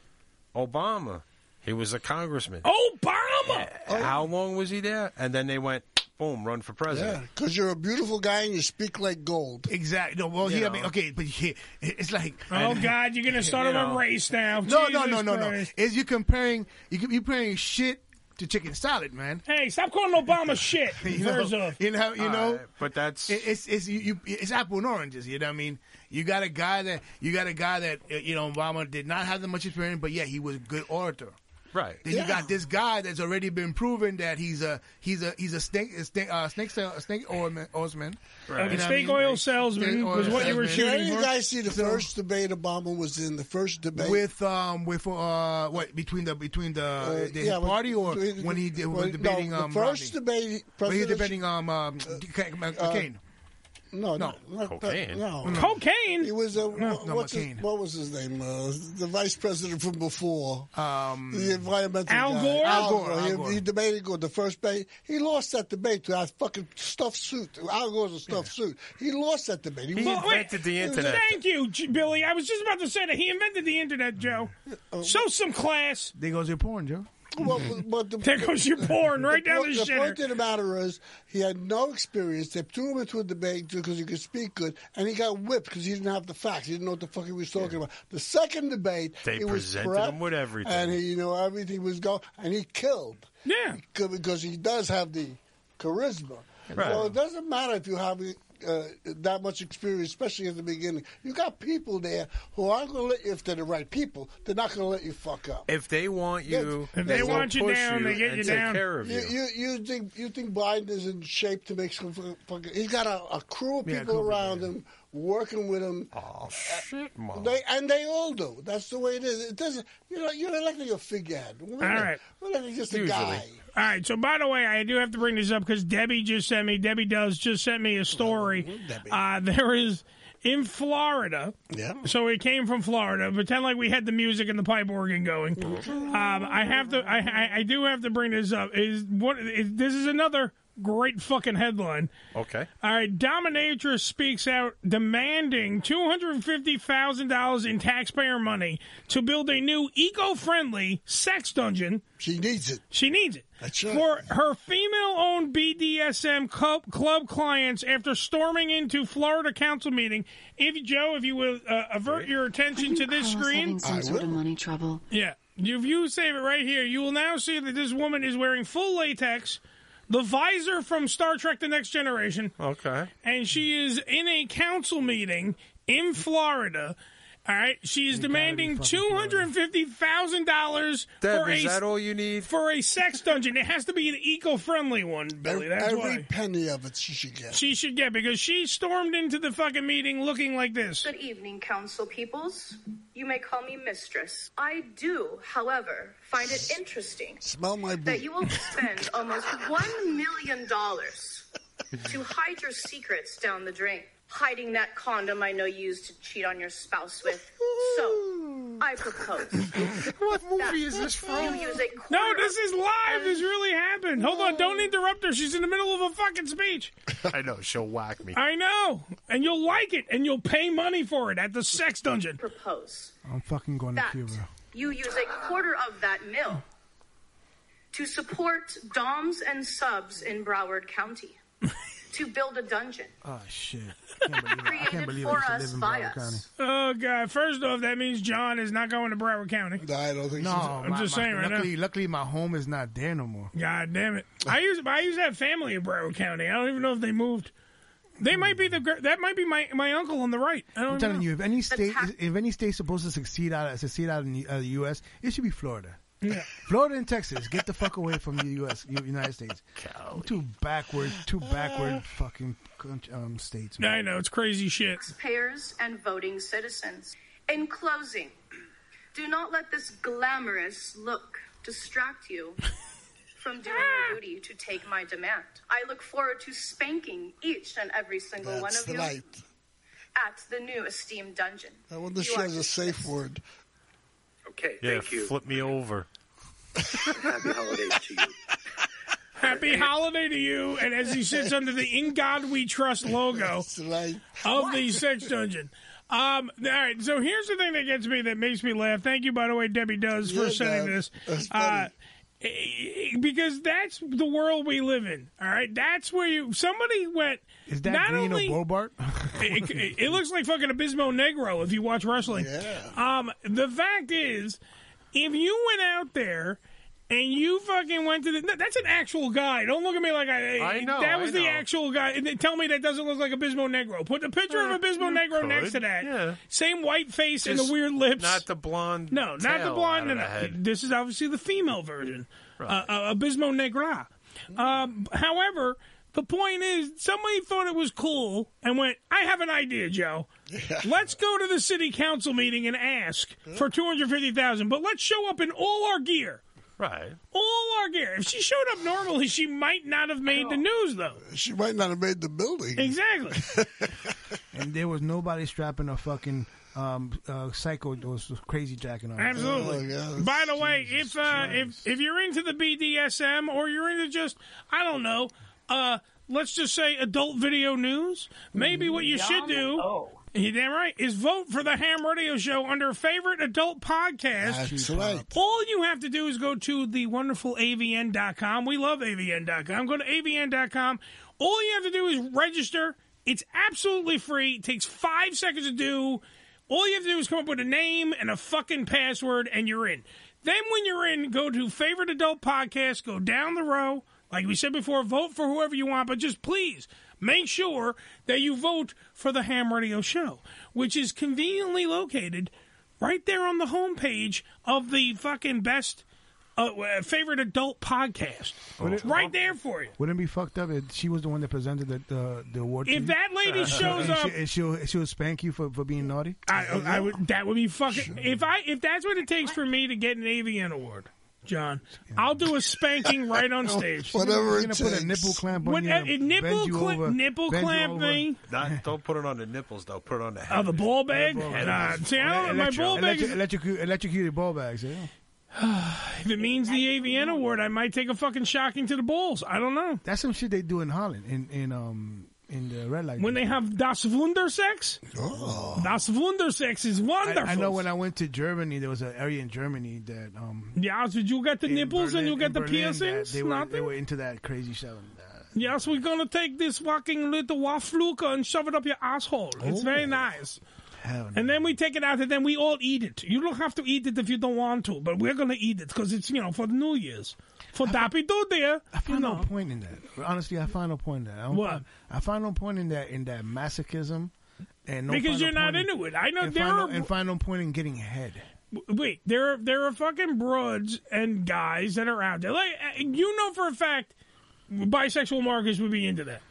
Speaker 2: Obama, he was a congressman.
Speaker 1: Oh.
Speaker 4: Oh,
Speaker 1: Obama.
Speaker 2: How long was he there? And then they went, boom, run for president.
Speaker 3: because you're a beautiful guy and you speak like gold.
Speaker 4: Exactly. No, well,
Speaker 2: You
Speaker 4: he. I
Speaker 2: know.
Speaker 4: mean, okay, but he, it's like.
Speaker 1: Oh God, you're gonna start
Speaker 4: You
Speaker 1: him
Speaker 4: know.
Speaker 1: a race now.
Speaker 4: No, no,
Speaker 1: Jesus
Speaker 4: no, no, no.
Speaker 1: Christ.
Speaker 4: Is you comparing? You you comparing shit to chicken salad, man?
Speaker 1: Hey, stop calling Obama shit.
Speaker 4: You know,
Speaker 1: first off.
Speaker 4: you know, you know.
Speaker 2: but that's
Speaker 4: it, it's it's you, you it's apple and oranges. You know what I mean? You got a guy that you got a guy that uh, you know Obama did not have that much experience, but yeah, he was a good orator.
Speaker 2: Right.
Speaker 4: Then you got this guy that's already been proven that he's a he's a he's a snake a snake uh, snake sale- a snake oilman, oilsman.
Speaker 1: Right.
Speaker 4: You know what I
Speaker 1: Snake
Speaker 4: mean?
Speaker 1: oil
Speaker 4: Like,
Speaker 1: salesman
Speaker 4: snake oil
Speaker 1: was what you were
Speaker 4: salesman.
Speaker 3: Did you guys see the first debate Obama was in? The first debate
Speaker 4: with um with uh what between the between the,
Speaker 3: Uh,
Speaker 4: the his
Speaker 3: yeah,
Speaker 4: party or
Speaker 3: between-
Speaker 4: when he did, was
Speaker 3: when- no,
Speaker 4: debating
Speaker 3: the
Speaker 4: um
Speaker 3: first
Speaker 4: Romney?
Speaker 3: debate
Speaker 4: When he was
Speaker 3: presidential- uh,
Speaker 4: debating um um McCain.
Speaker 3: No,
Speaker 4: No.
Speaker 3: no, not-
Speaker 4: Cocaine.
Speaker 3: uh, No,
Speaker 4: No.
Speaker 1: cocaine.
Speaker 3: He was a wha-
Speaker 4: no,
Speaker 3: what's
Speaker 4: McCain.
Speaker 3: his, what was his name? Uh, the vice president from before, um, the environmental
Speaker 4: Al
Speaker 3: guy.
Speaker 4: Gore? Al Gore,
Speaker 3: He,
Speaker 4: Al Gore.
Speaker 3: he debated Gore the first debate. He lost that debate to that fucking stuffed suit. Al Gore's a stuffed suit. He lost that debate. He,
Speaker 1: Well,
Speaker 3: was-
Speaker 1: wait. Thank you, J-
Speaker 3: Uh,
Speaker 1: Billy. I was just about to say that he invented the internet, Joe. Show some class.
Speaker 4: There goes your porn, Joe.
Speaker 3: Well, but- but the,
Speaker 1: There goes your porn right down
Speaker 3: point-
Speaker 1: the shitter.
Speaker 3: point of the matter is, he had no experience. They threw him into a debate because he could speak good, and he got whipped because he didn't have the facts. He didn't know what the fuck he was talking about. The second debate,
Speaker 2: They
Speaker 3: he was
Speaker 2: presented
Speaker 3: prepped,
Speaker 2: him with everything.
Speaker 3: and he, you know, everything was going, and he killed.
Speaker 1: Yeah,
Speaker 3: because he does have the charisma.
Speaker 2: Right.
Speaker 3: So it doesn't matter if you have. Uh, that much experience, especially at the beginning, you got people there who aren't going to let you. If they're the right people, they're not going to let you fuck up.
Speaker 2: If they want you,
Speaker 3: If they
Speaker 2: will
Speaker 3: want you
Speaker 2: push
Speaker 1: down, they get
Speaker 2: and
Speaker 1: you
Speaker 2: take
Speaker 1: down.
Speaker 2: care of you.
Speaker 3: You, you think you think Biden is in shape to make some fu- fucking? He's got a, a crew of
Speaker 2: Yeah,
Speaker 3: people
Speaker 2: crew of
Speaker 3: around him working with him.
Speaker 2: Oh shit, Mom.
Speaker 3: They and they all do. That's the way it is. It doesn't. You know, you're electing a figurehead. All
Speaker 1: right.
Speaker 3: just a guy.
Speaker 1: All right. So, by the way, I do have to bring this up because Debbie just sent me. Debbie does just sent me a story.
Speaker 3: Oh,
Speaker 1: Uh, there is in Florida.
Speaker 3: Yeah.
Speaker 1: So it came from Florida. Pretend like we had the music and the pipe organ going.
Speaker 3: Mm-hmm.
Speaker 1: Um, I have to. I, I, I do have to bring this up. Is what is, this is another great fucking headline.
Speaker 2: Okay.
Speaker 1: All right, dominatrix speaks out demanding $250,000 in taxpayer money to build a new eco-friendly sex dungeon.
Speaker 3: She needs it.
Speaker 1: She needs it.
Speaker 3: That's right.
Speaker 1: For her female-owned BDSM club, club clients after storming into Florida council meeting. If Joe, if you will uh, avert your attention to this screen.
Speaker 5: Having some sort of money trouble.
Speaker 1: Yeah. If you save it right here, you will now see that this woman is wearing full latex, the visor from Star Trek The Next Generation.
Speaker 2: Okay.
Speaker 1: And she is in a council meeting in Florida. All right. She is demanding $250,000
Speaker 2: Deb,
Speaker 1: for a,
Speaker 2: is that all you need?
Speaker 1: For a sex dungeon. It has to be an eco friendly one, Billy. That's
Speaker 3: Every
Speaker 1: why.
Speaker 3: penny of it she should get.
Speaker 1: She should get because she stormed into the fucking meeting looking like this.
Speaker 6: Good evening, council peoples. You may call me mistress. I do, however, find it interesting
Speaker 3: Smell my
Speaker 6: that
Speaker 3: boot.
Speaker 6: you will spend almost one million dollars to hide your secrets down the drain. Hiding that condom I know you used to cheat on your spouse with. So, I propose. what movie is this from? You use a
Speaker 1: No, this is live. This really happened. Hold on. Don't interrupt her. She's in the middle of a fucking speech.
Speaker 2: I know she'll whack me.
Speaker 1: I know. And you'll like it and you'll pay money for it at the sex dungeon.
Speaker 6: propose.
Speaker 4: I'm fucking going to
Speaker 6: That
Speaker 4: Cuba.
Speaker 6: you use a quarter of that mill to support DOMs and subs in Broward County to build a dungeon
Speaker 4: Oh shit! I can't believe it. I can't
Speaker 6: created
Speaker 4: believe
Speaker 6: for
Speaker 4: I used to
Speaker 6: us
Speaker 4: live in
Speaker 6: by
Speaker 4: Broward County.
Speaker 6: us.
Speaker 1: Oh, God. First off, that means John is not going to Broward County.
Speaker 3: I don't think
Speaker 4: No,
Speaker 1: I'm
Speaker 4: Oh, my-
Speaker 1: just
Speaker 4: my-
Speaker 1: saying right
Speaker 4: luckily, luckly, my home is not there no more.
Speaker 1: now. God damn it. I used, I used to have family in Broward County. I don't even know if they moved. They might be the gr- that might be my, my uncle on the right. I don't
Speaker 4: I'm
Speaker 1: even
Speaker 4: telling
Speaker 1: know.
Speaker 4: you, if any state, if any state's supposed to succeed out, succeed out in the, uh, the U.S., it should be Florida.
Speaker 1: Yeah.
Speaker 4: Florida and Texas, get the fuck away from the U.S. U- United States. Two backward, two backward fucking country- um, states. man.
Speaker 1: Uh. I know it's crazy shit.
Speaker 6: taxpayers and voting citizens. In closing, do not let this glamorous look distract you from doing your duty to take my demand. I look forward to spanking each and every single one
Speaker 3: That's
Speaker 6: of you
Speaker 3: right.
Speaker 6: at the new esteemed dungeon.
Speaker 3: I wonder if
Speaker 6: You
Speaker 3: she
Speaker 6: are
Speaker 3: has a safe word.
Speaker 7: Okay,
Speaker 2: Yeah,
Speaker 7: thank you.
Speaker 2: flip me over.
Speaker 7: Happy holidays to you.
Speaker 1: Happy holiday to you. And as he sits under the In God We Trust logo of the sex dungeon. Um, all right, so here's the thing that gets me that makes me laugh. Thank you, by the way, Debbie Does, for
Speaker 6: Yeah,
Speaker 1: sending
Speaker 6: Deb.
Speaker 1: this.
Speaker 6: That's
Speaker 1: Uh, eh, because that's the world we live in. All right, that's where you somebody went.
Speaker 4: Is that
Speaker 1: not
Speaker 4: green
Speaker 1: only,
Speaker 4: or Bobart?
Speaker 1: it, it- it looks like fucking Abismo Negro if you watch wrestling. Um, the fact is, if you went out there and you fucking went to the, no, that's an actual guy. Don't look at me like I. eh,
Speaker 2: I know,
Speaker 1: that
Speaker 2: I
Speaker 1: was the
Speaker 2: know.
Speaker 1: actual guy. And they Tell me that doesn't look like Abismo Negro. Put the picture
Speaker 2: Uh,
Speaker 1: of
Speaker 2: you
Speaker 1: Abismo Negro
Speaker 2: could,
Speaker 1: next to that.
Speaker 2: yeah.
Speaker 1: Same white face and the
Speaker 2: Just
Speaker 1: weird lips.
Speaker 2: Not the blonde.
Speaker 1: No, not the
Speaker 2: tail out
Speaker 1: blonde.
Speaker 2: of the
Speaker 1: No, no.
Speaker 2: head.
Speaker 1: This is obviously the female version. Uh, uh, Abismo Negra. Um, however, the point is, somebody thought it was cool and went, I have an idea, Joe. Let's go to the city council meeting and ask for 250000 but let's show up in all our gear.
Speaker 2: Right.
Speaker 1: All our gear. If she showed up normally, she might not have made the news, though.
Speaker 3: She might not have made the building.
Speaker 1: Exactly.
Speaker 4: and there was nobody strapping a fucking um, uh, psycho or s- crazy jacket on.
Speaker 1: Absolutely. By the way, if uh, if if you're into the BDSM or you're into just I don't know, uh, let's just say adult video news. Maybe what you should do You damn right. Is vote for the Ham Radio Show under favorite adult podcast.
Speaker 3: That's right.
Speaker 1: All you have to do is go to the wonderful AVN.com. We love AVN.com. Go to AVN.com. All you have to do is register. It's absolutely free. It takes five seconds to do. All you have to do is come up with a name and a fucking password, and you're in. Then, when you're in, go to favorite adult podcast, go down the row. Like we said before, vote for whoever you want, but just please make sure that you vote for the Ham Radio Show, which is conveniently located right there on the homepage of the fucking best uh, uh, favorite adult podcast. It's right there for you.
Speaker 4: Wouldn't it be fucked up if she was the one that presented the the, the award? to
Speaker 1: If
Speaker 4: you?
Speaker 1: that lady shows
Speaker 4: and she,
Speaker 1: up-
Speaker 4: and she'll and she'll spank you for, for being naughty.
Speaker 1: I, I would that would be fucking if I if that's what it takes for me to get an AVN award, John. I'll do a spanking right on stage.
Speaker 4: Whatever She's gonna it put a takes. nipple clamp on
Speaker 1: What-
Speaker 4: you
Speaker 1: a-
Speaker 4: and
Speaker 1: a nipple
Speaker 4: bend you
Speaker 1: cla-
Speaker 4: over-
Speaker 1: nipple
Speaker 4: bend you
Speaker 1: clamp
Speaker 4: over.
Speaker 1: thing.
Speaker 2: Not, don't put it on the nipples, though. Put it on the head.
Speaker 1: Oh, the ball bag. And, uh, see, I don't know, my
Speaker 4: Electro-
Speaker 1: ball bag is-
Speaker 4: electro- electrocu- electrocuted ball bags. Yeah.
Speaker 1: If it means the AVN award, I might take a fucking shocking to the balls. I don't know.
Speaker 4: That's some shit they do in Holland in in um in the red light. Oh.
Speaker 1: When they have Das Wundersex, Das Wundersex is Oh. wonderful.
Speaker 4: I, I know when I went to Germany, there was an area in Germany that um
Speaker 1: Yes, did you get the
Speaker 4: in
Speaker 1: nipples and
Speaker 4: Berlin-
Speaker 1: you get
Speaker 4: in
Speaker 1: the
Speaker 4: Berlin that
Speaker 1: piercings?
Speaker 4: They were,
Speaker 1: Nothing?
Speaker 4: they were into that crazy shit.
Speaker 1: Yes, we're gonna take this fucking little wafluka and shove it up your asshole. It's
Speaker 4: Oh.
Speaker 1: very nice.
Speaker 4: Hell
Speaker 1: And then we take it out, and then we all eat it. You don't have to eat it if you don't want to, but we're gonna eat it because it's you know for New Year's, for Dappy Do There.
Speaker 4: I find no point in that. Honestly, I find no point in that. I don't
Speaker 1: What?
Speaker 4: Find, I find no point in that in that masochism. And no
Speaker 1: Because
Speaker 4: find
Speaker 1: you're
Speaker 4: no
Speaker 1: not
Speaker 4: point in-
Speaker 1: into it. I know
Speaker 4: and
Speaker 1: there
Speaker 4: find no-
Speaker 1: are-
Speaker 4: and find no point in getting head.
Speaker 1: W- Wait, there are there are fucking broads and guys that are out there. Like uh, you know for a fact, bisexual Marcus would be into that.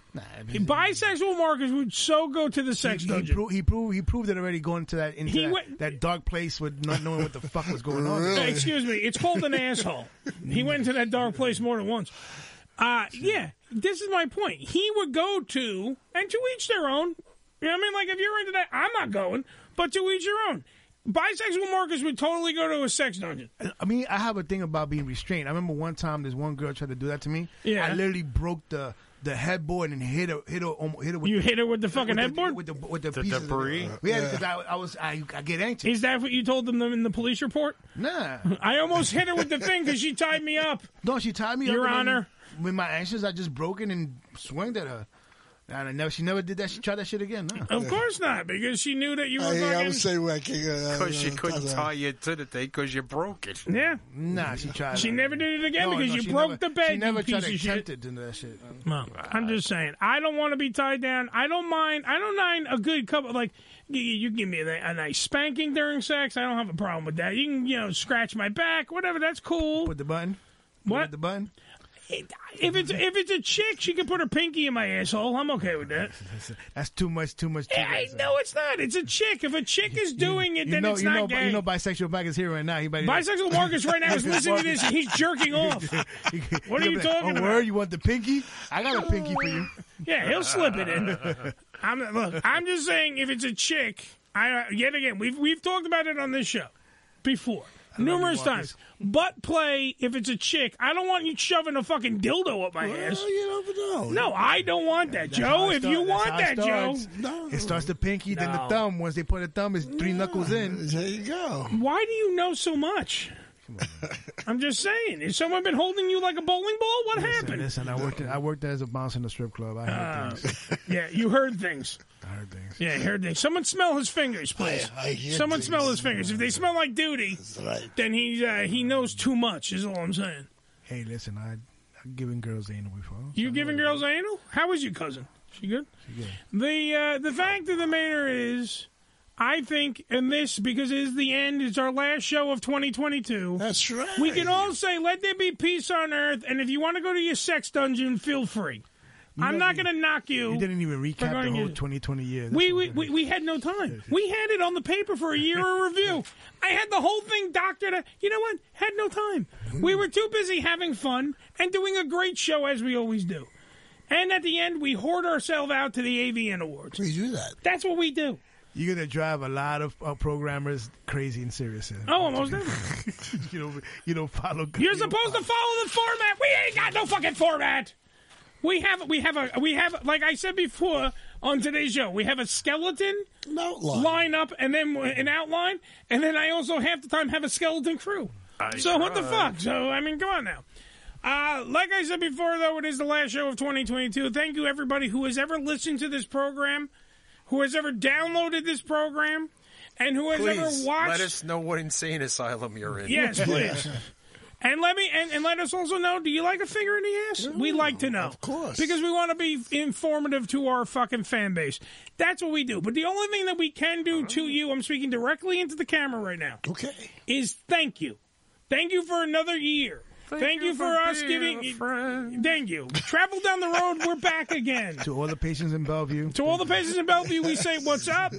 Speaker 1: bisexual Marcus would so go to the sex
Speaker 4: he,
Speaker 1: dungeon.
Speaker 4: He, pro- he proved he proved it already going to that into
Speaker 1: He
Speaker 4: that,
Speaker 1: went-
Speaker 4: that dark place with not knowing what the fuck was going on.
Speaker 1: Hey, Uh, Excuse me. It's called an asshole. He went into that dark place more than once. Uh, yeah, this is my point. He would go to, and to each their own. You know what I mean? Like, if you're into that, I'm not going, but to each your own. Bisexual Marcus would totally go to a sex dungeon.
Speaker 4: I mean, I have a thing about being restrained. I remember one time this one girl tried to do that to me.
Speaker 1: Yeah.
Speaker 4: I literally broke the the headboard and hit her hit her almo- hit her with
Speaker 1: You hit her with the fucking headboard?
Speaker 4: with the with the, pieces of it.
Speaker 2: debris?
Speaker 4: Yeah,
Speaker 1: Yeah.
Speaker 4: because I, I was I, I get anxious.
Speaker 1: Is that what you told them in the police report?
Speaker 4: Nah.
Speaker 1: I almost hit her with the thing because she tied me up.
Speaker 4: No, she tied me
Speaker 1: Your
Speaker 4: up. and then
Speaker 1: Honor.
Speaker 4: With my anxious, I just broke it and swung at her. And I never, she never did that. She tried that shit again. Nah.
Speaker 1: Of course not, because she knew that you were
Speaker 4: Hey, Oh, I
Speaker 1: fucking.
Speaker 4: would say
Speaker 3: Anyway, I can, uh,
Speaker 2: Because she
Speaker 3: uh,
Speaker 2: couldn't
Speaker 3: uh,
Speaker 2: tie you to the thing because you broke it.
Speaker 1: Yeah.
Speaker 4: Nah, she tried.
Speaker 1: She
Speaker 4: that.
Speaker 1: never did it again
Speaker 4: No,
Speaker 1: because
Speaker 4: no,
Speaker 1: you
Speaker 4: she
Speaker 1: broke
Speaker 4: never-
Speaker 1: the bed.
Speaker 4: She never
Speaker 1: you
Speaker 4: tried
Speaker 1: piece
Speaker 4: to
Speaker 1: of shit.
Speaker 4: attempt it in that shit.
Speaker 1: No, I'm just saying. I don't want to be tied down. I don't mind. I don't mind a good couple. Like you, you give me a, a nice spanking during sex. I don't have a problem with that. You can you know scratch my back, whatever. That's cool. Put
Speaker 4: the button.
Speaker 1: What
Speaker 4: the button?
Speaker 1: If it's if it's a chick, she can put her pinky in my asshole. I'm okay with that.
Speaker 4: That's too much. Too much. Too
Speaker 1: Yeah, I
Speaker 4: much.
Speaker 1: know it's not. It's a chick. If a chick is doing it,
Speaker 4: You
Speaker 1: then
Speaker 4: know,
Speaker 1: it's
Speaker 4: you
Speaker 1: not
Speaker 4: know,
Speaker 1: gay.
Speaker 4: you know, bisexual Mark is here right now. He might-
Speaker 1: Bisexual Marcus right now is listening to this and he's jerking off. What are you
Speaker 4: Oh,
Speaker 1: talking about?
Speaker 4: word, You want the pinky? I got a pinky for you.
Speaker 1: Yeah, he'll slip it in. I'm look. I'm just saying, if it's a chick, I uh, yet again we've we've talked about it on this show before numerous
Speaker 4: you,
Speaker 1: times. Butt play if it's a chick. I don't want you shoving a fucking dildo up my ass. No, I don't want that,
Speaker 4: That's how
Speaker 1: Joe.
Speaker 4: it
Speaker 1: If
Speaker 4: start-
Speaker 1: you
Speaker 4: that's
Speaker 1: want
Speaker 4: how it
Speaker 1: that, Joe,
Speaker 4: starts. It starts the pinky, then the
Speaker 1: No.
Speaker 4: thumb. Once they put a thumb, it's three knuckles in.
Speaker 3: There you go.
Speaker 1: why do you know so much? I'm just saying. Has someone been holding you like a bowling ball? What
Speaker 4: Listen,
Speaker 1: happened?
Speaker 4: listen, I worked. I worked as a bouncer in a strip club. I heard
Speaker 1: Uh,
Speaker 4: things.
Speaker 1: yeah, you heard things.
Speaker 4: I heard things.
Speaker 1: Yeah, here they. Someone smell his fingers, please.
Speaker 4: I- I hear
Speaker 1: Someone
Speaker 4: things.
Speaker 1: smell his fingers. If they smell like duty, then he uh, he knows too much. Is all I'm saying.
Speaker 4: Hey, listen, I, I'm giving girls anal before.
Speaker 1: You giving girls anal? How is your cousin? She good?
Speaker 4: Yeah.
Speaker 1: The uh, the fact of the matter is, I think in this because it is the end. It's our last show of 2022.
Speaker 3: That's right.
Speaker 1: We can all say, "Let there be peace on earth," and if you want to go to your sex dungeon, feel free. I'm not going to knock you.
Speaker 4: e- You didn't even
Speaker 1: for
Speaker 4: recap the
Speaker 1: going
Speaker 4: whole
Speaker 1: to-
Speaker 4: 2020 year. That's
Speaker 1: we, we, we, we had no time. We had it on the paper for a year of review. I had the whole thing doctored. out. You know what? Had no time. We were too busy having fun and doing a great show as we always do. And at the end, we hoard ourselves out to the AVN Awards.
Speaker 3: We do that.
Speaker 1: That's what we do.
Speaker 4: You're gonna drive a lot of uh, programmers crazy and serious.
Speaker 1: Oh, almost never.
Speaker 4: you don't you don't follow.
Speaker 1: You're supposed to follow the format. We ain't got no fucking format. We have we have a we have like I said before on today's show we have a skeleton
Speaker 3: outline.
Speaker 1: lineup and then an outline and then I also half the time have a skeleton crew. so what the
Speaker 13: tried.
Speaker 1: fuck? So I mean, come on now. Uh, like I said before, though, it is the last show of 2022. Thank you everybody who has ever listened to this program, who has ever downloaded this program, and who has ever watched.
Speaker 2: let us know what insane asylum you're in.
Speaker 1: Yes, please. And let me and, and let us also know. Do you like a finger in the ass? we like to know, of course, because we want to be informative to our fucking fan base. That's what we do. But the only thing that we can do to you, I'm speaking directly into the camera right now. Oh. Okay, is thank you, thank you for another year. Thank, you, for, us
Speaker 13: being
Speaker 1: giving. Thank you. Travel down the road. We're back again.
Speaker 4: To all the patients in Bellevue.
Speaker 1: To all the patients in Bellevue, we say what's up.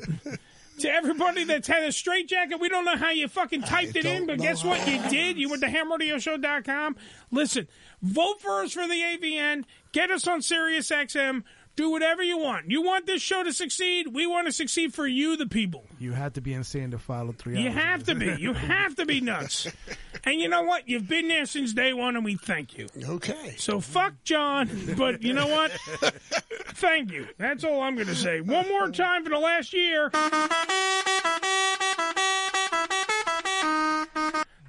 Speaker 1: To everybody that's had a straitjacket, we don't know how you fucking typed it in, but guess what? You did. You went to hamradioshow.com. Listen, vote for us for the AVN. Get us on Sirius XM. Do whatever you want. You want this show to succeed? We want to succeed for you, the people.
Speaker 4: You had to be insane to follow three
Speaker 1: You
Speaker 4: hours.
Speaker 1: have to be. You have to be nuts. And you know what? You've been there since day one, and we thank you. Okay. So fuck John, but you know what? thank you. That's all I'm going to say. One more time for the last year.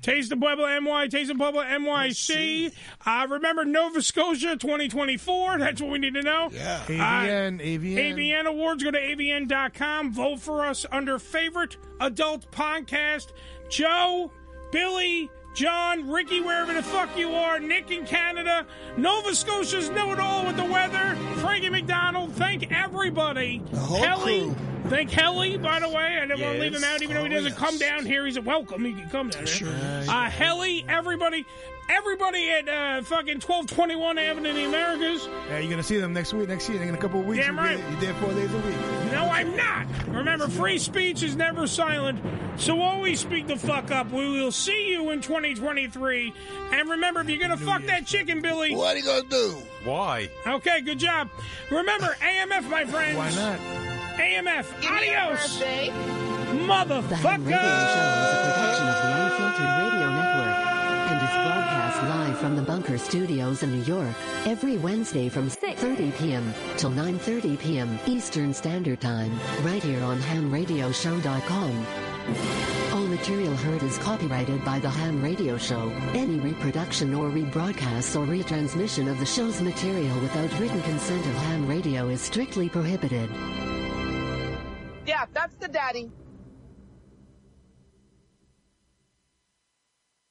Speaker 1: Taste of Puebla NY, Taste of Puebla NYC. Uh, remember Nova Scotia 2024. That's what we need to know. Uh, Yeah.
Speaker 4: AVN, AVN.
Speaker 1: AVN Awards. Go to avn.com. Vote for us under favorite adult podcast. Joe, Billy, John, Ricky, wherever the fuck you are, Nick in Canada, Nova Scotia's know it all with the weather. Frankie McDonald. Thank everybody. Helly. Thank Helly, by the way. I didn't want to leave him
Speaker 13: Yes.
Speaker 1: out, even though he
Speaker 13: Oh,
Speaker 1: doesn't
Speaker 13: yes.
Speaker 1: come down here. He's a welcome. He can come down here.
Speaker 13: Sure is.
Speaker 1: Uh, Helly, everybody, everybody at uh, fucking 1221 Avenue in the Americas.
Speaker 4: Yeah, you're gonna see them next week, next year, in a couple of weeks.
Speaker 1: Damn
Speaker 4: you'll be-
Speaker 1: right.
Speaker 4: You're there four days a week.
Speaker 1: No, I'm not. Remember, free speech is never silent, so always speak the fuck up. We will see you in 2023. And remember, if you're going to fuck that chicken, Billy.
Speaker 2: What are you
Speaker 1: going to do?
Speaker 2: Why?
Speaker 1: Okay, good job. Remember, AMF, my friends.
Speaker 2: Why not?
Speaker 1: AMF, adios.
Speaker 23: Ham Radio
Speaker 1: Motherfucker.
Speaker 23: Show is a production of the Unfiltered Radio Network and is broadcast live from the Bunker Studios in New York every Wednesday from 6:30 p.m. till 9:30 p.m. Eastern Standard Time, right here on HamRadioshow.com. All material heard is copyrighted by The Ham Radio Show. Any reproduction or rebroadcast or retransmission of the show's material without written consent of Ham Radio is strictly prohibited.
Speaker 5: Yeah, that's the daddy.